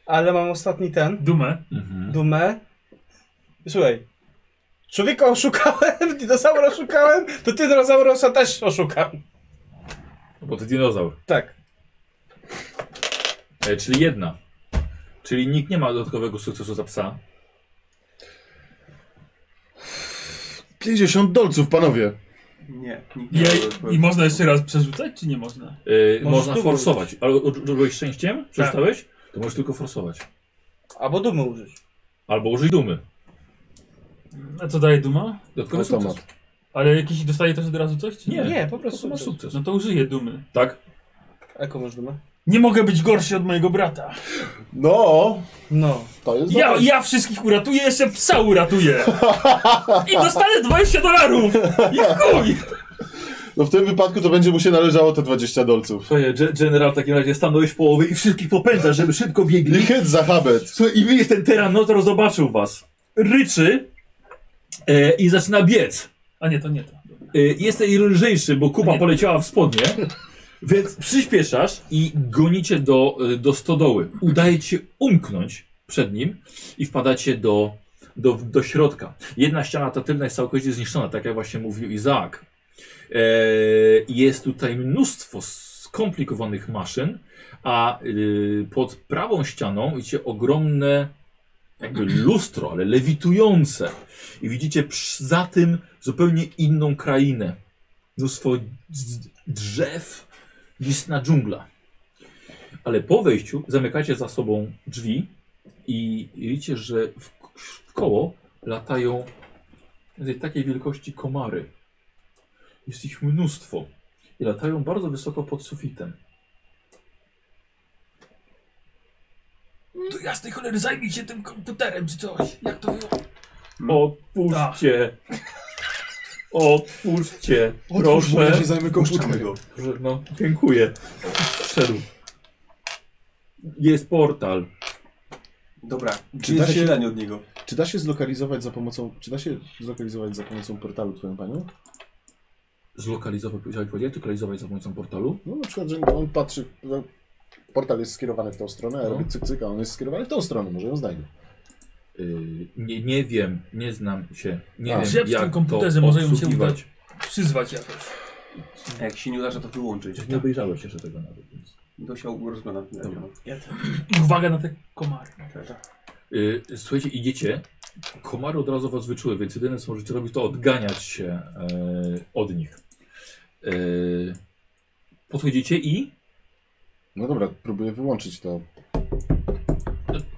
S10: ale mam ostatni ten.
S7: Dumę.
S1: Mhm.
S10: dumę. Słuchaj, człowieka oszukałem, dinozaura oszukałem, to ty dinozaurusa też oszukam.
S1: Bo to dinozaur.
S10: Tak.
S1: E, czyli jedna. Czyli nikt nie ma dodatkowego sukcesu za psa.
S3: 50 dolców, panowie!
S5: Nie, nikt nie
S7: Je,
S5: ma
S7: I można jeszcze raz przerzucać, czy nie można?
S1: E,
S10: Możesz
S1: można
S10: tu
S1: forsować. Ale odżyłeś szczęściem? Przestałeś? To możesz tylko forsować.
S10: Albo dumy użyć.
S1: Albo użyj dumy.
S7: A co daje duma?
S1: Dodatkowy
S3: Automat.
S1: sukces.
S7: Ale jakiś dostaje też od razu coś? Czy
S1: Nie.
S10: Nie, po
S1: Po prostu
S10: prostu
S1: masz
S10: masz
S1: sukces.
S7: No to użyję dumy.
S1: Tak?
S10: Jaką masz dumę?
S7: Nie mogę być gorszy od mojego brata.
S3: No!
S10: No.
S3: To jest
S7: Ja,
S3: dobre.
S7: ja wszystkich uratuję, jeszcze psa uratuję. I dostanę 20 dolarów. I chuj.
S3: No w tym wypadku to będzie mu się należało te 20 dolców.
S1: Słuchaj, Ge- general w takim razie stanąłeś w połowie i wszystkich popędza, żeby szybko
S3: I
S1: biegli.
S3: chyt za habet!
S1: Słuchaj, i wy ten teranotor zobaczył was. Ryczy e, i zaczyna biec.
S7: A nie, to nie to.
S1: Y, Jesteś lżejszy, bo kupa
S7: Nie.
S1: poleciała w spodnie. Więc przyspieszasz i gonicie do, y, do stodoły. Udaje ci się umknąć przed nim i wpadacie do, do, do środka. Jedna ściana, ta tylna jest całkowicie zniszczona, tak jak właśnie mówił Izaak. E, jest tutaj mnóstwo skomplikowanych maszyn, a y, pod prawą ścianą widzicie ogromne jakby lustro, ale lewitujące. I widzicie przy- za tym zupełnie inną krainę. Mnóstwo d- d- drzew, listna dżungla. Ale po wejściu zamykacie za sobą drzwi i i widzicie, że w, w koło latają tej takiej wielkości komary. Jest ich mnóstwo i latają bardzo wysoko pod sufitem.
S7: Do jasnej cholery zajmij się tym komputerem czy coś. Jak to było?
S1: Otwórzcie! Otwórzcie! Proszę!
S3: Ja się zajmę komputer.
S1: Że- No, dziękuję. Wszedł. Jest portal.
S5: Dobra, gdzie
S3: Czy da
S5: jest
S3: się-
S5: zasilanie od niego?
S3: Czy da się zlokalizować za pomocą... Czy da się zlokalizować za pomocą portalu, twoją panią?
S1: Zlokalizować, powiedziałeś, powiedziałeś, lokalizować za pomocą portalu?
S3: No na przykład, że on patrzy... No, portal jest skierowany w tą stronę, a ja
S1: No.
S3: robię cyk, cyk, a on jest skierowany w tą stronę. Może ją znajdę.
S1: Yy, nie, nie wiem, nie znam się. Nie
S3: A.
S1: wiem,
S7: Grzeb w
S1: jak
S7: tym komputerze,
S1: to
S7: może ją się
S1: obsługiwać.
S7: uda- Przyzwać jakoś.
S5: A jak się nie uda, to wyłączyć.
S1: Przecież Nie obejrzałeś jeszcze tego nawet. Więc...
S5: To się no, rozglądam.
S1: Dobra.
S7: Uwaga na te komary.
S1: Y, słuchajcie, idziecie. Komary od razu was wyczuły, więc jedyne co możecie robić, to odganiać się e, od nich. E, podchodzicie i.
S3: No dobra, próbuję wyłączyć to.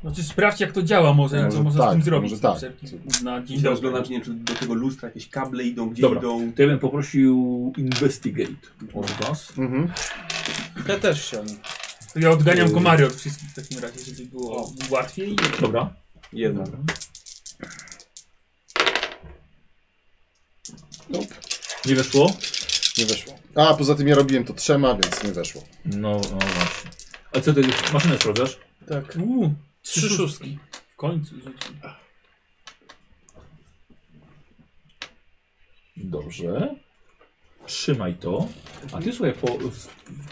S7: Znaczy sprawdź jak to działa może, i
S3: Może
S7: co można z
S3: tak,
S7: tym zrobić.
S3: może tak.
S7: Serki- Na dzień
S5: Dzisiaj
S7: dobry.
S5: rozglądam, czy nie wiem, czy do tego lustra jakieś kable idą, gdzie
S1: Dobra.
S5: idą.
S1: To ja bym poprosił Investigate od was.
S3: Mhm.
S10: Ja też chciałem.
S7: To Ja
S3: Yy.
S7: odganiam komary od wszystkich w takim razie, żeby było łatwiej.
S1: Dobra.
S5: Jedna.
S1: Nie weszło?
S3: Nie weszło. A, poza tym ja robiłem to trzema, więc nie weszło.
S1: No, no właśnie. A co ty maszynę sprawdzasz?
S10: Tak.
S7: Uuu,
S10: Trzy szóstki.
S7: W końcu rzucił.
S1: Dobrze. Trzymaj to. A ty słuchaj, po,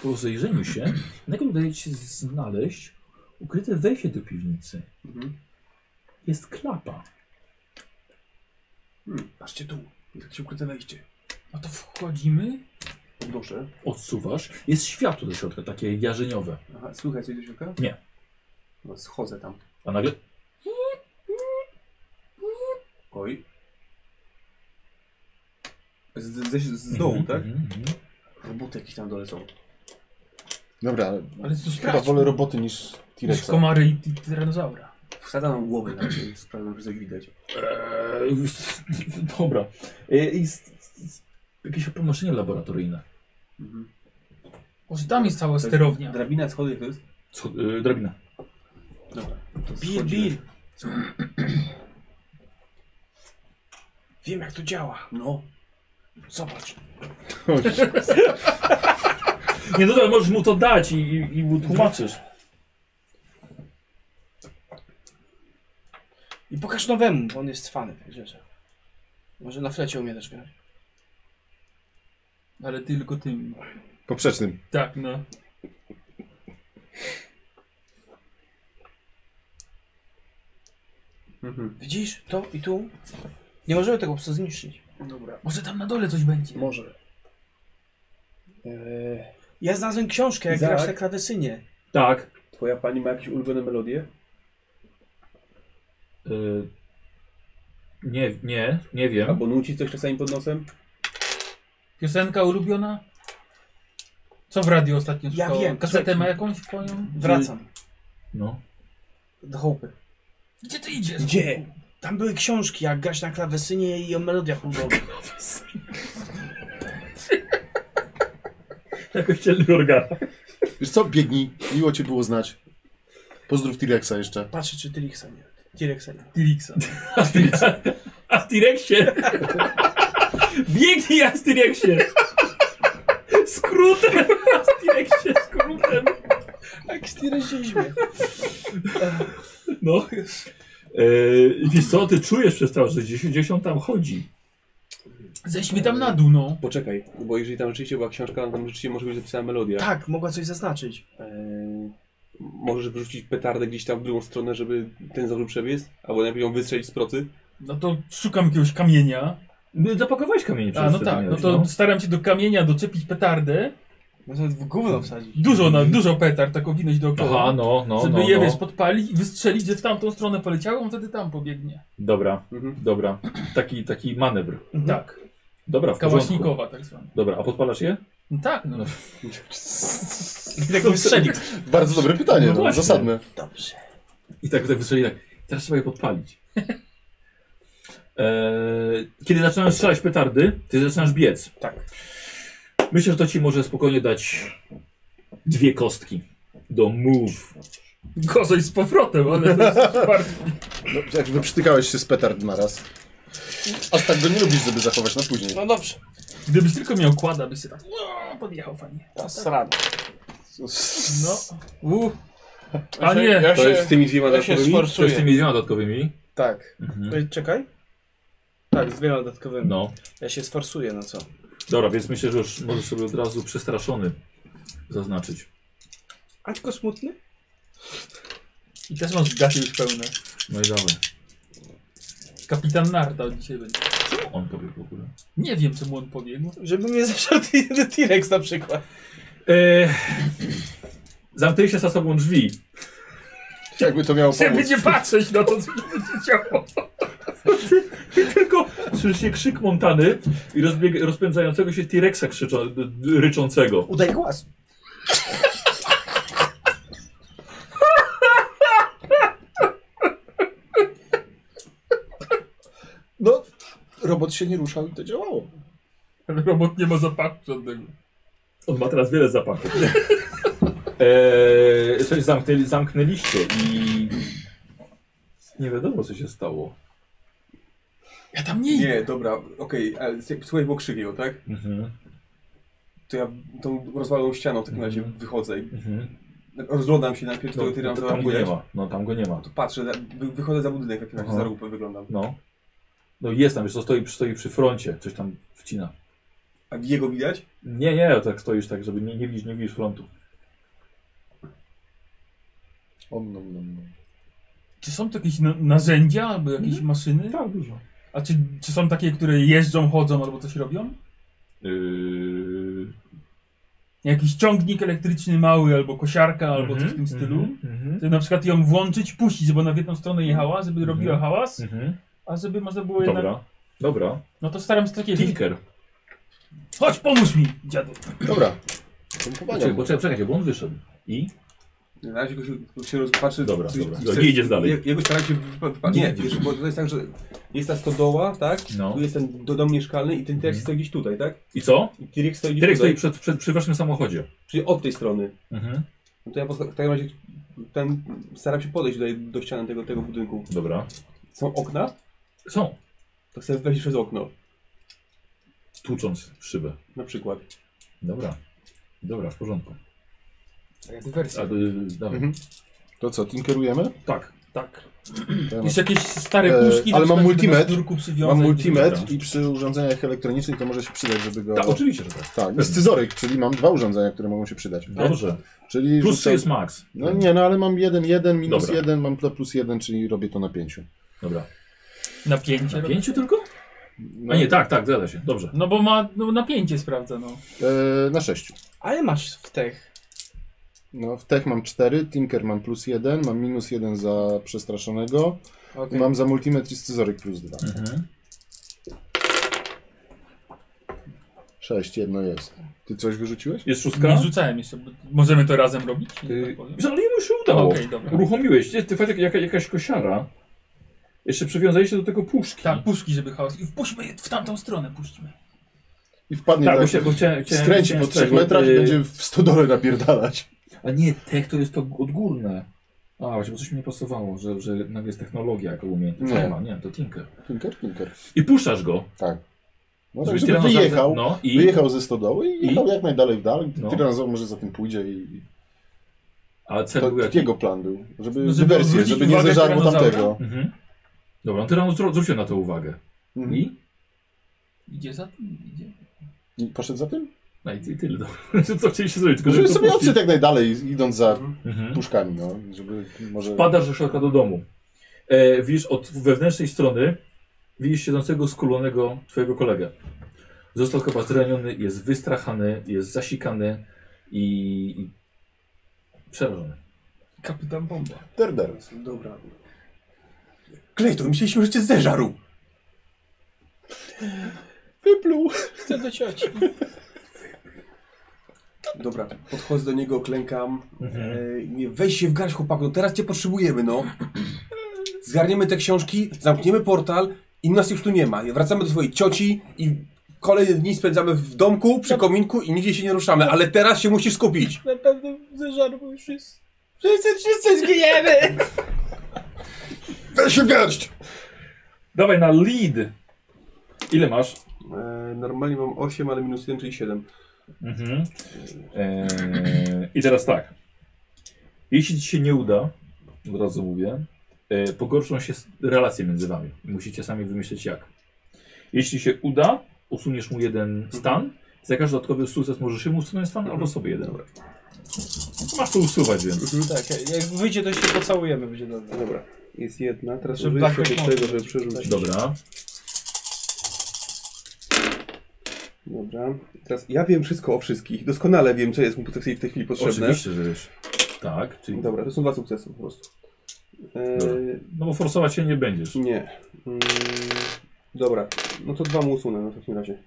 S1: po rozejrzeniu się, nagle udaje ci się znaleźć ukryte wejście do piwnicy.
S5: Mhm.
S1: Jest klapa.
S5: Hmm, patrzcie tu, jak się ukryte wejście.
S7: No to wchodzimy.
S5: Podnoszę.
S1: Odsuwasz. Jest światło do środka, takie jarzeniowe.
S5: Aha, słychać coś do środka?
S1: Nie.
S5: No, schodzę tam.
S1: A nagle
S5: Oj. Z, z, z, z dołu,
S1: Mhm,
S5: tak?
S1: mhm, mhm.
S5: Roboty jakieś tam dole są.
S3: Dobra,
S7: Ale to
S3: chyba
S7: sprawdź.
S3: wolę roboty niż
S7: Niż
S3: T-Rexa.
S7: komary i ty- tyranozaura.
S5: Wsadzam głowę na ciebie, sprawdzam, że coś widać.
S1: Eee, [laughs] dobra. Eee, jest, jest jakieś pomieszczenie laboratoryjne.
S5: Mhm.
S7: Może tam jest cała
S5: To jest
S7: sterownia.
S5: Drabina schody jak to jest?
S1: Co, eee, drabina.
S5: Dobra. to
S10: Bill,
S5: schodzimy.
S10: Bill. Wiem jak to działa.
S5: No.
S10: Zobacz.
S1: Nie, no to możesz mu to dać i, i, i mu tłumaczysz.
S10: I pokaż nowemu, bo on jest fanem tych rzeczy. Może na flecie umie też grać.
S7: Ale tylko tym.
S3: Poprzecznym.
S7: Tak, no.
S5: Mhm.
S10: Widzisz? To i tu. Nie możemy tego po prostu zniszczyć.
S5: Dobra.
S7: Może tam na dole coś będzie.
S10: Może. Eee,
S1: E,
S10: ja znalazłem książkę, jak
S5: Izaak?
S10: grasz na klawesynie.
S1: Tak.
S5: Twoja pani ma jakieś ulubione melodie?
S1: Eee, nie, nie, nie wiem.
S5: Albo nuci coś czasami pod nosem?
S7: Piosenka ulubiona? Co w radio ostatnio
S10: Ja
S7: słyszało?
S10: wiem,
S7: Kasetę
S10: czekaj.
S7: ma jakąś twoją?
S10: Wracam
S1: No.
S10: do chałupy.
S7: Gdzie ty idziesz?
S10: Gdzie? Tam były książki, jak grać na klawesynie i o melodiach ludowych.
S1: Jakoś cielny organ.
S3: Wiesz co, biegnij, miło cię było znać. Pozdrów T-Rexa jeszcze.
S10: Patrzę, czy Tyrixa nie. Tyrixa nie.
S7: Tirixa.
S1: A w T-Rexie! Biegnij jak w T-Rexie! Skrótem! A w T-Rexie skrótem!
S10: Jak z Tyrexie
S1: No. Eee, wiesz co, ty czujesz przez to, że gdzieś, gdzieś on tam chodzi.
S7: Zejdźmy tam na dół, no.
S5: Poczekaj, bo jeżeli tam rzeczywiście była książka, tam rzeczywiście może być zapisana melodia.
S10: Tak, mogła coś zaznaczyć.
S1: E,
S5: Eee, możesz wyrzucić petardę gdzieś tam w drugą stronę, żeby ten zdążył przebiec? Albo najpierw ją wystrzelić z procy?
S7: No to szukam jakiegoś kamienia.
S1: No, Zapakowałeś kamienie
S7: A,
S1: przez
S7: no
S1: te,
S7: tak, no
S1: miałeś,
S7: to staram się do kamienia doczepić petardę.
S10: Można w gówno wsadzić.
S7: Dużo, na, dużo petard, taką winąć dookoła.
S1: Aha, no, no,
S7: żeby
S1: no,
S7: je,
S1: no.
S7: wiesz, podpalić i wystrzelić, że w tamtą stronę poleciało, on wtedy tam pobiegnie.
S1: Dobra,
S5: Mhm.
S1: dobra. Taki, taki manewr.
S10: Mhm.
S7: Tak.
S1: Dobra, w porządku.
S7: Kałaśnikowa tak zwana.
S1: Dobra, a podpalasz je?
S7: No tak, [laughs] no.
S10: Jak wystrzeli.
S3: Bardzo dobre pytanie,
S1: No
S3: no,
S1: właśnie.
S3: zasadne.
S10: Dobrze.
S1: I tak tutaj wystrzeli tak. Teraz trzeba je podpalić. [laughs] Eee, kiedy zaczynasz strzelać petardy, ty zaczynasz biec.
S10: Tak.
S1: Myślę, że to ci może spokojnie dać dwie kostki do move.
S7: Gorzej z powrotem, ale to jest [laughs] bardzo...
S3: No, jak wyprztykałeś się z petard na raz. Aż tak go nie lubisz, żeby zachować na później.
S10: No dobrze.
S7: Gdybyś tylko miał kłada, byś się tak no, podjechał fajnie.
S10: Ta srana.
S7: No. U. A nie,
S10: Ja
S5: To jest z
S10: się...
S5: tymi dwiema
S10: Ja się
S5: dodatkowymi?
S1: Co z
S10: sforsuję.
S1: tymi dwiema dodatkowymi?
S10: Tak.
S1: Mhm.
S10: Ej, Czekaj. Tak, z dwiema dodatkowymi.
S1: No.
S10: Ja się sforsuję, no co?
S1: Dobra, więc myślę, że już możesz sobie od razu przestraszony zaznaczyć.
S10: A tylko smutny?
S7: i też masz gacie już pełne.
S1: No i dawaj.
S7: Kapitan Narda od dzisiaj będzie.
S1: Czemu on pobiegł w ogóle?
S7: Nie wiem, czemu on
S10: [laughs]
S7: pobiegł.
S10: Żeby mnie zaszedł jeden T-Rex na przykład.
S1: Eee, Zamknęliście za sobą drzwi. [laughs]
S3: Jakby to miało
S7: Żeby
S3: pomóc.
S7: nie patrzeć na to, co się będzie działo.
S1: I tylko słyszycie krzyk Montany i rozbieg, rozpędzającego się T-Rexa krzyczą- d- d- ryczącego.
S10: Udaj głaz.
S3: No, robot się nie ruszał i to działało.
S7: Ale robot nie ma zapachu żadnego.
S1: On ma teraz wiele zapachów. Eee, coś zamknęli, zamknęliście i... Nie wiadomo, co się stało.
S7: Ja tam nie
S5: Nie, dobra, okej, ale s- słuchaj, bo krzywił, tak?
S1: Mhm,
S5: To ja tą rozwaloną ścianą w takim razie
S1: Mhm.
S5: wychodzę i
S1: mhm.
S5: rozglądam się najpierw,
S1: No,
S5: tego tyrana
S1: to- tam go nie
S5: widać.
S1: ma. No, tam go nie ma.
S5: To patrzę, na- wy, wychodzę za budynek, w takim razie
S1: Aha.
S5: za rupę wyglądam.
S1: No. No i jest tam, wiesz, to stoi, stoi przy froncie, coś tam wcina.
S5: A jego widać?
S1: Nie, nie, tak stoisz tak, żeby nie, nie widzisz, nie widzisz frontu.
S3: Om, nom, nom, nom.
S7: Czy są to jakieś na- narzędzia albo jakieś maszyny?
S1: Tak, dużo.
S7: A czy, czy są takie, które jeżdżą, chodzą albo coś robią?
S1: Yy...
S7: Jakiś ciągnik elektryczny mały albo kosiarka albo
S1: mhm,
S7: coś w tym stylu?
S1: mhm, mhm,
S7: Żeby na przykład ją włączyć, puścić, bo na w jedną stronę jechała, żeby
S1: Mhm.
S7: robiła hałas,
S1: mhm.
S7: a żeby można było jednak...
S1: Dobra, dobra.
S7: No to staram się takie...
S1: Tinker.
S7: Chodź, pomóż mi, dziadu!
S3: Dobra. To mi
S1: Poczekaj,
S3: pomagam.
S1: poczekaj, czekaj, bo on wyszedł. I?
S5: Na razie go się, go się rozpatrzy.
S1: Dobra,
S5: coś-
S1: dobra.
S5: coś-
S1: Nie idziesz dalej.
S5: Je- Jego staram się wypa- wypa-
S1: Nie
S5: Nie,
S1: idziesz.
S5: wiesz, bo to jest tak, że jest ta stodoła, tak?
S1: No.
S5: Tu jest ten do- dom mieszkalny i ten T-Rex
S1: Mhm.
S5: stoi gdzieś tutaj, tak?
S1: I co?
S5: I T-Rex stoi gdzieś
S1: Tyrek
S5: tutaj,
S1: stoi przed, przed, przy waszym samochodzie.
S5: czyli od tej strony.
S1: Mhm.
S5: No to ja po, w takim razie ten, staram się podejść do, do ściany tego, tego budynku.
S1: Dobra.
S5: Są okna?
S1: Są.
S5: To chcę wejść przez okno,
S1: Tłucząc w szybę.
S5: na przykład.
S1: Dobra. Dobra, w porządku.
S10: Taka
S1: A,
S10: dywersja.
S1: y, dawaj.
S3: Mhm. To co, tinkerujemy?
S1: Tak.
S7: Tak.
S3: To ja mam-
S7: Jest jakieś stare
S3: E,
S7: puszki, na
S3: ale mam
S7: przykład, żeby
S3: multimetr.
S7: do sznurku przywiązać.
S3: Mam multimetr
S1: dobra.
S3: i przy urządzeniach elektronicznych to może się przydać, żeby go...
S1: Tak, oczywiście, że tak.
S3: Tak, jest scyzoryk, czyli mam dwa urządzenia, które mogą się przydać.
S1: Dobrze.
S3: Czyli
S1: Plus
S3: rzucam-
S1: jest max.
S3: No nie, no ale mam jeden, jeden, minus
S1: Dobra.
S3: jeden, mam pl- plus jeden, czyli robię to na pięciu.
S1: Dobra.
S7: Napięcie.
S1: Na
S7: robi.
S1: pięciu tylko?
S3: No,
S1: A nie, tak, tak, zgadza się. Dobrze.
S7: No bo ma no, napięcie sprawdza, no.
S3: E, na sześciu.
S10: Ale masz w tych.
S3: No w tech mam cztery, tinker mam plus jeden, mam minus jeden za przestraszonego,
S10: Okej.
S3: mam za multimetr i scyzoryk plus dwa.
S1: Mhm.
S3: Sześć, jedno jest. Ty coś wyrzuciłeś?
S1: Jest szóstka?
S7: Nie rzucałem jeszcze. bo- Możemy to razem robić? że
S1: Yy,
S7: tak powiem?
S1: ale jemu się udało.
S7: Okej, dobra.
S1: Uruchomiłeś. Ty, ty Fatek, jaka, jakaś kosiara. Jeszcze przywiązaliście do tego puszki.
S7: Tak, puszki, żeby chaos. I wpuśćmy je w tamtą stronę, puśćmy.
S3: I wpadnie
S1: tak,
S3: tak,
S1: bo się, bo chciałem, chciałem,
S3: skręci
S1: chciałem
S3: po trzech
S1: tego,
S3: metrach
S1: y,
S3: i będzie w stodole napierdalać.
S1: A nie, tech to jest to odgórne. A, właśnie, bo coś mi nie pasowało, że, że nagle jest technologia jako umiejętność.
S3: Nie.
S1: Nie ma, nie, to Tinker.
S3: Tinker, tinker.
S1: I puszczasz go.
S3: Tak. No tak,
S1: żeby
S3: żeby
S1: tyranozaur-
S3: wyjechał,
S1: No i...
S3: wyjechał ze stodoły i
S1: I?
S3: jechał jak najdalej w dal.
S1: No.
S3: Tyranozaur może za tym pójdzie i
S1: A cel
S3: To
S1: Tak był jaki?
S3: jego plan był, żeby,
S7: No,
S3: no,
S7: żeby
S3: żeby dywersję,
S7: odwrócić
S3: żeby nie
S7: uwagę
S3: zeżarło
S7: tyranozaura?
S3: tamtego.
S1: Mhm. Dobra, no tyran zwró- zwrócił na to uwagę.
S3: Mhm.
S1: I?
S7: Idzie za tym, idzie.
S3: I poszedł za tym?
S1: No i, i tyle. dobra. [laughs] Co chcieliście zrobić? Tylko,
S3: Żeby
S1: to
S3: sobie
S1: puścić.
S3: odszedł jak najdalej, idąc za
S1: Mhm.
S3: puszkami, no, żeby może...
S1: Wpadasz do środka do domu. E, widzisz od wewnętrznej strony, widzisz siedzącego skulonego twojego kolegę. Został chyba zraniony, jest wystrachany, jest zasikany i, i przerażony.
S7: Kapitan bomba.
S3: Der, der.
S5: Dobra. Clayton, myśleliśmy, że cię zeżarł.
S3: Wypluł.
S10: Chcę do cioci.
S5: Dobra, podchodzę do niego, klękam.
S10: Mhm.
S5: E, mówię, weź się w garść, chłopaku, no teraz cię potrzebujemy, no. Zgarniemy te książki, zamkniemy portal i nas już tu nie ma. Wracamy do swojej cioci i kolejne dni spędzamy w domku, przy kominku i nigdzie się nie ruszamy, ale teraz się musisz skupić.
S10: Na pewno ze żarbu już jest. Wszyscy, wszyscy zginiemy!
S3: Weź się garść!
S1: Dawaj na lead. Ile masz?
S5: E, normalnie mam 8, ale minus 1, czyli 7.
S1: Mhm. E, I teraz tak. Jeśli ci się nie uda, od razu mówię, e, pogorszą się s- relacje między wami. Musicie sami wymyśleć jak. Jeśli się uda, usuniesz mu jeden stan. Za każdy dodatkowy sukces możesz mu usunąć stan albo sobie jeden. Masz to usuwać, więc.
S10: tak, jak wyjdzie to się pocałujemy, będzie dobrze.
S5: Dobra, jest jedna. Teraz
S10: Żeby
S5: użyję
S10: tak
S5: się
S10: jak
S5: do tego,
S10: można.
S5: żeby przerzucić.
S1: Dobra.
S5: Dobra, teraz ja wiem wszystko o wszystkich. Doskonale wiem, co jest mu w tej w tej chwili potrzebne.
S1: Oczywiście, że wiesz. Tak, czyli.
S5: Dobra, to są dwa sukcesy po prostu. E,
S1: Dobra. No bo forsować się nie będziesz.
S5: nie. Mm, dobra, no to dwa mu usunę w takim razie.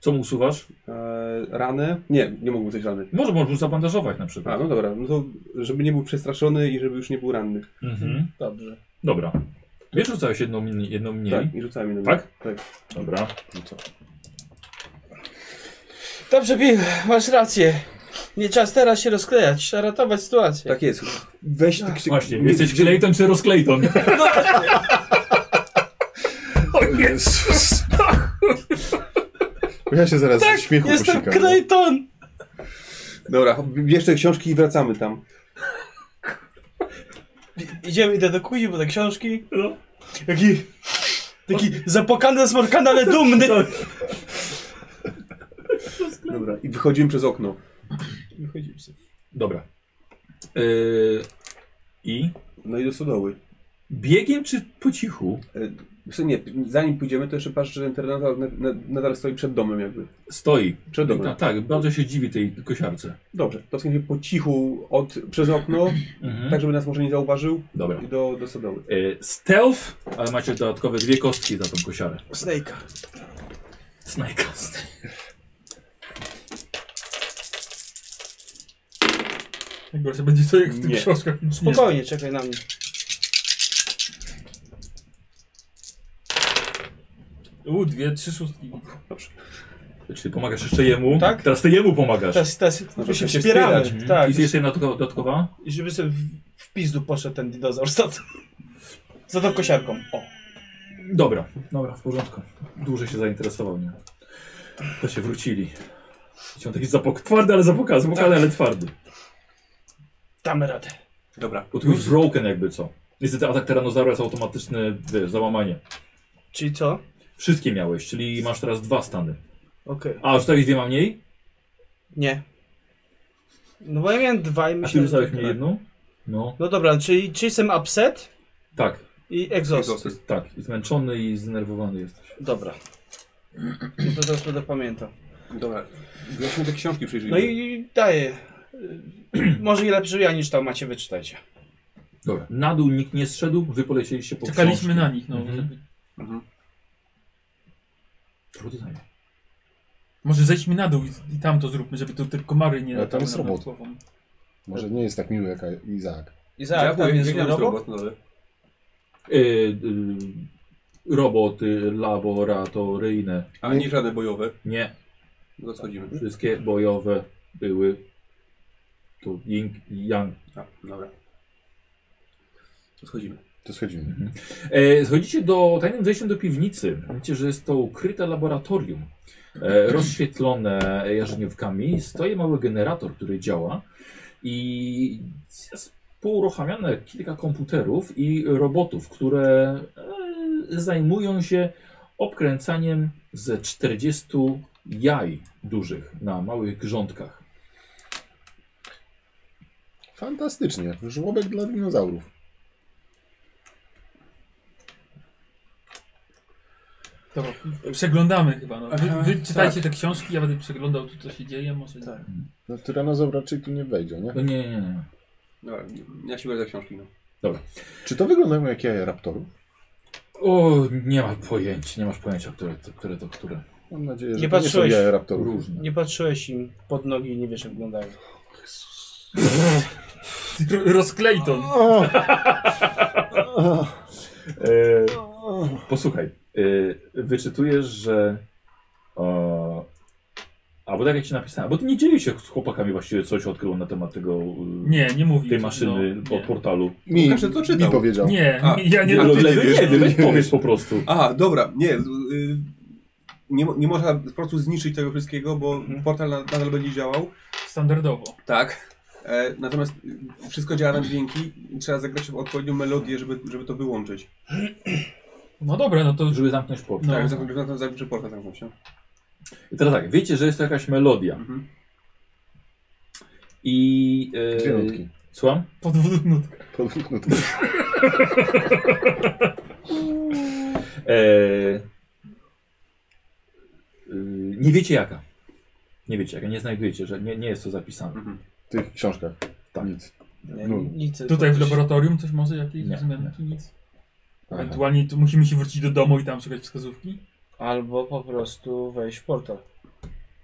S1: Co mu usuwasz?
S5: E, ranę? Nie, nie mógłby być rany.
S1: Może możesz mu zabandażować na
S5: A,
S1: przykład.
S5: no dobra, no to żeby nie był przestraszony i żeby już nie był ranny.
S1: Mhm.
S8: Dobrze.
S1: Dobra. Wiesz, rzucałeś jedną, mniej- jedną mniej.
S5: Tak, i rzucałem jedną.
S1: Tak?
S5: Tak.
S1: Dobra.
S2: Dobrze, Bill, masz rację. Nie czas teraz się rozklejać, trzeba ratować sytuację.
S5: tak jest. Weź ty krzy...
S1: Właśnie, jesteś Clayton czy Rosclayton?
S3: O Jezus. [laughs] Ja się zaraz tak, śmiechu
S2: Jestem
S3: posikam. no.
S2: Clayton!
S5: Dobra, bierz te książki i wracamy tam.
S2: Idziemy, idę do kuji, bo te książki. Jaki... Taki zapłakany, zmorkany, ale dumny.
S5: Dobra, i wychodzimy przez okno.
S2: Wychodzimy sobie.
S1: [laughs] Dobra. Yy, I
S5: No i do stodoły.
S1: biegiem czy po cichu?
S5: E, w sumie nie, zanim pójdziemy, to jeszcze patrz, że ten teren nadal, nad- nadal stoi przed domem jakby.
S1: Stoi.
S5: Przed domem.
S1: Ta, tak, bardzo się dziwi tej kosiarce.
S5: Dobrze, to w sensie po cichu od, przez okno,
S1: Mhm.
S5: tak żeby nas może nie zauważył,
S1: Dobra.
S5: i do, do stodoły.
S1: Yy, stealth, ale macie dodatkowe dwie kostki za tą kosiarę.
S2: Snake'a.
S1: Snajka.
S7: Najgorsze będzie to jak w tych no
S5: Nie.
S7: książkach. nic nie.
S2: Spokojnie, czekaj na mnie.
S7: U, dwie, trzy szóstki.
S1: Czyli pomagasz jeszcze jemu.
S2: Tak?
S1: Teraz ty jemu pomagasz.
S2: Teraz, teraz
S5: No
S2: no
S5: to
S2: się
S5: się
S2: wspieramy.
S5: wspierać.
S2: Tak,
S1: I jeszcze jedna dodatkowa- dodatkowa?
S2: i żeby sobie w, w pizdu poszedł ten dinozaur za to. Za tą kosiarką. O.
S1: Dobra, dobra, w porządku. Dłużej się zainteresował nie. To się wrócili. Chciał taki zapok twardy, ale zapokany, zapokany, ale twardy.
S2: Damy radę.
S5: Dobra,
S1: Bo tu już broken jakby co. Niestety atak Tyrannozaura jest automatyczne wiesz, załamanie.
S2: Czyli co?
S1: Wszystkie miałeś, czyli masz teraz dwa stany.
S2: Okej.
S1: A, rzucałeś dwie ma mniej?
S2: Nie. No bo ja miałem dwa i tak
S1: A ty
S2: myślałem...
S1: rzucałeś mnie jedną? No.
S2: No dobra, czyli, czyli jestem upset
S1: Tak,
S2: i exhaust.
S5: Exhaust.
S1: tak. Zmęczony i zdenerwowany jesteś.
S2: Dobra. No to teraz będę pamiętał.
S5: dobra. Weźmy te książki przyjrzyjmy.
S2: No i daję. [clears throat] Y, Może i lepiej ja niż tam macie wyczytajcie.
S1: Dobra. Na dół nikt nie zszedł, wy polecieliście po
S7: Czekaliśmy
S1: książki.
S7: na nich, no.
S1: Mhm.
S7: żeby-
S5: Mhm.
S1: Trudno zajmie.
S7: Może zejdźmy na dół i, i tam to zróbmy, żeby tu te komary nie...
S3: Ale tam
S7: latały
S3: jest
S7: nad
S3: robot.
S7: głową.
S3: Może nie jest tak miły jak Izaak.
S2: I
S5: Ja
S2: za tam
S5: byłem-
S2: jest
S5: ja
S2: zły
S5: miałem
S2: robot?
S5: robot, no ale...
S1: Y, y, roboty laboratoryjne.
S5: A nie żadne bojowe,
S1: Nie,
S5: no to schodzimy.
S1: wszystkie bojowe były. Tu Ying i Yang.
S5: A, dobra. To schodzimy.
S3: To schodzimy.
S1: E, schodzicie do tajnym zejściem do piwnicy. Widzicie, że jest to ukryte laboratorium. E, rozświetlone jarzeniówkami. Stoi mały generator, który działa. I jest pouruchamiane kilka komputerów i robotów, które e, zajmują się obkręcaniem ze 40 jaj dużych na małych grządkach.
S3: Fantastycznie. Żłobek dla dinozaurów.
S7: Dobra, przeglądamy chyba, no. Wy, wy czytajcie te książki, ja będę przeglądał tu, co się dzieje, może...
S5: Tak.
S7: [laughs]
S3: No tyranozaur raczej tu nie wejdzie, nie?
S1: No nie, nie, nie.
S5: Dobra, ja się biorę za książki, no.
S3: Czy to wyglądają jak jaja raptorów?
S1: O, nie ma pojęcia, nie masz pojęcia, które to, które. To, które.
S3: Mam nadzieję, że
S2: Nie
S3: to nie są
S2: patrzyłeś.
S3: jaja
S1: [laughs]
S3: raptorów.
S1: Różne.
S2: Nie patrzyłeś im pod nogi i nie wiesz jak wyglądają.
S7: Ro- Rozklejton!
S3: O!
S1: E, posłuchaj, e, wyczytujesz, że. E, albo tak jak ci napisałem, bo ty nie dzielisz się z chłopakami właściwie coś odkrył na temat tego. e,
S7: Nie, nie mówi.
S1: Tej maszyny
S7: no,
S1: po portalu.
S3: Mi,
S5: Łukasz, to czytał.
S3: mi powiedział.
S7: nie. Nie,
S5: A,
S7: ja nie...
S5: a ty-
S1: Ale
S5: nie wiesz,
S1: nie,
S5: ty
S1: weź
S3: nie
S1: powiedz
S3: wiesz.
S1: po prostu.
S5: A, dobra, nie. z- Y, nie, mo- nie można po prostu zniszczyć tego wszystkiego, bo
S2: Mhm.
S5: portal na- nadal będzie działał.
S7: Standardowo.
S5: Tak. E, natomiast y, wszystko działa na dźwięki i trzeba zagrać w odpowiednią melodię, żeby, żeby to wyłączyć.
S7: No dobra, no to...
S1: Żeby zamknąć portal.
S7: No.
S5: Tak, zakończę na to zakończę portal zamknął się.
S1: I teraz tak, wiecie, że jest to jakaś melodia.
S5: Mhm.
S1: I. e,
S3: Dwie nutki.
S1: Słucham?
S7: Podwódnutkę.
S3: Po dwóch nutkach.
S1: E, y, nie wiecie jaka. Nie wiecie jaka, nie znajdujecie, że nie, nie jest to zapisane.
S5: Mhm.
S3: W tych książkach. Tak.
S5: Nic.
S8: Nie,
S3: No.
S8: nic.
S7: Tutaj w
S8: coś-
S7: laboratorium coś może jakieś
S1: Nie,
S7: wzmianki, nic.
S3: Aha.
S7: Ewentualnie tu musimy się wrócić do domu i tam szukać wskazówki.
S8: Albo po prostu wejść w portal.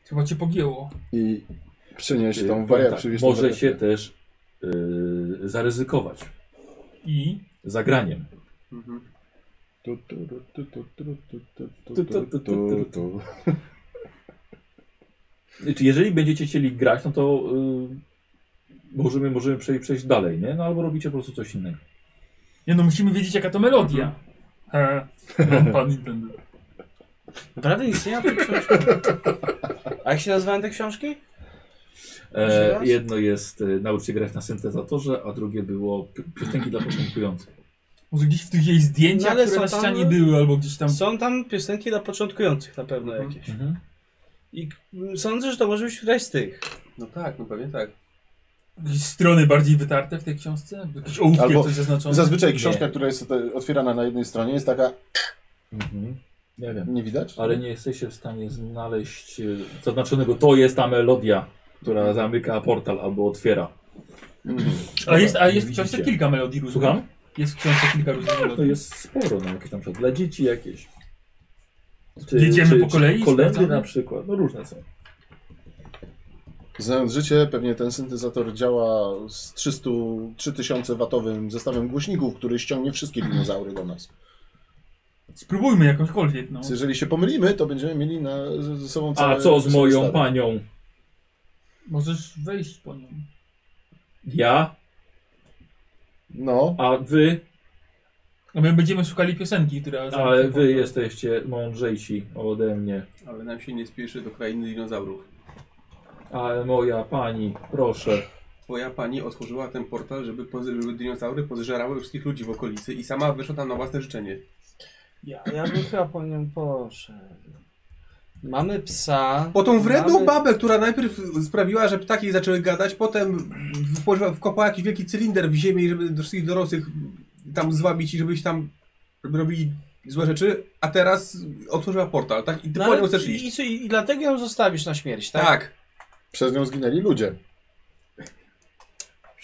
S7: Chyba cię pogięło.
S3: I przynieś tą
S1: Powiem
S3: wariat,
S1: tak,
S3: przywieź tą
S1: Może
S3: wariatę.
S1: się też yy, zaryzykować
S7: I
S1: zagraniem.
S5: Mhm.
S3: Tu, tu, tu, tu, tu, tu,
S1: Tu,
S3: tu, tu,
S1: tu,
S3: tu,
S1: tu,
S3: tu,
S1: tu,
S3: tu, tu.
S1: Znaczy, jeżeli będziecie chcieli grać, no to yy, możemy, możemy przejść, przejść dalej, nie? No albo robicie po prostu coś innego.
S7: nie no, musimy wiedzieć jaka to melodia.
S1: Mhm.
S7: He,
S1: [laughs]
S7: no, pan Nintendo.
S8: Naprawdę nic nie ma w tej
S2: [laughs]
S8: książce. A jak się nazywają te książki? Jeszcze
S1: E,
S8: raz?
S1: jedno jest e, naucz się grać na syntezatorze, a drugie było pi- piosenki dla początkujących.
S7: Może gdzieś w tych jej zdjęciach,
S8: No, ale
S7: które na
S8: są tam-
S7: ścianie były, albo gdzieś tam...
S8: Są tam piosenki dla początkujących na pewno
S5: Mhm.
S8: jakieś.
S1: Mhm.
S8: I k- sądzę, że to może być któraś z tych.
S5: No tak, no pewnie tak.
S7: Jakieś strony bardziej wytarte w tej książce? Jakby Jakieś ołówki
S3: Albo
S7: coś zaznaczone?
S3: Zazwyczaj książka, która jest tutaj otwierana na jednej stronie, jest taka,
S1: Mhm. Nie wiem.
S3: nie widać?
S1: Ale nie jesteście w stanie znaleźć e, zaznaczonego, to jest ta melodia, która zamyka portal albo otwiera.
S3: Mm.
S7: A jest, a
S1: Nie
S7: jest w książce
S1: widzicie.
S7: kilka melodii różnych.
S1: Słucham? Tak,
S7: Jest w książce kilka różnych
S1: To
S7: melodii.
S1: jest sporo, no, jakieś tam przykład dla dzieci jakieś. Czy,
S7: Jedziemy po kolei,
S1: Kolendy
S7: sprawdzamy?
S1: na przykład, no różne są.
S3: Znając życie, pewnie ten syntezator działa z 300, 3000 watowym zestawem głośników, który ściągnie wszystkie dinozaury do
S1: No.
S3: nas.
S7: Spróbujmy jakąśkolwiek, no.
S3: Więc jeżeli się pomylimy, to będziemy mieli na, ze ze sobą
S1: A
S3: całe...
S1: co z
S3: całe
S1: moją
S3: stado.
S1: panią?
S7: Możesz wejść po nią.
S1: Ja?
S3: No,
S1: A wy?
S7: A No, my będziemy szukali piosenki, która...
S1: Ale wy jesteście mądrzejsi ode mnie.
S5: Ale nam się nie spieszy do krainy dinozaurów.
S1: Ale moja pani, proszę.
S5: Twoja pani otworzyła ten portal, żeby, poz- żeby dinozaury pozżerały wszystkich ludzi w okolicy i sama wyszła tam na własne życzenie.
S8: Ja, ja bym chyba po nią poszedł. Mamy psa.
S5: Po tą wredną
S8: mamy...
S5: babę, która najpierw sprawiła, że ptaki jej zaczęły gadać, potem włożyła- wkopała jakiś wielki cylinder w ziemię, żeby do wszystkich dorosłych tam zwabić i żebyś tam żeby robili złe rzeczy, a teraz otworzyła portal, tak? I ty
S8: No
S5: po
S8: ale
S5: nią chcesz
S8: i,
S5: iść.
S8: i, co, I dlatego ją zostawisz na śmierć, tak?
S5: Tak.
S3: przez nią zginęli ludzie.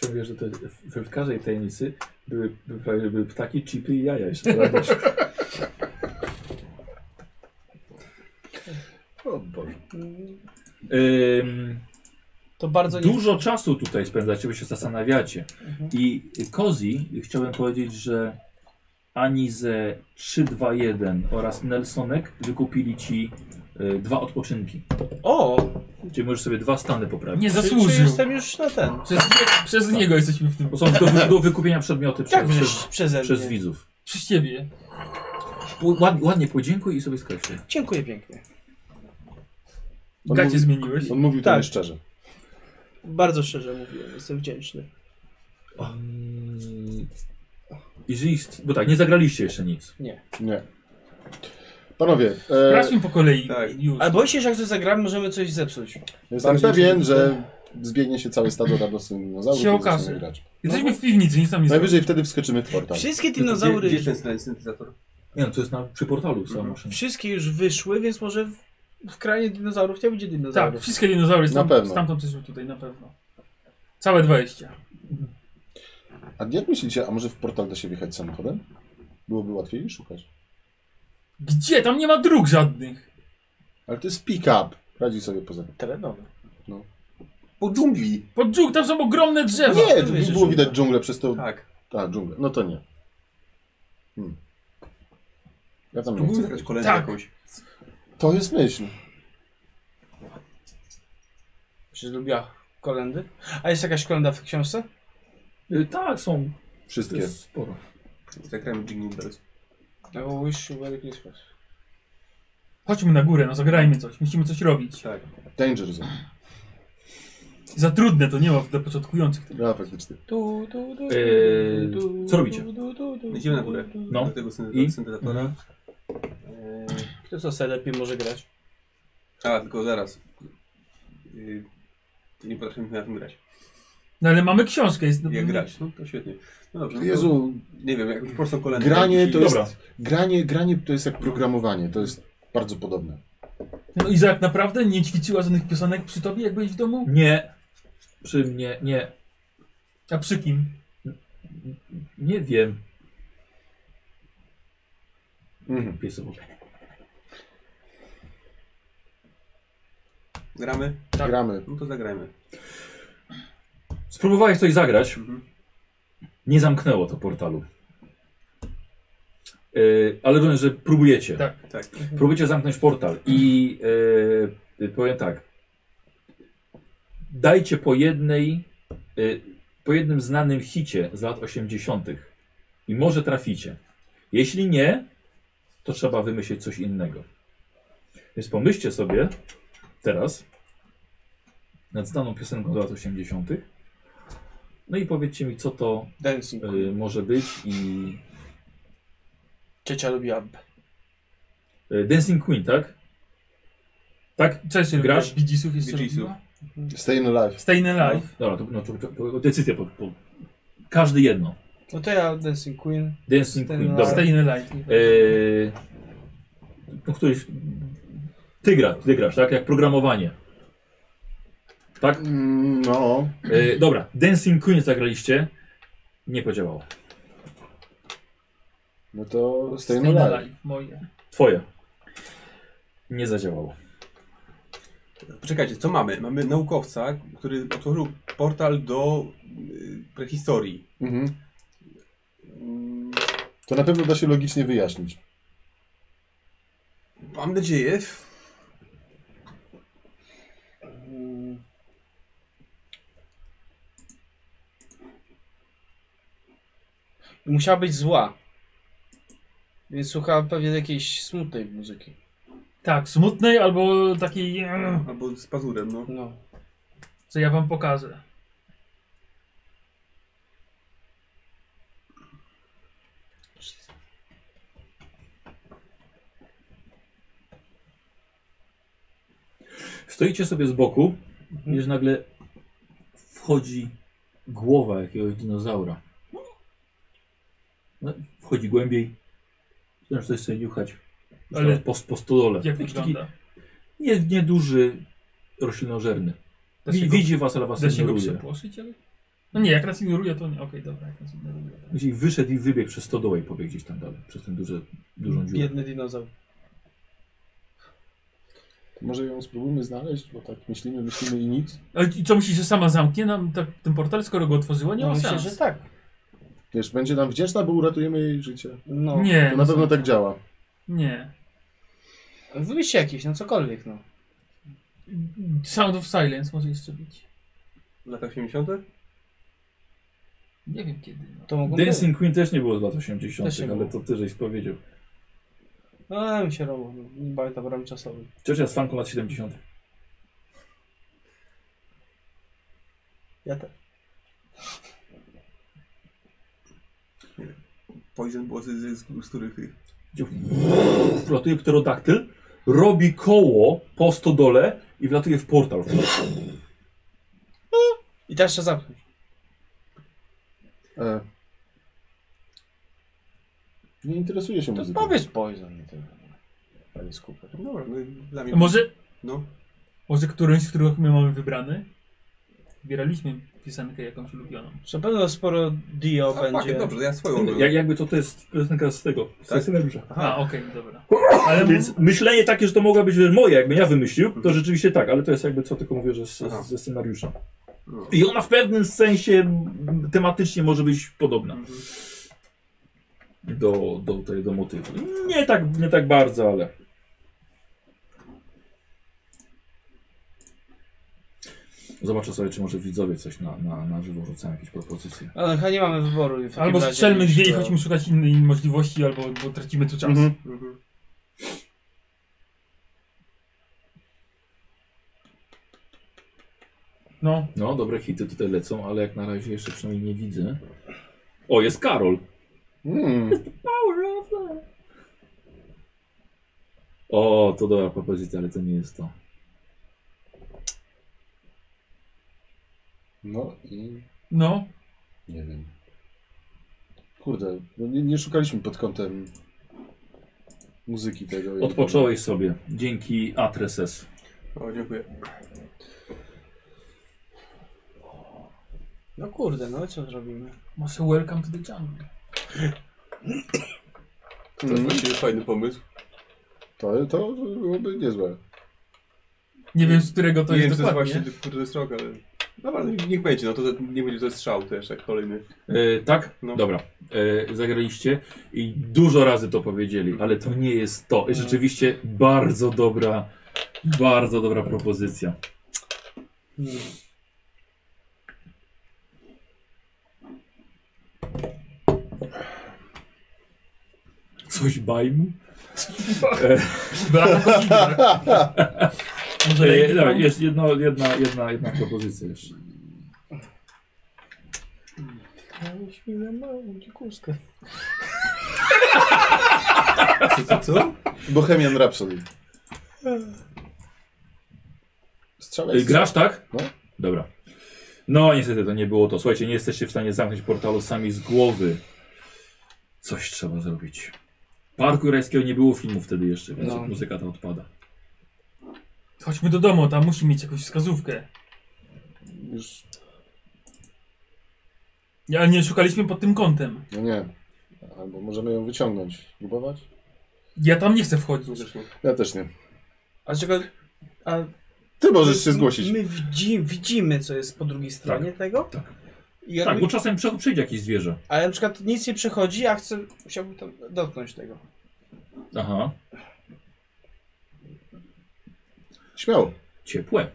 S1: Przecież że to we w każdej tajemnicy były, były, prawie- były ptaki, chipy i jaja jeszcze. prawda?
S8: [laughs]
S3: O Boże.
S1: Ym,
S8: To bardzo nie... Mhm.
S1: Dużo czasu tutaj spędzacie, bo się zastanawiacie. I Kozi, chciałbym powiedzieć, że ani ze 321 oraz Nelsonek wykupili ci y, dwa odpoczynki.
S8: O!
S1: Czyli możesz sobie dwa stany poprawić.
S7: Nie
S8: Czy,
S7: zasłużył.
S8: czy jestem już na ten?
S7: Przez, nie, przez niego jesteśmy w tym.
S1: Bo są do, do wykupienia przedmioty
S8: Tak,
S1: przez,
S8: przez,
S1: przez,
S8: przeze mnie.
S1: przez widzów.
S7: Przez ciebie.
S1: Ład, ładnie podziękuj i sobie skreślę.
S8: Dziękuję pięknie.
S7: Gacie zmieniłeś.
S3: On mówił to
S8: Tak.
S3: szczerze.
S8: Bardzo szczerze mówiłem, jestem wdzięczny.
S1: Mm, Jeżeli, st- bo tak, nie zagraliście jeszcze nic.
S3: Nie. Panowie, e,
S7: Sprawdźmy po kolei.
S5: tak.
S7: Już.
S8: Ale boję się, że jak to zagramy, możemy coś zepsuć.
S3: jestem
S5: bardziej
S3: pewien,
S5: się-
S3: że zbiegnie się całe stado radosnych dinozaurów
S7: Się
S3: i zaczniemy
S7: okaże.
S3: grać.
S7: Jesteśmy w piwnicy, nic tam nie zrobi.
S3: Najwyżej wtedy wskoczymy w portal.
S8: Wszystkie
S5: Tak. Gdzie,
S8: dinozaury,
S5: gdzie jest ten syntezator?
S1: Nie no, to jest na, przy portalu sama
S5: Mhm.
S1: maszyna.
S8: wszystkie już wyszły, więc może w, w krainie dinozaurów nie będzie
S7: Tak,
S8: dinozaurów.
S7: wszystkie dinozaury stam,
S3: Na pewno.
S7: stamtąd przyszły tutaj, na pewno. Całe 20.
S3: A jak myślicie, a może w portal da się wjechać samochodem? Byłoby łatwiej szukać.
S7: Gdzie? Tam nie ma dróg żadnych.
S3: Ale to jest pick-up. Radzi sobie poza tym.
S8: Terenowe.
S3: Po dżungli.
S7: Pod dżung, tam są ogromne drzewa.
S3: Nie,
S8: wiesz, że
S3: było
S8: dżungla.
S3: widać dżunglę przez to.
S5: Tak.
S3: A, dżunglę. No to nie. Hmm. Ja tam nie
S5: Mógłby
S3: chcę.
S5: zagrać kolędę
S7: Tak.
S5: jakąś.
S3: To jest myśl.
S8: Przecież lubiła kolendy. A jest jakaś kolenda w książce?
S1: Y, Tak, są. To
S3: Wszystkie.
S1: jest sporo.
S5: Zagrałem Jingle Bells.
S8: No, wish you Merry Christmas.
S7: Chodźmy na górę, no zagrajmy coś. Musimy coś robić.
S5: Tak.
S3: Danger zone.
S7: Za trudne to nie ma dla początkujących.
S3: Ja faktycznie.
S8: Du, du, du,
S10: Yy,
S1: Eee,
S8: du, du,
S1: co robicie?
S8: du, du, du, du,
S5: Idziemy na górę.
S8: du, du.
S1: No.
S5: Do tego synte-
S1: I?
S5: syntezatora. Eee,
S8: Kto co sobie lepiej może grać?
S5: E, A, tylko zaraz. Yy, Nie potrafimy na tym grać.
S7: No ale mamy książkę. Jest,
S5: Jak grać? No to świetnie. No dobrze. no to-
S3: Jezu,
S5: Nie wiem, jakąś prostą kolędę.
S3: granie
S5: Jakiś-
S3: to jest...
S1: Dobra.
S3: Granie, granie to jest jak programowanie. To jest bardzo podobne.
S7: No i Zak naprawdę nie ćwiczyła żadnych piosenek przy tobie, jak byłeś w domu?
S1: Nie. Przy mnie nie.
S7: A przy kim?
S1: Nie wiem.
S3: Mhm.
S1: Pies obok.
S5: Gramy?
S3: Gramy.
S5: No to zagrajmy.
S1: Spróbowałeś coś zagrać.
S5: Mhm.
S1: Nie zamknęło to portalu. Yy, ale rozumiem, że próbujecie.
S7: Tak.
S5: Tak.
S1: Próbujecie zamknąć portal i yy, powiem tak. Dajcie po jednej, yy, po jednym znanym hicie z lat 80. i może traficie. Jeśli nie, to trzeba wymyślić coś innego. Więc pomyślcie sobie teraz nad znaną piosenką z lat 80. No i powiedzcie mi, co to
S10: Dancing.
S1: yy, może być i
S10: Ciocia lubiła.
S1: yy, Dancing Queen, tak? Tak?
S7: Cześć,
S1: Grasz?
S7: Bidzisów jest
S5: Bee Geesów.
S3: Stay in life.
S7: Stay in Alive.
S1: Dobra, to, no, to, to, to decyzję po, po, Każdy jedno.
S10: No to ja Dancing Queen.
S1: Dancing
S10: Ten-
S1: Queen, dobra.
S7: Stay in Alive.
S1: Eee, no któryś... Ty, gra, ty grasz, tak? Jak programowanie. Tak?
S3: Mm, No.
S1: Eee, dobra, Dancing Queen zagraliście. Nie podziałało.
S3: No to stay
S7: Stay
S3: in
S7: in
S3: life.
S7: Alive. Moje.
S1: Twoje. Nie zadziałało.
S5: Poczekajcie, co mamy? Mamy naukowca, który otworzył portal do y, prehistorii.
S3: Mhm.
S5: Mm,
S3: To na pewno da się logicznie wyjaśnić.
S5: Mam nadzieję.
S10: Musiała być zła. Więc słuchała pewnie jakiejś smutnej muzyki.
S7: Tak, smutnej albo takiej, e,
S5: Albo z pazurem, no.
S10: No.
S7: co ja wam pokażę.
S1: Stoicie sobie z boku,
S7: Mhm.
S1: wiesz, nagle wchodzi głowa jakiegoś dinozaura. No, wchodzi głębiej. Zaczynasz coś sobie niuchać. Ale
S7: Ale-
S1: po, po stodole.
S7: Jak
S1: Jakiś
S7: wygląda?
S1: Nie, nieduży roślinożerny.
S7: Da się
S1: Wi-
S7: go-
S1: Widzi was, ale was
S7: Da się go
S1: ignoruje.
S7: przepłoszyć? Ale... No nie, jak nas ignoruje, to nie. Okej, dobra, jak nas ignoruje. to-
S1: Gdzieś wyszedł i wybiegł przez stodołę i pobiegł gdzieś tam dalej. Przez tę duże, dużą dziurę.
S10: Biedny dinozaur.
S3: To może ją spróbujmy znaleźć, bo tak myślimy, myślimy i nic.
S7: Ale i co, myśli, że sama zamknie nam ta, ten portal, skoro go otworzyła? Nie
S10: no,
S7: ma
S10: myślę,
S7: sensu.
S10: że tak.
S3: Wiesz, będzie nam wdzięczna, bo uratujemy jej życie.
S10: No.
S7: Nie,
S3: To na pewno tak działa.
S7: nie.
S10: Wymyślcie jakieś, no cokolwiek, no.
S7: Sound of Silence może jeszcze być.
S5: Lata 80.
S7: Nie wiem kiedy. No.
S10: To mogą być.
S1: Dancing Queen też nie było z lat
S10: Też nie
S1: 80.,
S10: było.
S1: ale to ty żeś powiedział.
S10: No, mi się robiło. no. Nie pamiętam ram czasowy.
S1: Ciocia z fanką lat 70.
S10: Ja też.
S5: Poison było z, z, z, z których tych?
S1: Wlatuje pterodaktyl, robi koło po stodole i wlatuje w portal.
S10: I teraz trzeba zamknąć.
S3: E... Nie interesuje się
S10: To
S3: muzyką.
S10: powiedz Poison. nie tyle. Ale skupę.
S5: Dobra, no, i dla mnie.
S7: A Może,
S5: No.
S7: może którymś, z których my mamy wybrany? Wybieraliśmy piosenkę jakąś ulubioną.
S10: Na pewno sporo Dio
S5: A,
S10: będzie.
S5: Fakt, No, dobrze, ja swoją.
S1: Jak, jakby to, to jest piosenka z tego, z
S5: Tak?
S1: Scenariusza.
S7: A, okej, dobra.
S1: Ale Więc myślenie takie, że to mogła być moje, jakbym ja wymyślił, to rzeczywiście tak, ale to jest jakby co tylko mówię, że z,
S5: Aha.
S1: ze scenariusza.
S5: No.
S1: I ona w pewnym sensie m, tematycznie może być podobna
S5: Mhm.
S1: do, do tego motywu. Nie tak, nie tak bardzo, ale. Zobaczę sobie, czy może widzowie coś na, na, na żywo rzucają jakieś propozycje.
S10: Ale chyba nie mamy wyboru. w takim
S7: Albo
S10: razie,
S7: strzelmy
S10: niż
S7: dwie i
S10: to-
S7: chodźmy szukać innej możliwości, albo bo tracimy tu czas.
S3: Mhm.
S5: Mhm.
S7: No,
S1: No, dobre hity tutaj lecą, ale jak na razie jeszcze przynajmniej nie widzę. O, jest Karol.
S3: Mm.
S1: O, to dobra propozycja, ale to nie jest to.
S3: No i
S7: no.
S3: nie wiem. Kurde, no nie, nie szukaliśmy pod kątem muzyki tego.
S1: Odpocząłeś sobie dzięki Atreses.
S5: O, dziękuję.
S2: No kurde, no co zrobimy?
S7: Może welcome to the jungle.
S5: To jest właściwie fajny pomysł.
S3: Mhm. To, to byłoby niezłe.
S7: Nie wiem, z którego to
S5: nie wiem, czy
S7: jest
S5: to jest
S7: dokładnie.
S5: właśnie, który to jest rok, ale... Dobra, no niech będzie, no to nie będzie to strzał też, jak kolejny.
S1: E, tak?
S5: No.
S1: Dobra. E, zagraliście i dużo razy to powiedzieli, ale to nie jest to. Jest rzeczywiście bardzo dobra, bardzo dobra propozycja. Coś bajmu?
S7: Brak Może
S1: E,
S7: lepiej
S1: dobra,
S7: tam?
S1: jest jedno, jedna, jedna, jedna propozycja jeszcze.
S5: Co, co, co?
S3: Bohemian Rhapsody. Strzelaj.
S1: Y, Grasz, tak?
S3: No.
S1: Dobra. No niestety to nie było to. Słuchajcie, nie jesteście w stanie zamknąć portalu sami z głowy. Coś trzeba zrobić. Parku Rajskiego nie było filmu wtedy jeszcze, więc
S2: No.
S1: muzyka ta odpada.
S7: Chodźmy do domu, tam musi mieć jakąś wskazówkę.
S3: Już...
S7: Nie, Ale nie szukaliśmy pod tym kątem.
S3: No nie. Albo możemy ją wyciągnąć. Próbować?
S7: Ja tam nie chcę wchodzić.
S3: Ja też nie.
S2: A czego... A
S3: Ty możesz się zgłosić.
S2: My widzi, widzimy, co jest po drugiej stronie tego.
S1: tak.
S2: I jakby,
S1: Tak, bo czasem prze- przyjdzie jakieś zwierzę.
S2: Ale na przykład nic nie przychodzi, a chcę, chciałbym tam dotknąć tego.
S1: Aha,
S3: Śmiało.
S1: ciepłe.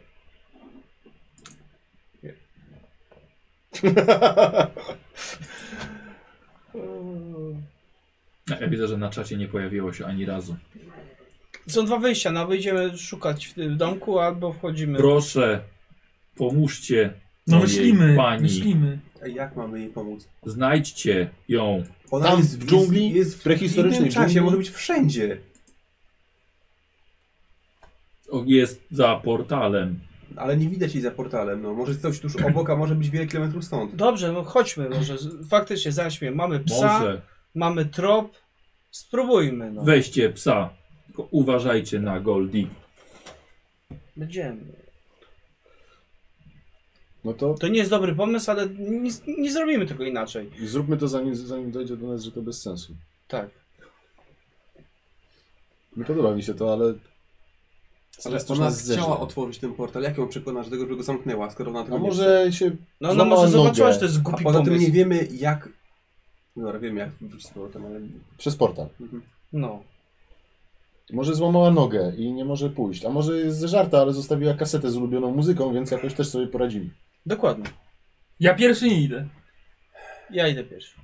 S1: Ja widzę, że na czacie nie pojawiło się ani razu.
S2: Są dwa wyjścia, no albo idziemy szukać w tym domku, albo wchodzimy.
S1: Proszę, pomóżcie.
S7: No
S1: mojej
S7: myślimy,
S1: pani.
S7: myślimy.
S5: A jak mamy jej pomóc?
S1: Znajdźcie ją.
S5: Ona
S3: Tam w dżungli? W prehistorycznej
S5: w innym czasie,
S3: dżungli?
S5: może być wszędzie.
S1: O, Jest za portalem.
S5: Ale nie widać jej za portalem, no. Może stać tuż obok, a może być wiele kilometrów stąd.
S2: Dobrze, no chodźmy może. z- Faktycznie zaśmie. Mamy psa,
S1: Może
S2: mamy trop. Spróbujmy, no.
S1: weźcie psa. Tylko Uważajcie na Goldie.
S2: Będziemy.
S3: No to
S2: To nie jest dobry pomysł, ale nie, nie zrobimy tego inaczej.
S3: zróbmy to zanim, zanim dojdzie do nas, że to bez sensu.
S2: Tak.
S3: Nie podoba mi się to, ale...
S5: Ale
S3: Zaraz coś
S5: ona
S3: nas zeżre.
S5: chciała otworzyć ten portal. Jak ją przekonasz do tego, żeby go zamknęła, skoro ona tego
S3: A
S5: nie
S3: może się...
S2: No ona
S3: Złamała
S2: może zobaczyła,
S3: nogę.
S2: że to jest
S5: chce?
S2: głupi
S5: A poza tym
S2: pomysł.
S5: nie wiemy jak... No dobra, wiemy jak wrócić z portem, ale... Mhm.
S3: Przez portal.
S2: No.
S3: Może złamała nogę i nie może pójść. A może jest zeżarta, ale zostawiła kasetę z ulubioną muzyką, więc jakoś też sobie poradzili.
S2: Dokładnie.
S7: Ja pierwszy nie idę.
S2: Ja idę pierwszy.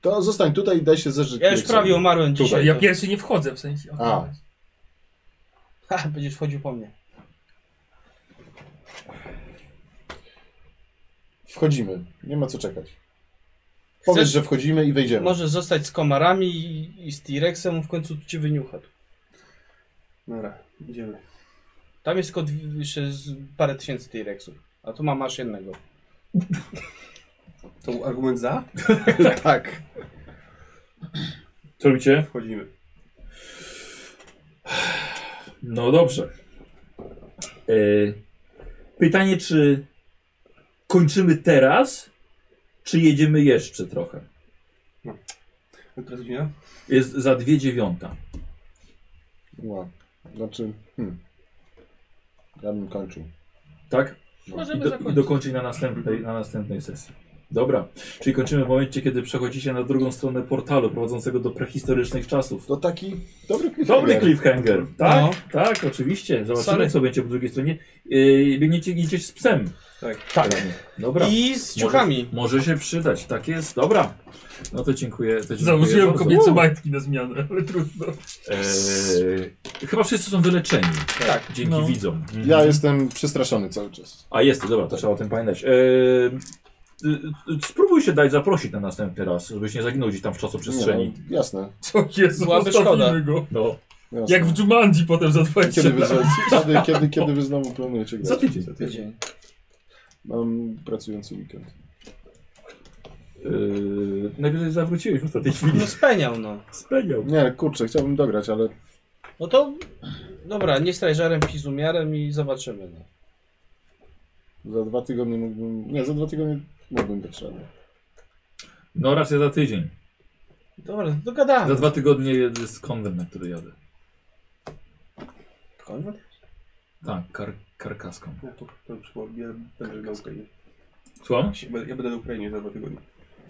S3: To zostań tutaj i daj się zeżyć.
S2: Ja już prawie umarłem dzisiaj.
S7: Ja
S2: to-
S7: pierwszy nie wchodzę w sensie. okej.
S3: A.
S2: [laughs] Ha, będziesz wchodził po mnie.
S3: Wchodzimy. Nie ma co czekać. Powiedz,
S2: um- Chcesz,
S3: że wchodzimy i wejdziemy.
S2: możesz zostać z komarami i, i z T-Rexem, w końcu cię wyniucha.
S5: Dobra, idziemy.
S2: Tam jest tylko dwie- jeszcze z- parę tysięcy T-Rexów, a tu mam aż jednego.
S5: To był argument za?
S3: tak.
S1: Co robicie?
S5: Wchodzimy.
S1: No dobrze. Y, pytanie, czy kończymy teraz, czy jedziemy jeszcze trochę?
S5: A Która jest godzina?
S1: Jest za dwie dziewiąta.
S3: Ła. Znaczy, hmm. Ja bym kończył.
S1: Tak? I,
S7: Możemy
S1: do, I
S7: zakończyć.
S1: dokończyć na następnej, na następnej sesji. Dobra, czyli kończymy w momencie, kiedy przechodzicie na drugą stronę portalu prowadzącego do prehistorycznych czasów.
S3: To taki dobry cliffhanger.
S1: Dobry cliffhanger. Tak,
S2: No.
S1: tak, oczywiście. Zobaczymy,
S2: Sorry.
S1: co będzie po drugiej stronie. Yy, biegniecie, idziecie z psem.
S3: Tak.
S1: Dobra.
S2: I z ciuchami.
S1: Może się przydać, tak jest. Dobra. No to dziękuję. To dziękuję
S7: Założyłem
S1: bardzo.
S7: kobiece majtki na zmianę, ale trudno.
S1: Eee, chyba wszyscy są wyleczeni. Tak. Dzięki
S7: No.
S1: widzom. Mhm.
S3: Ja jestem przestraszony cały czas.
S1: A jest, dobra, to trzeba o tym pamiętać. Eee, y, y, spróbuj się dać zaprosić na następny raz, żebyś nie zaginął gdzieś tam w czasoprzestrzeni.
S3: Nie, no, jasne.
S7: Co jest,
S2: Byłaby szkoda.
S7: zostawimy go.
S1: No,
S3: jasne.
S7: Jak w Jumanji potem za 20
S3: kiedy wy,
S7: lat.
S3: kiedy, kiedy, kiedy wy znowu planujecie grać?
S1: za tydzień.
S2: Tydzień.
S3: Mam pracujący weekend.
S1: Eee, najwyżej zawróciłeś w ostatniej chwili. [laughs]
S2: No speniał, no.
S1: Speniał.
S3: Nie, kurczę, chciałbym dograć, ale
S2: No to, dobra, nie strajżarem, pij z umiarem i zobaczymy. No.
S3: Za dwa tygodnie mógłbym... Nie, za dwa tygodnie mógłbym do trzeba.
S1: No raczej za tydzień.
S10: Dobra, to dogadamy.
S1: Za dwa tygodnie jest konwent, na który jadę.
S6: Konwent?
S1: Tak, kar karkaską.
S5: Ja to, to przypomnę, ja będę na Ukrainie.
S1: Słucham?
S5: Ja będę- Ja będę na Ukrainie za dwa tygodnie.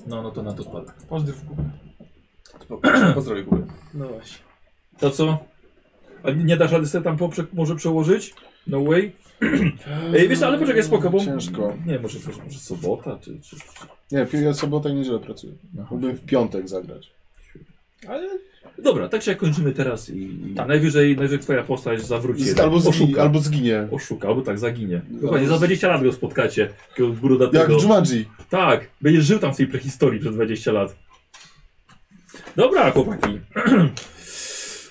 S1: No, no to na to odpada.
S7: Pozdrów Kubę.
S5: Spoko. Pozdrowię Kubę.
S10: No właśnie.
S1: To co? A nie- nie dasz rady sobie tam poprze może przełożyć? No way? Ej, wiesz co, ale poczekaj, spoko, bo...
S3: No, Ciężko.
S1: Nie, może, coś- może sobota, czy... czy, no. czy...
S3: Nie, pi- ja sobotę i niedzielę pracuję. Mógłbym w piątek zagrać.
S10: Ale
S1: Dobra, tak się kończymy teraz i i najwyżej, najwyżej twoja postać zawróci.
S3: Z, Tak. albo, zginie,
S1: oszuka, albo...
S3: albo zginie.
S1: oszuka, albo tak zaginie. Dokładnie, za 20 lat go spotkacie, takiego
S3: Jak
S1: brudatego.
S3: w Jumanji.
S1: Tak, będziesz żył tam w tej prehistorii przez 20 lat. Dobra, chłopaki. [clears throat]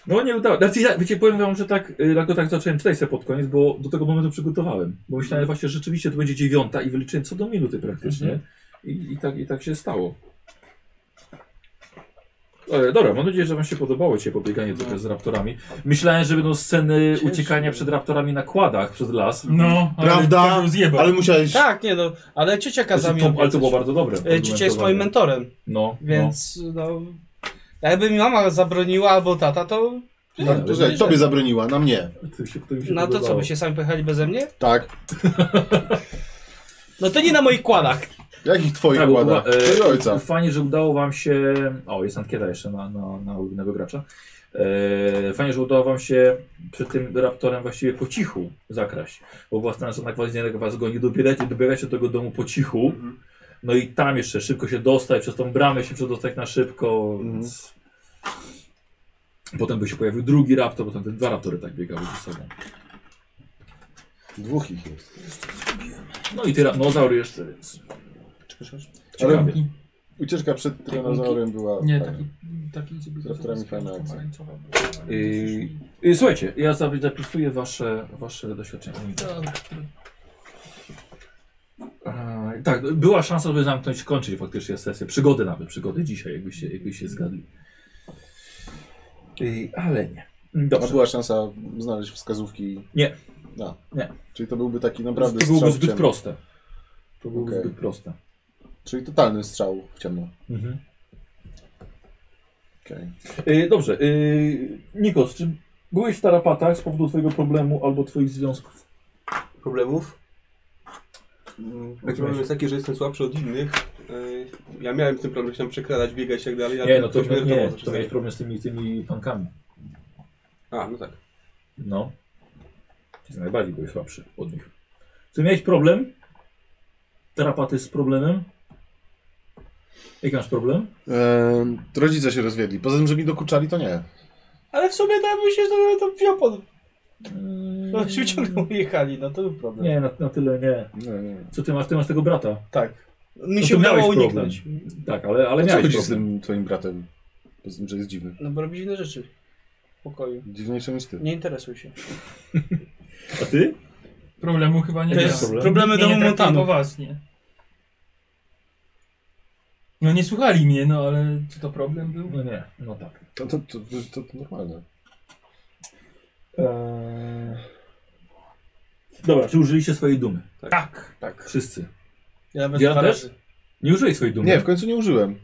S1: No nie udało. Znaczy, ja, wiecie, powiem wam, że tak, y, tylko tak zacząłem czytać sobie pod koniec, bo do tego momentu przygotowałem. Bo myślałem właśnie, że rzeczywiście to będzie dziewiąta i wyliczyłem co do minuty praktycznie.
S10: Mhm.
S1: I, i, tak, I tak się stało. E, dobra, mam nadzieję, że wam się podobało dzisiaj
S10: No.
S1: pobieganie trochę z raptorami. Myślałem, że będą sceny uciekania przed raptorami na kładach przez las. Znaczy,
S7: No, ale
S3: Prawda?
S7: to był Zjebał.
S3: Ale musiałeś...
S10: tak, nie no, ale ciocia kazała mi
S1: To, ale to było
S10: obiecać.
S1: bardzo dobre.
S10: E, Ciocia jest moim mentorem,
S1: No, no.
S10: więc no... Jakby mi mama zabroniła albo tata, to...
S3: Na, No, to, że tobie zabroniła, na mnie.
S1: Tym się- tym się
S10: No to co,
S1: podobało.
S10: by się sami pojechali beze mnie?
S3: Tak.
S10: No to nie na moich kładach.
S3: Jakich twoich
S1: Tak,
S3: tak,
S1: bo
S3: łada?
S1: była, e,
S3: Twojego ojca.
S1: Fajnie, że udało wam się. O, jest ankieta jeszcze na, na, na ulubionego gracza. E, fajnie, że udało wam się przed tym raptorem właściwie po cichu zakraść. Bo była scena, że na kwazie was goni, dobieracie, dobieracie do tego domu po cichu.
S3: Mhm.
S1: No i tam jeszcze szybko się dostać, przez tą bramę się przedostać na szybko.
S3: Mhm.
S1: Więc... Potem by się pojawił drugi raptor, potem te dwa raptory tak biegały ze sobą.
S3: Dwóch ich jest.
S1: No i tyranozaur jeszcze, więc.
S3: Ale
S1: Ciekawie.
S3: ucieczka przed tyranozaurem była...
S7: Nie,
S3: fajna.
S7: taki, taki żeby...
S3: Doktorami fajna akcja.
S1: Yy, yy, słuchajcie, ja za- zapisuję wasze, wasze doświadczenia. Eee, tak, była szansa, żeby zamknąć, kończyć faktycznie sesję. Przygody nawet, przygody dzisiaj, jakbyście, jakbyście zgadli. Yy, ale nie.
S3: A
S1: Dobrze.
S3: była szansa znaleźć wskazówki.
S1: Nie.
S3: No.
S1: Nie.
S3: Czyli to byłby taki
S1: To
S3: naprawdę
S1: byłoby
S3: strzał w
S1: zbyt
S3: ciemno.
S1: proste. To byłoby
S3: Okej.
S1: zbyt proste.
S3: Czyli totalny strzał w ciemno.
S1: Mhm.
S3: Okej.
S1: Yy, dobrze. Yy, Nikos, czy byłeś w tarapatach z powodu twojego problemu albo twoich związków?
S5: Problemów? Mm, Taki problem jest taki, że jestem słabszy od innych. Yy, Ja miałem z tym problem, że chciałem przekradać, biegać i tak dalej. ale
S1: Nie, no to,
S5: ktoś mnie
S1: nie,
S5: wiadomo,
S1: to
S5: zawsze
S1: miałeś
S5: zajmie.
S1: problem z tymi, tymi pankami.
S5: A, no tak.
S1: No. Ty najbardziej byłeś słabszy od nich. Czy miałeś problem? Terapaty z problemem? Jaki masz problem?
S3: Ehm, rodzice się rozwiedli. Poza tym, że mi dokuczali, to nie.
S10: Ale w sumie tam by się zdobyło to piopon.
S1: Mm.
S10: [laughs] No się wyciągnął i jechali, no to był problem.
S1: Nie, na, na tyle nie.
S3: Nie, nie.
S1: Co ty masz? Ty masz tego brata.
S10: Tak. Mi
S1: No
S10: się
S1: to
S10: udało
S1: miałeś
S10: uniknąć.
S1: Tak, ale, ale
S3: Ale co
S1: miałeś
S3: chodzi z
S1: problem.
S3: tym twoim bratem? Poza tym, że jest dziwny.
S10: No bo robi inne rzeczy w pokoju.
S3: Dziwniejszy niż ty.
S10: Nie interesuj się.
S1: A ty?
S7: Problemu chyba nie
S1: To
S7: miał.
S1: jest problem.
S10: problemy
S7: Nikt
S10: domu
S7: mnie nie traktował
S10: Montanów.
S7: poważnie. No nie słuchali mnie, no ale czy to problem był?
S1: No nie, no tak.
S3: To, to, to, to, to, to normalne.
S1: Dobra, czy użyliście swojej dumy?
S7: Tak.
S1: Wszyscy.
S10: Ja nawet
S1: Ja
S10: dwa
S1: też?
S10: razy. [laughs]
S1: Nie użyli swojej dumy.
S3: Nie, w końcu nie użyłem.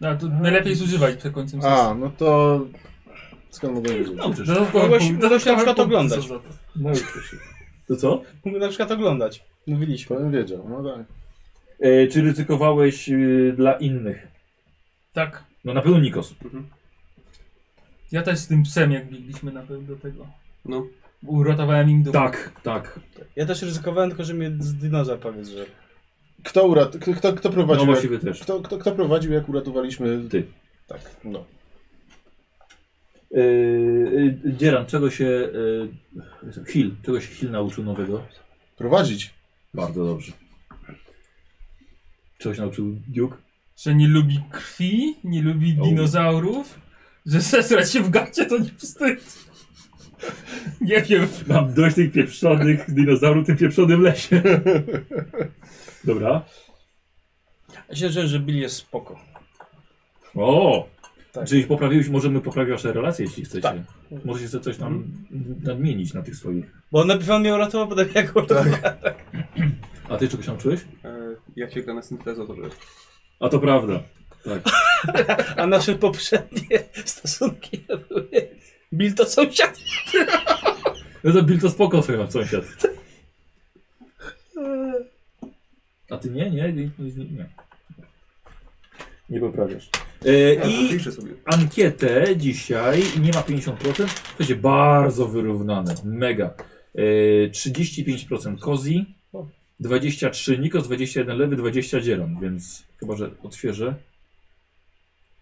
S7: No, to najlepiej zużywać przed końcem sesji.
S3: A, no to... Skąd mogę wiedzieć?
S1: Dobrze. No,
S7: Dodatkowe
S10: Mogłeś-
S7: punkty-
S10: mogłeś na przykład
S7: punkty
S10: oglądać.
S7: są za to.
S1: no, już. to co?
S10: Mógłby na przykład oglądać. Mówiliśmy.
S3: To bym wiedział. No tak.
S1: E, czy ryzykowałeś e, dla innych?
S7: Tak.
S1: No na pewno Nikos.
S7: Ja też z tym psem, jak biegliśmy na pewno do tego.
S5: No.
S7: Uratowałem im dom.
S1: Tak, tak.
S10: Ja też ryzykowałem, tylko że mnie z dinozaur powiedz, że...
S3: Kto, urat... kto, kto, kto
S1: No
S3: prowadził... jak...
S1: właściwie też.
S3: kto, kto, kto prowadził, jak uratowaliśmy...
S1: Ty.
S3: Tak, no.
S1: Yy, yy, Dzieran, czego się. Yy, Hill, czego się Hill nauczył nowego?
S3: Prowadzić?
S1: Bardzo dobrze. Czego się nauczył Duke?
S7: Że nie lubi krwi, nie lubi
S1: O.
S7: dinozaurów, że zesrać się w gacie to nie wstyd. Nie wiem.
S1: Mam dość tych pieprzonych dinozaurów w tym pieprzonym lesie. Dobra.
S10: Ja się czułem, że Bill jest spoko.
S1: O!
S10: Tak.
S1: Czyli poprawiłeś, możemy poprawić wasze relacje, jeśli chcecie.
S10: Tak.
S1: Możecie sobie coś tam nadmienić na tych swoich.
S2: tak
S8: Tak.
S10: Bo on najpierw on mnie uratował, potem jak uratował.
S1: A ty czegoś nauczyłeś?
S5: E, ja się gra na syntezatorze.
S1: A to prawda.
S10: A nasze
S2: [laughs]
S10: poprzednie stosunki to były... Bill to sąsiad.
S1: No to Bill to spoko sobie ma sąsiad. A ty nie, nie, nie, nie. Nie, nie poprawiasz. E,
S5: Ja
S1: I
S5: piszę sobie.
S1: ankietę dzisiaj nie ma 50%. To się bardzo wyrównane. Mega. E, 35% Kozi, 23 Nikos, 21 Lewy, 20 Dzieron, więc chyba, że odświeżę.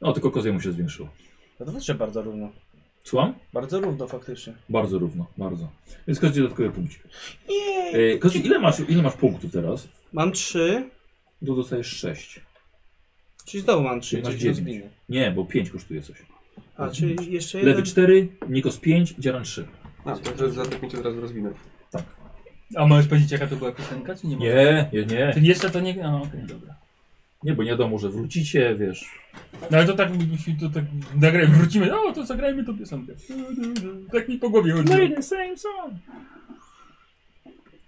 S1: No, tylko Koziemu się zwiększyło.
S8: No to też bardzo równo.
S1: Słucham?
S8: Bardzo równo faktycznie.
S1: Bardzo równo, bardzo. Więc Kozi dodatkowy punkcik. E, Kozi, ile masz, ile masz punktów teraz?
S2: Mam trzy,
S1: Tu dostajesz 6.
S2: czyli znowu mam trzy.
S1: Czyli masz
S2: coś
S1: dziewięć.
S2: rozwinę.
S1: Nie, bo 5 kosztuje coś.
S2: A, czyli jeszcze jeden.
S1: Lewy 4, Nikos 5, Dzieran 3.
S5: A, to że za tych pięć od razu rozwinę.
S7: A możesz powiedzieć, jaka to była piosenka, czy nie? możesz?
S1: Nie, nie, nie.
S7: Czyli jeszcze to nie... A, okej, dobra.
S1: Nie, bo nie wiadomo, że wrócicie, wiesz.
S7: No ale to tak, jeśli to tak nagraj, wrócimy, o, to zagrajmy tą piosenkę. Tak mi po głowie chodzi.
S1: the No same song.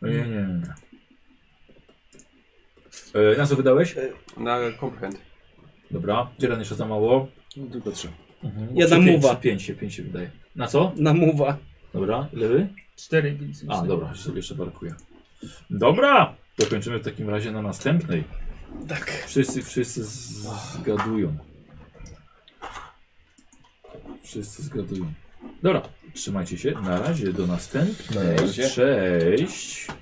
S1: No Nie, nie, nie. E, na co wydałeś?
S5: Na comprehend.
S1: Dobra, Dzieran jeszcze za mało.
S3: No, tylko trzy.
S1: Mhm.
S2: Jedna
S1: Przy pięć,
S2: mowa.
S1: przy pięć się, pięć się wydaje. Na co?
S2: Na muwa.
S1: Dobra, lewy?
S7: 4, 5,
S1: A, dobra, jeszcze- jeszcze parkuje. Dobra, to kończymy w takim razie na następnej.
S2: Tak.
S1: Wszyscy, wszyscy z- zgadują. Wszyscy zgadują. Dobra, trzymajcie się. Na razie, do następnej.
S3: Na razie.
S1: Cześć.